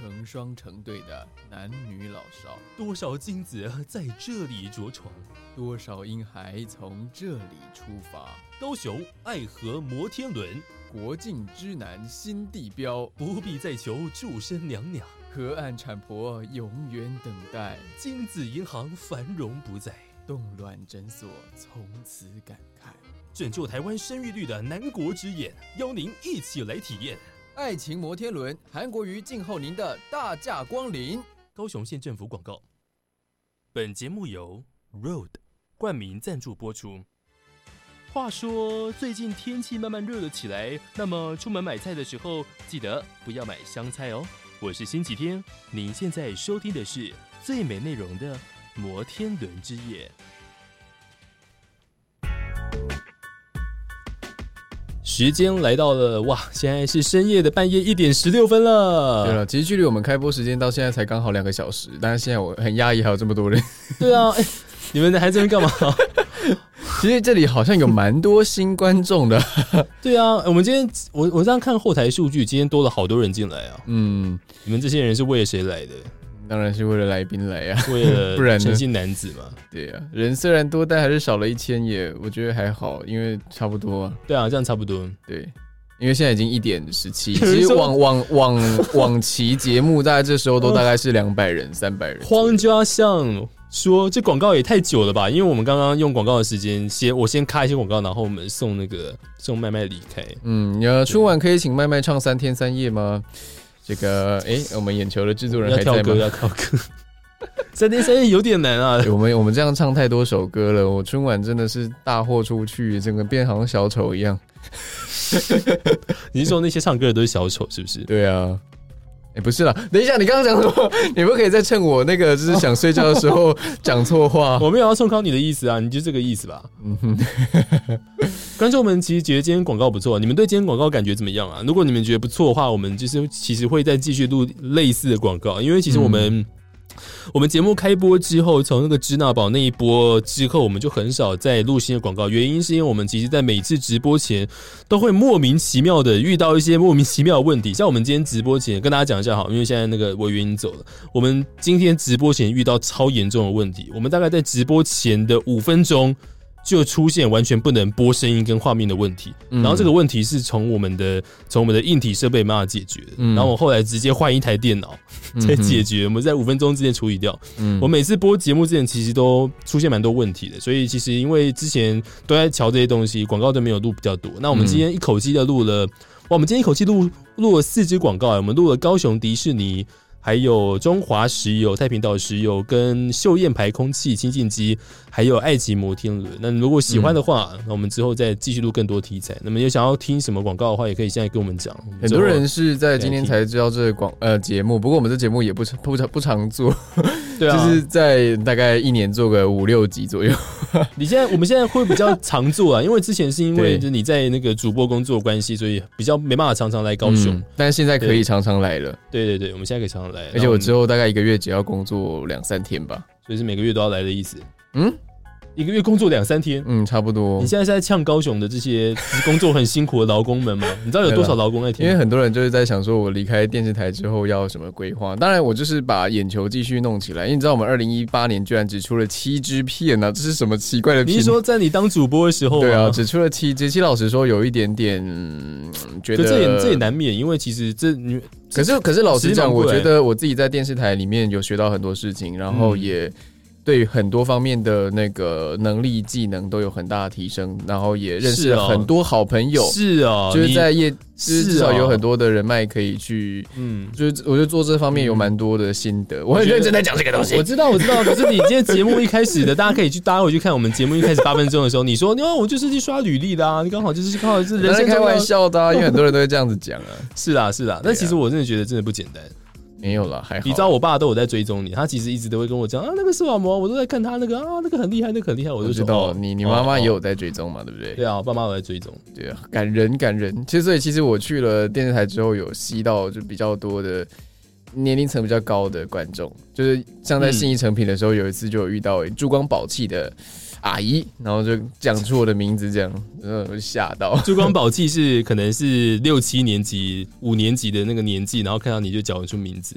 Speaker 4: 成双成对的男女老少，
Speaker 1: 多少精子啊在这里着床？
Speaker 4: 多少婴孩从这里出发？
Speaker 1: 高雄爱河摩天轮，
Speaker 4: 国境之南新地标，
Speaker 1: 不必再求祝生娘娘。
Speaker 4: 河岸产婆永远等待，
Speaker 1: 精子银行繁荣不再，
Speaker 4: 冻卵诊所从此感慨。
Speaker 1: 拯救台湾生育率的南国之眼，邀您一起来体验。
Speaker 4: 爱情摩天轮，韩国瑜静候您的大驾光临。
Speaker 1: 高雄县政府广告。本节目由 Road 冠名赞助播出。话说，最近天气慢慢热了起来，那么出门买菜的时候，记得不要买香菜哦。我是星期天，您现在收听的是最美内容的《摩天轮之夜》。时间来到了，哇，现在是深夜的半夜一点十六分了。
Speaker 2: 对了，其实距离我们开播时间到现在才刚好两个小时，但是现在我很压抑，还有这么多人。
Speaker 1: <laughs> 对啊，哎、 <laughs> 你们还在这边干嘛？
Speaker 2: <laughs> 其实这里好像有蛮多新观众的，
Speaker 1: <laughs> 对啊，我们今天我我这样看后台数据，今天多了好多人进来啊！
Speaker 2: 嗯，
Speaker 1: 你们这些人是为了谁来的？
Speaker 2: 当然是为了来宾来呀、
Speaker 1: 为了
Speaker 2: <laughs> 不然呢
Speaker 1: 诚信男子嘛。
Speaker 2: 对啊呀、人虽然多，但还是少了一千也，我觉得还好，因为差不多、啊。
Speaker 1: 对啊，这样差不多。
Speaker 2: 对，因为现在已经一点
Speaker 1: <laughs>
Speaker 2: 十七，
Speaker 1: 人
Speaker 2: 其实
Speaker 1: 说哦
Speaker 2: 往往往 <laughs> 往期节目大概这时候都大概是两百人、三百人。
Speaker 1: 荒家巷说这广告也太久了吧？因为我们刚刚用广告的时间，先我先开一些广告，然后我们送那个送麦麦离开。
Speaker 2: 嗯，你要春晚可以请麦麦唱三天三夜吗？这个，哎、我们眼球的制作人
Speaker 1: 要
Speaker 2: 还在
Speaker 1: 跳
Speaker 2: 吗
Speaker 1: 歌，？要跳歌。 <laughs> 三天三夜有点难啊
Speaker 2: <laughs> 对，我们我们这样唱太多首歌了，我春晚真的是大豁出去，整个变好像小丑一样。 <laughs>
Speaker 1: 你是说那些唱歌的都是小丑是不是？
Speaker 2: 对啊，哎、不是啦，等一下，你刚刚讲什么？ <laughs> 你不可以再趁我那个就是想睡觉的
Speaker 1: <laughs>
Speaker 2: 时候讲错话。
Speaker 1: 我没有要送康你的意思啊，你就这个意思吧。
Speaker 2: 嗯哼，
Speaker 1: 观众们其实觉得今天广告不错，你们对今天广告感觉怎么样啊？如果你们觉得不错的话，我们就是其实会再继续录类似的广告，因为其实我们、
Speaker 2: 嗯
Speaker 1: 我们节目开播之后，从那个支那宝那一波之后，我们就很少再录新的广告，原因是因为我们其实在每次直播前都会莫名其妙的遇到一些莫名其妙的问题，像我们今天直播前跟大家讲一下好，因为现在那个我原因走了，我们今天直播前遇到超严重的问题，我们大概在直播前的五分钟。就出现完全不能播声音跟画面的问题。然后这个问题是从我们的从我们的硬体设备没办法解决的。
Speaker 2: 嗯
Speaker 1: 然后我后来直接换一台电脑再解决，我们在五分钟之内处理掉。
Speaker 2: 嗯
Speaker 1: 我每次播节目之前，其实都出现蛮多问题的，所以其实因为之前都在瞧这些东西，广告都没有录比较多。那我们今天一口气的录了，哇，我们今天一口气录录了四支广告、我们录了高雄迪士尼。还有中华石油、太平岛石油、跟秀燕牌空气清净机，还有爱奇摩天轮。那如果喜欢的话，那我们之后再继续录更多题材。那么有想要听什么广告的话，也可以现在跟我们讲。我们
Speaker 2: 很
Speaker 1: 之后
Speaker 2: 多人是在今天才知道这个广呃节目，不过我们这节目也不常不常不常做，
Speaker 1: 对啊，
Speaker 2: 就是在大概一年做个五六集左右。
Speaker 1: 你现在我们现在会比较常做啊，因为之前是因为
Speaker 2: 对
Speaker 1: 就是你在那个主播工作关系，所以比较没办法常常来 <laughs> 高雄。
Speaker 2: 嗯但是现在可以常常来了，
Speaker 1: 对对对，我们现在可以常常来，
Speaker 2: 而且我之
Speaker 1: 后
Speaker 2: 后大概一个月只要工作两三天吧。
Speaker 1: 所以是每个月都要来的意思。
Speaker 2: 嗯
Speaker 1: 一个月工作两三天。
Speaker 2: 嗯，差不多
Speaker 1: 你。现在是在呛高雄的这些 <laughs> 工作很辛苦的劳工们吗？你知道有多少劳工在听
Speaker 2: 因为？很多人就是在想说，我离开电视台之后要什么规划？当然，我就是把眼球继续弄起来，因为你知道我们二零一八年居然只出了七支片呢、啊，这是什么奇怪的
Speaker 1: 你
Speaker 2: 片？
Speaker 1: 是说在你当主播的时候
Speaker 2: 对啊，
Speaker 1: 吗？
Speaker 2: 只出了七支。其实老实说，有一点点、嗯、觉
Speaker 1: 可
Speaker 2: 得
Speaker 1: 这也这也难免，因为其实这你
Speaker 2: 可是可是老实
Speaker 1: 时间
Speaker 2: 讲，
Speaker 1: 忙
Speaker 2: 我
Speaker 1: 不来
Speaker 2: 觉得我自己在电视台里面有学到很多事情，然后
Speaker 1: 嗯
Speaker 2: 也对很多方面的那个能力、技能都有很大的提升，然后也认识
Speaker 1: 是哦
Speaker 2: 了很多好朋友，
Speaker 1: 是啊，
Speaker 2: 就是
Speaker 1: 你
Speaker 2: 在业，就是至
Speaker 1: 是
Speaker 2: 少
Speaker 1: 哦
Speaker 2: 有很多的人脉可以去。
Speaker 1: 嗯。
Speaker 2: 就是我就做这方面有蛮多的心得，我很认真在讲这个东西
Speaker 1: 我。知道，我知道。可是你今天节目一开始的，大家可以去，大家回去看我们节目一开始八分钟的时候，你说，哦，我就是去刷履历的啊，你刚好就是刚好是人
Speaker 2: 人
Speaker 1: 生
Speaker 2: 生开
Speaker 1: 中
Speaker 2: 玩
Speaker 1: 要，
Speaker 2: 笑
Speaker 1: <laughs>
Speaker 2: 的、啊，因为很多人都会这样子讲啊。
Speaker 1: 是啦是啦。但其实我真的觉得真的不简单。
Speaker 2: <laughs> 没有啦，还好。
Speaker 1: 你知道我爸都有在追踪你，他其实一直都会跟我讲啊，那个视网膜，我都在看他那个啊，那个很厉害，那个很厉害，我
Speaker 2: 我
Speaker 1: 就
Speaker 2: 知
Speaker 1: 说
Speaker 2: 道
Speaker 1: 哦
Speaker 2: 你，你妈
Speaker 1: 哦
Speaker 2: 妈
Speaker 1: 哦
Speaker 2: 也有在追踪嘛，对不对？
Speaker 1: 对啊，我爸妈有在追踪。
Speaker 2: 对啊，感人感人。其实所以其实我去了电视台之后，有吸到就比较多的嗯年龄层比较高的观众，就是像在
Speaker 1: 嗯
Speaker 2: 信义成品的时候，有一次就有遇到哎珠光宝气的阿姨，然后就讲出我的名字，这样，然后我就吓到。
Speaker 1: <laughs> 珠光宝气是可能是六七年级、五年级的那个年纪，然后看到你就叫出名
Speaker 2: <laughs>
Speaker 1: 字。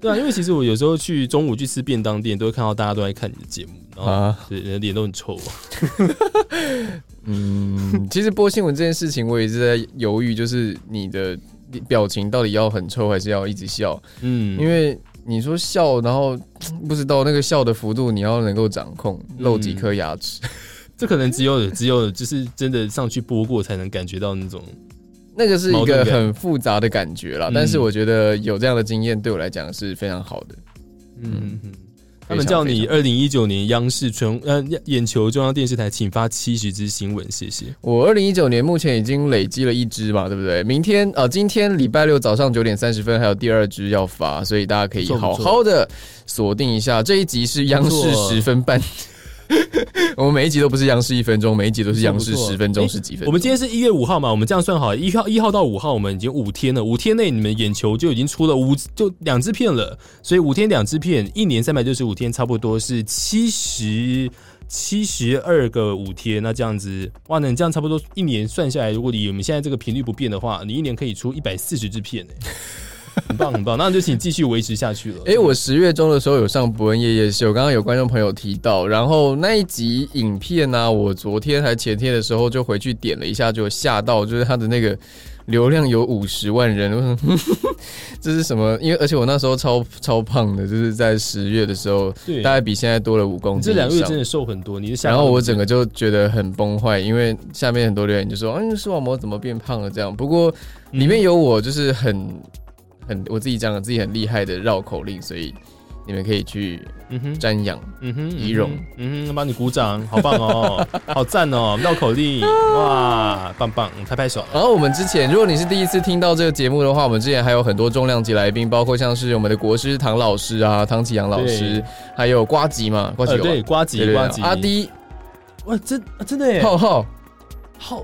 Speaker 1: 对啊，因为其实我有时候去中午去吃便当店，都会看到大家都在看你的节目，然后
Speaker 2: 啊，
Speaker 1: 对，人脸都很臭。
Speaker 2: 嗯，其实播新闻这件事情，我也是在犹豫，就是你的表情到底要很臭，还是要一直笑？
Speaker 1: 嗯，
Speaker 2: 因
Speaker 1: 为
Speaker 2: 为你说笑，然后不知道那个笑的幅度，你要能够掌控， <laughs> 露几颗牙齿。
Speaker 1: 嗯这可能只有只有就是真的上去播过才能感觉到那种。
Speaker 2: 那个是一
Speaker 1: 矛
Speaker 2: 个
Speaker 1: 盾感
Speaker 2: 很复杂的感觉啦，
Speaker 1: 嗯
Speaker 2: 但是我觉得有这样的经验对我来讲是非常好的。
Speaker 1: 嗯
Speaker 2: 嗯，
Speaker 1: 他们叫你
Speaker 2: 非常
Speaker 1: 二零一九年央视全呃眼球中央电视台请发七十支新闻，谢谢。
Speaker 2: 我二零一九年目前已经累积了一支嘛，对不对？明天呃，今天礼拜六早上九点三十分还有第二支要发，所以大家可以
Speaker 1: 不错
Speaker 2: 好
Speaker 1: 不错
Speaker 2: 好的锁定一下。这一集是央视
Speaker 1: 不错
Speaker 2: 十分半， <laughs> 我们每一集都不是央视一分钟，每一集都是央视
Speaker 1: 不错
Speaker 2: 十分钟
Speaker 1: 诶
Speaker 2: 十几分钟。
Speaker 1: 我们今天是一月五号嘛，我们这样算好，一号一号到五号，我们已经五天了，五天内你们眼球就已经出了五就两支片了，所以五天两支片，一年三百六十五天，差不多是七十。七十二个五天，那这样子，哇，那你这样差不多一年算下来，如果你我们现在这个频率不变的话，你一年可以出一百四十支片、欸，很棒很棒，那就请继续维持下去了。
Speaker 2: 哎、我十月中的时候有上伯恩夜夜秀，刚刚有观众朋友提到，然后那一集影片呢、我昨天还前天的时候就回去点了一下，就吓到，就是它的那个流量有五十万人，我想 <laughs> 这是什么？因为而且我那时候超超胖的，就是在十月的时候，
Speaker 1: 对
Speaker 2: 大概比现在多了五公
Speaker 1: 你这
Speaker 2: 斤以
Speaker 1: 两
Speaker 2: 上。
Speaker 1: 个月真的瘦很多，你的下
Speaker 2: 然后
Speaker 1: 半
Speaker 2: 我
Speaker 1: 身
Speaker 2: 整个就觉得很崩坏，因为下面很多留言就说：“嗯，视网膜怎么变胖了？”这样。不过里面有我就是很很我自己讲的自己很厉害的绕口令，所以你们可以去
Speaker 1: 嗯哼
Speaker 2: 瞻仰。
Speaker 1: 嗯哼
Speaker 2: 仪容，
Speaker 1: 嗯哼，帮你鼓掌，好棒哦，
Speaker 2: <laughs>
Speaker 1: 好赞哦，绕口令，哇，棒棒，拍拍手。
Speaker 2: 然后我们之前，如果你是第一次听到这个节目的话，我们之前还有很多重量级来宾，包括像是我们的国师唐老师啊、唐启阳老师
Speaker 1: 对，
Speaker 2: 还有瓜吉嘛，瓜吉
Speaker 1: 呃，
Speaker 2: 有吧、啊
Speaker 1: 对，瓜吉，瓜吉，
Speaker 2: 阿，迪、
Speaker 1: 哇，真啊真的耶，
Speaker 2: 浩浩，
Speaker 1: 好，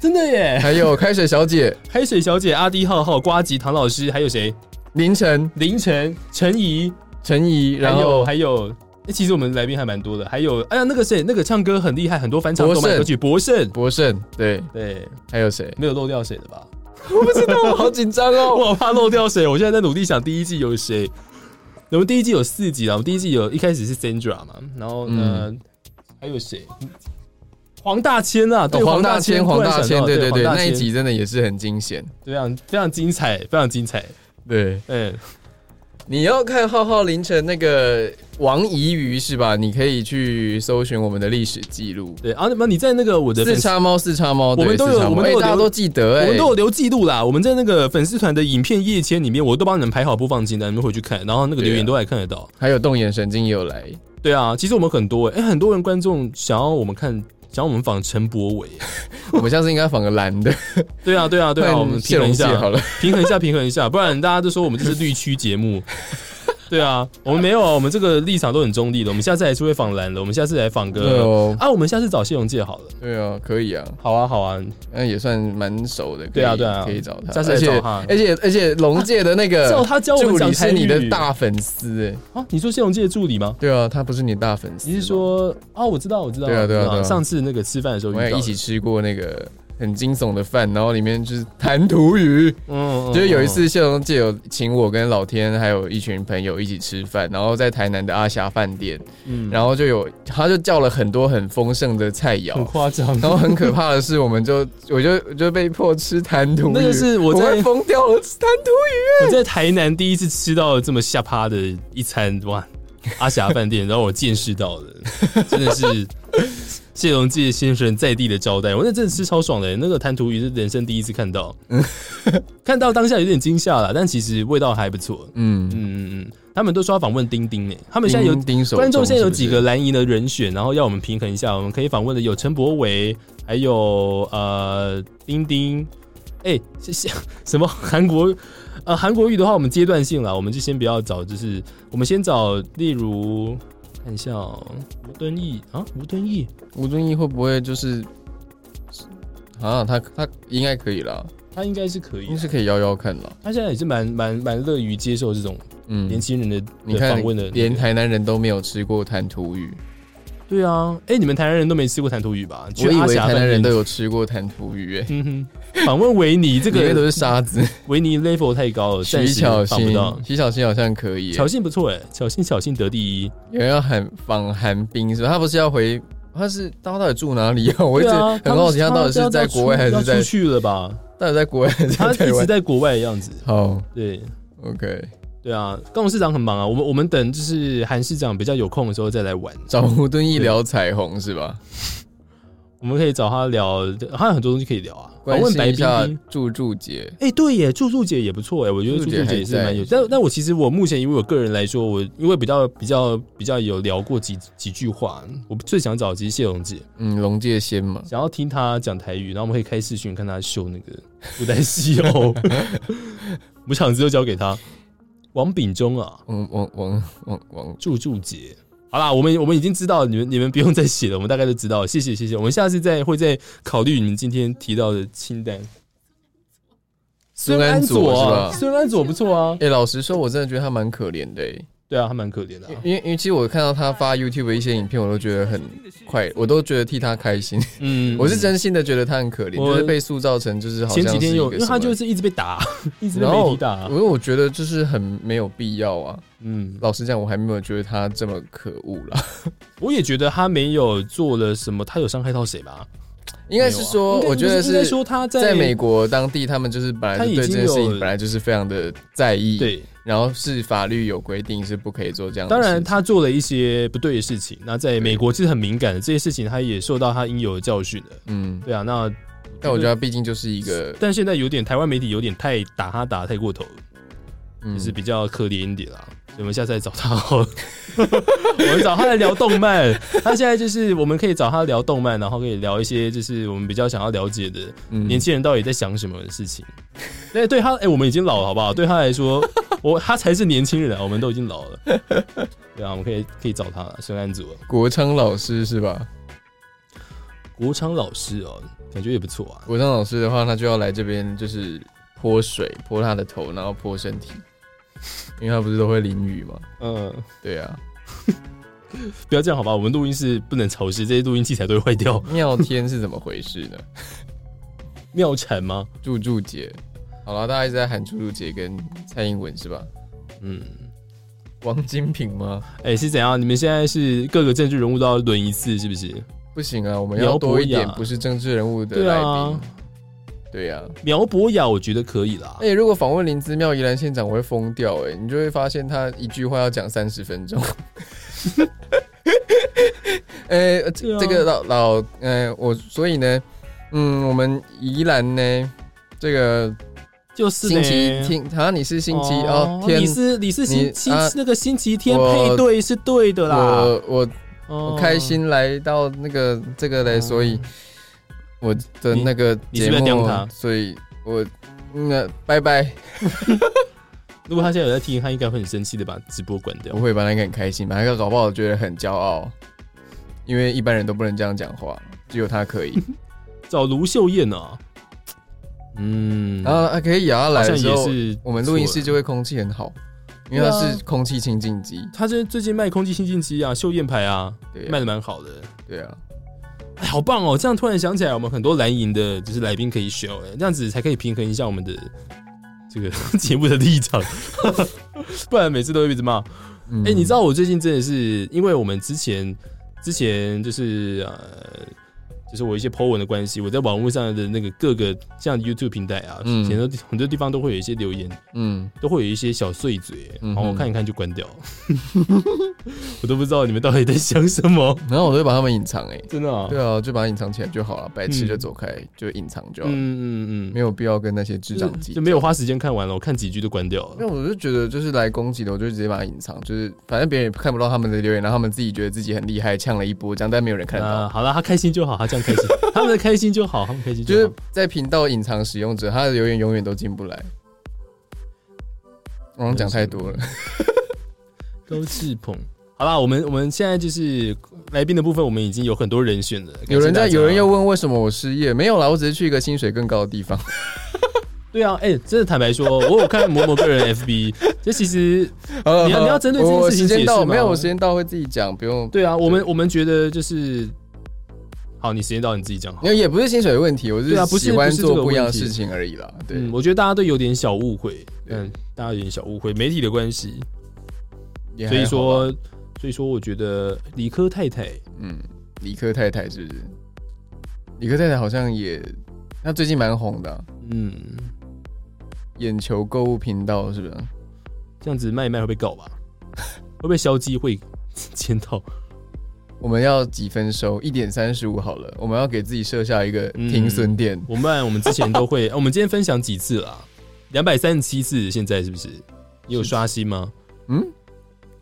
Speaker 1: 真的耶，
Speaker 2: 还有开水小姐、
Speaker 1: 黑水小姐、阿迪、浩浩、瓜吉、唐老师，还有谁？
Speaker 2: 凌晨、
Speaker 1: 凌晨、陈怡，
Speaker 2: 陈怡，
Speaker 1: 还
Speaker 2: 然
Speaker 1: 有
Speaker 2: 后
Speaker 1: 还有，诶其实我们来宾还蛮多的，还有，哎呀，那个谁，那个唱歌很厉害，很多翻唱
Speaker 2: 博
Speaker 1: 动漫歌曲，博胜，
Speaker 2: 博胜，对，
Speaker 1: 对，
Speaker 2: 还有谁？啊
Speaker 1: 没有漏掉谁的吧？<laughs>
Speaker 2: 我好紧张哦。
Speaker 1: 我怕漏掉谁，我现在在努力想第一季有谁。我们第一季有四集了，我们第一季有一开始是 Sandra 嘛，然后
Speaker 2: 嗯
Speaker 1: 呢、还有谁？黄大千啊，对
Speaker 2: 哦黄大千，黄大千，
Speaker 1: 千，
Speaker 2: 对对对，
Speaker 1: 黄大
Speaker 2: 那
Speaker 1: 千
Speaker 2: 一集真的也是很惊险。
Speaker 1: 非常非常精彩，非常精彩。
Speaker 2: 对，
Speaker 1: 嗯，
Speaker 2: 你要看浩浩凌晨那个王怡瑜是吧？你可以去搜寻我们的历史记录。
Speaker 1: 对啊，那么你在那个我的
Speaker 2: 四
Speaker 1: 粉丝，
Speaker 2: 叉猫，四叉猫，对
Speaker 1: 我们都有
Speaker 2: 四叉猫
Speaker 1: 我们都有
Speaker 2: 哎大家
Speaker 1: 留
Speaker 2: 都记得，
Speaker 1: 我
Speaker 2: 哎，
Speaker 1: 们都有留记录啦。我们在那个粉丝团的影片页签里面，我都帮你们排好播放清单，你们回去看，然后那个留
Speaker 2: 对
Speaker 1: 言
Speaker 2: 啊
Speaker 1: 都还看得到。
Speaker 2: 还有动眼神经也有来，
Speaker 1: 对啊，其实我们很多哎、很多人观众想要我们看，想要我们访陈柏 <laughs> 伟。
Speaker 2: 我们下次应该仿个蓝的，
Speaker 1: 对啊，对啊，对啊，
Speaker 2: 换
Speaker 1: 我们
Speaker 2: 谢
Speaker 1: 平衡
Speaker 2: 龙
Speaker 1: 一 <laughs>
Speaker 2: 介
Speaker 1: 下
Speaker 2: 好了。
Speaker 1: 平衡一下，平衡一下，不然大家都说我们这是绿区节目。 <laughs> 对啊，我们没有啊，我们这个立场都很中立的。我们下次还是会访蓝的，我们下次来访
Speaker 2: 对
Speaker 1: 个
Speaker 2: 哦，
Speaker 1: 啊，我们下次找谢荣介好了。
Speaker 2: 对哦，可以啊，
Speaker 1: 好啊，好啊，
Speaker 2: 那也算蛮熟的，可以
Speaker 1: 对啊对啊
Speaker 2: 可以找他，
Speaker 1: 下次
Speaker 2: 而且
Speaker 1: 找他
Speaker 2: 而且而且龙界的那个
Speaker 1: 啊叫 <laughs> 他教我们
Speaker 2: 助
Speaker 1: 讲
Speaker 2: 理
Speaker 1: 台
Speaker 2: 是
Speaker 1: 语
Speaker 2: 你的大粉丝，哎，
Speaker 1: 啊，你说谢荣介的助理吗？
Speaker 2: 对啊，他不是你的大粉丝，
Speaker 1: 你是？说啊，我知道，我知道，
Speaker 2: 对啊对啊
Speaker 1: 我知道
Speaker 2: 对啊
Speaker 1: 上次那个吃饭的时候遇
Speaker 2: 我
Speaker 1: 到
Speaker 2: 们
Speaker 1: 的
Speaker 2: 也一起，吃过那个很惊悚的饭，然后里面就是弹涂鱼。
Speaker 1: 嗯
Speaker 2: 就是有一，
Speaker 1: 嗯
Speaker 2: 次，谢龙介有请我跟老天还有一群朋友一起吃饭，然后在台南的阿霞饭店，
Speaker 1: 嗯
Speaker 2: 然后就有他就叫了很多很丰盛的菜
Speaker 1: 很
Speaker 2: 肴。
Speaker 1: 夸张，
Speaker 2: 然后很可怕的是，我们就我就我就被迫吃弹涂鱼，
Speaker 1: 那个是我
Speaker 2: 我
Speaker 1: 在
Speaker 2: 快疯掉了，吃弹涂鱼。
Speaker 1: 我在台南第一次吃到这么下趴的一餐，哇！ <laughs> 阿霞饭店，然后我见识到了， <laughs> 真的是谢荣介先生在地的招待，我那真的吃超爽的、那个弹涂鱼是人生第一次看到，看到当下有点惊吓了，但其实味道还不错。
Speaker 2: 嗯，
Speaker 1: 嗯嗯嗯，他们都说要访问丁丁呢、他们现在有
Speaker 2: 丁手
Speaker 1: 观众现在有
Speaker 2: 是不是
Speaker 1: 几个蓝营的人选，然后要我们平衡一下，我们可以访问的有陈柏伟，还有呃丁丁，哎、是是什么韩国呃韩国语的话，我们阶段性啦，我们就先不要找，就是我们先找，例如看一下、哦、吴敦义啊，吴敦义，
Speaker 2: 吴敦义会不会就是啊？他他应该可以啦，
Speaker 1: 他应该是可以啊
Speaker 2: 应该，是可以邀邀看啦。
Speaker 1: 他现在也是蛮蛮蛮乐于接受这种年
Speaker 2: 嗯，
Speaker 1: 轻人的
Speaker 2: 你
Speaker 1: 的
Speaker 2: 看
Speaker 1: 访问的，，
Speaker 2: 连台南人都没有吃过弹涂鱼，
Speaker 1: 对啊，哎、你们台南人都没吃过弹涂鱼吧？啊去
Speaker 2: 我以
Speaker 1: 阿
Speaker 2: 为
Speaker 1: 霞
Speaker 2: 台南
Speaker 1: 饭店
Speaker 2: 人都。有吃过弹涂鱼，哎，
Speaker 1: 嗯哼，访问维尼这
Speaker 2: 这个
Speaker 1: 个
Speaker 2: 都是沙子。
Speaker 1: 维尼 level 太高了，暂
Speaker 2: 徐
Speaker 1: 时
Speaker 2: 巧
Speaker 1: 访不
Speaker 2: 芯
Speaker 1: 到，。
Speaker 2: 徐巧芯好像可以耶，
Speaker 1: 巧信不错哎，巧信巧信得第
Speaker 2: <laughs>
Speaker 1: 一。
Speaker 2: <laughs> 有人要喊访韩冰是吧？他不是要回，他是他到底住哪里啊？我 <laughs> 一直很好奇，他到底是在国外还
Speaker 1: 要
Speaker 2: 是
Speaker 1: 出
Speaker 2: 在，
Speaker 1: 去了吧？
Speaker 2: 到底在国外还是
Speaker 1: 他
Speaker 2: 在
Speaker 1: 一
Speaker 2: 台
Speaker 1: 直
Speaker 2: 湾？
Speaker 1: 在国外的样子。
Speaker 2: 好
Speaker 1: 对
Speaker 2: ，OK，
Speaker 1: 对啊，高雄市长很忙啊，我们我们等就是韩市长比较有空的时候再来玩，
Speaker 2: 找胡敦义聊彩虹是吧？
Speaker 1: <laughs> 我们可以找他聊，他有很多东西可以聊啊。访
Speaker 2: 关
Speaker 1: 问
Speaker 2: 心
Speaker 1: 白
Speaker 2: 一
Speaker 1: 冰
Speaker 2: 下
Speaker 1: 冰。
Speaker 2: 祝祝姐，
Speaker 1: 哎、对耶，祝祝姐也不错哎，我觉得祝
Speaker 2: 祝
Speaker 1: 祝
Speaker 2: 姐
Speaker 1: 姐
Speaker 2: 还
Speaker 1: 也是蛮有。
Speaker 2: 在
Speaker 1: 但但我其实我目前以我个人来说，我因为比较比较比较有聊过几几句话，我最想找的其实谢荣姐，
Speaker 2: 嗯，龙界仙嘛，
Speaker 1: 想要听他讲台语，然后我们可以开视讯看他秀那个 <laughs> 古代西欧， <laughs> 我们场子就交给他。王炳忠啊，
Speaker 2: 王王王王王，
Speaker 1: 祝祝姐，好啦，我们我们已经知道你们你们不用再写了，我们大概都知道了，谢谢谢谢，我们下次再会再考虑你们今天提到的清单。
Speaker 2: 孙安佐是吧
Speaker 1: 孙安佐不错啊，啊
Speaker 2: 哎、老实说，我真的觉得他蛮可怜的、欸，
Speaker 1: 对啊，他蛮可怜的、啊。
Speaker 2: 因为因为其实我看到他发 YouTube 的一些影片，我都觉得很快，我都觉得替他开心。
Speaker 1: 嗯
Speaker 2: <laughs> 我是真心的觉得他很可怜，
Speaker 1: 我
Speaker 2: 就是被塑造成就是好像
Speaker 1: 前几天
Speaker 2: 是一
Speaker 1: 有，
Speaker 2: 个
Speaker 1: 因为他
Speaker 2: 什
Speaker 1: 就
Speaker 2: 么
Speaker 1: 是一直被打，
Speaker 2: <laughs>
Speaker 1: 一直被
Speaker 2: 然
Speaker 1: 媒体
Speaker 2: 后
Speaker 1: 打、啊
Speaker 2: 因为我觉得就是很没有必要啊。
Speaker 1: 嗯，
Speaker 2: 老实讲，我还没有觉得他这么可恶啦。 <laughs>
Speaker 1: 我也觉得他没有做了什么，他有伤害到谁吧？
Speaker 2: 应该是说，
Speaker 1: 没有啊
Speaker 2: 我觉得
Speaker 1: 应该
Speaker 2: 是
Speaker 1: 说他在
Speaker 2: 在美国当地，他们就是本来
Speaker 1: 他
Speaker 2: 就
Speaker 1: 已
Speaker 2: 对这
Speaker 1: 经
Speaker 2: 件事情
Speaker 1: 有
Speaker 2: 本来就是非常的在意，，
Speaker 1: 对，
Speaker 2: 然后是法律有规定是不可以做这样的
Speaker 1: 当
Speaker 2: 事情。
Speaker 1: 然他做了一些不对的事情，那在美国其实很敏感的，这些事情他也受到他应有的教训的。
Speaker 2: 嗯，
Speaker 1: 对啊，那
Speaker 2: 但我觉得他毕竟就是一个，
Speaker 1: 但现在有点台湾媒体有点太打他打得太过头了，
Speaker 2: 嗯
Speaker 1: 就是比较可怜一点啦。所以我们下次再找他好了， <laughs> 我们找他来聊动漫。他现在就是我们可以找他聊动漫，然后可以聊一些就是我们比较想要了解的
Speaker 2: 嗯
Speaker 1: 年轻人到底在想什么的事情。对，对他，哎、我们已经老了，好不好？对他来说，我他才是年轻人啊，我们都已经老了。对啊，我们可以可以找他了，深安啊组
Speaker 2: 国昌老师是吧？
Speaker 1: 国昌老师哦，感觉也不错啊。
Speaker 2: 国昌老师的话，他就要来这边就是泼水，泼他的头，然后泼
Speaker 1: <laughs>
Speaker 2: 身体，因为他不是都会淋雨嘛。
Speaker 1: 嗯，
Speaker 2: 对啊，
Speaker 1: <laughs> 不要这样好吧？我们录音室不能潮湿，这些录音器材都会坏
Speaker 2: <laughs>
Speaker 1: 掉。
Speaker 2: 妙天是怎么回
Speaker 1: <laughs>
Speaker 2: 事呢？
Speaker 1: 妙产吗？
Speaker 2: 祝祝姐，好了，大家一直在喊祝祝姐跟蔡英文是吧？
Speaker 1: 嗯，
Speaker 2: 王金平吗？
Speaker 1: 哎、是怎样？你们现在是各个政治人物都要轮一次，是不是？
Speaker 2: 不行啊，我们
Speaker 1: 苗
Speaker 2: 要多一
Speaker 1: 博雅
Speaker 2: 点不是政治人物的
Speaker 1: 对
Speaker 2: 来
Speaker 1: 啊
Speaker 2: 宾。，对啊呀、
Speaker 1: 苗博雅我觉得可以啦
Speaker 2: 哎、。如果访问林芝妙宜兰县长，我会疯掉哎、你就会发现他一句话要讲三十分钟。 <laughs> 哎、呃
Speaker 1: 对啊
Speaker 2: 这个老老，呃，我所以呢，嗯，我们宜兰呢，这个
Speaker 1: 就是
Speaker 2: 星
Speaker 1: 呢
Speaker 2: 期听，好、啊像你是星期哦，天
Speaker 1: 你，是你是
Speaker 2: 你
Speaker 1: 星期、
Speaker 2: 啊
Speaker 1: 那个星期天
Speaker 2: 我
Speaker 1: 配对是对的啦。
Speaker 2: 我我
Speaker 1: 哦
Speaker 2: 我开，心来到那个这个嘞，
Speaker 1: 哦
Speaker 2: 所以我的那个
Speaker 1: 你你是
Speaker 2: 节
Speaker 1: 不是要刁他
Speaker 2: 目，所以我那嗯呃拜拜，
Speaker 1: <laughs> 如果他现在有在听，他应该会很生气的把直播关掉
Speaker 2: 不。会吧？那应该很开心吧？那个搞不好觉得很骄傲，因为一般人都不能这样讲话，只有他可以。
Speaker 1: <laughs> 找卢秀燕啊，嗯，
Speaker 2: 然后啊，可以啊，
Speaker 1: 好
Speaker 2: 来
Speaker 1: 像
Speaker 2: 的时
Speaker 1: 也
Speaker 2: 候
Speaker 1: 是
Speaker 2: 我们录音
Speaker 1: 不错
Speaker 2: 室
Speaker 1: 的
Speaker 2: 就会空气很好，因为它是空气清净机。
Speaker 1: 他这最近卖空气清净机啊，秀燕牌啊，
Speaker 2: 对
Speaker 1: 卖
Speaker 2: 啊
Speaker 1: 的蛮好的。
Speaker 2: 对啊，
Speaker 1: 哎，好棒哦！这样突然想起来，我们很多蓝营的，就是来宾可以选，哎，这样子才可以平衡一下我们的这个 <laughs> 节目的立场， <laughs> 不然每次都会一直骂。
Speaker 2: 嗯
Speaker 1: 哎、你知道我最近真的是，因为我们之前之前就是呃，就是我一些 po 文的关系，我在网络上的那个各个像 YouTube 平台啊，
Speaker 2: 嗯
Speaker 1: 以前都很多地方都会有一些留言，
Speaker 2: 嗯，
Speaker 1: 都会有一些小碎嘴，
Speaker 2: 嗯哼
Speaker 1: 然后我看一看就关掉， <laughs> 我都不知道你们到底在想什么，
Speaker 2: 然后我就把它们隐藏哎、
Speaker 1: 真的、啊，
Speaker 2: 对啊，就把它隐藏起来就好了，白痴就走开，就隐藏就好了，
Speaker 1: 嗯嗯嗯，
Speaker 2: 没有必要跟那些智
Speaker 1: 就
Speaker 2: 障
Speaker 1: 是
Speaker 2: 机
Speaker 1: 就没有花时间看完了，我看几句就关掉了
Speaker 2: 因为。我就觉得，就是来攻击的，我就直接把它隐藏，就是反正别人也看不到他们的留言，然后他们自己觉得自己很厉害，呛了一波，这样但没有人看得
Speaker 1: 啊，
Speaker 2: 到。
Speaker 1: 好了，他开心就好，他这样开
Speaker 2: <laughs>
Speaker 1: 心，他们开心就好，他们开心
Speaker 2: 就
Speaker 1: 就是好。
Speaker 2: 在频道隐藏使用者，他的留言永远都进不来。我好像讲太多了， <laughs>
Speaker 1: 高志鹏。好啦，我们我们现在就是来宾的部分，我们已经有很多人选了。感谢
Speaker 2: 有人在，
Speaker 1: 大家啊
Speaker 2: 有人又问为什么我失业？没有啦，我只是去一个薪水更高的地方。 <laughs>
Speaker 1: 对啊，哎、真的坦白说，我有看某某个人 FB，这其实
Speaker 2: 好了
Speaker 1: 你要
Speaker 2: 好了
Speaker 1: 你要针对这件
Speaker 2: 我
Speaker 1: 事情
Speaker 2: 时
Speaker 1: 解
Speaker 2: 间
Speaker 1: 释
Speaker 2: 到
Speaker 1: 吗
Speaker 2: 没有？我时间到会自己讲，不用。
Speaker 1: 对啊，我们我们觉得就是，好，你时间到你自己讲好。
Speaker 2: 因为也不是薪水的问题，我
Speaker 1: 对啊不是
Speaker 2: 喜欢
Speaker 1: 不是这个
Speaker 2: 做不一样的
Speaker 1: 问题
Speaker 2: 事情啊而已啦。对，
Speaker 1: 嗯，我觉得大家都有点小误会，
Speaker 2: 对
Speaker 1: 嗯，大家有点小误会，媒体的关系，
Speaker 2: 也
Speaker 1: 所以
Speaker 2: 还好吧，
Speaker 1: 说，所以说，我觉得理科太太
Speaker 2: 嗯，理科太太是不是？理科太太好像也，她最近蛮红的啊、
Speaker 1: 嗯，
Speaker 2: 眼球购物频道是不是？
Speaker 1: 这样子卖一卖会被告吧？ <laughs> 会被消基会签到？
Speaker 2: 我们要几分收？一点三十五好了，我们要给自己设下一个
Speaker 1: 嗯
Speaker 2: 停损点。
Speaker 1: 我们我们之前都会， <laughs> 我们今天分享几次啦？两百三十七次，现在是不是？你有刷新吗？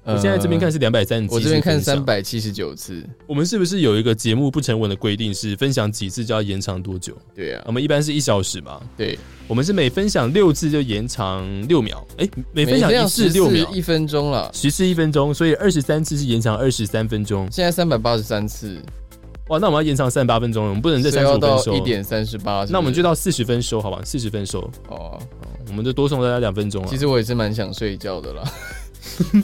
Speaker 2: 呃
Speaker 1: 我现在这边看，是两百三十七，
Speaker 2: 我这边看三。百七十九次。
Speaker 1: 我们是不是有一个节目不成文的规定，是分享几次就要延长多久？
Speaker 2: 对呀、
Speaker 1: 我们一般是一小时嘛，
Speaker 2: 对，
Speaker 1: 我们是每分享六次就延长六秒，哎、每分
Speaker 2: 每
Speaker 1: 享
Speaker 2: 分
Speaker 1: 一次六秒，
Speaker 2: 一分钟了。
Speaker 1: 十次一分钟，所以二十三次是延长二十三分钟。
Speaker 2: 现在三百八十三次，
Speaker 1: 哇，那我们要延长三十八分钟了，我们不能再
Speaker 2: 所
Speaker 1: 三
Speaker 2: 以
Speaker 1: 十
Speaker 2: 要
Speaker 1: 五分
Speaker 2: 到
Speaker 1: 收
Speaker 2: 一。点三十八。
Speaker 1: 那我们就到四十分收，好吧？四十分收，
Speaker 2: 哦。
Speaker 1: 我们就多送大家两分钟啊。
Speaker 2: 其实我也是蛮想睡觉的啦， <laughs>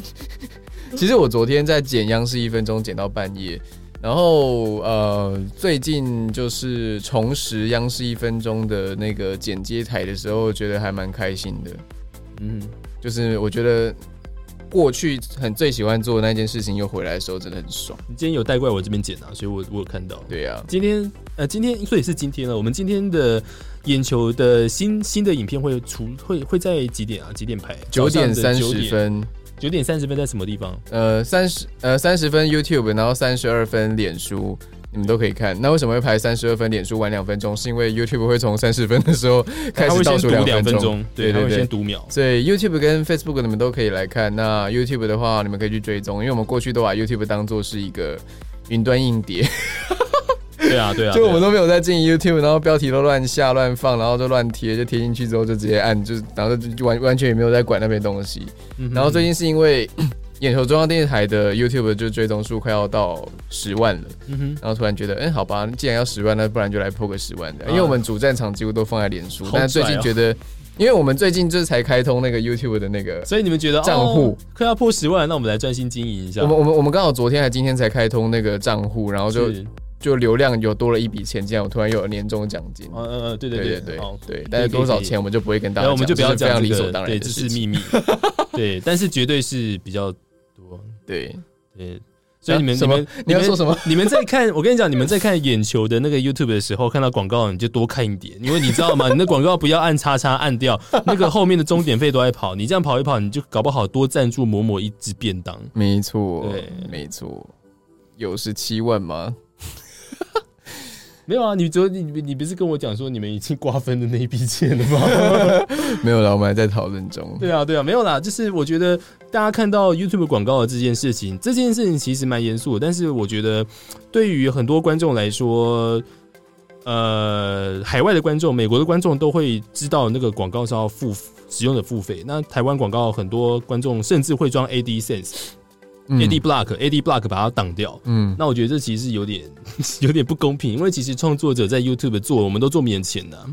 Speaker 2: 其实我昨天在剪央视一分钟，剪到半夜。然后呃，最近就是重拾央视一分钟的那个剪接台的时候，觉得还蛮开心的。
Speaker 8: 嗯，
Speaker 2: 就是我觉得过去很最喜欢做的那件事情，又回来的时候真的很爽。
Speaker 1: 你今天有带过来我这边剪啊，所以我我有看到。
Speaker 2: 对啊呀、
Speaker 1: 今天呃，今天所以是今天了。我们今天的眼球的新新的影片会出会会在几点啊？几点拍？
Speaker 2: 九点
Speaker 1: 早上
Speaker 2: 三
Speaker 1: 的
Speaker 2: 十，分，
Speaker 1: 九点三十分在什么地方？
Speaker 2: 呃，三十呃三十分 YouTube，然后三十二分脸书。你们都可以看，那为什么会排三十二分？脸书晚两分钟，是因为 YouTube 会从三十分的时候开
Speaker 1: 他
Speaker 2: 始
Speaker 1: 会
Speaker 2: 倒
Speaker 1: 先
Speaker 2: 数
Speaker 1: 读
Speaker 2: 两
Speaker 1: 两
Speaker 2: 分
Speaker 1: 钟
Speaker 2: 钟，，
Speaker 1: 对，
Speaker 2: 对
Speaker 1: 他
Speaker 2: 对
Speaker 1: 会
Speaker 2: 对
Speaker 1: 先，读秒。
Speaker 2: 所以 YouTube 跟 Facebook 你们都可以来看。那 YouTube 的话，你们可以去追踪，因为我们过去都把 YouTube 当做是一个云端硬碟，
Speaker 1: 对啊，
Speaker 2: <laughs>
Speaker 1: 对啊，
Speaker 2: 就我们
Speaker 1: 对啊
Speaker 2: 都没有在经营 YouTube，然后标题都乱下乱放，然后就乱贴，就贴进去之后就直接按，就是然后就完完全也没有在管那边东西。
Speaker 1: 嗯哼嗯
Speaker 2: 然后最近是因为 <coughs> 眼球中央电视台的 YouTube 就追踪数快要到十万了，
Speaker 1: 嗯哼
Speaker 2: 然后突然觉得，嗯，好吧，既然要十万，那不然就来破个十万的，因为我们主战场几乎都放在脸书，
Speaker 1: 啊好
Speaker 2: 但最
Speaker 1: 拽
Speaker 2: 近
Speaker 1: 哦
Speaker 2: 觉得，因为我们最近就是才开通那个 YouTube 的那个
Speaker 1: 所以你们觉得
Speaker 2: 账户
Speaker 1: 哦快要破十万，那我们来专心经营一下。
Speaker 2: 我们我们我们刚好昨天还今天才开通那个账户，然后就是就流量有多了一笔钱，这样我突然又有年终奖金。
Speaker 1: 呃呃呃，对
Speaker 2: 对对
Speaker 1: 对
Speaker 2: 对
Speaker 1: 好
Speaker 2: 对，但是多少钱我们就不会跟大
Speaker 1: 然
Speaker 2: 家
Speaker 1: 后
Speaker 2: 讲，
Speaker 1: 我们就不要
Speaker 2: 这是非
Speaker 1: 讲这
Speaker 2: 常理
Speaker 1: 个
Speaker 2: 所当然
Speaker 1: 对，
Speaker 2: 的
Speaker 1: 这
Speaker 2: 事
Speaker 1: 是
Speaker 2: 情。
Speaker 1: 秘密。对，但是绝对是比较多。
Speaker 2: 对，
Speaker 1: 对，所以你们、
Speaker 2: 啊
Speaker 1: 你
Speaker 2: 什么
Speaker 1: 们
Speaker 2: 你要
Speaker 1: 们
Speaker 2: 说什么？ <laughs>
Speaker 1: 你们在看，我跟你讲，你们在看眼球的那个 YouTube 的时候，看到广告你就多看一点，因为你知道吗？你那广告不要按叉叉按掉，那个后面的终点费都在跑，你这样跑一跑，你就搞不好多赞助某某一只便当。
Speaker 2: 没错
Speaker 1: 对，
Speaker 2: 没错，有十七万吗？ <laughs>
Speaker 1: 没有啊，你昨你你不是跟我讲说你们已经瓜分的那一笔钱了吗？ <laughs>
Speaker 2: 没有啦，我们还在讨论中。
Speaker 1: 对啊，对啊，没有啦，就是我觉得大家看到 YouTube 广告的这件事情，这件事情其实蛮严肃的，但是我觉得对于很多观众来说，呃，海外的观众、美国的观众都会知道那个广告是要付使用的付费。那台湾广告很多观众甚至会装 AD Sense、
Speaker 2: 嗯
Speaker 1: AD Block、AD Block 把它挡掉。
Speaker 2: 嗯，
Speaker 1: 那我觉得这其实是有点 <laughs> 有点不公平，因为其实创作者在 YouTube 做，我们都做免钱的啊、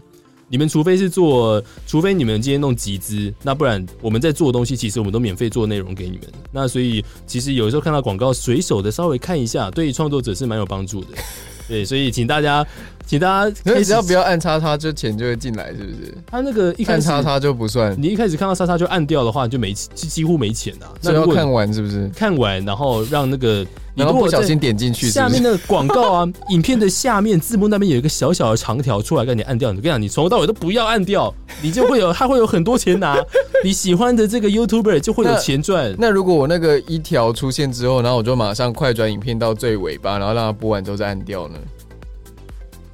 Speaker 1: 你们除非是做，除非你们今天弄集资，那不然我们在做东西，其实我们都免费做内容给你们。那所以其实有时候看到广告，随手的稍微看一下，对于创作者是蛮有帮助的。 <laughs> 对，所以请大家，请大家
Speaker 2: 那
Speaker 1: 开
Speaker 2: 只
Speaker 1: 始
Speaker 2: 要不要按叉叉，就钱就会进来，是不是？
Speaker 1: 他那个一开
Speaker 2: 按
Speaker 1: 始
Speaker 2: 叉叉就不算，
Speaker 1: 你一开始看到莎莎就按掉的话，你就没几几乎没钱啊。那
Speaker 2: 所以
Speaker 1: 如
Speaker 2: 要
Speaker 1: 果
Speaker 2: 看完是不是？
Speaker 1: 看完，啊然后让那个你
Speaker 2: <laughs> 然后
Speaker 1: 如
Speaker 2: 不
Speaker 1: 果
Speaker 2: 小
Speaker 1: 在
Speaker 2: 心点进去，是
Speaker 1: 下
Speaker 2: 不
Speaker 1: 面
Speaker 2: 是？
Speaker 1: 的广告啊， <laughs> 影片的下面字幕那边有一个小小的长条出来，让你按掉。你跟你讲，你从头到尾都不要按掉，你就会有，他会有很多钱拿。你喜欢的这个 YouTuber 啊就会有钱赚。
Speaker 2: 那如果我那个一条出现之后，然后我就马上快转影片到最尾巴，然后让它播完之后再按掉呢？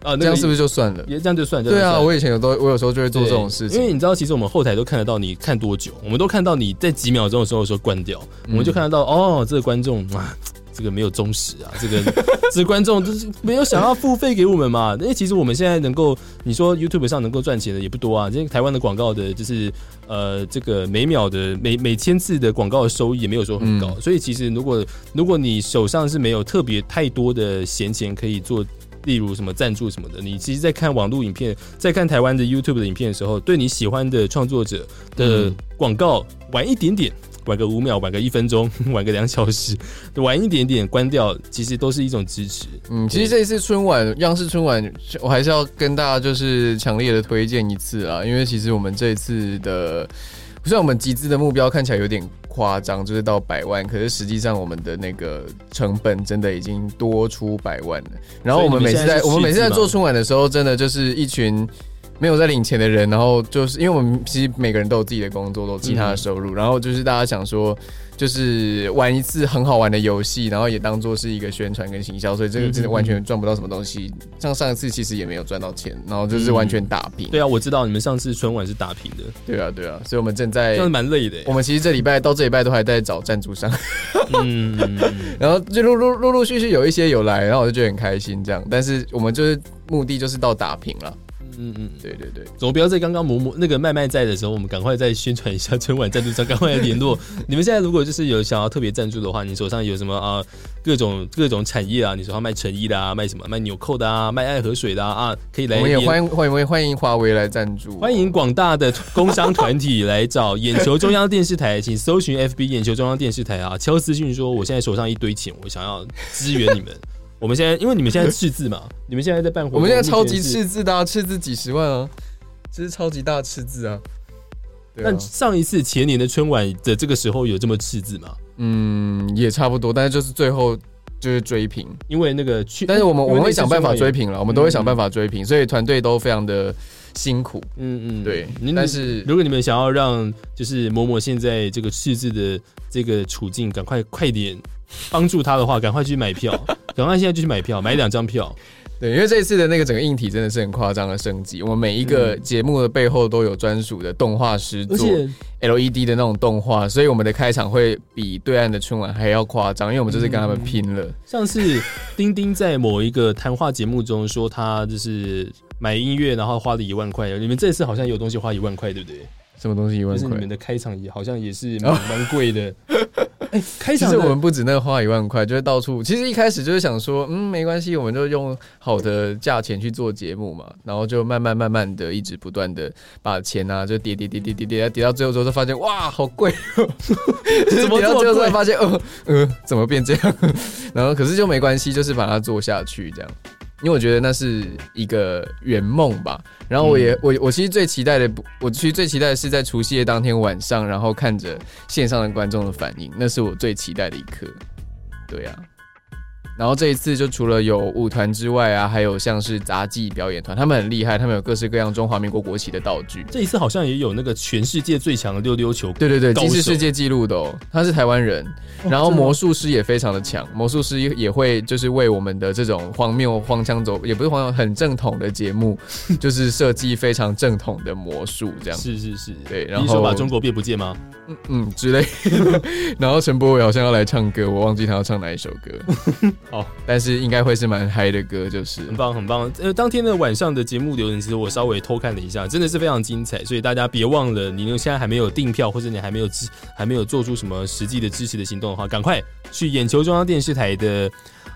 Speaker 1: 啊，那个
Speaker 2: 这样是不是就算了？
Speaker 1: 也这样就算？这样
Speaker 2: 对
Speaker 1: 就
Speaker 2: 啊，
Speaker 1: 算
Speaker 2: 我以前有都我有时候就会做这种事
Speaker 1: 因为
Speaker 2: 情。
Speaker 1: 你知道，其实我们后台都看得到你看多久，我们都看到你在几秒钟的时候说关掉，我们就看得到哦，这个观众啊，这个没有忠实啊，这个这个观众就是没有想要付费给我们嘛。因为其实我们现在能够，你说 YouTube 上能够赚钱的也不多啊，因为台湾的广告的就是呃，这个每秒的每每千次的广告的收益也没有说很高，所以其实如果如果你手上是没有特别太多的闲钱可以做。例如什么赞助什么的，你其实，在看网络影片，在看台湾的 YouTube 的影片的时候，对你喜欢的创作者
Speaker 2: 嗯
Speaker 1: 的广告晚一点点，晚个五秒，晚个一分钟， <laughs> 晚个两小时，晚一点点关掉，其实都是一种支持。
Speaker 2: 嗯，其实这一次春晚央视春晚，我还是要跟大家就是强烈的推荐一次啊，因为其实我们这一次的，虽然我们集资的目标看起来有点夸张，就是到百万，可是实际上我们的那个成本真的已经多出百万了。然后我们每
Speaker 1: 所
Speaker 2: 次
Speaker 1: 以你们现在
Speaker 2: 在
Speaker 1: 是
Speaker 2: 我们每次在
Speaker 1: 斥资吗
Speaker 2: 做春晚的时候，真的就是一群。没有在领钱的人，然后就是因为我们其实每个人都有自己的工作，都有其
Speaker 1: 嗯
Speaker 2: 他的收入，然后就是大家想说，就是玩一次很好玩的游戏，然后也当做是一个宣传跟行销，所以这
Speaker 1: 嗯
Speaker 2: 个真的完全赚不到什么东西。像上一次其实也没有赚到钱，然后就是完全打平。
Speaker 1: 对啊，我知道你们上次春晚是打平的，
Speaker 2: 对啊，对啊，所以我们正在
Speaker 1: 这样蛮累的欸。
Speaker 2: 我们其实这礼拜到这礼拜都还在找赞助商，
Speaker 1: 嗯，
Speaker 2: <laughs> 然后就陆陆陆陆续续有一些有来，然后我就觉得很开心这样。但是我们就是目的就是到打平了，
Speaker 1: 嗯嗯，
Speaker 2: 对对对，
Speaker 1: 总不要在刚刚某某那个麦麦在的时候，我们赶快再宣传一下春晚赞助商，赶快来联
Speaker 2: <laughs>
Speaker 1: 络。你们现在如果就是有想要特别赞助的话，你手上有什么啊、各种各种产业啊，你手上卖成衣的啊，卖什么卖纽扣的啊，卖爱河水的啊，啊可以来
Speaker 2: 我们也
Speaker 1: 联。
Speaker 2: 欢迎欢迎欢迎华为来赞助，
Speaker 1: 欢迎广大的工商团体来找眼球中央电视台， <laughs> 请搜寻 FB 眼球中央电视台啊，敲私讯说我现在手上一堆钱，我想要支援你们。我们现在因为你们现在赤字嘛，你们现在在办活
Speaker 2: 我
Speaker 1: 动，
Speaker 2: 们现在超级
Speaker 1: 目前是
Speaker 2: 赤字的、啊，赤字几十万啊，这是超级大的赤字啊。对啊
Speaker 1: 但，上一次前年的春晚的这个时候有这么赤字吗？
Speaker 2: 嗯，也差不多，但是就是最后就是追平，
Speaker 1: 因为那个去，
Speaker 2: 但是我们
Speaker 1: 因为
Speaker 2: 我们
Speaker 1: 那
Speaker 2: 会
Speaker 1: 次
Speaker 2: 想办法
Speaker 1: 春晚
Speaker 2: 追
Speaker 1: 有，嗯
Speaker 2: 平了，我们都会想办法追平，所以团队都非常的辛苦。
Speaker 1: 嗯嗯，
Speaker 2: 对
Speaker 1: 你，
Speaker 2: 但是
Speaker 1: 如果你们想要让就是某某现在这个赤字的这个处境赶快快点帮助他的话，赶快去买票， <laughs> 赶快现在就去买票，买两张票。
Speaker 2: 对，因为这一次的那个整个硬体真的是很夸张的升级，我们每一个节目的背后都有专属的动画师
Speaker 1: 嗯而
Speaker 2: 做
Speaker 1: 且
Speaker 2: LED 的那种动画，所以我们的开场会比对岸的春晚还要夸张，因为我们就是跟他
Speaker 1: 嗯
Speaker 2: 们拼了。
Speaker 1: 上次丁丁在某一个谈话节目中说，他就是买音乐然后花了一万块，你们这次好像有东西花一万块，对不对？
Speaker 2: 什么东西一万
Speaker 1: 就是你
Speaker 2: 块哦
Speaker 1: 们？的开场也好像也是蛮蛮贵 <laughs> 的。哎、开
Speaker 2: 其
Speaker 1: 场
Speaker 2: 实
Speaker 1: 的
Speaker 2: 我们不止那花一万块，就是到处。其实一开始就是想说，嗯，没关系，我们就用好的价钱去做节目嘛，然后就慢慢慢慢的，一直不断的把钱啊，就叠叠叠叠叠叠叠到最后之后，就发现哇，好贵哦、就是
Speaker 1: <laughs> 怎么这
Speaker 2: 叠到
Speaker 1: 么
Speaker 2: 最后才
Speaker 1: 贵
Speaker 2: 发现，呃呃，怎么变这样？ <laughs> 然后可是就没关系，就是把它做下去这样。因为我觉得那是一个圆梦吧，然后
Speaker 1: 嗯
Speaker 2: 我也、我我其实最期待的不，我其实最期待的是在除夕夜当天晚上，然后看着线上的观众的反应，那是我最期待的一刻。对啊，然后这一次就除了有舞团之外啊，还有像是杂技表演团，他们很厉害，他们有各式各样中华民国国旗的道具。
Speaker 1: 这一次好像也有那个全世界最强的溜溜球，
Speaker 2: 对对对，
Speaker 1: 高手
Speaker 2: 吉世世界纪录的哦，他是台湾人，然后魔术师也非常的强，魔术师也会就是为我们的这种荒谬、荒腔走，也不是荒谬，很正统的
Speaker 1: <laughs>
Speaker 2: 节目，就是设计非常正统的魔术这样，
Speaker 1: 是是是，
Speaker 2: 对然
Speaker 1: 你是说
Speaker 2: 后
Speaker 1: 把中国变不见吗？
Speaker 2: 嗯嗯之类的。 <laughs> 然后陈柏伟好像要来唱歌，我忘记他要唱哪一首歌，
Speaker 1: <laughs> 好，
Speaker 2: 但是应该会是蛮嗨的歌，就是
Speaker 1: 很棒很棒。呃，当天的晚上的节目流程，其实我稍微偷看了一下，真的是非常精彩，所以大家别忘了，你如果现在还没有订票，或者你还没有支还没有做出什么实际的支持的行动的话，赶快去眼球中央电视台的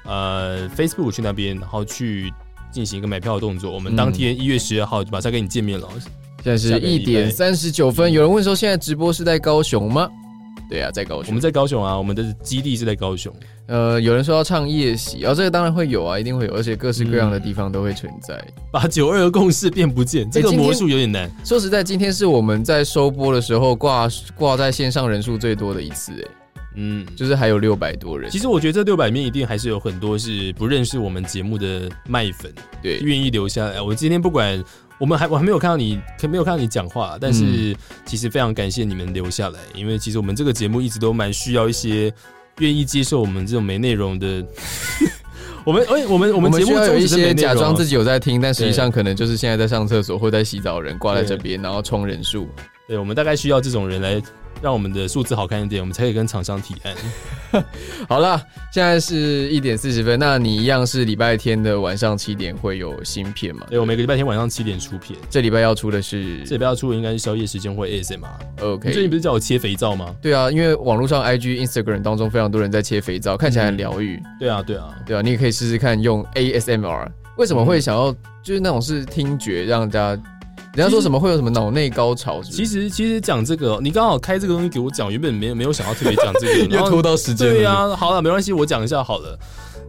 Speaker 1: 呃 Facebook 去那边，然后去。进行一个买票的动作，我们当天一月十二号就马上跟你见面了。
Speaker 2: 嗯现在
Speaker 1: 下
Speaker 2: 是
Speaker 1: 个
Speaker 2: 一
Speaker 1: 礼拜
Speaker 2: 点三十九
Speaker 1: 嗯
Speaker 2: 分，有人问说现在直播是在高雄吗？对啊，在高
Speaker 1: 我
Speaker 2: 雄
Speaker 1: 们。在高雄啊，我们的基地是在高雄。
Speaker 2: 呃，有人说要唱夜袭，哦，这个当然会有啊，一定会有，而且各式各样的地方都会存在。
Speaker 1: 把九二的共识变不见，嗯这个
Speaker 2: 哎今天
Speaker 1: 魔术有点难。
Speaker 2: 说实在，今天是我们在收播的时候挂挂在线上人数最多的一次，哎，
Speaker 1: 嗯，
Speaker 2: 就是还有六百多人
Speaker 1: 其。实我觉得这六百面一定还是有很多是不认识我们节目的麦粉，
Speaker 2: 对，
Speaker 1: 愿意留下来。我今天不管我们还我还没有看到你，可没有看到你讲话，但
Speaker 2: 嗯
Speaker 1: 是其实非常感谢你们留下来，因为其实我们这个节目一直都蛮需要一些愿意接受我们这种没内容的。 <laughs> 我们哎、我们我
Speaker 2: 我
Speaker 1: 们节
Speaker 2: 需
Speaker 1: 目
Speaker 2: 要有
Speaker 1: 宗
Speaker 2: 一
Speaker 1: 旨是没
Speaker 2: 些
Speaker 1: 内容
Speaker 2: 假
Speaker 1: 啊
Speaker 2: 装自己有在听，但实际上可能就是现在在上厕所或在洗澡的人挂在这
Speaker 1: 对
Speaker 2: 边，然后冲人数。
Speaker 1: 对，我们大概需要这种人来让我们的数字好看一点，我们才可以跟厂商提案。
Speaker 2: <laughs> 好了，现在是一点四十分，那你一样是礼拜天的晚上七点会有新片嘛？
Speaker 1: 对，我每个礼拜天晚上七点出片，
Speaker 2: 这礼拜要出的是
Speaker 1: 这礼拜要出的应该是宵夜时间或 ASMR。你最近
Speaker 2: OK
Speaker 1: 不。是叫我切肥皂吗？
Speaker 2: 对啊，因为网络上 IG、Instagram 当中非常多人在切肥皂，看起来很疗愈。
Speaker 1: 对啊，对啊，
Speaker 2: 对啊，你也可以试试看用 ASMR。为什么会想要就是那种是听觉让大家，人家说什么会有什么脑内高潮是不是？
Speaker 1: 其实其实讲这个，哦你刚好开这个东西给我讲，原本没有没有想要特别讲这
Speaker 2: <laughs>
Speaker 1: 个，然
Speaker 2: 又
Speaker 1: 后
Speaker 2: 拖到时间了。
Speaker 1: 对呀、好了，没关系，我讲一下好了。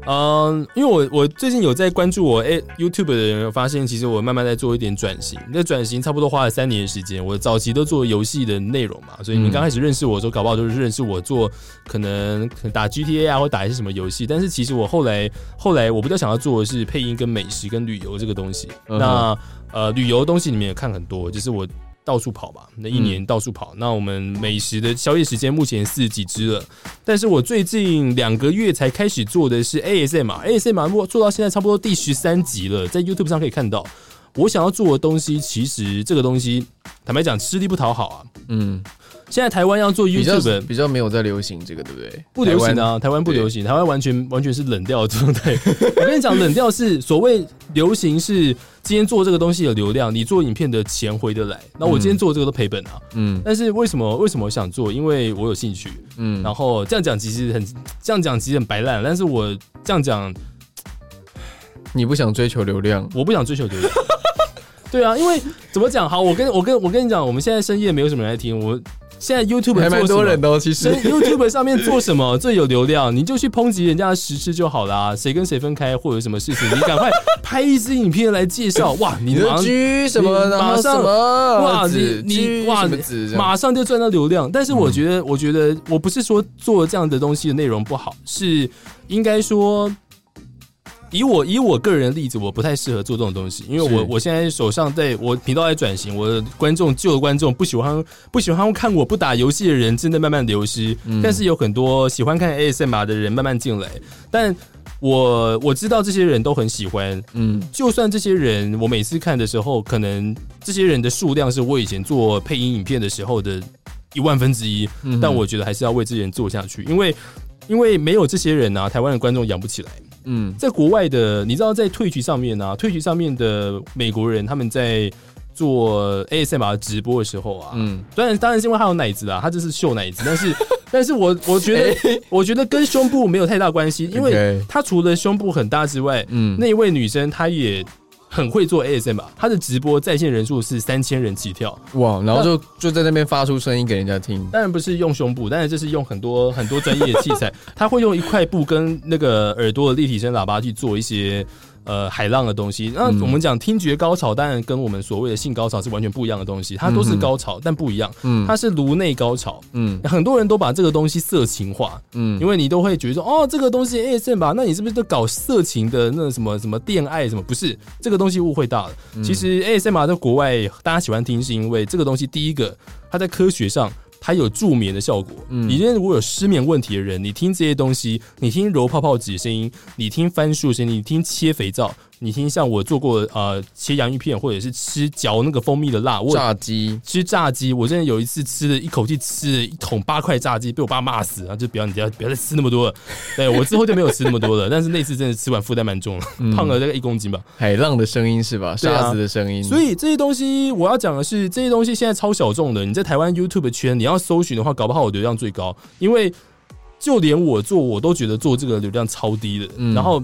Speaker 1: 嗯，因为我我最近有在关注我哎、YouTube 的人，有发现其实我慢慢在做一点转型。那转型差不多花了三年的时间，我早期都做游戏的内容嘛，所以你
Speaker 2: 嗯
Speaker 1: 刚开始认识我的时候，搞不好就是认识我做可能可能打 GTA 啊，或打一些什么游戏。但是其实我后来后来我比较想要做的是配音跟美食跟旅游这个东西。
Speaker 2: 嗯哼
Speaker 1: 那呃，旅游的东西你们也看很多，就是我到处跑嘛，那一年到处跑。那我们美食的宵夜时间目前四十几支了，但是我最近两个月才开始做的是 ASMR，ASMR 做做到现在差不多第十三集了，在 YouTube 上可以看到。我想要做的东西，其实这个东西，坦白讲，吃力不讨好啊。
Speaker 2: 嗯，
Speaker 1: 现在台湾要做
Speaker 2: 比较
Speaker 1: YouTube
Speaker 2: 比较没有在流行这个，对不对？
Speaker 1: 不流行
Speaker 2: 台湾
Speaker 1: 啊，台湾不流行，台湾完全 <laughs> 完全是冷掉的状态。 <laughs> 我跟你讲，冷掉是所谓流行是今天做这个东西有流量，你做影片的钱回得来。那我今天做这个都赔本啊。
Speaker 2: 嗯
Speaker 1: 但是为什么为什么我想做？因为我有兴趣。
Speaker 2: 嗯，
Speaker 1: 然后这样讲其实很这样讲其实很白烂，但是我这样讲
Speaker 2: 你不想追求流量，
Speaker 1: 我不想追求流量。对啊，因为怎么讲？好，我跟我跟我跟你讲，我们现在深夜没有什么人来听，我现在 YouTube
Speaker 2: 还蛮
Speaker 1: 做什
Speaker 2: 多
Speaker 1: 么
Speaker 2: 人的哦，其实
Speaker 1: 所以 YouTube 上面做什么最有流量，你就去抨击人家的实施就好啦。谁跟谁分开或有什么事情，你赶快拍一支影片来介绍。
Speaker 2: <laughs>
Speaker 1: 哇，你
Speaker 2: 你
Speaker 1: 马
Speaker 2: 的
Speaker 1: 上
Speaker 2: 居什么，
Speaker 1: 你
Speaker 2: 然
Speaker 1: 马
Speaker 2: 后
Speaker 1: 上
Speaker 2: 什么
Speaker 1: 哇
Speaker 2: 子
Speaker 1: 你你
Speaker 2: 居
Speaker 1: 哇
Speaker 2: 什么
Speaker 1: 你
Speaker 2: 子这样，
Speaker 1: 马上就赚到流量。但是我觉得，我觉得我不是说做这样的东西的内容不好，是应该说。以我以我个人的例子，我不太适合做这种东西，因为我
Speaker 2: 是
Speaker 1: 我现在手上在我频道在转型，我的观众旧的观众不喜欢不喜欢看我不打游戏的人正在慢慢流失，
Speaker 2: 嗯
Speaker 1: 但是有很多喜欢看 ASMR 的人慢慢进来，但我我知道这些人都很喜欢，
Speaker 2: 嗯
Speaker 1: 就算这些人，我每次看的时候，可能这些人的数量是我以前做配音影片的时候的一万分之一，
Speaker 2: 嗯哼
Speaker 1: 但我觉得还是要为这些人做下去，因为因为没有这些人啊，台湾的观众养不起来。
Speaker 2: 嗯
Speaker 1: 在国外的，你知道在退群上面啊，退群上面的美国人他们在做 ASMR 直播的时候啊，
Speaker 2: 嗯，
Speaker 1: 当然，当然是因为他有奶子啦，他这是秀奶子，但
Speaker 2: <laughs>
Speaker 1: 是，但是我我觉得，我觉得跟胸部没有太大关系，因为
Speaker 2: 哎 OK
Speaker 1: 他除了胸部很大之外，嗯，
Speaker 2: 嗯
Speaker 1: 那一位女生她也很会做 ASM 吧，她的直播在线人数是三千人起跳，
Speaker 2: 哇，然后就就在那边发出声音给人家听，
Speaker 1: 当然不是用胸部，但是这是用很多很多专业的器材，她会用一块布跟那个耳朵的立体声喇叭去做一些。呃，海浪的东西。那我们讲听觉高潮，当然跟我们所谓的性高潮是完全不一样的东西，它都是高潮，但不一样。
Speaker 2: 嗯
Speaker 1: 它是颅内高潮，
Speaker 2: 嗯
Speaker 1: 很多人都把这个东西色情化，
Speaker 2: 嗯
Speaker 1: 因为你都会觉得说，哦，这个东西 ASM 吧，那你是不是都搞色情的那什么什么恋爱什么？不是，这个东西误会大了。
Speaker 2: 嗯
Speaker 1: 其实 ASM r 在国外大家喜欢听，是因为这个东西第一个，它在科学上。它有助眠的效果。
Speaker 2: 嗯
Speaker 1: 你今天如果有失眠问题的人，你听这些东西，你听揉泡泡纸的声音，你听翻书的声音，你听切肥皂，你听像我做过呃切洋芋片，或者是吃嚼那个蜂蜜的辣，我有
Speaker 2: 炸鸡，
Speaker 1: 吃炸鸡，我真的有一次吃了一口气吃了一桶八块炸鸡，被我爸骂死，然后就不要你不要不要再吃那么多了。对我之后就没有吃那么多了，但是那次真的吃完负担蛮重了，
Speaker 2: 嗯
Speaker 1: 胖了大概一公斤吧。
Speaker 2: 海浪的声音是吧？
Speaker 1: 对啊
Speaker 2: 沙子的声音，
Speaker 1: 所以这些东西我要讲的是，这些东西现在超小众的。你在台湾 YouTube 圈，你要搜寻的话，搞不好我流量最高，因为就连我做，我都觉得做这个流量超低的。
Speaker 2: 嗯
Speaker 1: 然后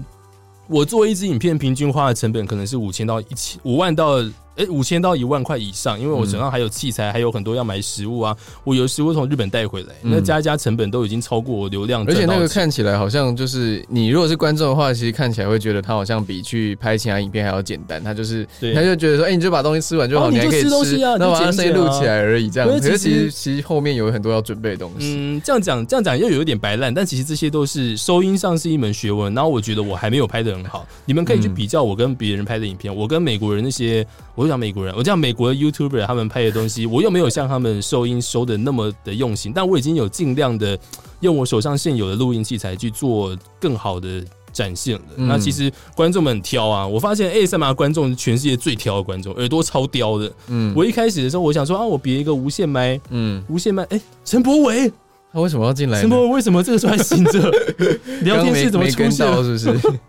Speaker 1: 我做一支影片，平均花的成本可能是五千到一千五万到。哎，五千到一万块以上，因为我手上还有器材，还有很多要买食物啊。我有食物从日本带回来，那加一加成本都已经超过我流量
Speaker 2: 嗯而
Speaker 1: 赚
Speaker 2: 且
Speaker 1: 嗯到的钱。
Speaker 2: 那个看起来好像就是你如果是观众的话，其实看起来会觉得它好像比去拍其他影片还要简单，它就是
Speaker 1: 对
Speaker 2: 他就觉得说，哎、你就把东西吃完就好，
Speaker 1: 哦
Speaker 2: 你
Speaker 1: 你
Speaker 2: 还
Speaker 1: 就
Speaker 2: 可以
Speaker 1: 吃东西啊
Speaker 2: 那
Speaker 1: 你就
Speaker 2: 把它
Speaker 1: 剪
Speaker 2: 声音
Speaker 1: 剪
Speaker 2: 录
Speaker 1: 啊
Speaker 2: 起来而已，这样。
Speaker 1: 可
Speaker 2: 可
Speaker 1: 是
Speaker 2: 是其
Speaker 1: 其
Speaker 2: 实
Speaker 1: <laughs> 实
Speaker 2: 其实后面有很多要准备的东西，
Speaker 1: 嗯，这样讲这样讲又有点白烂，但其实这些都是收音上是一门学问。然后我觉得我还没有拍的很好，你们可以
Speaker 2: 嗯
Speaker 1: 去比较我跟别人拍的影片，我跟美国人那些，我就讲美国人，我讲美国的 YouTuber 他们拍的东西，我又没有像他们收音收的那么的用心，但我已经有尽量的用我手上现有的录音器材去做更好的。展现了。
Speaker 2: 嗯
Speaker 1: 那其实观众们很挑啊，我发现 ASMR 观众是全世界最挑的观众，耳朵超刁的。
Speaker 2: 嗯
Speaker 1: 我一开始的时候，我想说啊，我别一个无线麦，
Speaker 2: 嗯，
Speaker 1: 无线麦，哎、陈柏伟，
Speaker 2: 他为什么要进来
Speaker 1: 陈
Speaker 2: 呢？
Speaker 1: 柏为什么这个时候还醒
Speaker 2: <laughs>
Speaker 1: 着？ <laughs> 聊天室怎么出
Speaker 2: 刚刚没没跟
Speaker 1: 现
Speaker 2: 到？
Speaker 1: <laughs>
Speaker 2: 是不是？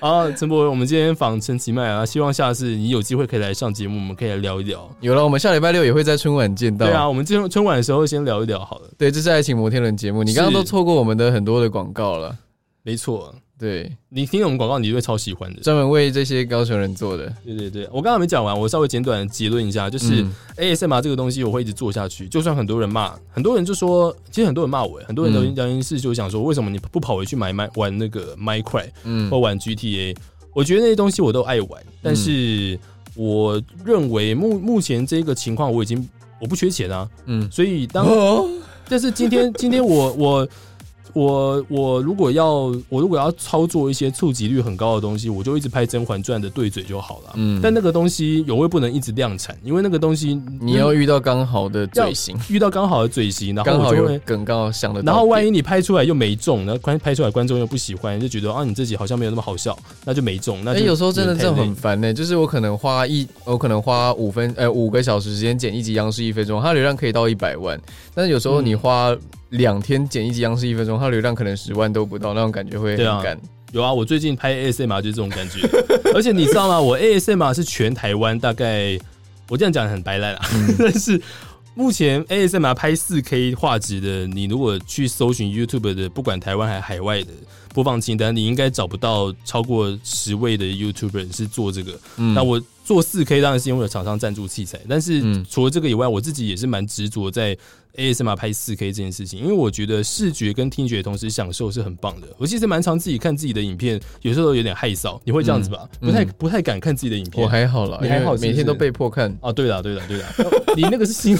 Speaker 1: 啊，陈柏伟，我们今天访陈其迈啊，希望下次你有机会可以来上节目，我们可以来聊一聊。
Speaker 2: 有了，我们下礼拜六也会在春晚见到。
Speaker 1: 对啊，我们今天春晚的时候先聊一聊好了。
Speaker 2: 对，这是《爱情摩天轮》节目，你刚刚都
Speaker 1: 是
Speaker 2: 错过我们的很多的广告了。
Speaker 1: 没错，
Speaker 2: 对，
Speaker 1: 你听我们广告，你就会超喜欢的。
Speaker 2: 专门为这些高雄人做的。
Speaker 1: 对对对，我刚刚没讲完，我稍微简短地结论一下，就是
Speaker 2: 嗯
Speaker 1: ASMR 这个东西我会一直做下去，就算很多人骂，很多人就说，其实很多人骂我，很多人聊天
Speaker 2: 嗯
Speaker 1: 聊天室就想说，为什么你不跑回去买买玩那个 Minecraft？
Speaker 2: 嗯
Speaker 1: 或玩 GTA，我觉得那些东西我都爱玩，但是我认为目目前这个情况我已经我不缺钱啊，
Speaker 2: 嗯，
Speaker 1: 所以当
Speaker 2: 哦， <laughs>
Speaker 1: 但是今天今天我我我我如果要我如果要操作一些触及率很高的东西，我就一直拍《甄嬛传》的对嘴就好了。
Speaker 2: 嗯
Speaker 1: 但那个东西有味不能一直量产，因为那个东西
Speaker 2: 你要遇到刚好的
Speaker 1: 要
Speaker 2: 嘴型，
Speaker 1: 遇到刚好的嘴型，然后
Speaker 2: 刚好
Speaker 1: 我就
Speaker 2: 有
Speaker 1: 会。
Speaker 2: 梗，刚好想得到点。
Speaker 1: 然后万一你拍出来又没中，那观拍出来观众又不喜欢，就觉得啊你自己好像没有那么好笑，那就没中。那
Speaker 2: 哎、
Speaker 1: 就
Speaker 2: 有时候真的
Speaker 1: 太
Speaker 2: 这种
Speaker 1: 累
Speaker 2: 很烦呢、欸就是我可能花一，我可能花五分，呃，五个小时时间剪一集央视一分钟，它流量可以到一百万，但是有时候
Speaker 1: 嗯
Speaker 2: 你花两天剪一集央视一分钟，它流量可能十万都不到，那种感觉会
Speaker 1: 对啊
Speaker 2: 很干。
Speaker 1: 有啊，我最近拍 ASMR 就是这种感觉， <laughs> 而且你知道吗？我 ASMR 是全台湾大概，我这样讲很白烂啊，
Speaker 2: 嗯
Speaker 1: <laughs> 但是目前 ASMR 拍4 K 画质的，你如果去搜寻 YouTube 的，不管台湾还海外的播放清单，你应该找不到超过十位的 YouTuber 是做这个。
Speaker 2: 嗯
Speaker 1: 那我做4 K 当然是因为有厂商赞助器材，但是
Speaker 2: 嗯
Speaker 1: 除了这个以外，我自己也是蛮执着在 ASMR 拍4 K 这件事情，因为我觉得视觉跟听觉同时享受是很棒的。我其实蛮常自己看自己的影片，有时候有点害臊，你会这样子吧？
Speaker 2: 嗯
Speaker 1: 不太
Speaker 2: 嗯
Speaker 1: 不太敢看自己的影片。
Speaker 2: 我还好啦，
Speaker 1: 你还好
Speaker 2: 因为每
Speaker 1: 是
Speaker 2: 天
Speaker 1: 不是
Speaker 2: 都被迫看。
Speaker 1: 哦，对了，对了，对了， <laughs> 你那个是新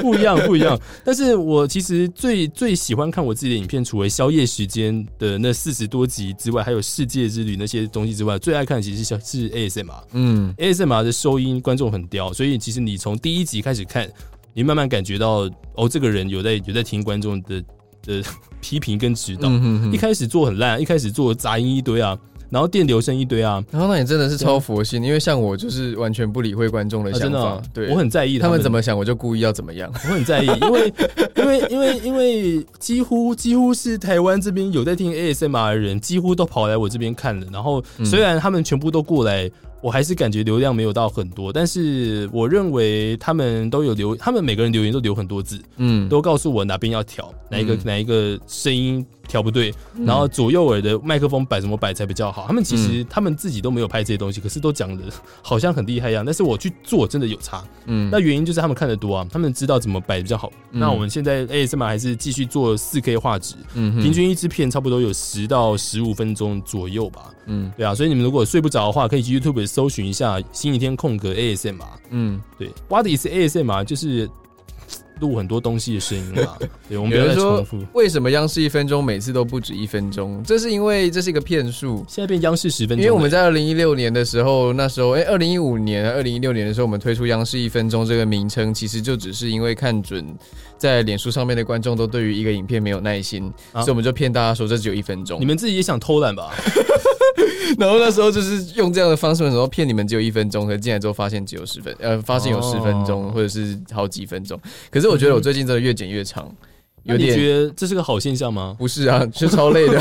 Speaker 1: 不 <laughs> 一样，不
Speaker 2: <laughs>
Speaker 1: 一样。但是我其实最最喜欢看我自己的影片，除了宵夜时间的那四十多集之外，还有世界之旅那些东西之外，最爱看的其实是小是 ASMR。
Speaker 2: 嗯，
Speaker 1: ASMR 的收音观众很刁，所以其实你从第一集开始看，你慢慢感觉到哦，这个人有在有在听观众的的 <laughs> 批评跟指导。
Speaker 2: 嗯哼哼
Speaker 1: 一开始做很烂，一开始做杂音一堆啊，然后电流声一堆啊，
Speaker 2: 然后那你真的是超佛心，因为像我就是完全不理会观众的
Speaker 1: 啊
Speaker 2: 想
Speaker 1: 真的
Speaker 2: 法，
Speaker 1: 啊、
Speaker 2: 对
Speaker 1: 我很在意
Speaker 2: 他
Speaker 1: 们
Speaker 2: 们怎么想，我就故意要怎么样。
Speaker 1: 我很在意，因为 <laughs> 因为因为因为几乎几乎是台湾这边有在听 ASMR 的人，几乎都跑来我这边看了。然后
Speaker 2: 嗯
Speaker 1: 虽然他们全部都过来，我还是感觉流量没有到很多，但是我认为他们都有留，他们每个人留言都留很多字，
Speaker 2: 嗯，
Speaker 1: 都告诉我哪边要调，哪一个、
Speaker 2: 嗯
Speaker 1: 哪一个声音调不对，然后左右耳的麦克风摆怎么摆才比较好。他们其
Speaker 2: 嗯
Speaker 1: 实、他们自己都没有拍这些东西，可是都讲的好像很厉害一样，但是我去做真的有差。
Speaker 2: 嗯
Speaker 1: 那原因就是他们看得多啊，他们知道怎么摆比较好。
Speaker 2: 嗯
Speaker 1: 那我们现在 ASMR 还是继续做四 K 画质，
Speaker 2: 嗯哼
Speaker 1: 平均一支片差不多有十到十五分钟左右吧。
Speaker 2: 嗯
Speaker 1: 对啊，所以你们如果睡不着的话，可以去 YouTube 搜寻一下星期天空格 ASMR。
Speaker 2: <laughs> 嗯，
Speaker 1: 对，What is ASMR？就是录很多东西的声音嘛。 <laughs> 对，我们不
Speaker 2: 有
Speaker 1: 要
Speaker 2: 人
Speaker 1: 再重
Speaker 2: 说
Speaker 1: 复。
Speaker 2: 为什么央视一分钟每次都不止一分钟？这是因为这是一个骗术。
Speaker 1: 现在变央视十分钟了，
Speaker 2: 因为我们在二零一六年的时候，那时候哎，二零一五年、二零一六年的时候，我们推出“央视一分钟”这个名称，其实就只是因为看准在脸书上面的观众都对于一个影片没有耐心，
Speaker 1: 啊
Speaker 2: 所以我们就骗大家说这只有一分钟
Speaker 1: 你。们自己也想偷懒吧？
Speaker 2: <laughs> 然后那时候就是用这样的方式，然后骗你们只有一分钟，可是进来之后发现只有十分，呃，发现有十分钟、
Speaker 1: 哦嗯
Speaker 2: 或者是好几分钟。可是我觉得我最近真的越剪越长，
Speaker 1: 那
Speaker 2: 有
Speaker 1: 你
Speaker 2: 点
Speaker 1: 觉得这是个好现象吗？
Speaker 2: 不是
Speaker 1: <laughs>
Speaker 2: 啊， <laughs> 就超累的，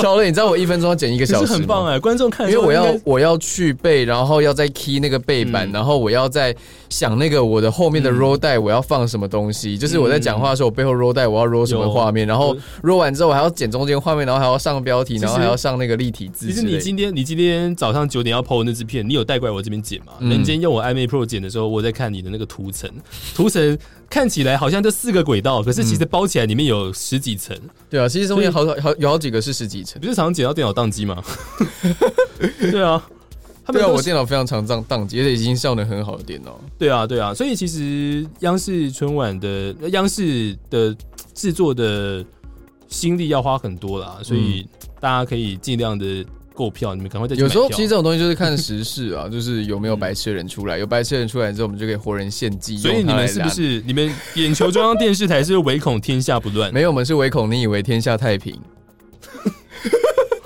Speaker 2: 超累。你知道我一分钟要剪一个
Speaker 1: 可
Speaker 2: 小
Speaker 1: 是
Speaker 2: 时
Speaker 1: 很棒
Speaker 2: 吗
Speaker 1: 哎、观众看
Speaker 2: 因
Speaker 1: 的
Speaker 2: 为
Speaker 1: 时候
Speaker 2: 我
Speaker 1: 应该，
Speaker 2: 要我要去背，然后要再 key 那个背板，
Speaker 1: 嗯
Speaker 2: 然后我要再想那个我的后面的 roll 带我要放什么东西，就是我在讲话的时候，我背后 roll 带我要 roll 什么
Speaker 1: 嗯有
Speaker 2: 画面，然后 roll 完之后我还要剪中间画面，然后还要上标题，
Speaker 1: 其实
Speaker 2: 然后还要上那个立体字
Speaker 1: 其实
Speaker 2: 之类
Speaker 1: 你
Speaker 2: 的。
Speaker 1: 今天你今天早上九点要 PO 那支片，你有带过来我这边剪吗？那、
Speaker 2: 嗯
Speaker 1: 你今天用我 iMac Pro 剪的时候，我在看你的那个图层，图层看起来好像这四个轨道，可是其实包起来里面有十几层。
Speaker 2: 嗯对啊，其实中间好好有好几个是十几层
Speaker 1: 你。不是常剪到电脑宕机吗？对啊，他们
Speaker 2: 对啊，
Speaker 1: 都
Speaker 2: 我
Speaker 1: 是
Speaker 2: 电脑非常常宕宕机，而且已经效能很好的电脑。
Speaker 1: 对啊对啊，所以其实央视春晚的呃央视的制作的心力要花很多啦，所以大家可以尽量的购票，你们赶快再去
Speaker 2: 嗯有时候
Speaker 1: 买票嗯
Speaker 2: 其实这种东西就是看时事
Speaker 1: <laughs>
Speaker 2: 啊，就是有没有白痴的人出来，有白痴的人出来之后，我们就可以活人献祭。
Speaker 1: 所以
Speaker 2: 用
Speaker 1: 你
Speaker 2: 它来
Speaker 1: 们是不
Speaker 2: 拉
Speaker 1: 是你们眼球中央电视台是唯恐天下不乱？
Speaker 2: 没有？我们是唯恐你以为天下太平。
Speaker 1: <laughs>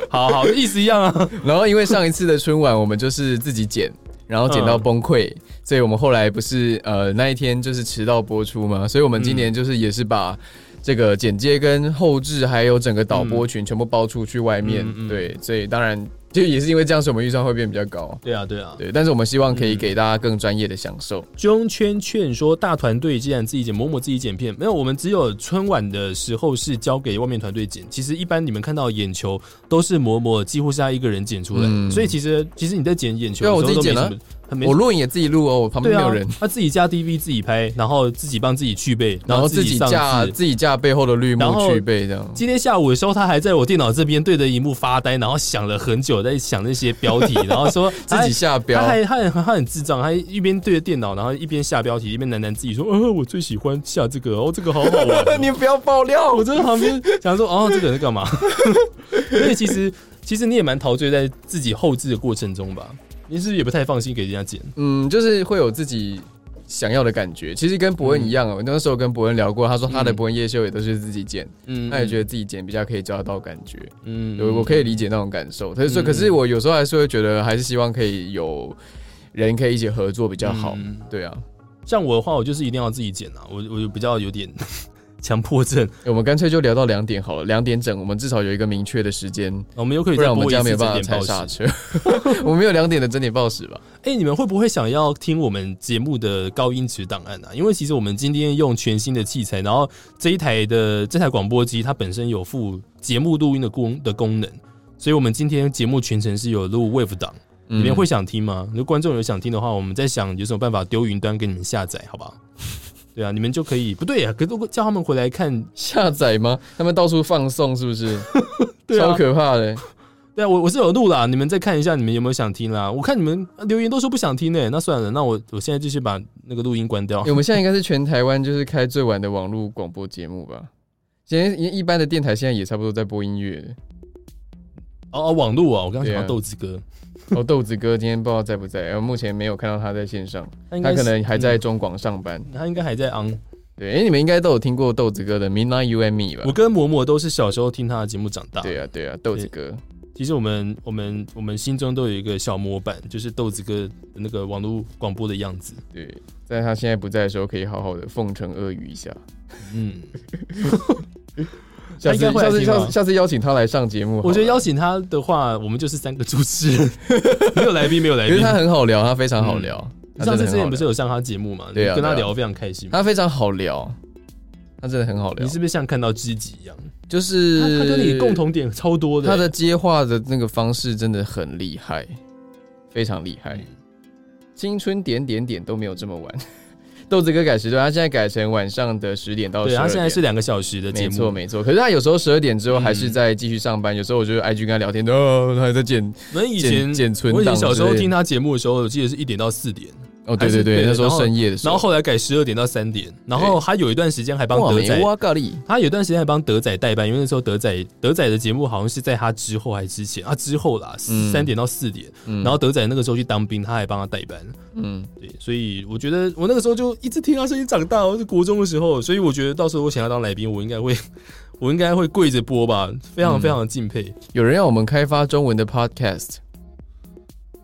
Speaker 1: 好好意思一样啊。
Speaker 2: 然后因为上一次的春晚，我们就是自己剪，然后剪到
Speaker 1: 嗯
Speaker 2: 崩溃，所以我们后来不是呃那一天就是迟到播出嘛，所以我们
Speaker 1: 嗯
Speaker 2: 今年就是也是把这个剪接跟后置还有整个导
Speaker 1: 嗯
Speaker 2: 播群全部包出去外面，
Speaker 1: 嗯嗯嗯
Speaker 2: 对，所以当然就也是因为这样，所以我们预算会变比较高。
Speaker 1: 对啊，对啊。
Speaker 2: 对，但是我们希望可以给大家更专业的享受。
Speaker 1: 中圈劝说大团队既然自己剪，某某自己剪片，没有，我们只有春晚的时候是交给外面团队剪。其实一般你们看到眼球都是某某，几乎是他一个人剪出来，
Speaker 2: 嗯
Speaker 1: 所以其实其实你在剪眼球
Speaker 2: 对啊我
Speaker 1: 的时候都
Speaker 2: 自己
Speaker 1: 没
Speaker 2: 剪啊
Speaker 1: 什么。很没
Speaker 2: 我录影也自己录哦，我旁边
Speaker 1: 对
Speaker 2: 没有
Speaker 1: 啊
Speaker 2: 人，，
Speaker 1: 他自己加 DV 自己拍，然后自己帮自己去背，
Speaker 2: 然后自己
Speaker 1: 己上
Speaker 2: 架
Speaker 1: 字
Speaker 2: 自己架背后的绿
Speaker 1: 然
Speaker 2: 幕
Speaker 1: 后
Speaker 2: 去背这样。
Speaker 1: 今天下午的时候，他还在我电脑这边对着荧幕发呆，然后想了很久，在想那些标题，然后说
Speaker 2: 自己下标
Speaker 1: 他哎还他很他很智障，他一边对着电脑，然后一边下标题，一边喃喃自语说：“呃，我最喜欢下这个，哦，这个好好玩。 <laughs>
Speaker 2: <laughs> 你不要爆料
Speaker 1: 我在旁边想说：“哦，这个人在干嘛？” <laughs> 所以其实其实你也蛮陶醉在自己后置的过程中吧？你是不是也不太放心给人家剪？
Speaker 2: 嗯，就是会有自己想要的感觉。其实跟伯恩一样哦，我那时候跟伯恩聊过，他说他的
Speaker 1: 嗯
Speaker 2: 伯恩夜秀也都是自己剪，
Speaker 1: 嗯
Speaker 2: 他也觉得自己剪比较可以抓到感觉。
Speaker 1: 嗯
Speaker 2: 有我可以理解那种感受，但是说，可是我有时候还是会觉得，还是希望可以有人可以一起合作比较好。
Speaker 1: 嗯
Speaker 2: 对啊，
Speaker 1: 像我的话，我就是一定要自己剪啊，我我就比较有点 <laughs> 强迫症，
Speaker 2: 我们干脆就聊到两点好了，两点整，我们至少有一个明确的时间，
Speaker 1: 哦我们又可以
Speaker 2: 不
Speaker 1: 再
Speaker 2: 然我
Speaker 1: 播一
Speaker 2: 们这样
Speaker 1: 次
Speaker 2: 没有
Speaker 1: 整
Speaker 2: 办法
Speaker 1: 点
Speaker 2: 踩
Speaker 1: 报时
Speaker 2: 刹。车。 <laughs> 我们没有两点的整点报时吧？
Speaker 1: 哎、你们会不会想要听我们节目的高音质档案啊？因为其实我们今天用全新的器材，然后这一台的这台广播机它本身有附节目录音的功的功能，所以我们今天节目全程是有录 wave 档，
Speaker 2: 嗯
Speaker 1: 你们会想听吗？如果观众有想听的话，我们在想有什么办法丢云端给你们下载，好
Speaker 2: <laughs>
Speaker 1: 不好？对啊，你们就可以不对啊，可是我叫他们回来看，
Speaker 2: 下载吗？他们到处放送是不是？
Speaker 1: <laughs> 对啊
Speaker 2: 超可怕的。
Speaker 1: 对啊，我我是有录啦，你们再看一下，你们有没有想听啦？我看你们留言都说不想听呢、那算了，那我我现在继续把那个录音关掉
Speaker 2: 欸。我们现在应该是全台湾就是开最晚的网络广播节目吧？现在一一般的电台现在也差不多在播音乐。
Speaker 1: 哦哦，网络啊，我刚刚想
Speaker 2: 对
Speaker 1: 到
Speaker 2: 啊
Speaker 1: 豆子哥，
Speaker 2: 哦，豆子哥今天不知道在不在，呃，目前没有看到他在线上，
Speaker 1: 他应
Speaker 2: 他
Speaker 1: 该
Speaker 2: 可
Speaker 1: 是
Speaker 2: 能还在
Speaker 1: 嗯
Speaker 2: 中广上班。
Speaker 1: 他应该还在昂。
Speaker 2: 对，哎、你们应该都有听过豆子哥的《Midnight You and Me》
Speaker 1: 我
Speaker 2: 吧？
Speaker 1: 跟嬷嬷都是小时候听他的节目长大。
Speaker 2: 对啊，对啊，豆子哥，
Speaker 1: 其实我们我们我们心中都有一个小模板，就是豆子哥的那个网络广播的样子。
Speaker 2: 对，在他现在不在的时候，可以好好的奉承鳄鱼一下。
Speaker 1: 嗯，
Speaker 2: 下
Speaker 1: 他应该
Speaker 2: 次，
Speaker 1: 会
Speaker 2: <laughs> 下
Speaker 1: 来
Speaker 2: 次，
Speaker 1: 听吧
Speaker 2: 下次，下次邀请他来上节目好了。
Speaker 1: 我觉得邀请他的话，我们就是三个主持人， <laughs> 没有来宾，没有来
Speaker 2: 可是
Speaker 1: 宾。
Speaker 2: 他很好聊，他非常好
Speaker 1: 嗯
Speaker 2: 聊。他
Speaker 1: 上
Speaker 2: 真
Speaker 1: 次
Speaker 2: 的很
Speaker 1: 之前
Speaker 2: 好
Speaker 1: 不是
Speaker 2: 聊
Speaker 1: 有上他节目嘛？
Speaker 2: 对
Speaker 1: 你
Speaker 2: 啊
Speaker 1: 跟他
Speaker 2: 对啊
Speaker 1: 聊得非常开心。
Speaker 2: 他非常好聊，他真的很好聊。
Speaker 1: 你是不是像看到知己一样？
Speaker 2: 就是
Speaker 1: 他他跟你共同点超多的欸。
Speaker 2: 他的接话的那个方式真的很厉害，非常厉
Speaker 1: 嗯
Speaker 2: 害。青春点点点都没有这么晚。 <laughs> 豆子哥改时段，他现在改成晚上的十点到
Speaker 1: 对
Speaker 2: 十二
Speaker 1: 他
Speaker 2: 点。
Speaker 1: 现在是两个小时的节
Speaker 2: 没
Speaker 1: 目，嗯
Speaker 2: 错没错，可是他有时候十二点之后还是在继续上班，有时候我就 IG 跟他聊天，哦，他还在剪
Speaker 1: 我们以前
Speaker 2: 剪剪存档
Speaker 1: 我以前小时
Speaker 2: 之
Speaker 1: 候
Speaker 2: 类的
Speaker 1: 听他节目的时候，我记得是一点到四点，
Speaker 2: 哦，
Speaker 1: 还
Speaker 2: 对对
Speaker 1: 是
Speaker 2: 对，
Speaker 1: 对
Speaker 2: 那时候
Speaker 1: 然后
Speaker 2: 深夜的时
Speaker 1: 然后
Speaker 2: 候，
Speaker 1: 后来改十二点到三点，然后他有一段时间还帮
Speaker 2: 哇
Speaker 1: 德
Speaker 2: 没啊
Speaker 1: 仔，
Speaker 2: 哇咖喱，
Speaker 1: 他有一段时间还帮德仔代班，因为那时候德仔德仔的节目好像是在他之后还之前啊之后啦，
Speaker 2: 嗯
Speaker 1: 三点到四点，
Speaker 2: 嗯
Speaker 1: 然后德仔那个时候去当兵，他还帮他代班，
Speaker 2: 嗯，
Speaker 1: 对，所以我觉得我那个时候就一直听他声音长大，我是国中的时候，所以我觉得到时候我想要当来宾，我应该会 <laughs> 我应该会跪着播吧，非常
Speaker 2: 嗯
Speaker 1: 非常的敬佩，
Speaker 2: 有人要我们开发中文的 podcast，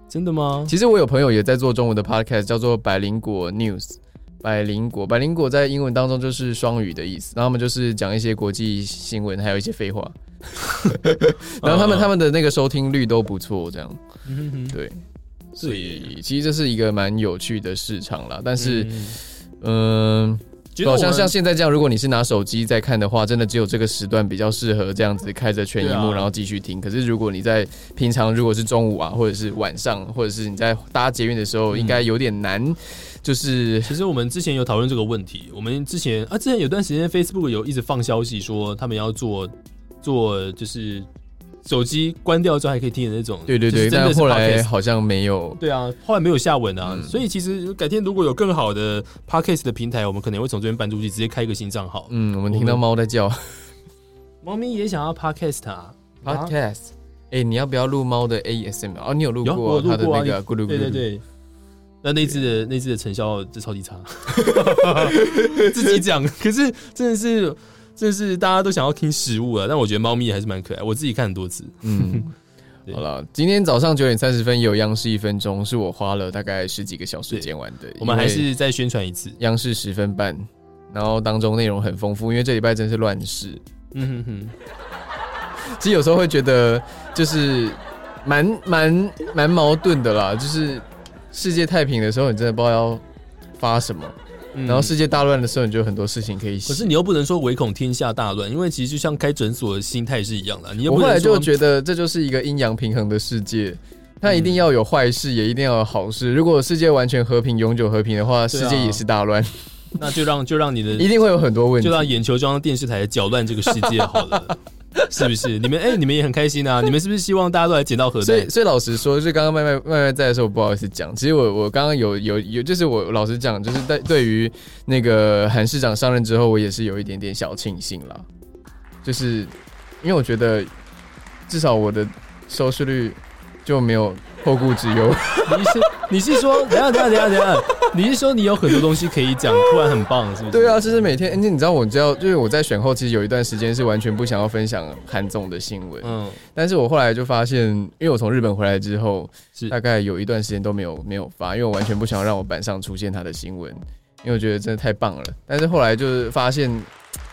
Speaker 1: 真的吗？
Speaker 2: 其实我有朋友也在做中文的 podcast，叫做百灵果 News。百灵果，百灵果在英文当中就是双语的意思，然后他们就是讲一些国际新闻，还有一些
Speaker 1: <laughs>
Speaker 2: 废话。然后他们
Speaker 1: 嗯
Speaker 2: 他们的那个收听率都不错，这样
Speaker 1: 嗯哼哼
Speaker 2: 对。所
Speaker 1: 对
Speaker 2: 以其实这是一个蛮有趣的市场啦，但是
Speaker 1: 嗯
Speaker 2: 嗯，
Speaker 1: 觉得
Speaker 2: 好
Speaker 1: 我
Speaker 2: 像
Speaker 1: 们
Speaker 2: 像现在这样，如果你是拿手机在看的话，真的只有这个时段比较适合这样子开着全荧幕，
Speaker 1: 对啊
Speaker 2: 然后继续听。可是如果你在平常，如果是中午啊，或者是晚上，或者是你在搭捷运的时候，
Speaker 1: 嗯
Speaker 2: 应该有点难，就是
Speaker 1: 其实我们之前有讨论这个问题，我们之前啊，之前有段时间 Facebook 有一直放消息说他们要做做就是手机关掉之后还可以听的那种，
Speaker 2: 对对
Speaker 1: 就是
Speaker 2: 对。
Speaker 1: 真的
Speaker 2: 但
Speaker 1: 是
Speaker 2: 后来
Speaker 1: podcast
Speaker 2: 好像没有，
Speaker 1: 对啊，后来没有下文啊，
Speaker 2: 嗯
Speaker 1: 所以其实改天如果有更好的 podcast 的平台，我们可能会从这边搬出去，直接开一个新账号。
Speaker 2: 嗯，我们听到猫在叫
Speaker 1: 猫咪也想要 podcast 啊，啊
Speaker 2: podcast。哎、你要不要录猫的 ASM？r 哦，你有录
Speaker 1: 有我
Speaker 2: 过
Speaker 1: 有录
Speaker 2: 它的
Speaker 1: 过啊
Speaker 2: 那个咕噜咕噜？
Speaker 1: 对对对。那那只的那只的成效就超级
Speaker 2: <laughs>
Speaker 1: 差，自己讲。可是真的是真的是大家都想要听食物啊，但我觉得猫咪还是蛮可爱，我自己看很多次。
Speaker 2: 嗯
Speaker 1: 对
Speaker 2: 好了，今天早上九点三十分有央视一分钟，是我花了大概十几个小时
Speaker 1: 对
Speaker 2: 剪完的。
Speaker 1: 我们还
Speaker 2: 因为
Speaker 1: 是再宣传一次。
Speaker 2: 央视十分半，然后当中内容很丰富，因为这礼拜真是乱世。
Speaker 1: 嗯哼哼，
Speaker 2: 其实有时候会觉得就是蛮蛮蛮矛盾的啦，就是世界太平的时候，你真的不知道要发什么；
Speaker 1: 嗯
Speaker 2: 然后世界大乱的时候，你就有很多事情可以
Speaker 1: 可是
Speaker 2: 写。
Speaker 1: 你又不能说唯恐天下大乱，因为其实就像开诊所的心态是一样的，你又
Speaker 2: 我
Speaker 1: 不
Speaker 2: 后来
Speaker 1: 能
Speaker 2: 就
Speaker 1: 说
Speaker 2: 觉得这就是一个阴阳平衡的世界，它一定要有坏事，也一定要有好事。如果世界完全和平、永久和平的话，
Speaker 1: 对啊
Speaker 2: 世界也是大乱，
Speaker 1: 那就让就让你
Speaker 2: <laughs> 一
Speaker 1: 的
Speaker 2: 定会有很多问题
Speaker 1: 就。让眼球中央电视台搅乱这个世界好了，是不是？你们哎、你们也很开心啊！你们是不是希望大家都来捡到核
Speaker 2: 所
Speaker 1: 弹
Speaker 2: 以，？所以老实说，就刚刚麦麦麦麦在的时候，我不好意思讲。其实我我刚刚有有有，就是我老实讲，就是在对于那个韩市长上任之后，我也是有一点点小庆幸啦，就是因为我觉得至少我的收视率就没有后顾之忧。
Speaker 1: 你是你是说，等一下等一下等一下等一下，你是说你有很多东西可以讲，突然很棒，是不是？
Speaker 2: 对啊，就是每天，而且你知道，我知道，就是我在选后，其实有一段时间是完全不想要分享韩总的新闻，
Speaker 1: 嗯，
Speaker 2: 但是我后来就发现，因为我从日本回来之后，
Speaker 1: 是
Speaker 2: 大概有一段时间都没有没有发，因为我完全不想让我板上出现他的新闻，因为我觉得真的太棒了。但是后来就是发现，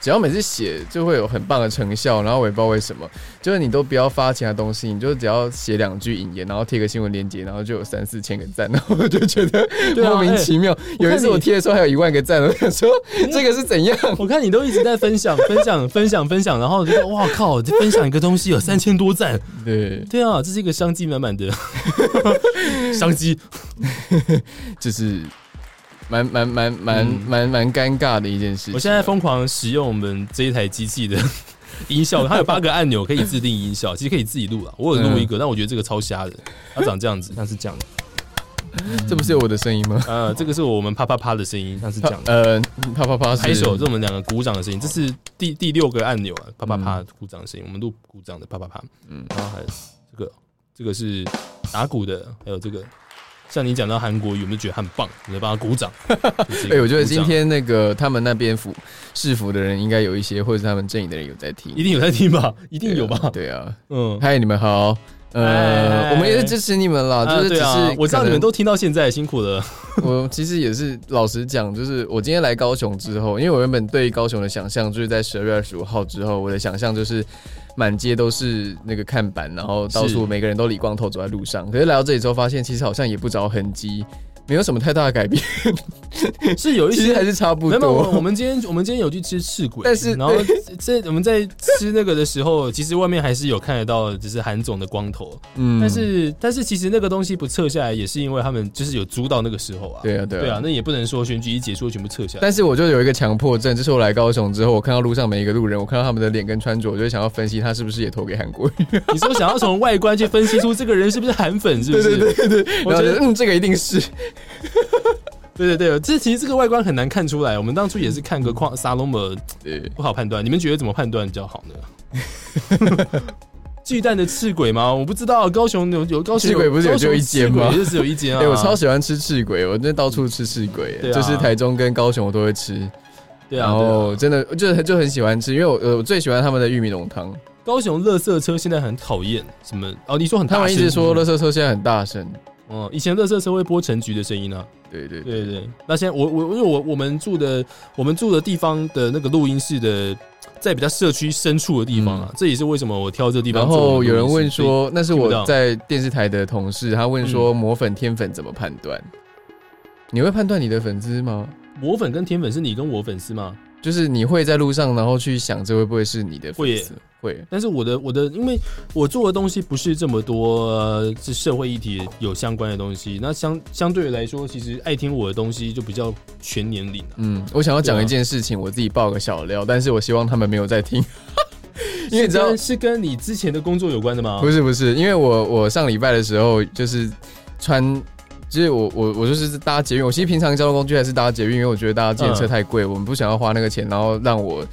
Speaker 2: 只要每次写就会有很棒的成效，然后我也不知道为什么，就是你都不要发其他东西，你就只要写两句引言，然后贴个新闻链接，然后就有三四千个赞， <laughs> 然后我就觉得
Speaker 1: 对啊
Speaker 2: 莫名其妙。有一次我贴的时候还有一万个赞，我想说这个是怎样？
Speaker 1: 我看你都一直在分享分享分享分享，然后我就说哇靠，这分享一个东西有三千多赞，
Speaker 2: 对，
Speaker 1: 对啊，这是一个商机满满
Speaker 2: <laughs>
Speaker 1: 的商机。
Speaker 2: 就是蛮蛮蛮蛮蛮蛮尴尬的一件事情。
Speaker 1: 嗯
Speaker 2: 啊
Speaker 1: 我现在疯狂使用我们这一台机器的 <laughs> 音效，它有八个按钮可以自定义音效，其实可以自己录啊。我有录
Speaker 2: 嗯
Speaker 1: 一个，但我觉得这个超瞎的，它长这样子，像是这样的。
Speaker 2: 这不是有我的声音吗？
Speaker 1: 呃，这个是我们啪啪啪的声音，像是这样的。
Speaker 2: 呃，啪啪啪是
Speaker 1: 拍手，这是我们两个鼓掌的声音，这是第第六个按钮
Speaker 2: 嗯
Speaker 1: 啊，啪啪啪鼓掌的声音，我们录鼓掌的啪啪啪，嗯，然后还有这个这个是打鼓的，还有这个，像你讲到韩国语，有没有觉得很棒？你就帮他鼓
Speaker 2: <laughs>
Speaker 1: 掌。就是一个
Speaker 2: 哎对，我觉得
Speaker 1: 鼓掌
Speaker 2: 今天那个他们那边服市服的人应该有一些，或者是他们阵营的人有在听，
Speaker 1: 一定有在听吧？一定有吧？
Speaker 2: 对啊，
Speaker 1: 嗯。
Speaker 2: 嗨，你们好，
Speaker 1: 嗨
Speaker 2: 呃，我们也是支持你们啦，就
Speaker 1: 啊
Speaker 2: 是只
Speaker 1: 对
Speaker 2: 是
Speaker 1: 啊，我知道
Speaker 2: 可能
Speaker 1: 你们都听到现在，辛苦了。
Speaker 2: <laughs> 我其实也是老实讲，就是我今天来高雄之后，因为我原本对高雄的想象就是在十二月二十五号之后，我的想象就是满街都是那个看板，然后到
Speaker 1: 是
Speaker 2: 处每个人都理光头走在路上。可是来到这里之后，发现其实好像也不着痕迹，没有什么太大的改变，
Speaker 1: <laughs>
Speaker 2: <laughs>
Speaker 1: 是有一
Speaker 2: 其实
Speaker 1: 些
Speaker 2: 还是差不
Speaker 1: 没有，没有我我
Speaker 2: 多。
Speaker 1: 们今天我们今天有去吃赤鬼，
Speaker 2: 但是
Speaker 1: 然后这我们在吃那个的时候，其实外面还是有看得到，只是韩总的光头，
Speaker 2: 嗯
Speaker 1: 但是但是其实那个东西不撤下来，也是因为他们就是有租到那个时候啊。
Speaker 2: 对啊对啊
Speaker 1: 对啊，那也不能说选举一结束就全部撤下来。
Speaker 2: 但是我就有一个强迫症，就是我来高雄之后，我看到路上每一个路人，我看到他们的脸跟穿着，我就会想要分析他是不是也投给韩国瑜。
Speaker 1: <laughs>
Speaker 2: <laughs>
Speaker 1: 你说想要从外观去分析出这个人是不是韩粉，是不是？对对对对，我
Speaker 2: 然
Speaker 1: 觉
Speaker 2: 后
Speaker 1: 得
Speaker 2: 就嗯，这个一定是。
Speaker 1: <laughs> 对对对，这其实这个外观很难看出来。我们当初也是看个框沙龙姆
Speaker 2: 对，
Speaker 1: 不好判断，你们觉得怎么判断比较好呢？ <laughs> 巨蛋的赤鬼吗？我不知道，高雄有有高雄
Speaker 2: 赤鬼不是也
Speaker 1: 高雄
Speaker 2: 只有一间吗
Speaker 1: 赤鬼就只有一间
Speaker 2: 哎、 <laughs>
Speaker 1: 啊！
Speaker 2: 我超喜欢吃赤鬼，我真的到处吃赤鬼、
Speaker 1: 对啊
Speaker 2: 就是台中跟高雄我都会吃，
Speaker 1: 对啊，
Speaker 2: 然
Speaker 1: 对啊
Speaker 2: 后真的就就很喜欢吃，因为我呃我最喜欢他们的玉米浓汤，
Speaker 1: 高雄垃圾车现在很讨厌什么？哦，你说很大
Speaker 2: 他
Speaker 1: 声，
Speaker 2: 们一直说垃圾车现在很大声，
Speaker 1: 哦，以前垃圾车会播陈菊的声音啊，
Speaker 2: 对对
Speaker 1: 对对对。那现在我我因为我我们住的我们住的地方的那个录音室的，在比较社区深处的地方啊，这也是为什么我挑这地方。
Speaker 2: 嗯然后有人问，说，那是
Speaker 1: 听不到嗯
Speaker 2: 我在电视台的同事，他问说抹粉天粉怎么判断？你会判断你的粉丝吗？
Speaker 1: 我粉跟甜粉是你跟我粉丝吗？
Speaker 2: 就是你会在路上，然后去想这会不会是你的粉丝？会，
Speaker 1: 但是我的我的，因为我做的东西不是这么多，呃是社会议题有相关的东西。那相相对来说，其实爱听我的东西就比较全年龄、啊。
Speaker 2: 嗯，我想要
Speaker 1: 对
Speaker 2: 讲
Speaker 1: 啊
Speaker 2: 一件事情，我自己爆个小料，但是我希望他们没有在听，因为你知
Speaker 1: 是
Speaker 2: 道
Speaker 1: 跟是跟你之前的工作有关的吗？
Speaker 2: 不是不是，因为我我上礼拜的时候就是穿，就是我我我就是搭捷运，我其实平常交通工具还是搭捷运，因为我觉得搭捷运车太贵，我们不想要花那个钱，然后让我。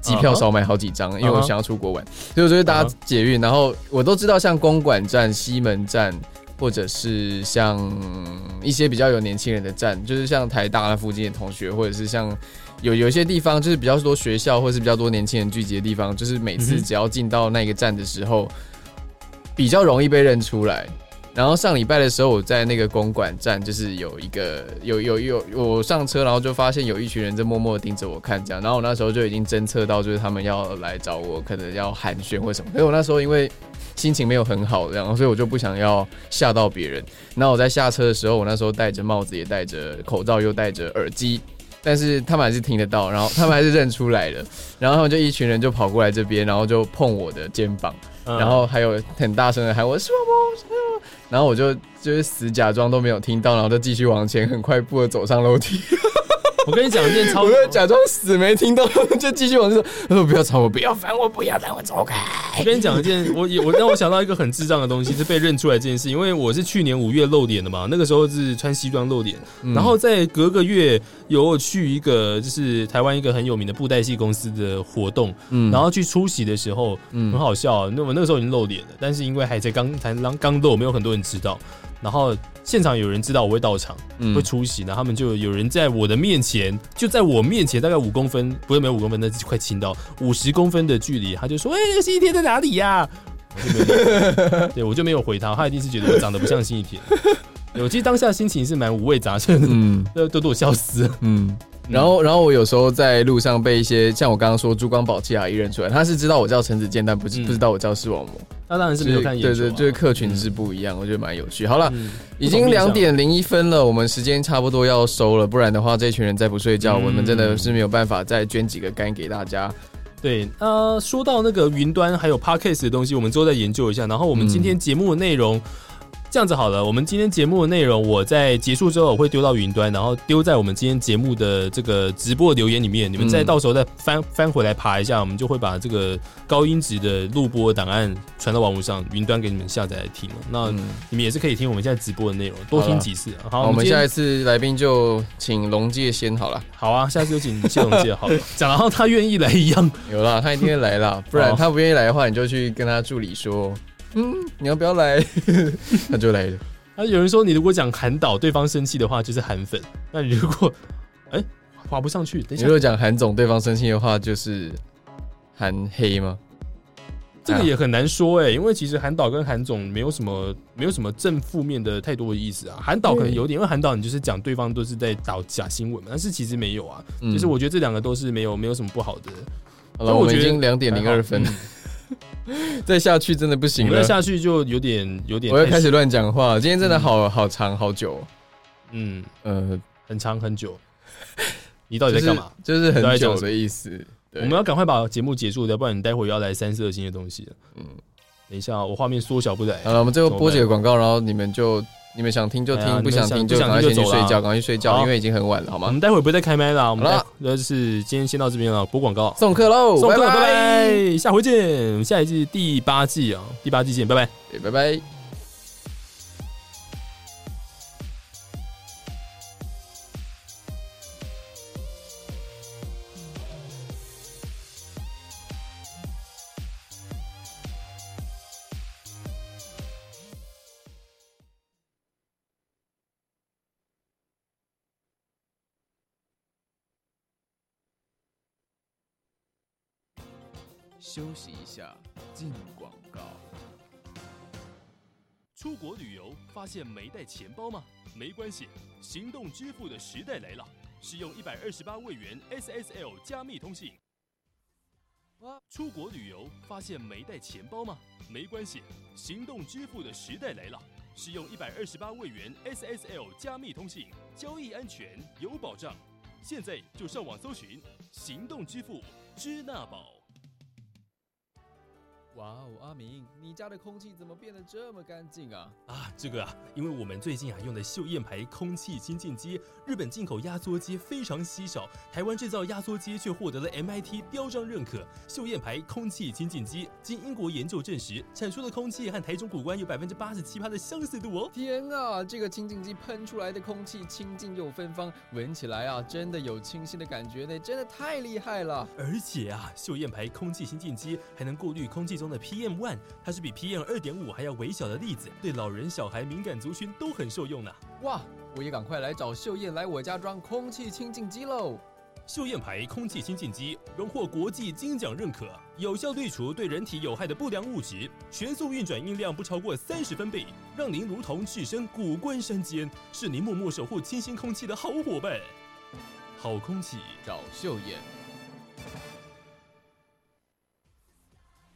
Speaker 2: 机
Speaker 1: 啊
Speaker 2: 票少买好几张因为我想要出国玩所以我就会搭捷运。然后我都知道，像公馆站、西门站，或者是像一些比较有年轻人的站，就是像台大那附近的同学，或者是像有有一些地方，就是比较多学校，或是比较多年轻人聚集的地方，就是每
Speaker 1: 嗯
Speaker 2: 次
Speaker 1: 哼
Speaker 2: 只要进到那个站的时候，比较容易被认出来。然后上礼拜的时候，我在那个公馆站，就是有一个有有有我上车，然后就发现有一群人在默默地盯着我看，这样。然后我那时候就已经侦测到，就是他们要来找我，可能要寒暄或什么。可是我那时候因为心情没有很好，然后所以我就不想要吓到别人。那我在下车的时候，我那时候戴着帽子，也戴着口罩，又戴着耳机，但是他们还是听得到，然后他们还是认出来了。然后他们就一群人就跑过来这边，然后就碰我的肩膀。
Speaker 1: 嗯
Speaker 2: 然后还有很大声的喊我什么什么然后我就就是死假装都没有听到，然后就继续往前，很快步的走上楼梯。 <laughs>
Speaker 1: 我跟你讲一件超
Speaker 2: 我就假装死没听到，就继续往前走。 <laughs> 他说不要吵我，不要烦我，不要让我走开。
Speaker 1: 我跟你讲一件，我也我让我想到一个很智障的东西，是被认出来这件事。因为我是去年五月露脸的嘛，那个时候是穿西装露脸，
Speaker 2: 嗯
Speaker 1: 然后在隔个月有我去一个就是台湾一个很有名的布袋戏公司的活动，
Speaker 2: 嗯
Speaker 1: 然后去出席的时候，
Speaker 2: 嗯
Speaker 1: 很好笑啊、那我那个时候已经露脸了，但是因为还在刚才刚刚露，没有很多人知道。然后现场有人知道我会到场，
Speaker 2: 嗯
Speaker 1: 会出席，然后他们就有人在我的面前，就在我面前大概五公分，不是没有五公分，那快亲到五十公分的距离，他就
Speaker 2: <laughs>
Speaker 1: 说：“哎、那个星期天在哪里呀、我就没有理对我就没有回他，他一定是觉得我长得不像星期天。对我其实当下心情是蛮五味杂陈的，
Speaker 2: 嗯
Speaker 1: <laughs> 都都都我笑死了。
Speaker 2: 嗯。然后，然后我有时候在路上被一些像我刚刚说珠光宝气阿姨认出来，她是知道我叫陈子健，但不是、
Speaker 1: 嗯
Speaker 2: 不知道我叫视网膜。
Speaker 1: 他当然是没有看眼
Speaker 2: 对
Speaker 1: 球啊、
Speaker 2: 对，就是客群是不一样，我觉得蛮有趣。好了，
Speaker 1: 嗯
Speaker 2: 已经
Speaker 1: 不同面向
Speaker 2: 两点零一分了，我们时间差不多要收了，不然的话，这群人再不睡觉，
Speaker 1: 嗯
Speaker 2: 我们真的是没有办法再捐几个肝给大家。
Speaker 1: 对，呃，说到那个云端还有 podcast 的东西，我们之后再研究一下。然后我们今天节目的内容、这样子好了，我们今天节目的内容我在结束之后我会丢到云端，然后丢在我们今天节目的这个直播留言里面，你们再
Speaker 2: 嗯
Speaker 1: 到时候再翻翻回来爬一下，我们就会把这个高音质的录播档案传到网络上，云端给你们下载来听了。那
Speaker 2: 嗯，
Speaker 1: 你们也是可以听我们现在直播的内容，多
Speaker 2: 好
Speaker 1: 听
Speaker 2: 了
Speaker 1: 几次啊。好，
Speaker 2: 好，我们
Speaker 1: 今天
Speaker 2: 下一次来宾就请龙界先好了，
Speaker 1: 好啊，下次就请谢龙介
Speaker 2: <laughs>
Speaker 1: 好了，讲然后他愿意来一样。
Speaker 2: 有啦，他一定会来
Speaker 1: <laughs>
Speaker 2: 啦，不然
Speaker 1: 好
Speaker 2: 他不愿意来的话，你就去跟他助理说， <laughs> 嗯，你要不要来？ <laughs> 他就来了。
Speaker 1: 那有人说，你如果讲韩导，对方生气的话，就是韩粉。那你如果，哎、划不上去，等一
Speaker 2: 你
Speaker 1: 下
Speaker 2: 如，果讲韩总对方生气的话，就是韩黑吗？
Speaker 1: 这个也很难说哎、因为其实韩导跟韩总没有什么没有什么正负面的太多的意思啊。韩导可能有点，因为韩导你就是讲对方都是在导假新闻嘛，但是其实没有啊。
Speaker 2: 嗯
Speaker 1: 就是我觉得这两个都是没有没有什么不好的。所
Speaker 2: 好
Speaker 1: 以
Speaker 2: 了，
Speaker 1: 我
Speaker 2: 我们已
Speaker 1: 觉得嗯
Speaker 2: 经两点零二分，再下去真的不
Speaker 1: 我
Speaker 2: 行
Speaker 1: 们再
Speaker 2: 了。
Speaker 1: 下去就有点有点，
Speaker 2: 我要开始，乱讲话，今天真的好好长好久哦。
Speaker 1: 嗯，
Speaker 2: 呃，
Speaker 1: 很长很久。你到底
Speaker 2: 就
Speaker 1: 在干
Speaker 2: 是
Speaker 1: 嘛？
Speaker 2: 就是
Speaker 1: 都在
Speaker 2: 很
Speaker 1: 讲
Speaker 2: 久
Speaker 1: 什么
Speaker 2: 的意思。对
Speaker 1: 我们要赶快把节目结束掉，不然你待会儿要来三色星的东西了。嗯
Speaker 2: 嗯，
Speaker 1: 等一下啊，我画面缩小不来
Speaker 2: 好。了，我们最后
Speaker 1: 怎么
Speaker 2: 播几
Speaker 1: 办
Speaker 2: 个广告，然后你们就你们想听就
Speaker 1: 哎呀
Speaker 2: 听，不想
Speaker 1: 你
Speaker 2: 听
Speaker 1: 们想
Speaker 2: 就赶
Speaker 1: 不想
Speaker 2: 快
Speaker 1: 听
Speaker 2: 先
Speaker 1: 就
Speaker 2: 去
Speaker 1: 走
Speaker 2: 睡
Speaker 1: 啦
Speaker 2: 觉，赶快去睡
Speaker 1: 好
Speaker 2: 觉，因为已经很晚了，好
Speaker 1: 我
Speaker 2: 吗
Speaker 1: 们？待会儿不会再开麦啦，我们
Speaker 2: 好
Speaker 1: 待
Speaker 2: 了
Speaker 1: 就是今天先到这边了，播广告，
Speaker 2: 送客喽，
Speaker 1: 送
Speaker 2: 拜
Speaker 1: 各位拜
Speaker 2: 拜，
Speaker 1: 拜，下回见，我们下一季第八季啊，第八季见，拜拜。
Speaker 2: 拜拜。休息一下，进广告。
Speaker 1: 出国旅游发现没带钱包吗？没关系，行动支付的时代来了，使用一百二十八位元 SSL 加密通信。出国旅游发现没带钱包吗？没关系，行动支付的时代来了，使用一百二十八位元 SSL 加密通信，交易安全有保障。现在就上网搜寻行动支付支那宝。
Speaker 2: 哇哦，阿明，你家的空气怎么变得这么干净啊？
Speaker 1: 啊，这个啊，因为我们最近啊用的秀燕牌空气清净机，日本进口压缩机非常稀少，台湾制造压缩机却获得了 MIT 标章认可。秀燕牌空气清净机经英国研究证实，产出的空气和台中古关有百分之八十七的相似度哦。
Speaker 2: 天啊，这个清净机喷出来的空气清净又芬芳，闻起来啊，真的有清新的感觉呢，真的太厉害了。
Speaker 1: 而且啊，秀燕牌空气清净机还能过滤空气中的 PM one，它是比 PM 二点五还要微小的粒子，对老人、小孩、敏感族群都很受用呢、
Speaker 2: 哇，我也赶快来找秀燕来我家装空气清净机喽。
Speaker 1: 秀燕牌空气清净机荣获国际金奖认可，有效滤除对人体有害的不良物质，全速运转音量不超过三十分贝，让您如同置身古关山间，是您默默守护清新空气的好伙伴。好空气，
Speaker 2: 找秀燕。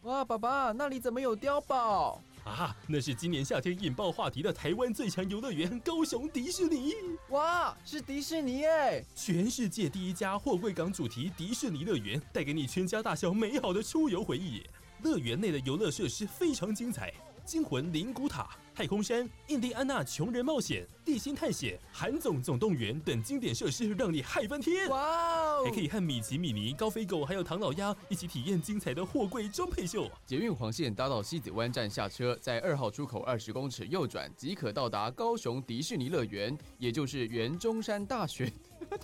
Speaker 2: 哇，爸爸，那里怎么有碉堡？
Speaker 1: 啊，那是今年夏天引爆话题的台湾最强游乐园——高雄迪士尼。
Speaker 2: 哇，是迪士尼哎！
Speaker 1: 全世界第一家货柜港主题迪士尼乐园，带给你全家大小美好的出游回忆。乐园内的游乐设施非常精彩，惊魂灵骨塔、太空山、印第安纳穷人冒险、地心探险、韩总总动员等经典设施，让你嗨翻天。
Speaker 2: 哇哦
Speaker 1: 还可以和米奇、米妮、高飞狗还有唐老鸭一起体验精彩的货柜装配秀。
Speaker 2: 捷运黄线搭到西子湾站下车，在二号出口二十公尺右转，即可到达高雄迪士尼乐园，也就是原中山大学，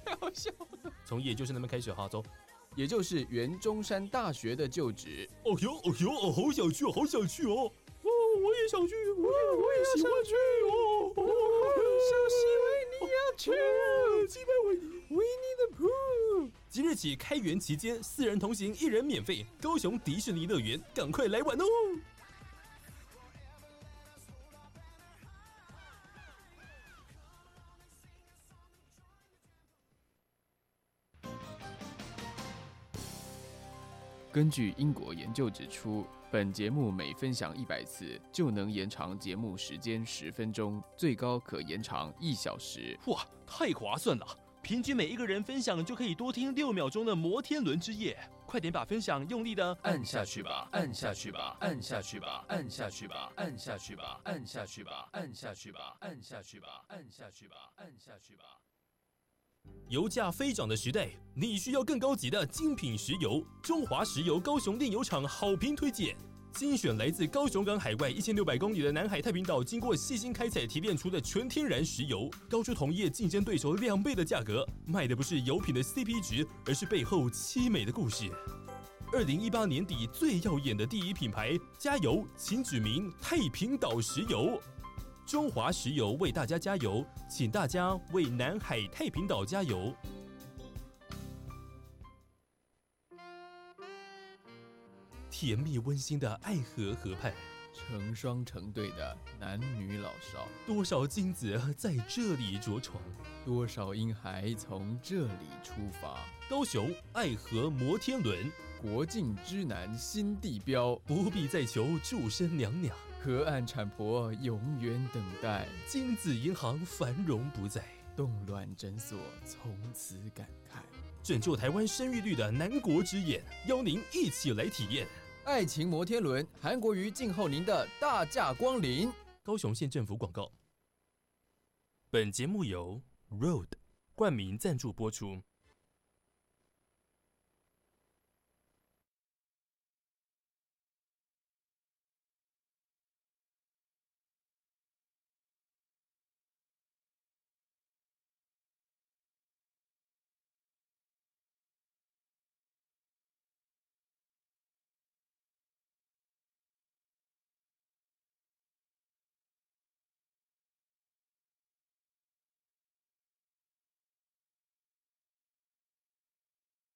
Speaker 2: 太好笑了，
Speaker 1: <laughs> 从也就是那边开始哈，走。
Speaker 2: 也就是原中山大学的旧址。
Speaker 1: 哦呦哦呦哦，好想去，好想去哦！哦，我也想去，我也我也喜欢去哦！哦，小西维尼要去，西维尼维尼的 poo。即日起开园期间，四人同行一人免费，高雄迪士尼乐园，赶快来玩哦！
Speaker 2: 根据英国研究指出，本节目每分享一百次就能延长节目时间十分钟，最高可延长一小时。
Speaker 1: 哇，太划算了！平均每一个人分享就可以多听六秒钟的摩天轮之夜，快点把分享用力的
Speaker 3: 按下去吧，按下去吧，按下去吧，按下去吧，按下去吧，按下去吧，按下去吧，按下去吧，按下去吧，按下去吧。
Speaker 1: 油价飞涨的时代，你需要更高级的精品石油。中华石油高雄炼油厂好评推荐，精选来自高雄港海外一千六百公里的南海太平岛，经过细心开采提炼出的纯天然石油，高出同业竞争对手两倍的价格。卖的不是油品的 CP 值，而是背后凄美的故事。二零一八年底最耀眼的第一品牌，加油！请指明太平岛石油。中华石油为大家加油，请大家为南海太平岛加油。甜蜜温馨的爱河河畔，
Speaker 2: 成双成对的男女老少，
Speaker 1: 多少精子在这里着床。
Speaker 2: 多少婴孩从这里出发。
Speaker 1: 高雄爱河摩天轮，
Speaker 2: 国境之南新地标，
Speaker 1: 不必再求祝生娘娘。
Speaker 2: 河岸产婆永远等待，
Speaker 1: 精子银行繁荣不再，
Speaker 2: 冻卵诊所从此感慨。
Speaker 1: 拯救台湾生育率的南国之眼，邀您一起来体验。
Speaker 2: 爱情摩天轮，韩国瑜静候您的大驾光临。
Speaker 1: 高雄县政府广告。本节目由 Road 冠名赞助播出。